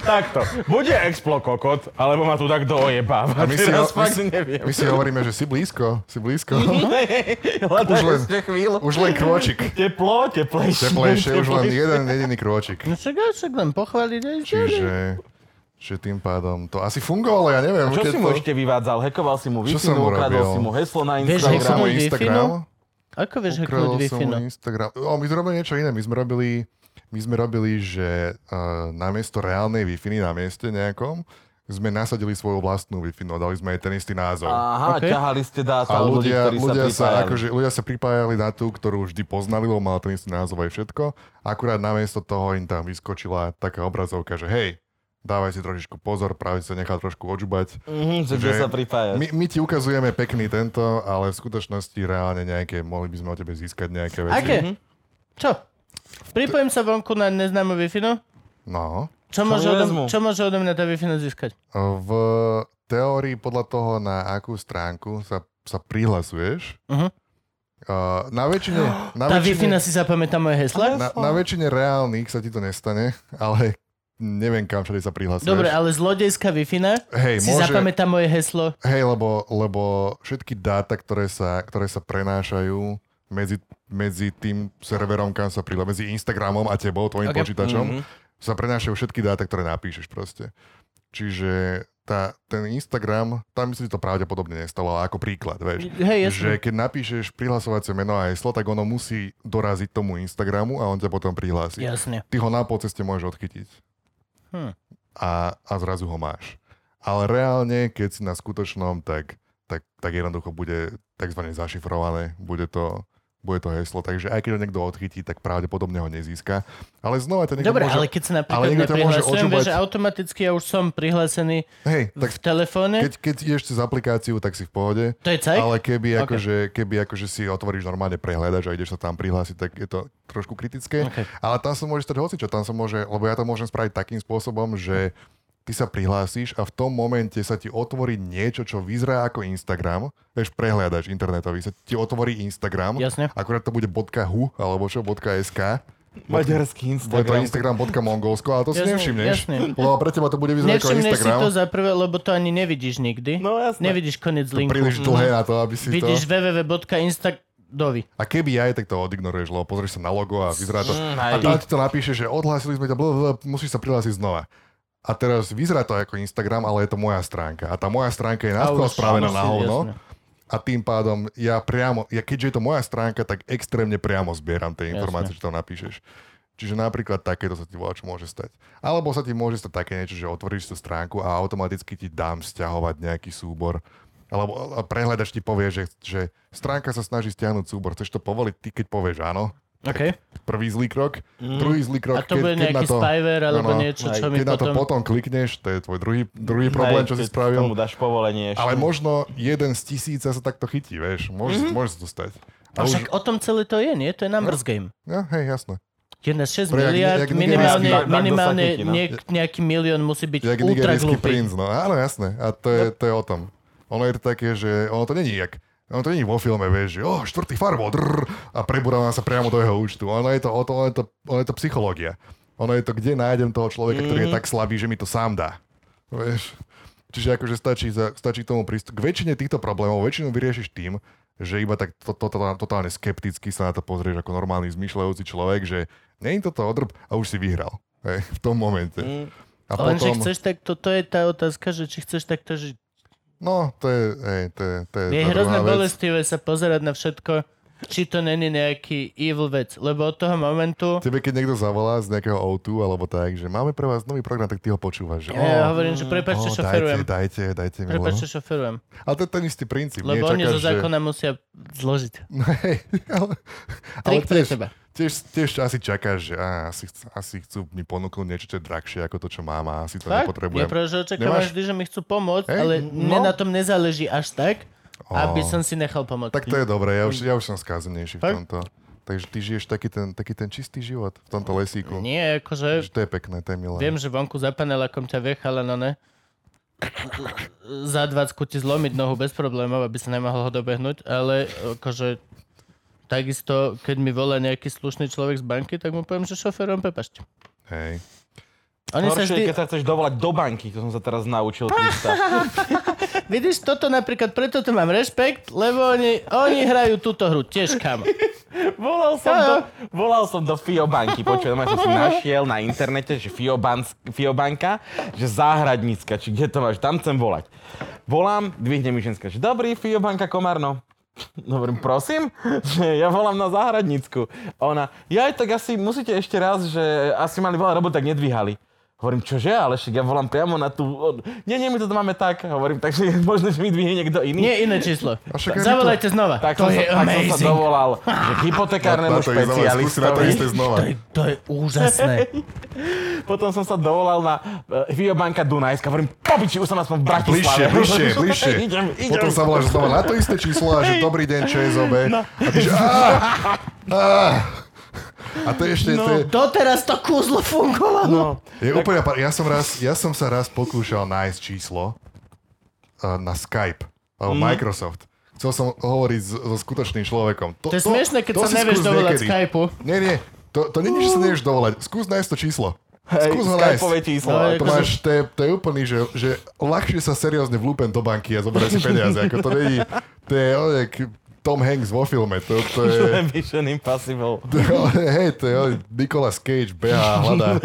[SPEAKER 4] Takto. Bude explo kokot, alebo ma tu tak dojebáva.
[SPEAKER 3] A my si,
[SPEAKER 4] Teraz
[SPEAKER 3] my,
[SPEAKER 4] fakt
[SPEAKER 3] si,
[SPEAKER 4] neviem.
[SPEAKER 3] my si hovoríme, že si blízko, si blízko.
[SPEAKER 1] Mhm.
[SPEAKER 4] Hľadaj
[SPEAKER 3] Už len-
[SPEAKER 4] ešte chvíľu.
[SPEAKER 3] už len krôčik.
[SPEAKER 4] Teplo, teplejšie.
[SPEAKER 3] Teplejšie, už len jeden jediný krôčik.
[SPEAKER 1] No však, ja však len pochváliť. aj čo?
[SPEAKER 3] Čiže, že tým pádom to asi fungovalo, ja neviem.
[SPEAKER 4] Čo
[SPEAKER 3] keď
[SPEAKER 4] si mu
[SPEAKER 3] to-
[SPEAKER 4] ešte vyvádzal? Hekoval si mu
[SPEAKER 3] Čo
[SPEAKER 4] Wi-Fi,
[SPEAKER 3] som mu
[SPEAKER 4] ukradol
[SPEAKER 3] robil?
[SPEAKER 4] si mu heslo na
[SPEAKER 1] Vieš,
[SPEAKER 3] Ukradol som
[SPEAKER 1] heknúť
[SPEAKER 4] Instagram.
[SPEAKER 3] mu
[SPEAKER 1] Wi-Fi,
[SPEAKER 3] Instagram.
[SPEAKER 1] no? Ako vieš
[SPEAKER 3] Ukradol
[SPEAKER 1] hacknúť
[SPEAKER 3] som
[SPEAKER 1] Wi-Fi?
[SPEAKER 3] mu
[SPEAKER 1] no?
[SPEAKER 3] Instagram. O, my sme robili niečo iné. My sme robili, my sme robili že uh, namiesto reálnej Wi-Fi na mieste nejakom, sme nasadili svoju vlastnú Wi-Fi, no dali sme aj ten istý názov.
[SPEAKER 4] Aha,
[SPEAKER 1] OK.
[SPEAKER 4] ťahali ste dáta
[SPEAKER 3] A
[SPEAKER 4] od ľudí,
[SPEAKER 3] ľudia,
[SPEAKER 4] ktorí sa
[SPEAKER 3] ľudia, sa,
[SPEAKER 4] pripájali.
[SPEAKER 3] akože, ľudia sa pripájali na tú, ktorú vždy poznali, lebo mala ten istý názov aj všetko. Akurát namiesto toho im tam vyskočila taká obrazovka, že hej, dávaj si trošičku pozor, práve si sa nechal trošku odžubať.
[SPEAKER 4] Mhm, že kde
[SPEAKER 3] že-
[SPEAKER 4] sa pripájať.
[SPEAKER 3] My, my ti ukazujeme pekný tento, ale v skutočnosti reálne nejaké, mohli by sme o tebe získať nejaké veci.
[SPEAKER 1] Aké? Čo? Pripojím sa vonku na neznámu Wi-Fi? no?
[SPEAKER 3] No.
[SPEAKER 1] Čo, môže
[SPEAKER 4] mi
[SPEAKER 1] odo,
[SPEAKER 4] vezmu?
[SPEAKER 1] čo môže odo mňa tá Wi-Fi no získať?
[SPEAKER 3] V teórii podľa toho, na akú stránku sa, sa prihlasuješ,
[SPEAKER 1] Mhm.
[SPEAKER 3] uh, na väčšine... Na
[SPEAKER 1] Tá
[SPEAKER 3] väčšine-
[SPEAKER 1] Wi-Fi si zapamätá moje hesla?
[SPEAKER 3] Na, na väčšine reálnych sa ti to nestane, ale neviem, kam všade sa prihlasuješ.
[SPEAKER 1] Dobre, ale zlodejská Wi-Fi
[SPEAKER 3] hej,
[SPEAKER 1] si
[SPEAKER 3] môže,
[SPEAKER 1] zapamätá moje heslo.
[SPEAKER 3] hej, lebo, lebo všetky dáta, ktoré sa, ktoré sa prenášajú medzi, medzi tým serverom, kam sa prihlási, medzi Instagramom a tebou,
[SPEAKER 1] Ok.
[SPEAKER 3] tvojim
[SPEAKER 1] mhm.
[SPEAKER 3] okay. počítačom, mm-hmm. sa prenášajú všetky dáta, ktoré napíšeš proste. Čiže tá, ten Instagram, tam si to pravdepodobne nestalo, ale ako príklad, vieš.
[SPEAKER 1] Hej, jasne.
[SPEAKER 3] že keď napíšeš prihlasovacie meno a heslo, tak ono musí doraziť tomu Instagramu a on ťa potom prihlási.
[SPEAKER 1] Jasne.
[SPEAKER 3] ty ho na polceste môžeš odchytiť.
[SPEAKER 1] Hm.
[SPEAKER 3] A, a zrazu ho máš. Ale reálne, keď si na skutočnom, tak, tak, tak jednoducho bude tzv. zašifrované, bude to, bude to heslo. Takže aj keď ho niekto odchytí, tak pravdepodobne ho nezíska. Ale znova to niekto
[SPEAKER 1] Dobre,
[SPEAKER 3] môže...
[SPEAKER 1] ale keď sa napríklad
[SPEAKER 3] niekto to môže
[SPEAKER 1] neprihlasujem, vieš,
[SPEAKER 3] odžubať.
[SPEAKER 1] že automaticky ja už som prihlásený
[SPEAKER 3] Hej, tak
[SPEAKER 1] v telefóne.
[SPEAKER 3] keď, keď ideš cez aplikáciu, tak si v pohode.
[SPEAKER 1] To je cajk?
[SPEAKER 3] Ale
[SPEAKER 1] Ok.
[SPEAKER 3] keby, akože, keby akože si otvoríš normálne prehľadač a ideš sa tam prihlásiť, tak je to trošku kritické.
[SPEAKER 1] Ok.
[SPEAKER 3] Ale tam sa môže stať hocičo, tam sa môže, lebo ja to môžem spraviť takým spôsobom, že ty sa prihlásiš a v tom momente sa ti otvorí niečo, čo vyzerá ako Instagram. Vieš, prehľadač internetový, sa ti otvorí Instagram.
[SPEAKER 1] Jasne.
[SPEAKER 3] Akurát to bude .hu alebo čo, .sk.
[SPEAKER 4] Maďarský
[SPEAKER 3] Bude to
[SPEAKER 4] Instagram.
[SPEAKER 3] Instagram.mongolsko, ale to si
[SPEAKER 1] Jasne,
[SPEAKER 3] nevšimneš.
[SPEAKER 1] jasne.
[SPEAKER 3] Lebo pre teba to bude vyzerať ako
[SPEAKER 1] Nevšimneš si
[SPEAKER 3] Instagram.
[SPEAKER 1] to za prvé, lebo to ani nevidíš nikdy.
[SPEAKER 4] No, jasné.
[SPEAKER 1] Nevidíš koniec
[SPEAKER 3] To
[SPEAKER 1] linku.
[SPEAKER 3] príliš dlhé na to, aby si to...
[SPEAKER 1] Vidíš www.instadovi.
[SPEAKER 3] A keby aj, tak to odignoruješ, lebo pozrieš sa na logo a vyzerá to.
[SPEAKER 4] Mm,
[SPEAKER 3] a
[SPEAKER 4] aj.
[SPEAKER 3] tam ti to napíše, že odhlásili sme ťa, blablabla, musíš sa prihlásiť znova. A teraz vyzerá to ako Instagram, ale je to moja stránka. A tá moja stránka je náhodou
[SPEAKER 1] už-
[SPEAKER 3] spravená
[SPEAKER 1] áno,
[SPEAKER 3] na no.
[SPEAKER 1] si-
[SPEAKER 3] hovno.
[SPEAKER 1] jasne.
[SPEAKER 3] A tým pádom ja priamo, ja keďže je to moja stránka, tak extrémne priamo zbieram tie informácie, čo tam napíšeš. Čiže napríklad takéto sa ti volá, čo môže stať. Alebo sa ti môže stať také niečo, že otvoríš tú stránku a automaticky ti dám stiahovať nejaký súbor. Alebo a prehľadač ti povie, že, že stránka sa snaží stiahnuť súbor. Chceš to povoliť ty, keď povieš áno?
[SPEAKER 1] OK. Mhm.
[SPEAKER 3] Prvý zlý krok, druhý zlý
[SPEAKER 1] A
[SPEAKER 3] krok.
[SPEAKER 1] to bude nejaký spyware alebo
[SPEAKER 3] áno.
[SPEAKER 1] niečo, čo mi
[SPEAKER 3] Keď na to
[SPEAKER 1] potom...
[SPEAKER 3] potom klikneš, to je tvoj druhý, druhý problém, čo
[SPEAKER 4] Hej,
[SPEAKER 3] si
[SPEAKER 4] keď Tomu
[SPEAKER 3] spravil.
[SPEAKER 4] dáš povolenie. ešte.
[SPEAKER 3] Ale možno jeden z tisíca sa takto chytí, vieš. Môže, mm-hmm. môže sa to stať.
[SPEAKER 1] A No však o tom celé to je, nie? To je numbers game.
[SPEAKER 3] no, hej, jasné.
[SPEAKER 1] Je na 6
[SPEAKER 3] Pre jak-
[SPEAKER 1] miliard,
[SPEAKER 3] jak nigerijský-
[SPEAKER 1] minimálne,
[SPEAKER 4] Tak- tak to sa
[SPEAKER 1] minimálne
[SPEAKER 4] chytí, no.
[SPEAKER 1] niek, nejaký milión musí byť
[SPEAKER 3] Jak
[SPEAKER 1] ultra No.
[SPEAKER 3] nigerijský
[SPEAKER 1] glúpy.
[SPEAKER 3] princ, no áno, jasné. A to je, to je o tom. Ono je to také, že ono to není jak ono to není vo filme, vieš, že oh, štvrtý farbo, drrr, a prebúram sa priamo do jeho účtu. Ono je to, o to, ono je to, ono je to psychológia. Ono je to, kde nájdem toho človeka, ktorý
[SPEAKER 1] Mhm.
[SPEAKER 3] je tak slabý, že mi to sám dá. Vieš? Čiže akože stačí, za, stačí k tomu prístup. K väčšine týchto problémov väčšinu vyriešiš tým, že iba tak to, to, to, totálne skepticky sa na to pozrieš ako normálny zmyšľajúci človek, že nie je toto odrb a už si vyhral. Hej, v tom momente. A
[SPEAKER 1] Lenže Mhm. chceš takto, to je tá otázka, že či chceš takto žiť.
[SPEAKER 3] No, to je, hej, to je, to je,
[SPEAKER 1] Je
[SPEAKER 3] tá
[SPEAKER 1] hrozné
[SPEAKER 3] druhá vec.
[SPEAKER 1] bolestivé sa pozerať na všetko, či to není nejaký evil vec, lebo od toho momentu...
[SPEAKER 3] Tebe, keď niekto zavolá z nejakého O2 alebo tak, že máme pre vás nový program, tak ty ho počúvaš. Že,
[SPEAKER 1] Ja
[SPEAKER 3] "Ó,
[SPEAKER 1] hovorím, že prepáčte,
[SPEAKER 3] ó, dajte,
[SPEAKER 1] šoferujem.
[SPEAKER 3] dajte, dajte mi len.
[SPEAKER 1] Prepáčte, šoferujem.
[SPEAKER 3] Ale to je ten istý princíp.
[SPEAKER 1] Lebo
[SPEAKER 3] nie,
[SPEAKER 1] oni
[SPEAKER 3] čakáš,
[SPEAKER 1] zo zákona musia zložiť.
[SPEAKER 3] Že... Hej, ale, ale
[SPEAKER 1] Trik pre
[SPEAKER 3] tiež,
[SPEAKER 1] teba.
[SPEAKER 3] tiež, tiež asi čakáš, že á, asi, chc- asi chcú mi ponúknuť niečo, čo je drahšie ako to, čo mám a asi to
[SPEAKER 1] Fakt? Ja
[SPEAKER 3] nepotrebujem.
[SPEAKER 1] práve, že očakávam
[SPEAKER 3] Nemáš-
[SPEAKER 1] vždy, že mi chcú pomôcť,
[SPEAKER 3] Hej,
[SPEAKER 1] ale
[SPEAKER 3] no.
[SPEAKER 1] mne na tom nezáleží až tak, aby
[SPEAKER 3] Ó.
[SPEAKER 1] som si nechal pomôcť.
[SPEAKER 3] Tak to je dobré, ja už, ja už som
[SPEAKER 1] Mm.
[SPEAKER 3] skázenejší v
[SPEAKER 1] Fakt?
[SPEAKER 3] tomto. Takže ty žiješ taký ten, taký ten čistý život v tomto lesíku.
[SPEAKER 1] Nie, akože
[SPEAKER 3] Že to je pekné, to je milé.
[SPEAKER 1] Viem, že vonku za panelákom ťa vie chalano, ne? za 20 ti zlomiť nohu bez problémov, aby sa nemohol ho dobehnúť, ale akože takisto, keď mi volá nejaký slušný človek z banky, tak mu poviem, že šoférom prepašte.
[SPEAKER 3] Hej.
[SPEAKER 1] Oni sa
[SPEAKER 4] Horšie, je,
[SPEAKER 1] vždy...
[SPEAKER 4] keď sa chceš dovolať do banky, to som sa teraz naučil. Krista.
[SPEAKER 1] Vidíš, toto napríklad, preto to mám rešpekt, lebo oni, oni hrajú túto hru tiež, kamo.
[SPEAKER 4] volal, som do, volal som do Fiobanky, počujem, normálne som si našiel na internete, že Fiobans, Fiobanka, že záhradnícka, či kde to máš, tam chcem volať. Volám, dvihne mi ženská, že dobrý, Fiobanka Komárno. Hovorím, prosím, že ja volám na záhradnícku. A ona, ja tak asi musíte ešte raz, že asi mali veľa robot, tak nedvíhali. Hovorím, čože, ale však ja volám priamo na tú... on- Nie, nie, my to tu máme tak. Hovorím, takže je možné, že mi dvihne niekto iný.
[SPEAKER 1] Nie iné číslo.
[SPEAKER 3] však aj my
[SPEAKER 1] Zavolajte znova.
[SPEAKER 4] Tak
[SPEAKER 1] to
[SPEAKER 4] som,
[SPEAKER 1] je
[SPEAKER 4] sa, tak som sa
[SPEAKER 1] amazing.
[SPEAKER 4] dovolal že k hypotekárnemu
[SPEAKER 3] to ísť, ale skúsi na to
[SPEAKER 4] špecialistovi.
[SPEAKER 3] isté znova.
[SPEAKER 1] To je, to je úžasné.
[SPEAKER 4] Potom som sa dovolal na eh, Viobanka Dunajska. Hovorím, popiči, už som aspoň v Bratislave.
[SPEAKER 3] Bližšie, bližšie, bližšie.
[SPEAKER 4] idem, idem.
[SPEAKER 3] Potom sa voláš znova na to isté číslo a že dobrý deň ČSOB. No. A ty že á, á. A to je ešte, to je,
[SPEAKER 1] No, Doteraz to kúzlo fungovalo.
[SPEAKER 4] No,
[SPEAKER 3] je úplne, pa- ja som, raz, ja som sa raz pokúšal nájsť číslo uh, na Skype, alebo
[SPEAKER 1] Mhm.
[SPEAKER 3] Microsoft. Chcel som hovoriť s- so skutočným človekom.
[SPEAKER 1] To je smiešné, keď sa
[SPEAKER 3] si
[SPEAKER 1] nevieš
[SPEAKER 3] skús
[SPEAKER 1] dovolať
[SPEAKER 3] niekedy.
[SPEAKER 1] Skypeu.
[SPEAKER 3] Nie, nie, to, to nie je, že sa nevieš dovolať. Skús nájsť to číslo.
[SPEAKER 4] hej,
[SPEAKER 3] Skús ho nájsť.
[SPEAKER 4] Skypeové číslo.
[SPEAKER 1] No,
[SPEAKER 4] No,
[SPEAKER 1] je-
[SPEAKER 3] To, máš, to, je, to je úplný, že, že ľahšie sa seriózne vlúpen do banky a zoberá si peniaze. Ako to není, to je on jak Tom Hanks vo filme. To, to je,
[SPEAKER 4] Mission Impossible.
[SPEAKER 3] to je, hej, to je Nicolas Cage beha a hľadá
[SPEAKER 1] No,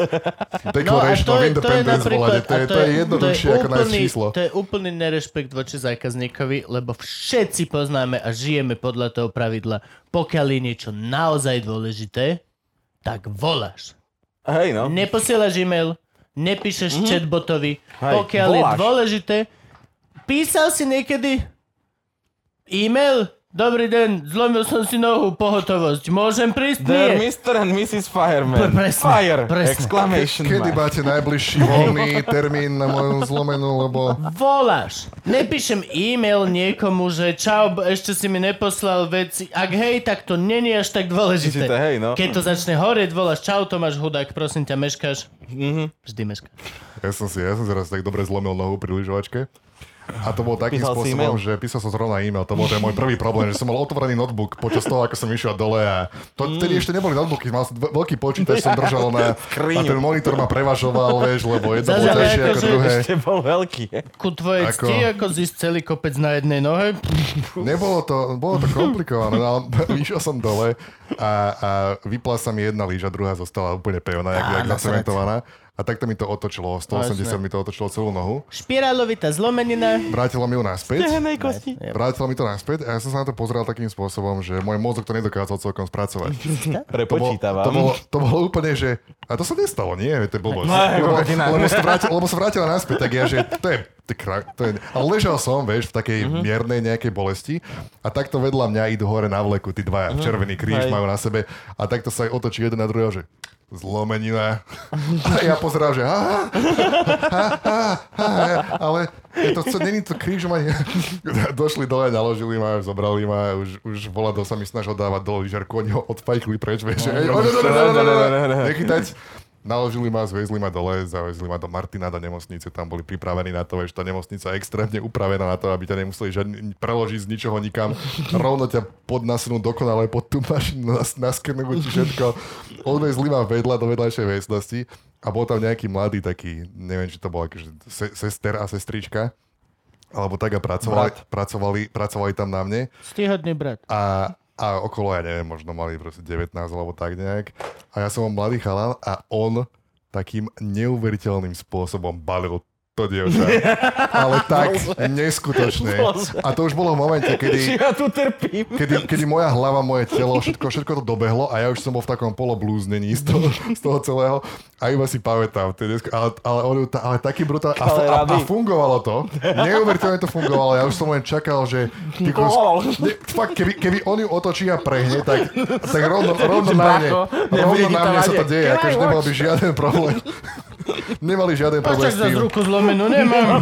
[SPEAKER 3] Declaration of Independence volade. To je, to je jednoduchšie ako nájsť
[SPEAKER 1] úplný-
[SPEAKER 3] číslo.
[SPEAKER 1] To je úplný nerešpekt voči zákazníkovi, lebo všetci poznáme a žijeme podľa toho pravidla. Pokiaľ je niečo naozaj dôležité, tak voláš.
[SPEAKER 4] Hej, no.
[SPEAKER 1] Neposielaš e-mail, nepíšeš chatbotovi.
[SPEAKER 4] Mhm. Hej,
[SPEAKER 1] Pokiaľ je
[SPEAKER 4] voláš.
[SPEAKER 1] dôležité, písal si niekedy e-mail? Dobrý deň, zlomil som si nohu, pohotovosť. Môžem prísť?
[SPEAKER 4] They're
[SPEAKER 1] Nie.
[SPEAKER 4] Mr. and Mrs. Fireman.
[SPEAKER 1] Pre- presne,
[SPEAKER 4] Fire!
[SPEAKER 1] presne.
[SPEAKER 4] Exclamation
[SPEAKER 3] Kedy
[SPEAKER 4] mark.
[SPEAKER 3] máte najbližší voľný termín na moju zlomenú, lebo...
[SPEAKER 1] Voláš. Nepíšem e-mail niekomu, že čau, b- ešte si mi neposlal veci. Ak hej, tak to není až tak dôležité.
[SPEAKER 4] Určite, hej, no.
[SPEAKER 1] Keď to začne horieť, voláš čau, Tomáš Hudák, prosím ťa, meškáš.
[SPEAKER 4] Mhm.
[SPEAKER 1] Vždy meškáš.
[SPEAKER 3] Ja som si, ja som si raz tak dobre zlomil nohu pri lyžovačke. A to bolo takým
[SPEAKER 4] Písal si e-mail?
[SPEAKER 3] spôsobom, že písal som zrovna e-mail. To bol ten môj prvý problém, že som mal otvorený notebook počas toho, ako som išiel dole. A to,
[SPEAKER 4] Mm.
[SPEAKER 3] vtedy ešte neboli notebooky, mal som dve- veľký počítač, som držal na... A
[SPEAKER 4] Skriňu.
[SPEAKER 3] ten monitor ma prevažoval, vieš, lebo jedno bolo
[SPEAKER 1] Zase
[SPEAKER 3] ťažšie
[SPEAKER 1] ako
[SPEAKER 3] ako
[SPEAKER 1] že-
[SPEAKER 3] druhé.
[SPEAKER 4] Ešte bol veľký.
[SPEAKER 1] Ku tvojej
[SPEAKER 3] Ako?
[SPEAKER 1] cti, ako zísť celý kopec na jednej nohe.
[SPEAKER 3] Nebolo to, bolo to komplikované, no, ale vyšiel som dole a, a vypla sa mi jedna lyža, druhá zostala úplne pevná, jak, jak zacementovaná. A A takto mi to otočilo, 180
[SPEAKER 1] Jasné.
[SPEAKER 3] mi to otočilo celú nohu.
[SPEAKER 1] Špirálovitá zlomenina.
[SPEAKER 3] Vrátila mi ju naspäť.
[SPEAKER 4] Tehenej kosti.
[SPEAKER 3] Vrátila mi to naspäť a ja som sa na to pozeral takým spôsobom, že môj mozog to nedokázal celkom spracovať. To bolo,
[SPEAKER 4] Prepočítavam.
[SPEAKER 3] to, bolo, to bolo úplne, že... A to sa nestalo, nie? To je blbosť.
[SPEAKER 4] Ne,
[SPEAKER 3] lebo,
[SPEAKER 4] rodina.
[SPEAKER 3] lebo, sa vrátila, lebo sa vrátila naspäť, tak ja, že to je... To je kra- to je, ale ležal som, vieš, v takej mm-hmm. miernej nejakej bolesti a takto vedľa mňa idú hore na vleku tí dvaja, červený
[SPEAKER 4] Hej.
[SPEAKER 3] kríž majú na sebe a takto sa aj otočí jeden na druhého, že zlomenina. A ja pozerám, že aha, Aha, ale je to, co- není to krížom ani... Došli dole, naložili ma, zobrali ma, už, už Volado sa mi snažil dávať dole lyžarku, oni ho odpajkli preč, vieš, že... "Ej, o, ne, ne, ne, ne, ne, ne, ne, Nechytať. Naložili ma, zviezli ma dole, zavezli ma do Martina do nemocnice, tam boli pripravení na to, že tá nemocnica je extrémne upravená na to, aby ťa nemuseli žiadny, preložiť z ničoho nikam. Rovno ťa podnasunú dokonale pod tú mašinu, nas- naskrnú ti všetko. Odvezli ma vedľa do vedľajšej miestnosti a bol tam nejaký mladý taký, neviem, či to bol akože se, sester a sestrička, alebo tak a pracovali, pracovali, pracovali tam na mne
[SPEAKER 1] Styhodný brat.
[SPEAKER 3] a, a okolo, ja neviem, možno mali proste 19 alebo tak nejak. A ja som bol mladý chalan a on takým neuveriteľným spôsobom balil to dievča. Ale tak neskutočne. A to už bolo v momente, kedy
[SPEAKER 4] Ja tu trpím.
[SPEAKER 3] kedy, kedy moja hlava, moje telo, všetko, všetko to dobehlo a ja už som bol v takom poloblúznení z toho, z toho celého a iba si pamätám. tie desko- Ale, ale, on ju ta- ale taký brutál... A, fu- a, a fungovalo to. Neuveriteľne to fungovalo. Ja už som len čakal, že... Ty kus, ne, fakt, keby, keby on ju otočí a prehne, tak, tak rovno, rovno na mne,
[SPEAKER 4] Brácho,
[SPEAKER 3] rovno
[SPEAKER 4] nebude ti
[SPEAKER 3] na
[SPEAKER 4] to
[SPEAKER 3] mne sa to
[SPEAKER 4] vadieť.
[SPEAKER 3] deje.
[SPEAKER 4] Kraj,
[SPEAKER 3] Akože nemal by
[SPEAKER 4] watch.
[SPEAKER 3] žiaden problém. Nemali žiaden problém
[SPEAKER 1] Počak
[SPEAKER 3] s
[SPEAKER 1] za
[SPEAKER 3] tým.
[SPEAKER 1] ruku zlomenú nemám.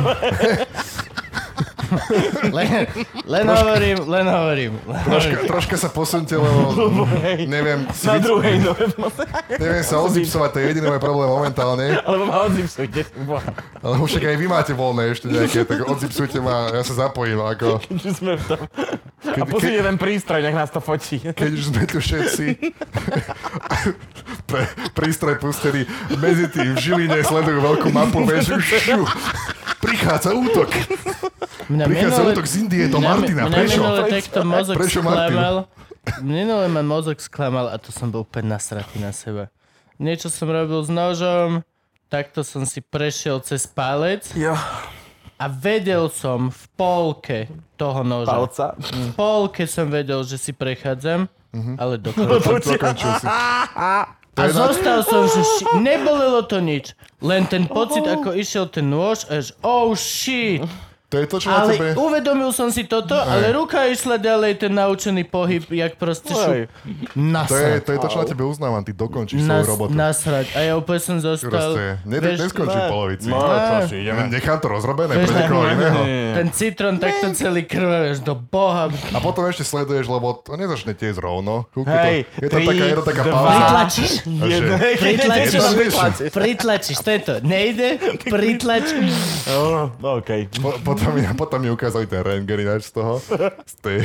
[SPEAKER 1] len, len hovorím, len hovorím.
[SPEAKER 3] Troška, troška sa posunte, lebo neviem, si
[SPEAKER 4] Na
[SPEAKER 3] vyc-
[SPEAKER 4] druhej nové.
[SPEAKER 3] neviem sa ozipsovať, to je jediný môj problém momentálne.
[SPEAKER 4] Alebo ma odzipsujte.
[SPEAKER 3] Ale však aj vy máte voľné ešte nejaké, tak odzipsujte ma, ja sa zapojím. Ako,
[SPEAKER 4] Že sme v tom.
[SPEAKER 3] keď,
[SPEAKER 4] A
[SPEAKER 3] keď,
[SPEAKER 4] pustite ten prístroj, nech nás to fotí.
[SPEAKER 3] keď už sme tu všetci pre, prístroj pustený, medzi tým v Žiline sledujú veľkú mapu, vieš, šiu, prichádza útok,
[SPEAKER 1] Mňa
[SPEAKER 3] prichádza
[SPEAKER 1] minule-
[SPEAKER 3] útok z Indie, je to
[SPEAKER 1] Mňa-
[SPEAKER 3] Martina,
[SPEAKER 1] mňa
[SPEAKER 3] prečo?
[SPEAKER 1] minule takto mozog
[SPEAKER 3] Prečo Martin?
[SPEAKER 1] sklamal. Minule ma mozog sklamal a to som bol úplne nasratý na seba. Niečo som robil s nožom, takto som si prešiel cez palec
[SPEAKER 4] Jo.
[SPEAKER 1] a vedel som v polke toho noža.
[SPEAKER 4] Palca.
[SPEAKER 1] V polke som vedel, že si prechádzam,
[SPEAKER 3] Mhm.
[SPEAKER 1] ale dokonca.
[SPEAKER 3] Dokončil si.
[SPEAKER 1] A zostal som, že ši... nebolelo to nič. Len ten pocit, ako išiel ten nôž, až oh shit.
[SPEAKER 3] To je to, čo na tebe...
[SPEAKER 1] Ale uvedomil som si toto, ale ruka išla ďalej, ten naučený pohyb, jak proste šup.
[SPEAKER 4] Oj.
[SPEAKER 3] To je,
[SPEAKER 1] Nasrať.
[SPEAKER 3] to je to, čo na tebe uznávam, ty dokončíš svoju
[SPEAKER 1] Nas,
[SPEAKER 3] robotu.
[SPEAKER 1] nasrať. A ja úplne som zostal...
[SPEAKER 3] Proste, ne, neskončím v polovici.
[SPEAKER 4] čo si,
[SPEAKER 3] Nechám to rozrobené
[SPEAKER 1] Vieš,
[SPEAKER 3] pre niekoho
[SPEAKER 1] ne-
[SPEAKER 3] iného.
[SPEAKER 1] ten citrón takto celý krvavé, až do boha.
[SPEAKER 3] A potom ešte sleduješ, lebo to nezačne tiež rovno. Chvíľku
[SPEAKER 4] Hej,
[SPEAKER 3] to, je to
[SPEAKER 4] tri,
[SPEAKER 3] taká, je to taká
[SPEAKER 4] dva.
[SPEAKER 3] pauza.
[SPEAKER 1] Pritlačíš?
[SPEAKER 3] A že-
[SPEAKER 1] Pritlačíš?
[SPEAKER 3] Jedno vyššie.
[SPEAKER 1] Pritlačíš, to je to. Nejde? Pritlačíš.
[SPEAKER 4] No, okej.
[SPEAKER 3] Po- potom, mi, potom mi ukázali ten rentgen ináč z toho, z tej,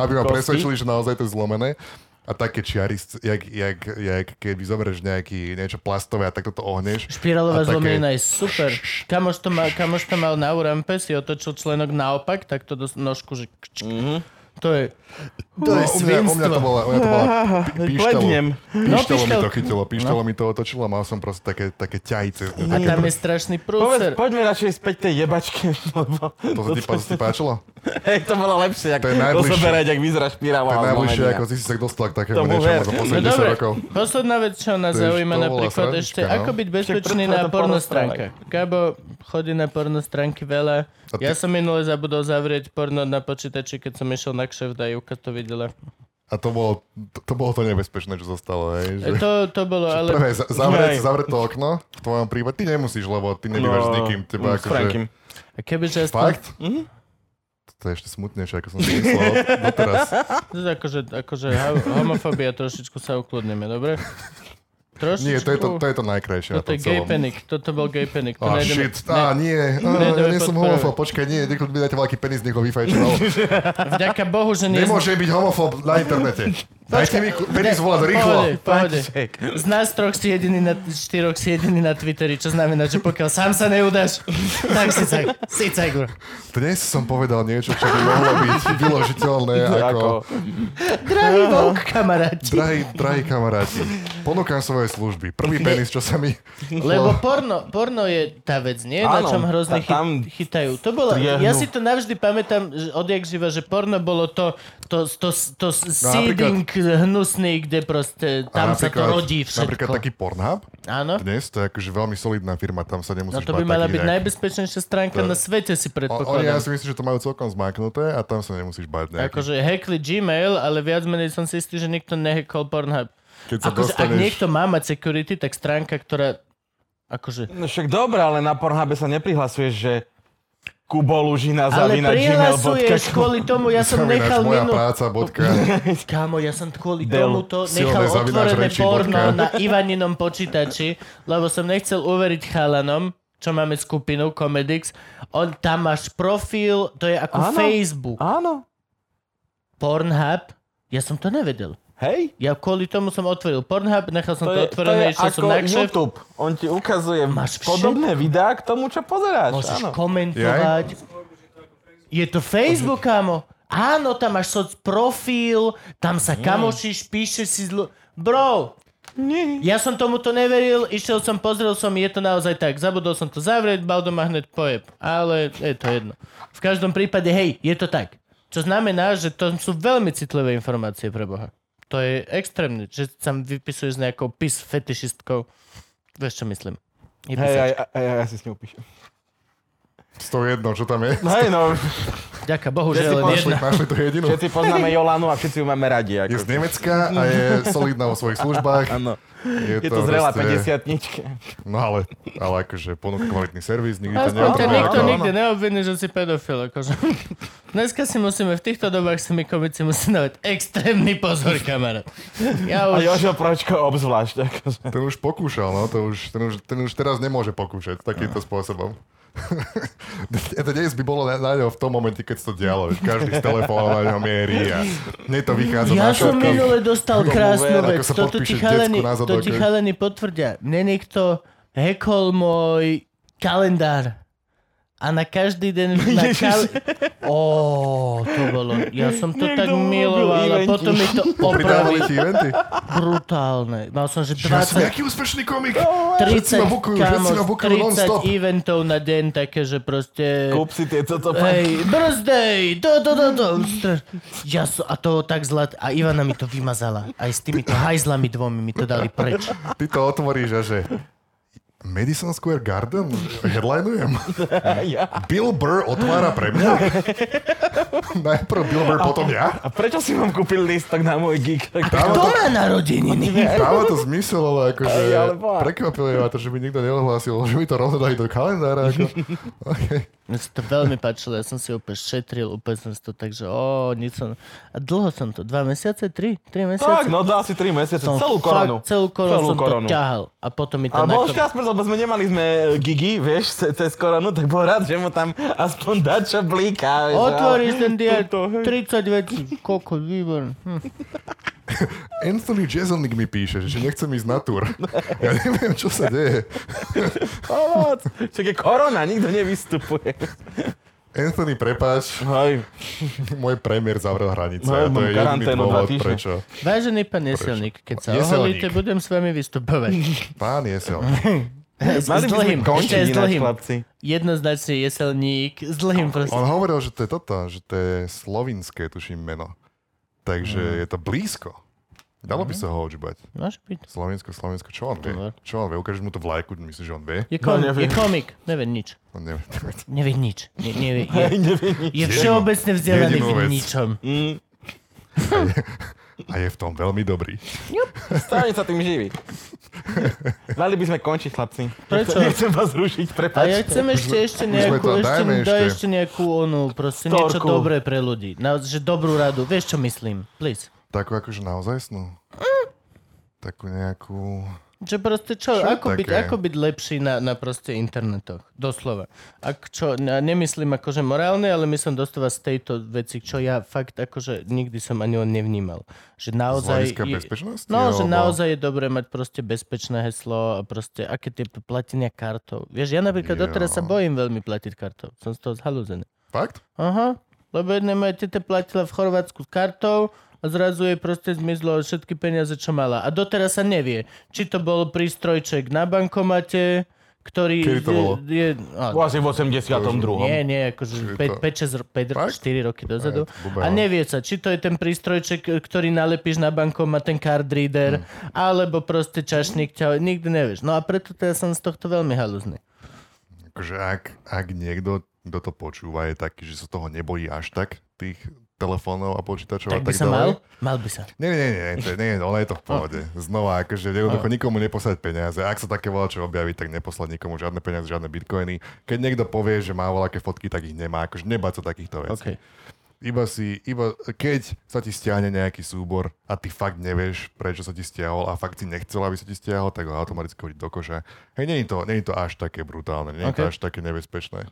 [SPEAKER 3] aby ma presvedčili, že naozaj to je zlomené. A také čiary, jak, jak, jak keď vyzoberieš nejaký, niečo plastové a takto to ohneš.
[SPEAKER 1] Špirálová
[SPEAKER 3] A také-
[SPEAKER 1] zlomenina je super. Kamoš to, mal, kamoš to mal na urampe, si otočil členok naopak, tak to do nožku, že... kč-
[SPEAKER 3] Mhm.
[SPEAKER 1] To je...
[SPEAKER 3] To je u, mňa, u mňa to bola, u mňa to bola pi- píštalo,
[SPEAKER 4] Klepnem.
[SPEAKER 1] No,
[SPEAKER 3] píštalo mi
[SPEAKER 1] píšťal-
[SPEAKER 3] to chytilo, píštalo mi to otočilo a mal som proste také, také ťajice.
[SPEAKER 1] A
[SPEAKER 3] Také,
[SPEAKER 1] tam je strašný
[SPEAKER 4] Povedz,
[SPEAKER 1] prúser.
[SPEAKER 4] poďme radšej späť tej jebačke, lebo
[SPEAKER 3] to sa ti, to sa ti páčilo?
[SPEAKER 4] hej, to bolo lepšie, ako
[SPEAKER 3] To je najbližšie.
[SPEAKER 4] rozoberať, ak vyzerá špirála.
[SPEAKER 3] To je
[SPEAKER 4] alebo
[SPEAKER 3] najbližšie,
[SPEAKER 4] menia.
[SPEAKER 3] ako si si sa dostal k takému
[SPEAKER 4] Tomu
[SPEAKER 3] niečomu
[SPEAKER 4] ver.
[SPEAKER 3] za
[SPEAKER 1] No
[SPEAKER 3] 80
[SPEAKER 1] dobre,
[SPEAKER 3] rokov.
[SPEAKER 1] posledná vec, čo nás
[SPEAKER 3] To je-
[SPEAKER 1] zaujíma
[SPEAKER 3] to bola
[SPEAKER 1] napríklad
[SPEAKER 3] srandička,
[SPEAKER 1] ešte,
[SPEAKER 3] no.
[SPEAKER 1] ako byť bezpečný
[SPEAKER 4] preto
[SPEAKER 1] na
[SPEAKER 4] to
[SPEAKER 1] porno
[SPEAKER 4] pornostránke.
[SPEAKER 1] stránke. Gabo chodí na porno stránky veľa.
[SPEAKER 3] A ty-
[SPEAKER 1] Ja som minule zabudol zavrieť porno na počítači, keď som išiel na kšeft a Juka to videla.
[SPEAKER 3] A to bolo to, to, bolo to nebezpečné, čo zostalo. Hej, že...
[SPEAKER 1] E, To, to bolo, ale...
[SPEAKER 3] Prvé, za- zavrieť,
[SPEAKER 4] Hej.
[SPEAKER 3] zavrieť to okno v tvojom prípade. Ty nemusíš, lebo ty nebývaš
[SPEAKER 1] No,
[SPEAKER 3] s nikým. Teba
[SPEAKER 4] mm, s
[SPEAKER 3] akože...
[SPEAKER 4] Frankim.
[SPEAKER 1] A kebyže aspoň...
[SPEAKER 3] Fakt? To je ešte smutnejšie, ako som si myslel doteraz.
[SPEAKER 1] To je akože, akože ha- homofobia, trošičku sa ukludneme, dobre? Trošičku...
[SPEAKER 3] Nie, to je to, to, je to najkrajšie na
[SPEAKER 1] Toto
[SPEAKER 3] tom
[SPEAKER 1] je gay
[SPEAKER 3] celom.
[SPEAKER 1] panic, toto bol gay panic. To
[SPEAKER 3] A
[SPEAKER 1] nájdeme-
[SPEAKER 3] shit,
[SPEAKER 1] ne-
[SPEAKER 3] á, nie, á, ja
[SPEAKER 1] Nejdeme
[SPEAKER 3] nie som
[SPEAKER 1] podporovať.
[SPEAKER 3] homofób, počkaj, nie, niekto mi dáte veľký penis, nech ho vyfajčoval.
[SPEAKER 1] Vďaka Bohu, že nie sme-
[SPEAKER 3] Nemôže byť homofób na internete. Dajte mi, ku- Denis volať rýchlo.
[SPEAKER 1] Pohode, pohode.
[SPEAKER 4] check.
[SPEAKER 1] Z nás troch si jediný na, štyroch si jediný na Twitteri, čo znamená, že pokiaľ sám sa neudáš, tak si caj, si caj, bro.
[SPEAKER 3] Dnes som povedal niečo, čo by mohlo byť vyložiteľné ako...
[SPEAKER 4] Ako,
[SPEAKER 1] Drahý vouk, kamaráti.
[SPEAKER 3] Drahí, drahí kamaráti, ponúkam svoje služby. Prvý penis, čo sa mi...
[SPEAKER 1] Lebo porno, porno je tá vec, nie? na
[SPEAKER 4] Áno,
[SPEAKER 1] čom hrozne
[SPEAKER 4] tá- tam
[SPEAKER 1] chy- chytajú. To bolo,
[SPEAKER 4] striehnú.
[SPEAKER 1] ja si to navždy pamätám že odjak živa, že porno bolo to, to, to, to, seeding hnusný, kde proste tam
[SPEAKER 3] No, A
[SPEAKER 1] sa to rodí všetko.
[SPEAKER 3] Napríklad taký Pornhub
[SPEAKER 1] Áno.
[SPEAKER 3] dnes, to je akože veľmi solidná firma, tam sa
[SPEAKER 1] No
[SPEAKER 3] nemusíš
[SPEAKER 1] to by
[SPEAKER 3] báť
[SPEAKER 1] mala
[SPEAKER 3] takých
[SPEAKER 1] byť
[SPEAKER 3] nejakých-
[SPEAKER 1] najbezpečnejšia stránka
[SPEAKER 3] To-
[SPEAKER 1] na svete, si
[SPEAKER 3] O- Oni, ja
[SPEAKER 1] predpokladám.
[SPEAKER 3] si myslím, že to majú celkom zmaknuté a tam sa nemusíš báť nejakých.
[SPEAKER 1] Akože hackli Gmail, ale viac menej som si istý, že nikto nehackol Pornhub.
[SPEAKER 3] Keď sa
[SPEAKER 1] Akože ak
[SPEAKER 3] dostaneš-
[SPEAKER 1] niekto má mať security, tak stránka, ktorá akože...
[SPEAKER 4] no však dobre, ale na Pornhube sa neprihlasuješ, že Kubo Lužina
[SPEAKER 1] Ale
[SPEAKER 4] zavina
[SPEAKER 1] prihlasuješ
[SPEAKER 4] gmail.com.
[SPEAKER 1] kvôli tomu, ja som
[SPEAKER 3] Zavináč
[SPEAKER 1] nechal
[SPEAKER 3] moja
[SPEAKER 1] minú...
[SPEAKER 3] práca, bodka.
[SPEAKER 1] Kámo, ja som kvôli
[SPEAKER 4] Del.
[SPEAKER 1] tomuto
[SPEAKER 3] Silné
[SPEAKER 1] nechal
[SPEAKER 3] zavináč
[SPEAKER 1] otvorené
[SPEAKER 3] reči
[SPEAKER 1] porno
[SPEAKER 3] bodka.
[SPEAKER 1] na Ivaninom počítači, lebo som nechcel uveriť chalanom, čo máme skupinu Comedix. On, tam máš profil, to je ako
[SPEAKER 4] Áno.
[SPEAKER 1] Facebook.
[SPEAKER 4] Áno,
[SPEAKER 1] Pornhub, ja som to nevedel.
[SPEAKER 4] hej.
[SPEAKER 1] Ja kvôli tomu som otvoril Pornhub, nechal som to, otvorené, išiel som
[SPEAKER 4] ako
[SPEAKER 1] na kšeft.
[SPEAKER 4] YouTube. On ti ukazuje
[SPEAKER 1] Máš všetko.
[SPEAKER 4] podobné videá k tomu, čo pozeráš.
[SPEAKER 1] Môžeš
[SPEAKER 4] áno.
[SPEAKER 1] komentovať. Je to Facebook, kámo. Áno, tam máš soc profil, tam sa
[SPEAKER 4] Mm.
[SPEAKER 1] kamošíš, píšeš si zlo... Bro,
[SPEAKER 4] Nie.
[SPEAKER 1] ja som tomuto neveril, išiel som, pozrel som, je to naozaj tak. Zabudol som to zavrieť, Baldo ma hneď pojeb. Ale je to jedno. V každom prípade, hej, je to tak. Čo znamená, že to sú veľmi citlivé informácie pre Boha. To je extrémne, že sa vypisuješ s nejakou pis fetišistkou. Vieš, čo myslím. Je
[SPEAKER 4] Hej, aj,
[SPEAKER 1] hey,
[SPEAKER 4] aj, aj, ja si s ňou píšem.
[SPEAKER 3] S tou jednou, čo tam je.
[SPEAKER 4] Hej, no,
[SPEAKER 1] Ďaká Bohu, že
[SPEAKER 4] si
[SPEAKER 1] len
[SPEAKER 4] pošli-
[SPEAKER 1] jedna.
[SPEAKER 3] Našli, našli tú jedinú.
[SPEAKER 4] všetci poznáme Jolanu a všetci ju máme radi.
[SPEAKER 3] Je z
[SPEAKER 4] Ako.
[SPEAKER 3] Nemecka a je solidná vo svojich službách.
[SPEAKER 4] Áno.
[SPEAKER 3] Je,
[SPEAKER 4] Je to zrelá
[SPEAKER 3] proste-
[SPEAKER 4] 50
[SPEAKER 3] No ale, ale akože ponúka kvalitný servis, nikdy to
[SPEAKER 1] Aspoň ťa
[SPEAKER 3] neotrvá.
[SPEAKER 1] nikto
[SPEAKER 3] ako-
[SPEAKER 1] nikdy neobviní, že si pedofil. Akože. Dneska si musíme, v týchto dobách si my komici musí dávať extrémny pozor, kamarát. Ja
[SPEAKER 4] A
[SPEAKER 1] už...
[SPEAKER 4] Jožo Pročko obzvlášť. Akože.
[SPEAKER 3] Ten už pokúšal, no, to už, ten, už, ten už teraz nemôže pokúšať takýmto spôsobom. to dnes by bolo na, na ňo v tom momente, keď sa to dialo. že Každý z telefónov na ňo mierí a mne to vychádza na
[SPEAKER 1] Ja som
[SPEAKER 3] všetko.
[SPEAKER 1] minule dostal krásnu vec.
[SPEAKER 4] ver,
[SPEAKER 3] ako sa
[SPEAKER 1] Toto ti
[SPEAKER 3] podpíšeš
[SPEAKER 1] chalani,
[SPEAKER 3] decku na
[SPEAKER 1] to
[SPEAKER 3] zadok,
[SPEAKER 1] ti
[SPEAKER 3] hej.
[SPEAKER 1] chalani potvrdia. Mne niekto hekol môj kalendár. A na každý deň... Na kal... Ó, to bolo... Ja som to
[SPEAKER 4] Niekto
[SPEAKER 1] tak
[SPEAKER 4] urobil
[SPEAKER 1] miloval a
[SPEAKER 4] eventy.
[SPEAKER 1] potom mi to
[SPEAKER 3] Pridávali ti
[SPEAKER 1] opravili.
[SPEAKER 3] eventy.
[SPEAKER 1] Brutálne. Mal som, že
[SPEAKER 3] Ja som
[SPEAKER 1] 20
[SPEAKER 3] nejaký úspešný komik.
[SPEAKER 1] 30,
[SPEAKER 3] Všetci ma bukujú,
[SPEAKER 1] kámo,
[SPEAKER 3] všetci ma bukujú non-stop.
[SPEAKER 1] 30 eventov na deň, také, že proste...
[SPEAKER 4] Kúp si tieto to
[SPEAKER 1] Hej, birthday, do, do, do, do. Str- Ja so, a to tak zlat... A Ivana mi to vymazala. Aj s týmito hajzlami dvomi mi to dali preč.
[SPEAKER 3] Ty to otvoríš a že... Madison Square Garden? Headlinujem.
[SPEAKER 4] ja.
[SPEAKER 3] Bill Burr otvára pre mňa? Najprv Bill Burr, potom ja?
[SPEAKER 4] A prečo si vám kúpil listok na môj gig? Tak,
[SPEAKER 3] Dáva
[SPEAKER 1] Kto
[SPEAKER 3] to,
[SPEAKER 1] má narodeniny?
[SPEAKER 3] dáva to zmysel, ale akože
[SPEAKER 4] Aj, ale boha.
[SPEAKER 3] prekvapilo ma to, že mi nikto neohlásil, že mi to rovno dali do kalendára. Ako. Okay.
[SPEAKER 1] Mne sa to veľmi páčilo, ja som si úplne šetril, úplne som si to tak, že ó, nič som... A dlho som to, dva mesiace, tri, tri
[SPEAKER 4] tak,
[SPEAKER 1] mesiace?
[SPEAKER 4] no dá asi 3 mesiace,
[SPEAKER 1] Som
[SPEAKER 4] celú koronu.
[SPEAKER 1] Fakt, celú koronu
[SPEAKER 4] Celú
[SPEAKER 1] som
[SPEAKER 4] koronu.
[SPEAKER 1] to ťahal. A potom mi to... na
[SPEAKER 4] Ale bol
[SPEAKER 1] to-
[SPEAKER 4] šťastný, lebo sme nemali sme e, Gigi, vieš, ce- cez koronu, tak bol rád, že mu tam aspoň dá čo blíka. Vieš,
[SPEAKER 1] Otvoríš ten diar,
[SPEAKER 4] Tuto, hej.
[SPEAKER 1] 30 vecí, koľko, výborné. Hm.
[SPEAKER 3] Anthony Jeselnik mi píše, že nechcem ísť na túr. Ja neviem, čo sa deje.
[SPEAKER 4] Pomoc! Však je korona, nikto nevystupuje.
[SPEAKER 3] Anthony, prepáč,
[SPEAKER 4] Hej,
[SPEAKER 3] môj premiér zavrel hranice.
[SPEAKER 4] No,
[SPEAKER 3] a
[SPEAKER 4] mám
[SPEAKER 3] to je jediný
[SPEAKER 4] karanténu dva
[SPEAKER 3] dôvod,
[SPEAKER 4] týždne.
[SPEAKER 3] prečo.
[SPEAKER 1] Vážený pán Jeselník, keď sa
[SPEAKER 3] Jeselník.
[SPEAKER 1] oholíte, budem s vami vystupovať.
[SPEAKER 3] Pán Jesel.
[SPEAKER 1] S, s
[SPEAKER 4] mali by sme
[SPEAKER 1] dlhým, ešte
[SPEAKER 4] končiť
[SPEAKER 1] aj s
[SPEAKER 4] ináč,
[SPEAKER 1] dlhým.
[SPEAKER 4] chlapci.
[SPEAKER 1] Jednoznačne Jeselník, s dlhým proste.
[SPEAKER 3] On hovoril, že to je toto, že to je slovinské, tuším, meno. Takže
[SPEAKER 4] Mm.
[SPEAKER 3] je to blízko. Dalo by sa ho odžbať.
[SPEAKER 1] Máš byť?
[SPEAKER 3] Slovensko, Slovensko, čo on vie?
[SPEAKER 1] Dobre.
[SPEAKER 3] Čo on vie? Ukážeš mu to vlajku, myslíš, že on vie?
[SPEAKER 1] Je, kom,
[SPEAKER 4] neviem.
[SPEAKER 1] je komik, nevie nič.
[SPEAKER 3] On nevie.
[SPEAKER 1] Nevie nič. Ne, nevie, je,
[SPEAKER 4] neviem nič.
[SPEAKER 1] je všeobecne vzdelaný
[SPEAKER 3] jedinú
[SPEAKER 1] v
[SPEAKER 3] vec.
[SPEAKER 1] ničom.
[SPEAKER 4] Mm,
[SPEAKER 3] A je v tom veľmi dobrý.
[SPEAKER 4] Stále sa tým živí. Mali by sme končiť, chlapci.
[SPEAKER 1] Prečo?
[SPEAKER 4] Nechcem vás
[SPEAKER 1] A
[SPEAKER 4] rušiť,
[SPEAKER 1] ja
[SPEAKER 4] prepáčte.
[SPEAKER 1] chcem ešte, ešte
[SPEAKER 3] sme
[SPEAKER 1] nejakú,
[SPEAKER 3] to-
[SPEAKER 1] ešte,
[SPEAKER 3] dajme
[SPEAKER 1] mi daj
[SPEAKER 3] ešte.
[SPEAKER 1] ešte nejakú onú, proste
[SPEAKER 4] Storku.
[SPEAKER 1] niečo dobré pre ľudí. Naozaj, že dobrú radu. Vieš, čo myslím? Please.
[SPEAKER 3] Takú akože naozaj snú. Takú nejakú...
[SPEAKER 1] Že proste čo,
[SPEAKER 3] Čo je
[SPEAKER 1] ako, byť,
[SPEAKER 3] také?
[SPEAKER 1] ako byť lepší na, na proste internetoch, doslova. Ak čo, na- nemyslím akože morálne, ale myslím doslova z tejto veci, čo ja fakt akože nikdy som ani len nevnímal. Že naozaj...
[SPEAKER 3] hľadiska bezpečnosti,
[SPEAKER 1] No, že
[SPEAKER 3] alebo-
[SPEAKER 1] naozaj je dobré mať proste bezpečné heslo a proste aké tie platenia kartou. Vieš, ja napríklad
[SPEAKER 3] Jo.
[SPEAKER 1] doteraz sa bojím veľmi platiť kartou. Som z toho zhalúzený.
[SPEAKER 3] Fakt?
[SPEAKER 1] Aha, lebo jedna moja teta platila v Chorvátsku s kartou a zrazu jej proste zmizlo všetky peniaze, čo mala. A doteraz sa nevie, či to bol prístrojček na bankomate, ktorý...
[SPEAKER 3] Kedy to bolo?
[SPEAKER 1] Je, je, a,
[SPEAKER 4] Bol asi v 82.
[SPEAKER 1] nie, nie, akože 5,
[SPEAKER 3] Čiže to-
[SPEAKER 1] 5, 6, 5,
[SPEAKER 3] Fakt?
[SPEAKER 1] 4 roky dozadu.
[SPEAKER 3] blbé,
[SPEAKER 1] A
[SPEAKER 3] no.
[SPEAKER 1] nevie sa, či to je ten prístrojček, ktorý nalepíš na bankom, má ten card
[SPEAKER 3] Hm.
[SPEAKER 1] reader, alebo proste čašník ťa, nikdy nevieš. No a preto teda som z tohto veľmi halúzny.
[SPEAKER 3] Akože ak, ak niekto, kto to počúva, je taký, že sa toho nebojí až tak, tých telefónov a počítačov
[SPEAKER 1] Tak
[SPEAKER 3] a
[SPEAKER 1] by
[SPEAKER 3] tak
[SPEAKER 1] sa
[SPEAKER 3] ďalej.
[SPEAKER 1] mal? Mal by sa.
[SPEAKER 3] Nie, nie, nie, nie, to, je- nie, ono je to v pohode.
[SPEAKER 1] No.
[SPEAKER 3] Znova, akože jednoducho nikomu neposlať peniaze. Ak sa také volá, čo objaví, tak neposlať nikomu žiadne peniaze, žiadne bitcoiny. Keď niekto povie, že má voľaké fotky, tak ich nemá. Akože nebať sa takýchto vecí.
[SPEAKER 1] OK.
[SPEAKER 3] Iba si, iba, keď sa ti stiahne nejaký súbor a ty fakt nevieš, prečo sa ti stiahol a fakt si nechcel, aby sa ti stiahol, tak ho automaticky hodiť do koša. Hej, nie je to, nie je to až také brutálne, nie je to
[SPEAKER 1] OK.
[SPEAKER 3] až také nebezpečné.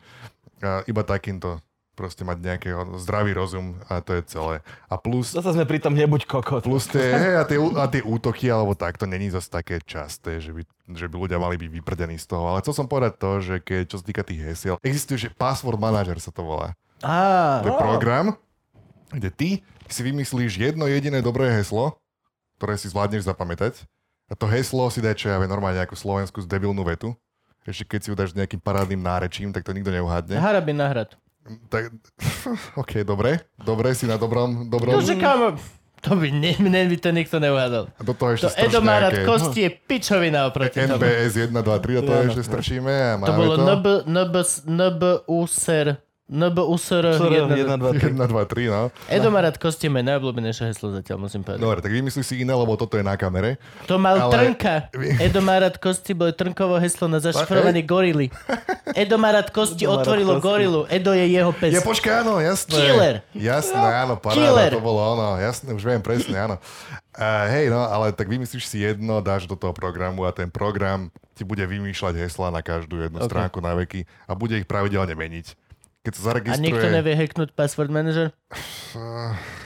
[SPEAKER 3] A iba takýmto proste mať nejakého zdravý rozum a to je celé. A plus,
[SPEAKER 4] Zase sme pri tom nebuď kokot.
[SPEAKER 3] plus tie, hej, a, tie, ú- a tie útoky alebo tak, to není zase také časté, že by, že by ľudia mali byť vyprdení z toho. Ale chcel som povedať to, že keď, čo sa týka tých hesiel, existuje, že password manager sa to volá.
[SPEAKER 1] Á,
[SPEAKER 4] No,
[SPEAKER 3] To je program, kde ty si vymyslíš jedno jediné dobré heslo, ktoré si zvládneš zapamätať. A to heslo si daj, čo ja viem, normálne nejakú slovenskú debilnú vetu. Ešte keď si ho dáš s nejakým parádnym nárečím, tak to nikto neuhádne.
[SPEAKER 1] Harabin na hrad.
[SPEAKER 3] Tak, OK, dobre. Dobre, si na dobrom, dobrom.
[SPEAKER 1] Bože, kámo, to by, ne, ne, by to nikto neuhádol.
[SPEAKER 3] A Do toho
[SPEAKER 1] To
[SPEAKER 3] ešte
[SPEAKER 1] Edo
[SPEAKER 3] strašne
[SPEAKER 1] má rád
[SPEAKER 3] nejaké-
[SPEAKER 1] kosti, je pičovina oproti tomu.
[SPEAKER 3] NBS 1, 2, 3, do toho ešte strčíme a
[SPEAKER 1] To
[SPEAKER 3] máme
[SPEAKER 1] bolo
[SPEAKER 3] to.
[SPEAKER 1] NB, NB, NB, USR, NB, USR, jedna-
[SPEAKER 3] 1, 2, 3, no.
[SPEAKER 1] Edo má rád kosti, je najobľúbenejšie heslo zatiaľ, musím povedať.
[SPEAKER 3] Dobre, tak vymyslí si iné, lebo toto je na kamere.
[SPEAKER 1] To mal
[SPEAKER 3] No, Ale-
[SPEAKER 1] ale... Trnka. Edo Marat Kosti bol Trnkovo heslo na zašifrovanie gorily. Edo Marat Kosti
[SPEAKER 4] Edo Marat
[SPEAKER 1] otvorilo
[SPEAKER 4] Kosti.
[SPEAKER 1] gorilu. Edo je jeho pes.
[SPEAKER 3] Ja počkaj, áno, jasné.
[SPEAKER 1] Killer. No,
[SPEAKER 3] Jasné, áno,
[SPEAKER 1] Killer.
[SPEAKER 3] paráda, to bolo ono, jasné, už viem presne, áno. Uh, hej, no, ale tak vymyslíš si jedno, dáš do toho programu a ten program ti bude vymýšľať hesla na každú jednu okay. stránku na veky a bude ich pravidelne meniť. Keď sa
[SPEAKER 1] A
[SPEAKER 3] zaregistruje...
[SPEAKER 1] nikto nevie hacknúť password manager?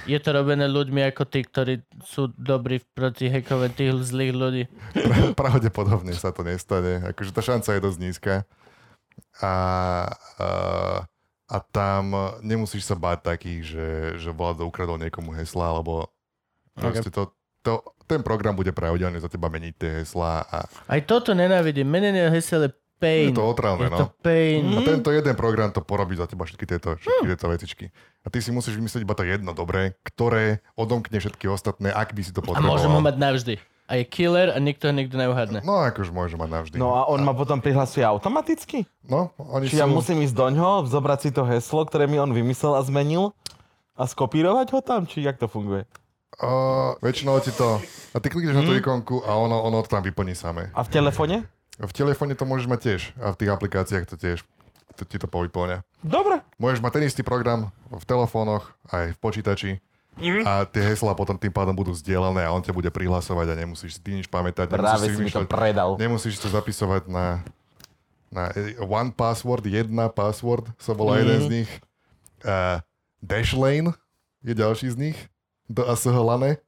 [SPEAKER 1] Je to robené ľuďmi ako tí, ktorí sú dobrí proti hackovať tých zlých ľudí.
[SPEAKER 3] pravdepodobne sa to nestane. Akože tá šanca je dosť nízka. A, a, a tam nemusíš sa báť takých, že, že vláda ukradol niekomu hesla, alebo proste to, to, ten program bude pravidelne za teba meniť tie heslá a
[SPEAKER 1] Aj toto nenávidím. Menenie hesel je pain.
[SPEAKER 3] je to otravné,
[SPEAKER 1] je to
[SPEAKER 3] no.
[SPEAKER 1] pain.
[SPEAKER 3] A
[SPEAKER 4] Mhm.
[SPEAKER 3] tento jeden program to porobí za teba všetky tieto, všetky
[SPEAKER 4] Hm.
[SPEAKER 3] tieto vecičky. A ty si musíš vymyslieť iba to jedno dobré, ktoré odomkne všetky ostatné, ak by si to
[SPEAKER 1] A
[SPEAKER 3] potreboval.
[SPEAKER 1] môžem ho mať navždy. A je killer a nikto ho nikdy neuhadne.
[SPEAKER 3] No akože môže mať navždy.
[SPEAKER 4] No a on ma potom prihlasuje automaticky?
[SPEAKER 3] no oni
[SPEAKER 4] Či ja musím ísť doňho, zobrať si to heslo, ktoré mi on vymyslel a zmenil a skopírovať ho tam? Či jak to funguje?
[SPEAKER 3] Uh, väčšinou ti to... A ty klikneš
[SPEAKER 4] Mhm.
[SPEAKER 3] na tú ikonku a ono, ono to tam vyplní samé.
[SPEAKER 4] A v telefóne?
[SPEAKER 3] V telefóne to môžeš mať tiež a v tých aplikáciách to tiež to, ti to povyplňa.
[SPEAKER 4] Dobre.
[SPEAKER 3] Môžeš mať ten istý program v telefónoch, aj v počítači
[SPEAKER 4] Mhm.
[SPEAKER 3] a tie heslá potom tým pádom budú zdieľané a on ťa bude prihlasovať a nemusíš si ty nič pamätať. nemusíš
[SPEAKER 4] Práve si mi to
[SPEAKER 3] vymýšľať-
[SPEAKER 4] predal.
[SPEAKER 3] Nemusíš to zapisovať na, na eh, One Password, jedna Password, sa volá mm. jeden z nich. Uh, Dashlane je ďalší z nich, do Asoholane.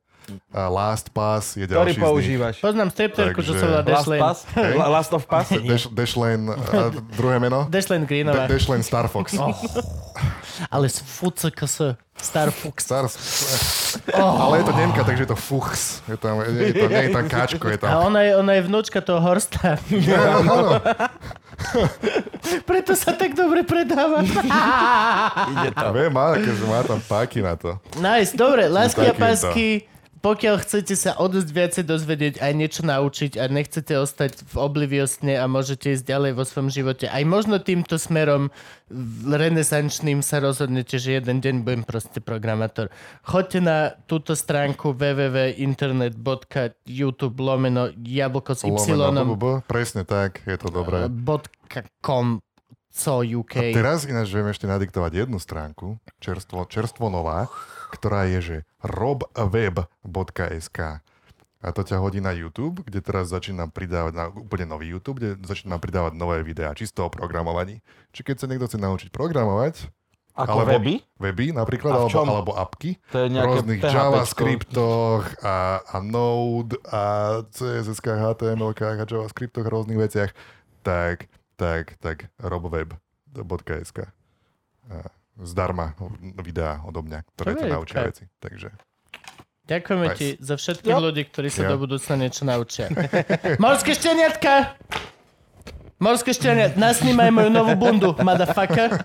[SPEAKER 3] A LastPass E,
[SPEAKER 4] Ktorý
[SPEAKER 3] je ďalší z nich.
[SPEAKER 4] používaš?
[SPEAKER 1] Poznám stripterku, čo
[SPEAKER 3] Takže-
[SPEAKER 1] sa volá
[SPEAKER 4] Last
[SPEAKER 1] Dashlane.
[SPEAKER 4] pass? La- Last of pass?
[SPEAKER 3] Dash, Dashlane, e, a druhé meno?
[SPEAKER 1] Dashlane
[SPEAKER 3] Da-
[SPEAKER 1] Greenová.
[SPEAKER 3] Dashlane Star Fox. Oh.
[SPEAKER 1] Ale z FCKS. Star Fox.
[SPEAKER 3] Star... Ale je to Nemka, takže je to Fuchs. Je tam, je, je to, nie je tam Káčko, je
[SPEAKER 1] A
[SPEAKER 3] tam...
[SPEAKER 1] ona je, ona je vnúčka toho Horsta.
[SPEAKER 3] Áno, áno.
[SPEAKER 1] Preto sa tak dobre predáva.
[SPEAKER 4] Ide to.
[SPEAKER 3] Viem, má, akože má tam páky na to.
[SPEAKER 1] nice, dobre.
[SPEAKER 3] No
[SPEAKER 1] Lásky a
[SPEAKER 3] Takýto.
[SPEAKER 1] pásky. Pokiaľ chcete sa o dosť viacej dozvedieť, aj niečo naučiť a nechcete ostať v obliviosne a môžete ísť ďalej vo svojom živote, aj možno týmto smerom v- renesančným sa rozhodnete, že jeden deň budem proste programátor. Choďte na túto stránku www.internet.youtube lomeno jablko s y
[SPEAKER 3] Lomeno, bu, bu, bu. Presne tak, je to dobré.
[SPEAKER 1] bodka.com co UK.
[SPEAKER 3] A teraz ináč viem ešte nadiktovať jednu stránku, čerstvo, čerstvo nová, ktorá je, že robweb.sk. A to ťa hodí na YouTube, kde teraz začínam pridávať, na úplne nový YouTube, kde začínam pridávať nové videá, čisto o programovaní. Či keď sa niekto chce naučiť programovať,
[SPEAKER 4] Ako
[SPEAKER 3] alebo
[SPEAKER 4] weby?
[SPEAKER 3] Weby napríklad,
[SPEAKER 4] A v
[SPEAKER 3] alebo,
[SPEAKER 4] čom?
[SPEAKER 3] alebo apky,
[SPEAKER 4] To je
[SPEAKER 3] v
[SPEAKER 4] nejaké
[SPEAKER 3] rôznych
[SPEAKER 4] PHPčko.
[SPEAKER 3] JavaScriptoch a, a Node a CSS, HTML a JavaScriptoch a rôznych veciach, tak, tak, tak robweb.sk a zdarma videá odo mňa, ktoré
[SPEAKER 1] To
[SPEAKER 3] ťa
[SPEAKER 1] je
[SPEAKER 3] naučia
[SPEAKER 1] fajn.
[SPEAKER 3] veci. Takže
[SPEAKER 1] Ďakujeme
[SPEAKER 3] Nice.
[SPEAKER 1] ti za všetkých ľudí, ktorí sa
[SPEAKER 3] Jo.
[SPEAKER 1] do budúcna niečo naučia. Morské šteniatka! Morské šteniatka, nasnímaj moju novú bundu, motherfucker.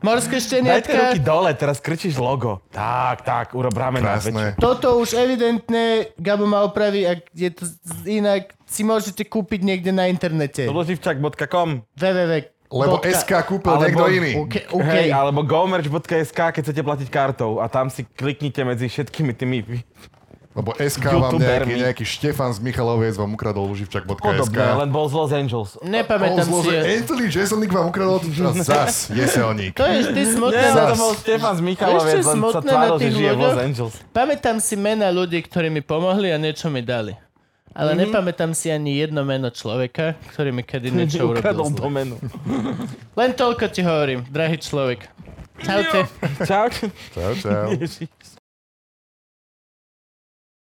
[SPEAKER 1] Morské
[SPEAKER 4] Dajte ruky
[SPEAKER 1] šteniatka,
[SPEAKER 4] dole, teraz kričíš logo. Tak, tak, urob ramena
[SPEAKER 3] krásne.
[SPEAKER 1] toto už evidentne, Gabo ma opraví, ak je to z- inak, si môžete kúpiť niekde na internete.
[SPEAKER 4] Loživčak.com
[SPEAKER 1] www.
[SPEAKER 3] Lebo
[SPEAKER 1] bodka-
[SPEAKER 3] SK kúpil
[SPEAKER 4] Alebo-
[SPEAKER 3] niekto iný.
[SPEAKER 1] OK, OK.
[SPEAKER 4] Hej, alebo gomerch.sk, keď chcete platiť kartou a tam si kliknite medzi všetkými tými
[SPEAKER 3] Lebo SK vám nejaký,
[SPEAKER 4] youtubermi.
[SPEAKER 3] nejaký Štefan z Michaloviec vám ukradol uživčak.sk.
[SPEAKER 4] podobné, len bol z Los Angeles.
[SPEAKER 1] Nepamätám si.
[SPEAKER 3] Anthony Jeselnik vám ukradol a zas jeselník.
[SPEAKER 1] To je vždy smutné.
[SPEAKER 4] Nie,
[SPEAKER 1] na-
[SPEAKER 4] no to bol Štefan z Michaloviec,
[SPEAKER 1] Ešte
[SPEAKER 4] len sa
[SPEAKER 1] smutné na
[SPEAKER 4] tváril, že
[SPEAKER 1] tých
[SPEAKER 4] žije v Los
[SPEAKER 1] ľuďoch.
[SPEAKER 4] Angeles.
[SPEAKER 1] Pamätám si mena ľudí, ktorí mi pomohli a niečo mi dali. Ale mm-hmm. nepamätám si ani jedno meno človeka, ktorý mi kedy niečo urobil
[SPEAKER 4] Ukradol
[SPEAKER 1] zle.
[SPEAKER 4] domenu.
[SPEAKER 1] Len toľko ti hovorím, drahý človek. Čaute.
[SPEAKER 4] Čau.
[SPEAKER 3] Čau, čau.
[SPEAKER 4] Ježiš.